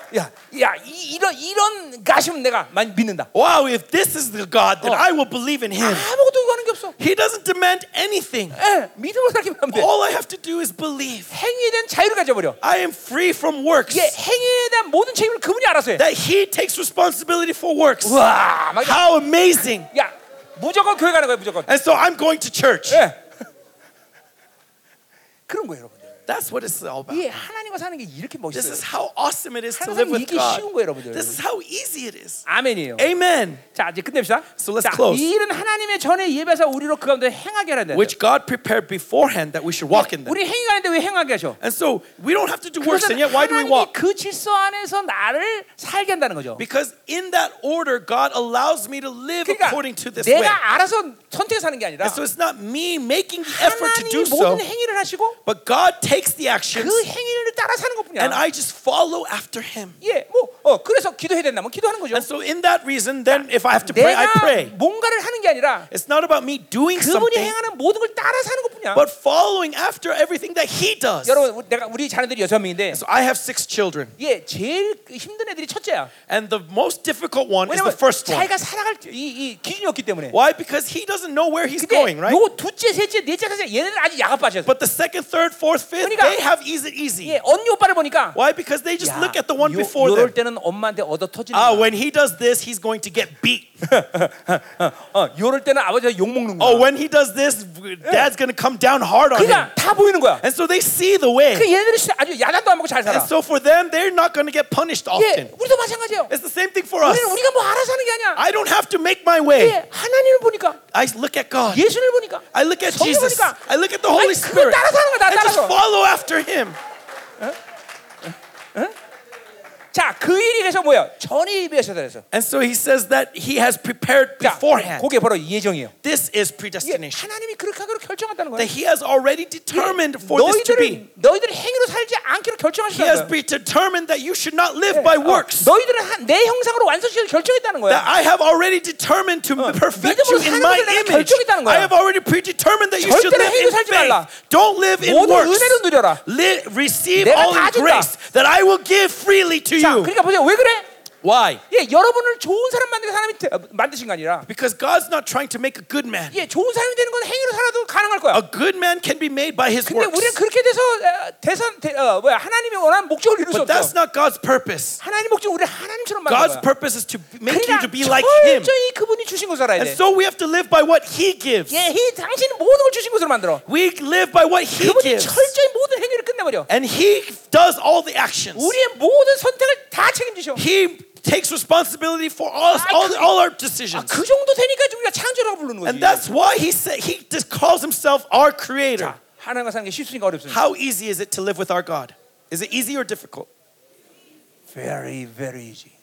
Speaker 1: 야야 이런 이런 가시면 내가 많이 믿는다.
Speaker 2: Wow, if this is the God, then
Speaker 1: Oh.
Speaker 2: I will believe in Him.
Speaker 1: 아무것도 요구하는 게 없어.
Speaker 2: He doesn't demand anything.
Speaker 1: 예, 믿음으로 살기만 하면 돼.
Speaker 2: All I have to do is believe.
Speaker 1: 행위에 대한 자유를 가져버려.
Speaker 2: I am free from works.
Speaker 1: 이게 행위에 대한 모든 책임을 그분이 알아서 해.
Speaker 2: That He takes responsibility for works.
Speaker 1: 와, 막
Speaker 2: How amazing.
Speaker 1: 야 무조건 교회 가는 거야 무조건.
Speaker 2: And so I'm going to church.
Speaker 1: 예. 그런 거예요, 여러분들.
Speaker 2: That's what it's all about.
Speaker 1: 이 하나님과 사는 게 이렇게
Speaker 2: This
Speaker 1: 멋있어요.
Speaker 2: is how awesome it is to
Speaker 1: 항상
Speaker 2: live with
Speaker 1: 이게
Speaker 2: God.
Speaker 1: 쉬운 거예요, 여러분들.
Speaker 2: This is how easy it is.
Speaker 1: 아멘이에요.
Speaker 2: Amen.
Speaker 1: 자, 이제 끝냅시다.
Speaker 2: So let's
Speaker 1: 자,
Speaker 2: close.
Speaker 1: 이 일은 하나님의 전에 예배사 우리로 그 가운데 행하게 하는데.
Speaker 2: Which God prepared beforehend that we should walk in them.
Speaker 1: 우리 행위가 아닌데 왜 행하게 하셔?
Speaker 2: And so we don't have to do works,
Speaker 1: 그것은
Speaker 2: and yet why do
Speaker 1: 하나님이
Speaker 2: we walk?
Speaker 1: 그 질서 안에서 나를 살게 한다는 거죠.
Speaker 2: Because in that order, God allows me to live
Speaker 1: 그러니까
Speaker 2: according to this way.
Speaker 1: 내가 알아서 선택해 사는 게 아니라
Speaker 2: And so it's not me making the effort to
Speaker 1: 하나님이
Speaker 2: do so,
Speaker 1: 모든 행위를 하시고
Speaker 2: but God takes the actions,
Speaker 1: 그 행위를 따라 사는 것뿐이야.
Speaker 2: and I just follow after Him.
Speaker 1: 예, 뭐 어, 그래서 기도해야 된다면 기도하는 거죠.
Speaker 2: And so in that reason, then if I have to pray, I
Speaker 1: 내가
Speaker 2: pray.
Speaker 1: 뭔가를 하는 게 아니라
Speaker 2: It's not about me doing
Speaker 1: 그분이
Speaker 2: something,
Speaker 1: 행하는 모든 걸 따라 사는 것뿐이야.
Speaker 2: but following after everything that He does. So
Speaker 1: 여러분, 우리- 내가 우리 자녀들이 여섯 명인데
Speaker 2: I have six children,
Speaker 1: 예, 제일 그 힘든 애들이 첫째야.
Speaker 2: and the most difficult one is the
Speaker 1: 왜냐면
Speaker 2: first one.
Speaker 1: 자기가 살아갈 이, 이 기준이 없기 때문에.
Speaker 2: Why? Because he doesn't know where he's
Speaker 1: 근데
Speaker 2: going, right?
Speaker 1: 요거 둘째, 셋째, 넷째, 다섯째 얘네들 아직 야가빠져.
Speaker 2: But the second, third, fourth, fifth,
Speaker 1: 그러니까-
Speaker 2: they have easy easy.
Speaker 1: 예, 언니 오빠를 보니까
Speaker 2: Why? Because they just
Speaker 1: 야,
Speaker 2: look at the one
Speaker 1: 요-
Speaker 2: before
Speaker 1: 요럴
Speaker 2: them.
Speaker 1: 때는 엄마한테 얻어 터지는
Speaker 2: Ah,
Speaker 1: 거야.
Speaker 2: when he does this, he's going to get beat.
Speaker 1: 어, 요럴 때는 아버지가 욕 먹는 거야.
Speaker 2: Oh, when he does this, dad's going to come down hard on him.
Speaker 1: 그러니까 다 보이는 거야.
Speaker 2: And so they see the
Speaker 1: 그
Speaker 2: way.
Speaker 1: 얘네들이 진짜 아주 야단도 안 먹고 잘 살아.
Speaker 2: And so for them, they're not going to get punished
Speaker 1: 예,
Speaker 2: often.
Speaker 1: 우리도 마찬가지예요.
Speaker 2: It's the same thing for us.
Speaker 1: 우리는 우리가 뭐 알아서 하는 게 아니야.
Speaker 2: I don't have to make my way.
Speaker 1: 예, 하나님을 보니까
Speaker 2: I look at God.
Speaker 1: 예수를 보니까
Speaker 2: I look at
Speaker 1: 성경
Speaker 2: Jesus.
Speaker 1: 보니까
Speaker 2: I look at the
Speaker 1: 아니,
Speaker 2: Holy
Speaker 1: 그걸
Speaker 2: Spirit.
Speaker 1: 따라서 하는 거야.
Speaker 2: I
Speaker 1: 나
Speaker 2: just
Speaker 1: 따라서.
Speaker 2: follow after him.
Speaker 1: 자, 그 일이 그래서 뭐야? 전에 예배하셔야 돼서.
Speaker 2: And so he says that he has prepared
Speaker 1: 자,
Speaker 2: beforehand.
Speaker 1: 그게 바로 예정이에요.
Speaker 2: This is
Speaker 1: 이게
Speaker 2: predestination.
Speaker 1: 하나님이 그렇게 하기로 결정한다는 거예요.
Speaker 2: That he has already determined for this to be.
Speaker 1: 너희들은 너희들은 행위로 살지 않기로
Speaker 2: He has
Speaker 1: 결정하셨다는 거예요. 어,
Speaker 2: be determined that you should not live by works.
Speaker 1: 너희들은 한- 내 형상으로 완성시켜 결정했다는 거야.
Speaker 2: That I have already determined to perfect you
Speaker 1: Oh. 믿음으로
Speaker 2: in
Speaker 1: 사는
Speaker 2: my
Speaker 1: 것을 내가
Speaker 2: image.
Speaker 1: 결정했다는 거야.
Speaker 2: I have already predetermined that you should
Speaker 1: 절대로
Speaker 2: live
Speaker 1: 행위로
Speaker 2: in
Speaker 1: 살지 말라.
Speaker 2: faith. Don't live in
Speaker 1: 모든
Speaker 2: works.
Speaker 1: 은혜를 누려라.
Speaker 2: Li- receive
Speaker 1: 내가
Speaker 2: all
Speaker 1: 다 준다.
Speaker 2: in grace that I will give freely to
Speaker 1: 자,
Speaker 2: you.
Speaker 1: 그러니까 보세요. 왜 그래?
Speaker 2: Why?
Speaker 1: 예, 여러분을 좋은 사람 만드는 사람이 되- 어, 만드신 거 아니라
Speaker 2: Because God's not trying to make a good man.
Speaker 1: 예, 좋은 사람이 되는 건 행위로 살아도 가능할 거야.
Speaker 2: A good man can be made by his
Speaker 1: 근데 우리는
Speaker 2: works.
Speaker 1: 그렇게 돼서 어, 대선 대, 어, 뭐야 하나님이 원하는 목적을 이룰 수 없어.
Speaker 2: But that's not God's purpose.
Speaker 1: 하나님 목적 우리 하나님처럼 만든
Speaker 2: God's
Speaker 1: 거야.
Speaker 2: purpose is to make you
Speaker 1: 그러니까
Speaker 2: to be like him.
Speaker 1: 철저히 그분이 주신 것을 알아야
Speaker 2: And
Speaker 1: 돼.
Speaker 2: so we have to live by what he gives.
Speaker 1: 예, 이 당신은 모든 걸 주신 것으로 만들어.
Speaker 2: We live by what he
Speaker 1: 그분이
Speaker 2: gives.
Speaker 1: 철저히 모든 행위를 끝내버려.
Speaker 2: And he does all the actions.
Speaker 1: 우리의 모든 선택을 다 책임지셔.
Speaker 2: He takes responsibility for all,
Speaker 1: 아,
Speaker 2: all,
Speaker 1: 그-
Speaker 2: all our decisions.
Speaker 1: 그 정도 되니까 우리가 창조라고 부르는 거지.
Speaker 2: And that's why he said he just calls himself our creator.
Speaker 1: 자, 하나님과 사는 게 쉽으니까 어렵습니다.
Speaker 2: How easy is it to live with our God? Is it easy or difficult?
Speaker 1: Very, very easy.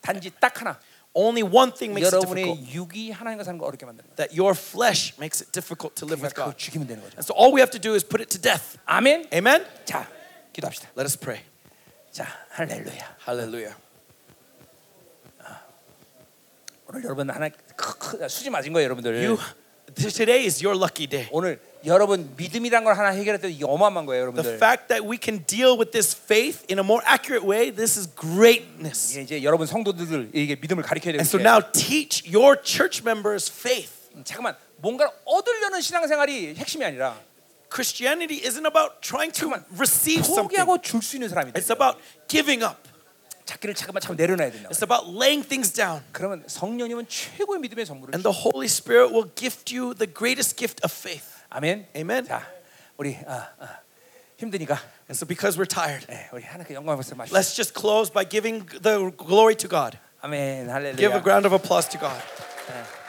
Speaker 1: 단지 딱 하나.
Speaker 2: Only one thing makes it difficult.
Speaker 1: 여러분의 육이 하나님과 사는 거 어렵게 만드는 거예요.
Speaker 2: That your flesh makes it difficult to live with
Speaker 1: 그러니까 그거
Speaker 2: God.
Speaker 1: 죽이면 되는 거죠.
Speaker 2: And so all we have to do is put it to death.
Speaker 1: 아멘.
Speaker 2: Amen?
Speaker 1: 자, 기도합시다.
Speaker 2: Let us pray.
Speaker 1: 자, 할렐루야.
Speaker 2: Hallelujah.
Speaker 1: 오늘 여러분 하나 크- 크- 수지 맞은 거예요, 여러분들.
Speaker 2: You th- today is your lucky day.
Speaker 1: 오늘 여러분 믿음이란 걸 하나 해결했더니 이게 어마어마한 거예요,
Speaker 2: The
Speaker 1: 여러분들.
Speaker 2: fact that we can deal with this faith in a more accurate way, this is greatness.
Speaker 1: 이게 이제 여러분 성도들 이게 믿음을 가르쳐야
Speaker 2: And so
Speaker 1: 되는데
Speaker 2: now teach your church members faith.
Speaker 1: 잠깐만 뭔가를 얻으려는 신앙생활이 핵심이 아니라
Speaker 2: Christianity isn't about trying to receive something.
Speaker 1: 포기하고 줄 수 있는 사람이 돼.
Speaker 2: It's about giving up.
Speaker 1: 자기를 잠깐만 참 내려놔야 된다.
Speaker 2: It's about laying things down.
Speaker 1: 그러면 성령님은 최고의 믿음의 선물을
Speaker 2: And the Holy Spirit will gift you the greatest gift of faith.
Speaker 1: 주- 아멘.
Speaker 2: Amen.
Speaker 1: 자, 우리 아, 아, 힘드니까
Speaker 2: And so because we're tired,
Speaker 1: 예, 우리 하나님께 영광 박수 마시죠.
Speaker 2: let's just close by giving the glory to God.
Speaker 1: 아멘. 할렐루야.
Speaker 2: Give a round of applause to God.
Speaker 1: 예.